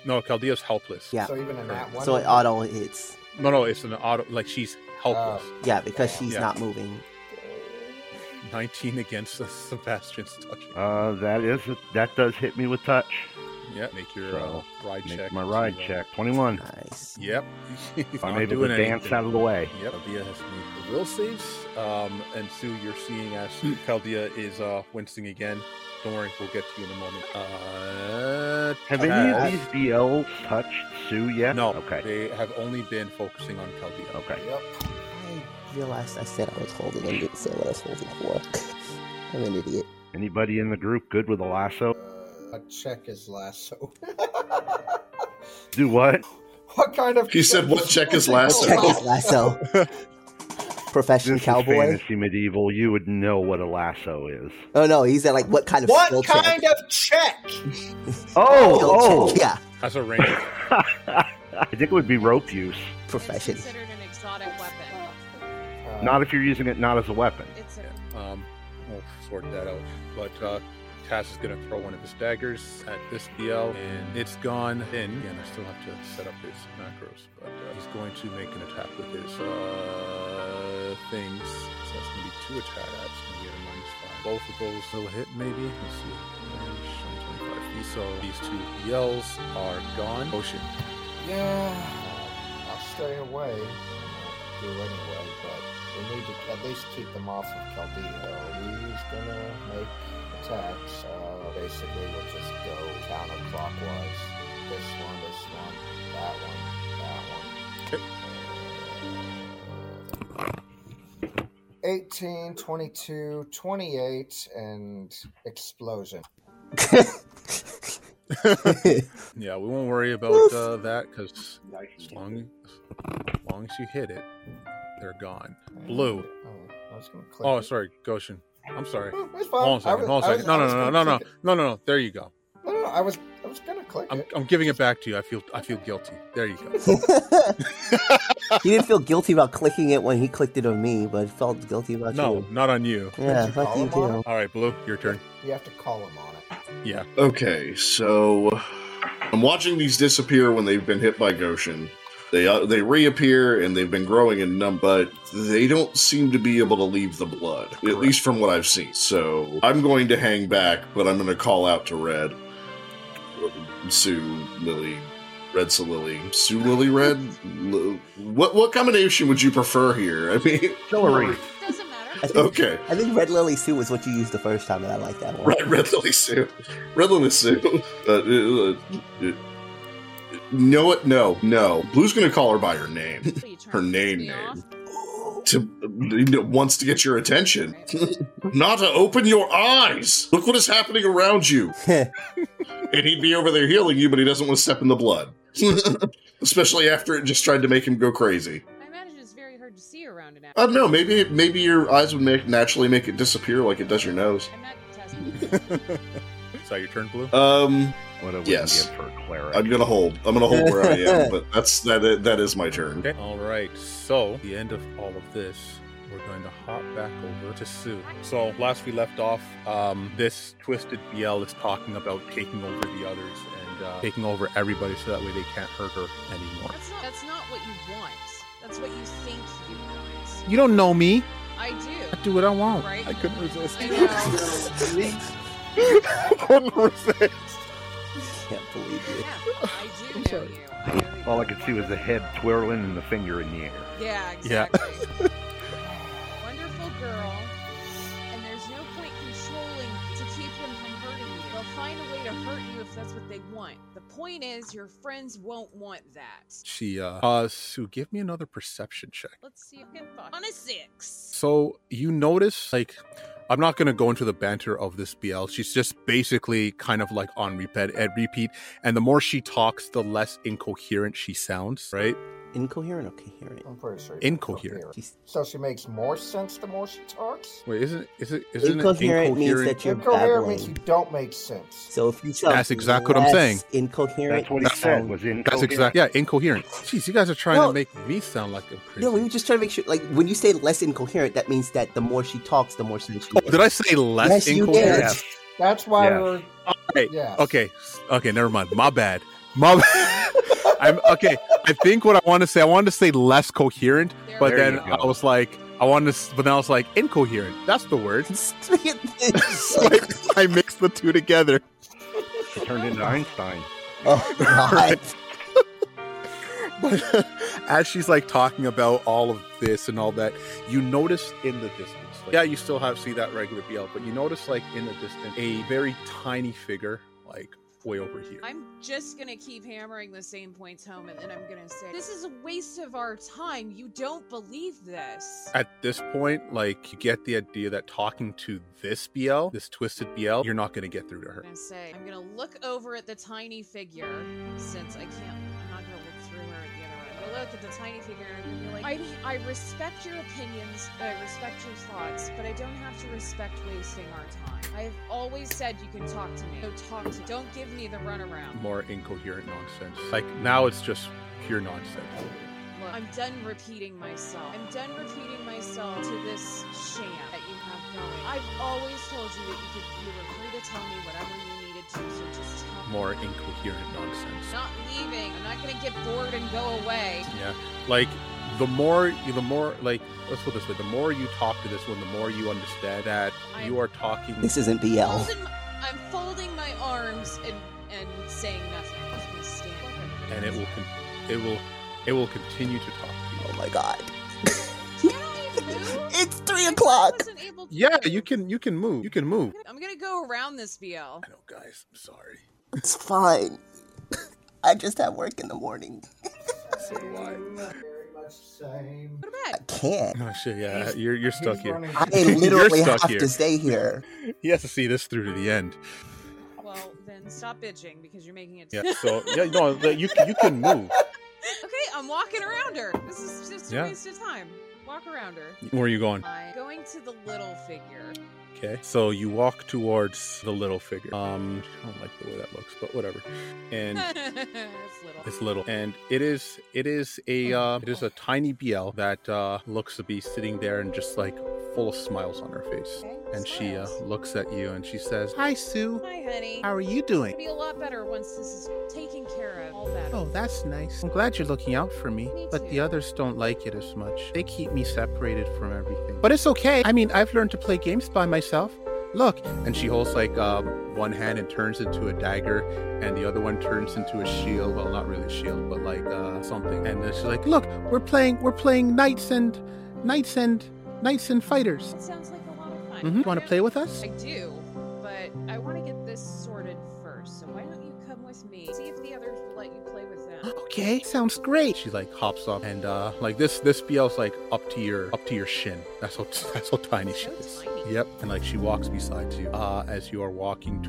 Speaker 1: No, Chaldea's helpless.
Speaker 2: Yeah.
Speaker 6: So even in that one,
Speaker 2: So it auto hits.
Speaker 1: No, no, it's an auto. Like she's helpless.
Speaker 2: Yeah, because she's
Speaker 1: Yeah.
Speaker 2: not moving.
Speaker 1: 19 against <laughs> Sebastian's touch.
Speaker 4: Uh, that is that does hit me with touch.
Speaker 1: Yeah, make your
Speaker 4: So,
Speaker 1: uh, ride
Speaker 4: make
Speaker 1: check.
Speaker 4: my ride
Speaker 1: to, uh,
Speaker 4: check. 21.
Speaker 2: Nice.
Speaker 1: Yep. <laughs> If
Speaker 4: I'm able to dance out of the way.
Speaker 1: Yep. Chaldea has made the will saves. Um, and Sue, you're seeing as Chaldea is uh, wincing again. Don't worry, we'll get to you in a moment. Uh,
Speaker 4: Have any
Speaker 1: Chaz-
Speaker 4: of these BLs touched Sue yet?
Speaker 1: No.
Speaker 4: Okay.
Speaker 1: They have only been focusing on Chaldea.
Speaker 4: Okay.
Speaker 2: Realized I said I was holding and didn't say what I was holding for. <laughs> I'm an idiot.
Speaker 4: Anybody in the group good with a lasso?
Speaker 6: I check his lasso.
Speaker 4: Do what?
Speaker 6: <laughs> what kind of?
Speaker 11: He said, "What
Speaker 6: <laughs>
Speaker 11: check is lasso?"
Speaker 2: Check
Speaker 1: <laughs>
Speaker 2: his lasso. Profession cowboy.
Speaker 4: Fantasy medieval, you would know what a lasso is.
Speaker 2: Oh no, he said like what kind of skill
Speaker 6: What
Speaker 2: check?
Speaker 6: kind of check?
Speaker 4: Oh,
Speaker 2: Skill
Speaker 4: oh,
Speaker 2: check, Yeah.
Speaker 1: That's a range.
Speaker 4: <laughs> I think it would be rope use.
Speaker 2: Profession. <laughs>
Speaker 3: considered an exotic weapon.
Speaker 6: uh,
Speaker 4: Not if you're using it not as a weapon.
Speaker 3: It's a
Speaker 1: Um, we'll sort that out. But uh, Cass is going to throw one of his daggers at this DL, and it's gone in. Again, I still have to set up his macros, but uh, he's going to make an attack with his uh, things. So that's going to be two attacks. That's going to be at a minus five. Both of those will hit, maybe. Let's see. Range, 25 feet. So these two yells are gone. Oh, Ocean.
Speaker 6: Yeah, I'll stay away. I'll Do anyway, but we need to at least keep them off of Caldillo. He's gonna make attacks. Uh, basically, we'll just go counterclockwise. This one, this one, that one, that one. Uh, 18, 22, 28, and explosion.
Speaker 2: <laughs>
Speaker 1: Yeah, we won't worry about uh, that because as long, as long as you hit it, they're gone. Blue.
Speaker 6: Oh, I was gonna click.
Speaker 1: Oh, sorry, Goshen. I'm sorry.
Speaker 6: Mm, <laughs> it's fine.
Speaker 1: Hold on a
Speaker 6: I
Speaker 1: second.
Speaker 6: was-
Speaker 1: Hold
Speaker 6: I
Speaker 1: on a
Speaker 6: was-
Speaker 1: second. No,
Speaker 6: I
Speaker 1: no,
Speaker 6: was
Speaker 1: no, no,
Speaker 6: gonna
Speaker 1: no,
Speaker 6: click
Speaker 1: no, no, no. There you go.
Speaker 6: it. No, no, no, I was, I was gonna click
Speaker 1: I'm,
Speaker 6: it.
Speaker 1: I'm giving it back to you. I feel, I feel guilty. There you
Speaker 6: <laughs>
Speaker 1: go.
Speaker 2: He didn't feel guilty about clicking it when he clicked it on me, but felt guilty about
Speaker 1: No,
Speaker 2: you.
Speaker 1: not on you.
Speaker 2: Yeah,
Speaker 6: you
Speaker 2: fuck
Speaker 6: call
Speaker 2: you
Speaker 6: him on
Speaker 2: too.
Speaker 1: All right, Blue, your turn.
Speaker 6: You have to call him on it.
Speaker 1: Yeah.
Speaker 11: Okay, so I'm watching these disappear when they've been hit by Goshen. They uh, they reappear and they've been growing in number, but they don't seem to be able to leave the blood, at least from what I've seen. So I'm going to hang back, but I'm going to call out to Red, Sue, Lily, Red Sue Lily, Sue Lily Red. L- what what combination would you prefer here? I mean, <laughs>
Speaker 4: Hillary.
Speaker 3: doesn't matter.
Speaker 2: I think,
Speaker 11: okay,
Speaker 2: I think Red Lily Sue was what you used the first time, and I like that one. <laughs>
Speaker 11: Right, <laughs> Red Lily Sue. Red Lily Sue. Uh, uh, uh, no, it. No, no. Blue's gonna call her by her
Speaker 3: <laughs>
Speaker 11: name.
Speaker 3: Are you trying
Speaker 11: Her
Speaker 3: to piss
Speaker 11: name,
Speaker 3: me
Speaker 11: name.
Speaker 3: off?
Speaker 11: To wants to get your attention. <laughs> Nata, open your eyes. Look what is happening around you. And he'd be over there healing you, but he doesn't want to step in the blood. Especially after it just tried to make him go crazy.
Speaker 3: I imagine it's very hard to see around an
Speaker 11: I
Speaker 3: axe.
Speaker 11: don't know. Maybe maybe your eyes would make naturally make it disappear like it does your nose.
Speaker 3: I'm not testing.
Speaker 1: Is that your turn, Blue?
Speaker 11: Um.
Speaker 4: What I would
Speaker 11: Yes.
Speaker 4: give for a cleric.
Speaker 11: I'm gonna hold. I'm gonna hold where I am, but that's that. i- That is my turn.
Speaker 1: Okay. All right. So the end of all of this, we're going to hop back over to Sue. So last we left off, um, this twisted BL is talking about taking over the others and uh, taking over everybody, so that way they can't hurt her anymore.
Speaker 3: That's not, that's not what you want. That's what you think you want.
Speaker 1: You don't know me.
Speaker 3: I do.
Speaker 1: I do what I
Speaker 4: Oh,
Speaker 1: want.
Speaker 3: Right?
Speaker 1: I couldn't resist.
Speaker 3: I know.
Speaker 1: couldn't resist.
Speaker 2: Can't believe
Speaker 3: Yeah,
Speaker 2: you.
Speaker 3: I do know you. I know you.
Speaker 4: All I could see was the head twirling and the finger in the air. <laughs>
Speaker 3: Yeah,
Speaker 1: Yeah.
Speaker 3: exactly. Wonderful girl. And there's no point controlling to keep them from hurting you. They'll find a way to hurt you if that's what they want. The point is, your friends won't want that. <laughs>
Speaker 1: She uh, uh Sue, give me another perception check.
Speaker 3: Let's see if I can find on a six.
Speaker 1: So you notice like I'm not gonna go into the banter of this BL. She's just basically kind of like on repeat and repeat. And the more she talks, the less incoherent she sounds, right?
Speaker 2: Incoherent or coherent?
Speaker 6: I'm pretty sure.
Speaker 1: Incoherent.
Speaker 2: She's-
Speaker 6: So she makes more sense the more she talks?
Speaker 1: Wait, isn't is it isn't
Speaker 2: Incoherent
Speaker 1: it
Speaker 2: means
Speaker 1: incoherent?
Speaker 2: that You're
Speaker 6: Incoherent means you
Speaker 2: babbling.
Speaker 6: don't make sense.
Speaker 2: So if you sound
Speaker 1: That's exactly what I'm
Speaker 2: less
Speaker 1: saying.
Speaker 2: Incoherent.
Speaker 4: That's what
Speaker 2: you
Speaker 4: he said.
Speaker 2: sound-
Speaker 4: Was in.
Speaker 1: that's exactly yeah, incoherent. Jeez, you guys are trying
Speaker 2: No.
Speaker 1: to make me sound like a crazy.
Speaker 2: No, we were just trying to make sure. Like when you say less incoherent, that means that the more she talks, the more sense she
Speaker 1: Oh,
Speaker 2: makes.
Speaker 1: did I say less
Speaker 2: Yes, you did.
Speaker 1: incoherent?
Speaker 4: Yes.
Speaker 6: That's why
Speaker 4: Yes.
Speaker 6: we're.
Speaker 1: Okay,
Speaker 6: Yes. <laughs>
Speaker 1: okay, s- okay. Never mind. My bad. My. Bad. <laughs> I'm okay. I think what I want to say, I wanted to say less coherent,
Speaker 3: There
Speaker 1: but
Speaker 3: we
Speaker 1: then
Speaker 4: you go.
Speaker 1: I was like, I wanted to, s- but then I was like, <laughs> incoherent. That's the word.
Speaker 17: <laughs>
Speaker 2: Stop it.
Speaker 4: <laughs>
Speaker 1: So I, I mixed the two together.
Speaker 4: She turned into Einstein.
Speaker 1: Oh, God. but <laughs> as she's like talking about all of this and all that, you notice in the distance. Like, yeah, you still have see that regular BL, but you notice like in the distance a very tiny figure, like way over here.
Speaker 3: I'm just gonna keep hammering the same points home, and then I'm gonna say, "This is a waste of our time. You don't believe this."
Speaker 1: At this point, like you get the idea that talking to this BL, this twisted BL, you're not gonna get through to her.
Speaker 3: I'm gonna say, "I'm gonna look over at the tiny figure, since I can't. I'm not gonna look through her at the other end. I'm gonna look at the tiny figure, and I'm gonna be like, I, I respect your opinions, I respect your thoughts, but I don't have to respect wasting our time. I've always said you can talk to me. So talk to. Don't give me the runaround."
Speaker 1: More incoherent nonsense. Like now it's just pure nonsense.
Speaker 3: Look, I'm done repeating myself. I'm done repeating myself to this sham that you have going. I've always told you that you could you were free to tell me whatever you needed to, so just tell me.
Speaker 1: More incoherent nonsense.
Speaker 3: I'm not leaving. I'm not gonna get bored and go away.
Speaker 1: Yeah. Like the more the more like let's put it this way, the more you talk to this one, the more you understand that you are talking
Speaker 17: This isn't BL.
Speaker 3: Folding my- I'm folding my arms and and saying nothing. I'm just gonna stand. there.
Speaker 1: and it will con- it will it will continue to talk to you.
Speaker 17: Oh my god.
Speaker 1: <laughs>
Speaker 3: Move?
Speaker 17: It's three
Speaker 3: I
Speaker 17: o'clock.
Speaker 3: wasn't able to
Speaker 1: Yeah,
Speaker 3: move.
Speaker 1: you can you can move. You can move.
Speaker 3: I'm gonna go around this BL.
Speaker 1: I know guys, I'm sorry. <laughs>
Speaker 17: It's fine. <laughs> I just had work in the morning.
Speaker 6: Very much same.
Speaker 3: Go to
Speaker 17: I
Speaker 3: bed.
Speaker 17: can't.
Speaker 1: Oh shit, yeah,
Speaker 6: He's-
Speaker 1: you're you're stuck
Speaker 6: He's
Speaker 1: here.
Speaker 6: running-
Speaker 17: I
Speaker 1: <laughs> You're
Speaker 17: literally
Speaker 1: stuck
Speaker 17: have
Speaker 1: here.
Speaker 17: to stay here.
Speaker 1: He has to see this through to the end.
Speaker 3: Well, then stop bitching because you're making it.
Speaker 1: Yeah.
Speaker 3: <laughs>
Speaker 1: So yeah, no, the- you can- you can move.
Speaker 3: okay, I'm walking around her. This is just a
Speaker 1: Yeah.
Speaker 3: waste of time. Walk around her.
Speaker 1: Where are you going?
Speaker 3: I'm going to the little figure.
Speaker 1: Okay. So you walk towards the little figure. Um, I don't like the way that looks, but whatever. And
Speaker 3: <laughs> it's little.
Speaker 1: It's little, and it is it is a uh, it is a tiny BL that uh, looks to be sitting there and just like full of smiles on her face. And she uh, looks at you and she says, "Hi, Sue.
Speaker 3: Hi, honey.
Speaker 1: How are you
Speaker 3: It'll
Speaker 1: doing?
Speaker 3: be a lot better once this is taken care of. All better.
Speaker 1: Oh, that's nice. I'm glad you're looking out for me.
Speaker 3: Me
Speaker 1: But the
Speaker 3: too.
Speaker 1: others don't like it as much. They keep me separated from everything. But it's okay. I mean, I've learned to play games by myself." Look, and she holds like um, one hand and turns into a dagger, and the other one turns into a shield. Well, not really a shield, but like uh, something. And then she's like, "Look, we're playing, we're playing knights and knights and knights and fighters.
Speaker 3: That sounds like a lot of fun.
Speaker 1: hmm You want to play with us?"
Speaker 3: I do, but I want to get this sorted first. So why don't you come with me? See if the others will let you play with
Speaker 1: <gasps>
Speaker 3: them.
Speaker 1: okay, sounds great. She like hops up and uh, like this this BL's like up to your up to your shin. That's how <laughs> that's how tiny she
Speaker 3: So
Speaker 1: is.
Speaker 3: tiny.
Speaker 1: Yep, and like she walks beside you uh, as you are walking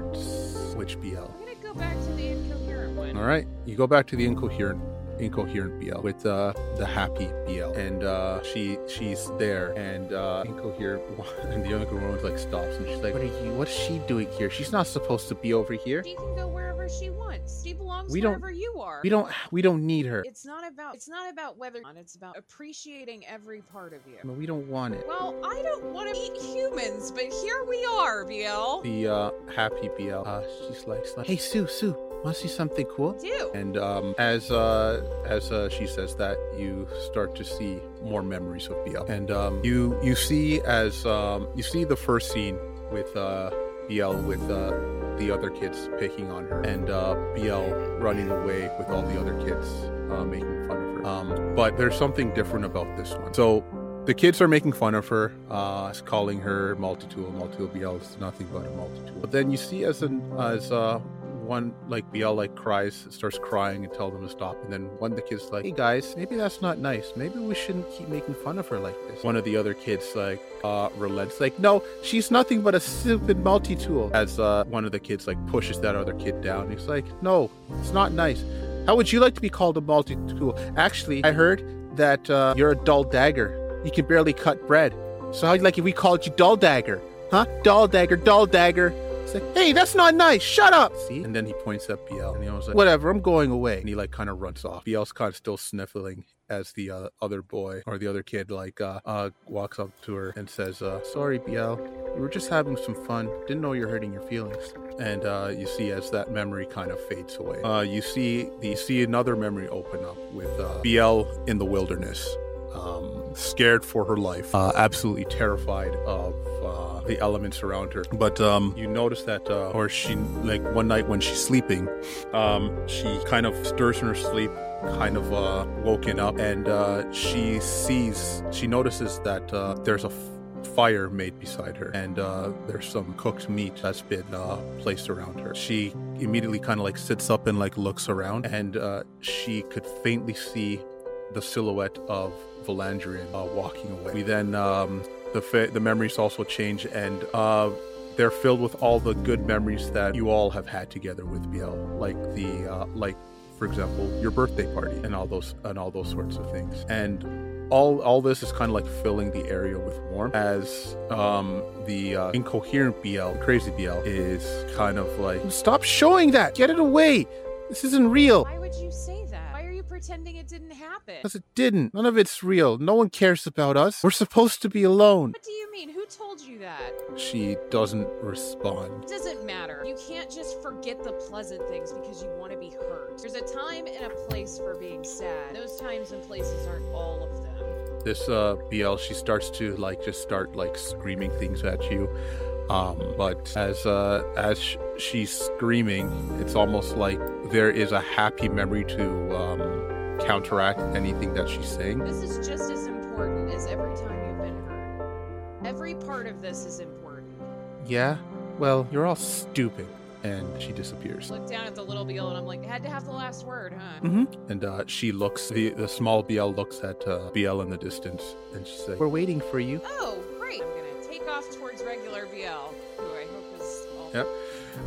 Speaker 1: towards which BL.
Speaker 3: I'm gonna go back to the incoherent one.
Speaker 1: All right, you go back to the incoherent incoherent BL with uh, the happy BL, and uh, she she's there, and uh, incoherent <laughs> and the incoherent one like stops, and she's like, "What are you? What's she doing here? She's not supposed to be over here.
Speaker 3: She can go wherever she wants. She belongs
Speaker 1: We don't-
Speaker 3: wherever you are.
Speaker 1: We don't we don't need her.
Speaker 3: It's not about. It's not about whether. It's about appreciating every part of you.
Speaker 1: No, we don't want it."
Speaker 3: Well, I don't want to eat humans, but here we are, BL.
Speaker 1: The uh, happy BL, uh, she's like, she's like, "Hey Sue, Sue, want to see something cool?"
Speaker 3: Do.
Speaker 1: And um, as uh, as uh, she says that, you start to see more memories of BL, and um, you you see as um, you see the first scene with uh, BL with uh, the other kids picking on her, and uh, BL running away with all the other kids uh, making fun of her. Um, but there's something different about this one. So the kids are making fun of her, uh, calling her multi-tool, multi-tool BL is nothing but a multi-tool. But then you see as an as uh, one like BL like cries, starts crying and tell them to stop. And then one of the kids like, hey guys, maybe that's not nice. Maybe we shouldn't keep making fun of her like this. One of the other kids like uh, relents, like, no, she's nothing but a stupid multi-tool. As uh, one of the kids like pushes that other kid down, he's like, no, it's not nice. How would you like to be called a multi-tool? Actually, I heard that uh, you're a dull dagger. You can barely cut bread. So how like if we called you Dull Dagger? Huh? Dull Dagger, Dull Dagger. It's like, hey, that's not nice. Shut up. See? And then he points at BL and he was like, whatever, I'm going away. And he like kind of runs off. BL's kind of still sniffling as the uh, other boy or the other kid like uh, uh walks up to her and says, uh, sorry, BL. We were just having some fun. Didn't know you're hurting your feelings. And uh, you see as that memory kind of fades away. Uh, you see you see another memory open up with uh, BL in the wilderness um, scared for her life, uh, absolutely terrified of uh, uh, the elements around her. But um, you notice that, uh, or she like one night when she's sleeping, um, she kind of stirs in her sleep kind of uh, woken up and uh, she sees she notices that uh, there's a f- fire made beside her and uh, there's some cooked meat that's been uh, placed around her she immediately kind of like sits up and like looks around and uh, she could faintly see the silhouette of Valandrian uh, walking away we then um, the fa- the memories also change and uh, they're filled with all the good memories that you all have had together with Biel like the uh, like for example, your birthday party and all those and all those sorts of things. And all all this is kind of like filling the area with warmth as um, the uh, incoherent BL, crazy BL, is kind of like
Speaker 20: Stop showing that! Get it away! This isn't real!
Speaker 3: Why would you say that? Why are you pretending it didn't happen?
Speaker 20: Because it didn't. None of it's real. No one cares about us. We're supposed to be alone.
Speaker 3: What do you mean? Who told you that?
Speaker 1: she doesn't respond.
Speaker 3: It doesn't matter. You can't just forget the pleasant things because you want to be hurt. There's a time and a place for being sad. Those times and places aren't all of them.
Speaker 1: This uh, BL, she starts to like just start like screaming things at you. Um, but as uh, as sh- she's screaming, it's almost like there is a happy memory to um, counteract anything that she's saying.
Speaker 3: This is just as important as every time you've been hurt. Every part of this is important.
Speaker 1: Yeah. Well, you're all stupid. And she disappears.
Speaker 3: Look down at the little Beal and I'm like, had to have the last word, huh?
Speaker 1: And uh, she looks. The, the small BL looks at uh, BL in the distance, and she's like, "We're waiting for you."
Speaker 3: Oh, great. I'm gonna take off towards regular BL, who I hope is all
Speaker 1: Yep.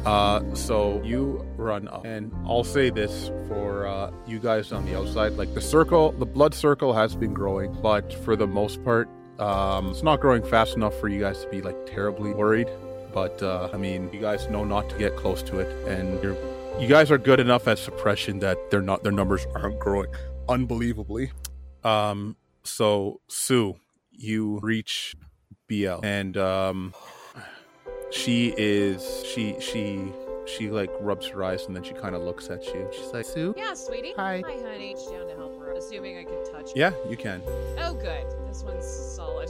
Speaker 1: Uh, so you run up, and I'll say this for uh, you guys on the outside: like the circle, the blood circle has been growing, but for the most part, um, it's not growing fast enough for you guys to be like terribly worried. But uh, I mean, you guys know not to get close to it, and you're, you guys are good enough at suppression that they're not their numbers aren't growing unbelievably. Um, so Sue, you reach BL, and um, she is she she she like rubs her eyes and then she kind of looks at you and she's like sue
Speaker 3: Yeah, sweetie. Hi. Hi, honey. She's down to help her, assuming I can touch her.
Speaker 1: yeah you can
Speaker 3: Oh, good. This one's solid.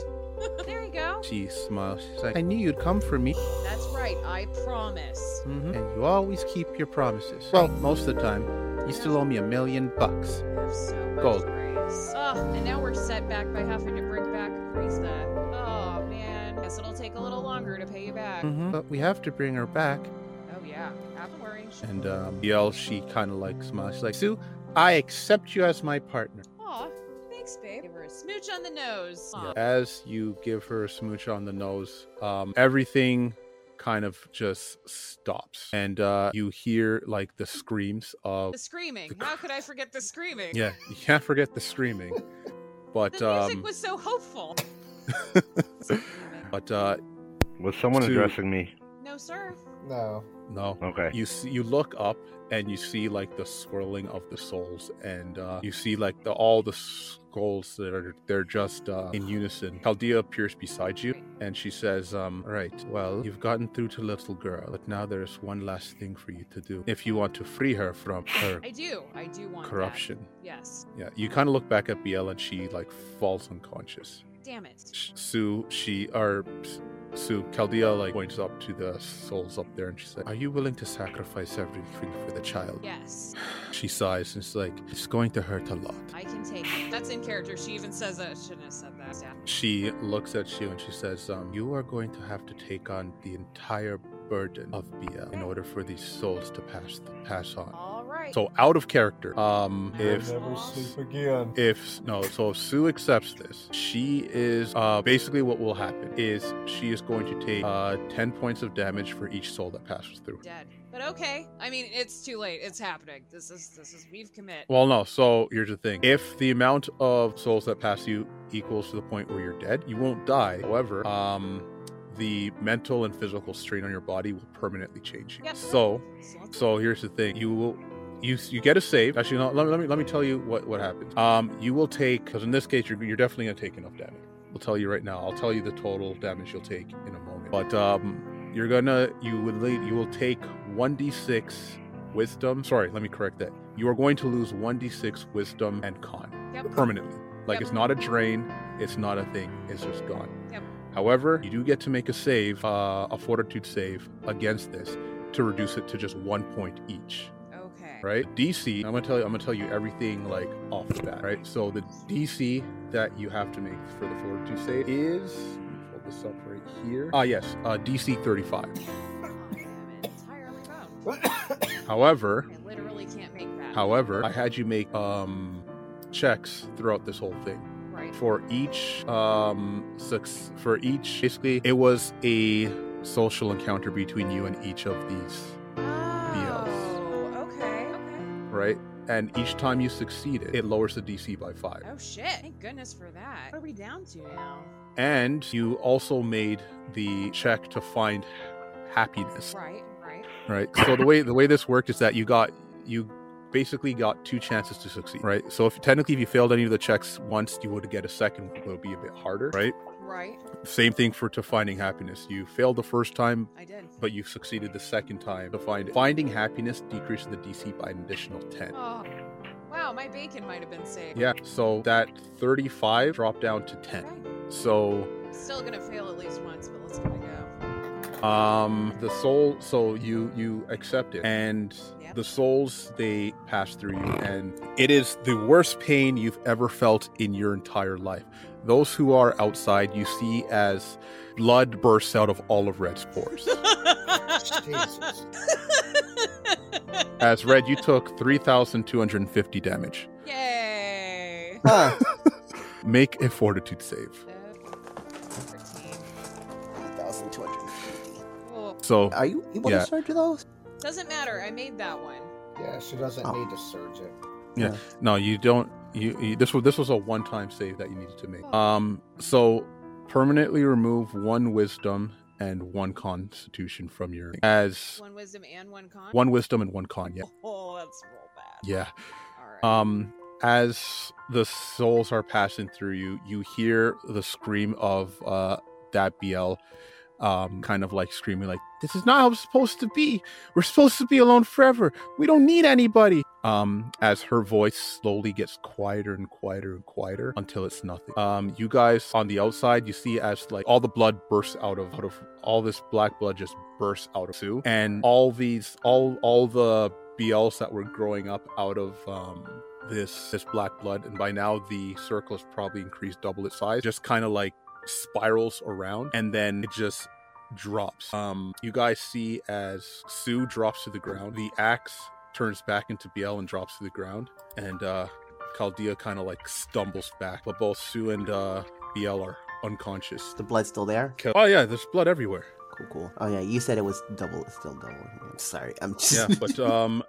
Speaker 3: <laughs> there you go.
Speaker 1: she smiles she's like i knew you'd come for me
Speaker 3: That's right. I promise.
Speaker 1: Mhm. and you always keep your promises well Mm-hmm. most of the time you still owe me a million bucks
Speaker 3: You have so much
Speaker 1: Gold.
Speaker 3: grace. Ugh, and now we're set back by having to bring back Risa. Oh, man. Guess it'll take a little longer to pay you back.
Speaker 17: Mm-hmm.
Speaker 1: but we have to bring her back
Speaker 3: Oh, yeah. Have a worry.
Speaker 1: Mm-hmm. and um yell she kind of like smiles she's like sue i accept you as my partner
Speaker 3: Aw, thanks, babe. Give her a smooch on the nose. Aw.
Speaker 1: As you give her a smooch on the nose, um, everything kind of just stops, and uh, you hear like the screams of
Speaker 3: The screaming. How could I forget the screaming?
Speaker 1: yeah.
Speaker 3: <laughs>
Speaker 1: You can't forget the screaming, but
Speaker 3: The music
Speaker 1: um,
Speaker 3: was so hopeful.
Speaker 1: <laughs> but uh,
Speaker 4: Was someone
Speaker 1: Two.
Speaker 4: addressing me?
Speaker 3: No, sir.
Speaker 6: No.
Speaker 1: no.
Speaker 4: Okay.
Speaker 1: You see, you look up and you see like the swirling of the souls, and uh, you see like the all the skulls that are they're just uh, in unison. Chaldea appears beside you, and she says, um, "All right, well, you've gotten through to little girl, but now there is one last thing for you to do if you want to free her
Speaker 3: <laughs>
Speaker 1: from her
Speaker 3: I do. I do want that.
Speaker 1: corruption."
Speaker 3: Yes.
Speaker 1: Yeah, you kind of look back at Biel, and she like falls unconscious.
Speaker 3: Damn it.
Speaker 1: Sh- Sue, she or S- Sue Chaldea like points up to the souls up there, and she's like, "Are you willing to sacrifice everything for the child?"
Speaker 3: Yes.
Speaker 1: She sighs and it's like, it's going to hurt a lot.
Speaker 3: I can take it. That's in character. She even says that. I shouldn't have said that. Yeah.
Speaker 1: She looks at you and she says, um, You are going to have to take on the entire burden of Bia in order for these souls to pass pass on.
Speaker 3: All right.
Speaker 1: So out of character. Um if
Speaker 6: never sleep again.
Speaker 1: if no, so if Sue accepts this, she is uh basically what will happen is she is going to take uh ten points of damage for each soul that passes through.
Speaker 3: dead. But okay. I mean, it's too late. It's happening. This is this is we've commit.
Speaker 1: Well, no. So here's the thing: if the amount of souls that pass you equals to the point where you're dead, you won't die. However, um, the mental and physical strain on your body will permanently change you.
Speaker 3: Yep.
Speaker 1: So,
Speaker 3: let's-
Speaker 1: so here's the thing: you will. You, you get a save. Actually, no, let, me- let me let me tell you what what happens. Um, you will take because in this case you're, you're definitely gonna take enough damage. I'll tell you right now. I'll tell you the total damage you'll take in a moment. But um, you're gonna you would lead, you will take one d six wisdom. Sorry, let me correct that. You are going to lose 1d6 wisdom and con
Speaker 3: Yep.
Speaker 1: permanently. Like
Speaker 3: Yep.
Speaker 1: it's not a drain, it's not a thing, it's just gone.
Speaker 3: Yep.
Speaker 1: However, you do get to make a save, uh, a fortitude save against this to reduce it to just one point each.
Speaker 3: Okay.
Speaker 1: Right? DC, I'm gonna tell you I'm gonna tell you everything like off the bat, right? So the DC that you have to make for the fortitude save is let me pull this up right here. Ah yes, uh, DC thirty five.
Speaker 3: Oh,
Speaker 1: However,
Speaker 3: I literally can't make that.
Speaker 1: However, I had you make um, checks throughout this whole thing.
Speaker 3: Right.
Speaker 1: For each um, suc- for each basically it was a social encounter between you and each of these BLs,
Speaker 3: Oh, okay. Okay.
Speaker 1: right? And each time you succeeded, it lowers the DC by five.
Speaker 3: Oh shit! Thank goodness for that. What are we down to now?
Speaker 1: And you also made the check to find happiness.
Speaker 3: Right. Right.
Speaker 1: right so the way the way this worked is that you got you basically got two chances to succeed right so if technically if you failed any of the checks once you would get a second which would be a bit harder right
Speaker 3: Right.
Speaker 1: same thing for to finding happiness you failed the first time
Speaker 3: I did.
Speaker 1: but you succeeded the second time to find it. finding happiness decreased the dc by an additional 10
Speaker 3: Oh, wow! My bacon might have been saved.
Speaker 1: yeah so that 35 dropped down to 10 so
Speaker 3: I'm still gonna fail at least once, but let's give it a
Speaker 1: um the soul so you you accept it and the souls they pass through you and it is the worst pain you've ever felt in your entire life those who are outside you see as blood bursts out of all of red's pores
Speaker 6: <laughs>
Speaker 1: as red you took 3250 damage
Speaker 3: go. Yay!
Speaker 1: make a fortitude save
Speaker 17: Thousand two hundred.
Speaker 3: Cool.
Speaker 1: so
Speaker 17: Are you able
Speaker 1: yeah.
Speaker 17: to surge those?
Speaker 3: Doesn't matter. I made that one.
Speaker 6: Yeah, she doesn't need to surge it.
Speaker 1: Yeah.
Speaker 6: Yeah.
Speaker 1: No, you don't. You, you this was this was a one time save that you needed to make. Um. So permanently remove one wisdom and one constitution from your as
Speaker 3: One wisdom and one con.
Speaker 1: one wisdom and one con. Yeah.
Speaker 3: <laughs> Oh, that's real bad.
Speaker 1: Yeah. Um. As the souls are passing through you, you hear the scream of uh that BL, um, kind of like screaming like this is not how it's supposed to be. We're supposed to be alone forever. We don't need anybody. Um, as her voice slowly gets quieter and quieter and quieter until it's nothing. Um, you guys on the outside, you see as like all the blood bursts out of out of all this black blood just bursts out of Sue, and all these all all the BLs that were growing up out of um this this black blood, and by now the circle has probably increased double its size. Just kind of like spirals around, and then it just drops. Um, you guys see as Sue drops to the ground, the axe turns back into Biel and drops to the ground, and uh, Chaldea kind of like stumbles back. But both Sue and uh, Biel are unconscious.
Speaker 17: The blood's still there.
Speaker 1: Oh yeah, there's blood everywhere.
Speaker 17: Cool, cool. Oh yeah, you said it was double. It's still double. I'm sorry. I'm just. <laughs>
Speaker 1: Yeah, but um,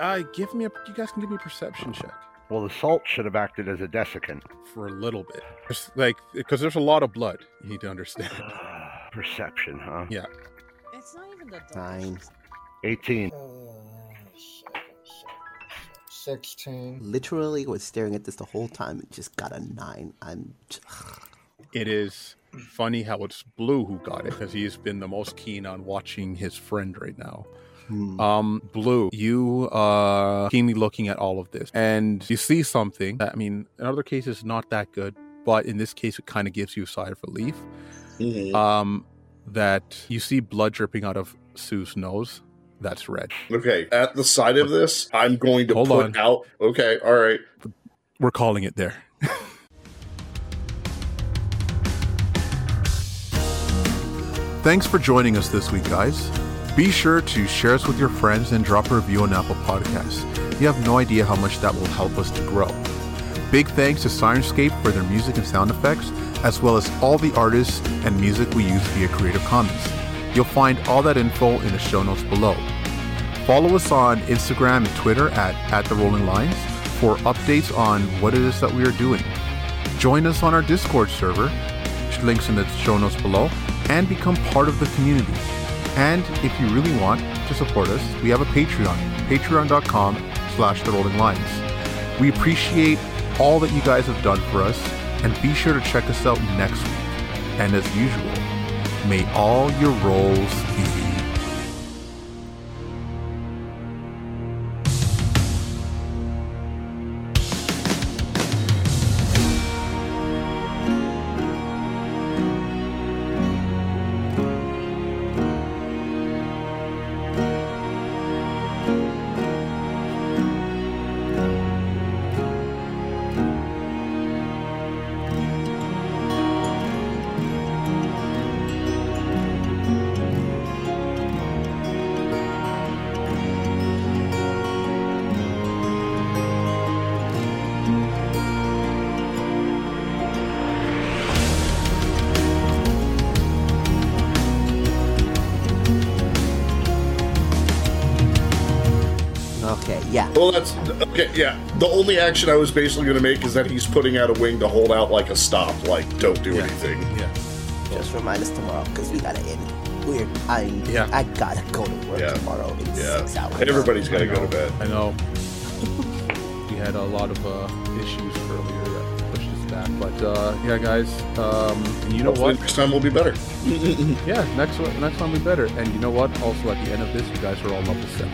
Speaker 1: I give me a. You guys can give me a perception check.
Speaker 4: Well, the salt should have acted as a desiccant.
Speaker 1: For a little bit. Just like because there's a lot of blood. You need to
Speaker 4: <laughs>
Speaker 1: understand.
Speaker 4: Perception, huh?
Speaker 1: Yeah.
Speaker 3: It's not even the.
Speaker 17: Nine.
Speaker 6: Uh,
Speaker 4: 18.
Speaker 6: Sixteen.
Speaker 17: Literally was staring at this the whole time and just got a nine. I'm. Just,
Speaker 1: It is funny how it's Blue who got it because he's been the most keen on watching his friend right now. Um, Blue, you are keenly looking at all of this and you see something that, I mean, in other cases, not that good, but in this case, it kind of gives you a sigh of relief.
Speaker 11: Mhm.
Speaker 1: Um, that you see blood dripping out of Sue's nose. That's red.
Speaker 11: Okay, at the side of this, I'm going to
Speaker 1: Hold
Speaker 11: put
Speaker 1: on.
Speaker 11: out. Okay, all right.
Speaker 1: We're calling it there.
Speaker 21: <laughs> Thanks for joining us this week, guys. Be sure to share us with your friends and drop a review on Apple Podcasts. You have no idea how much that will help us to grow. Big thanks to Sirenscape for their music and sound effects, as well as all the artists and music we use via Creative Commons. You'll find all that info in the show notes below. Follow us on Instagram and Twitter at, at the Rolling Lines for updates on what it is that we are doing. Join us on our Discord server, links in the show notes below, and become part of the community. And if you really want to support us, we have a Patreon, patreon.com slash the rolling lines. We appreciate all that you guys have done for us, and be sure to check us out next week. And as usual, may all your rolls be
Speaker 2: Okay, yeah.
Speaker 11: Well, that's okay. Yeah, the only action I was basically going to make is that he's putting out a wing to hold out like a stop, like don't do anything.
Speaker 1: Yeah.
Speaker 2: Just remind us tomorrow because we gotta end. We're I yeah. I gotta go to work
Speaker 11: Yeah.
Speaker 2: tomorrow. It's
Speaker 11: Yeah.
Speaker 2: six hours.
Speaker 11: Everybody's got to
Speaker 1: I
Speaker 11: go to
Speaker 1: know,
Speaker 11: bed.
Speaker 1: I know. we had a lot of uh, issues earlier that pushed us back, but uh, yeah, guys. Um, and you know
Speaker 11: Hopefully
Speaker 1: what?
Speaker 11: Next time we'll be better.
Speaker 1: yeah, next one, next time will be better. And you know what? Also, at the end of this, you guys are all level seven.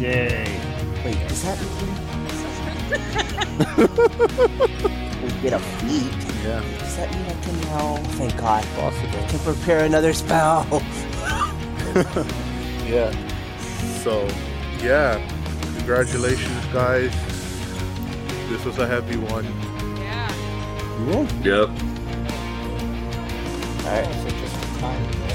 Speaker 3: Yay!
Speaker 2: Wait, is that <laughs> we get a feat?
Speaker 1: Yeah.
Speaker 2: Does that mean I can now? Thank God.
Speaker 1: Possible.
Speaker 2: I can prepare another spell.
Speaker 1: Yeah. So, yeah. Congratulations, guys. This was a heavy one.
Speaker 22: Yeah.
Speaker 11: Yep.
Speaker 23: All right. So just time.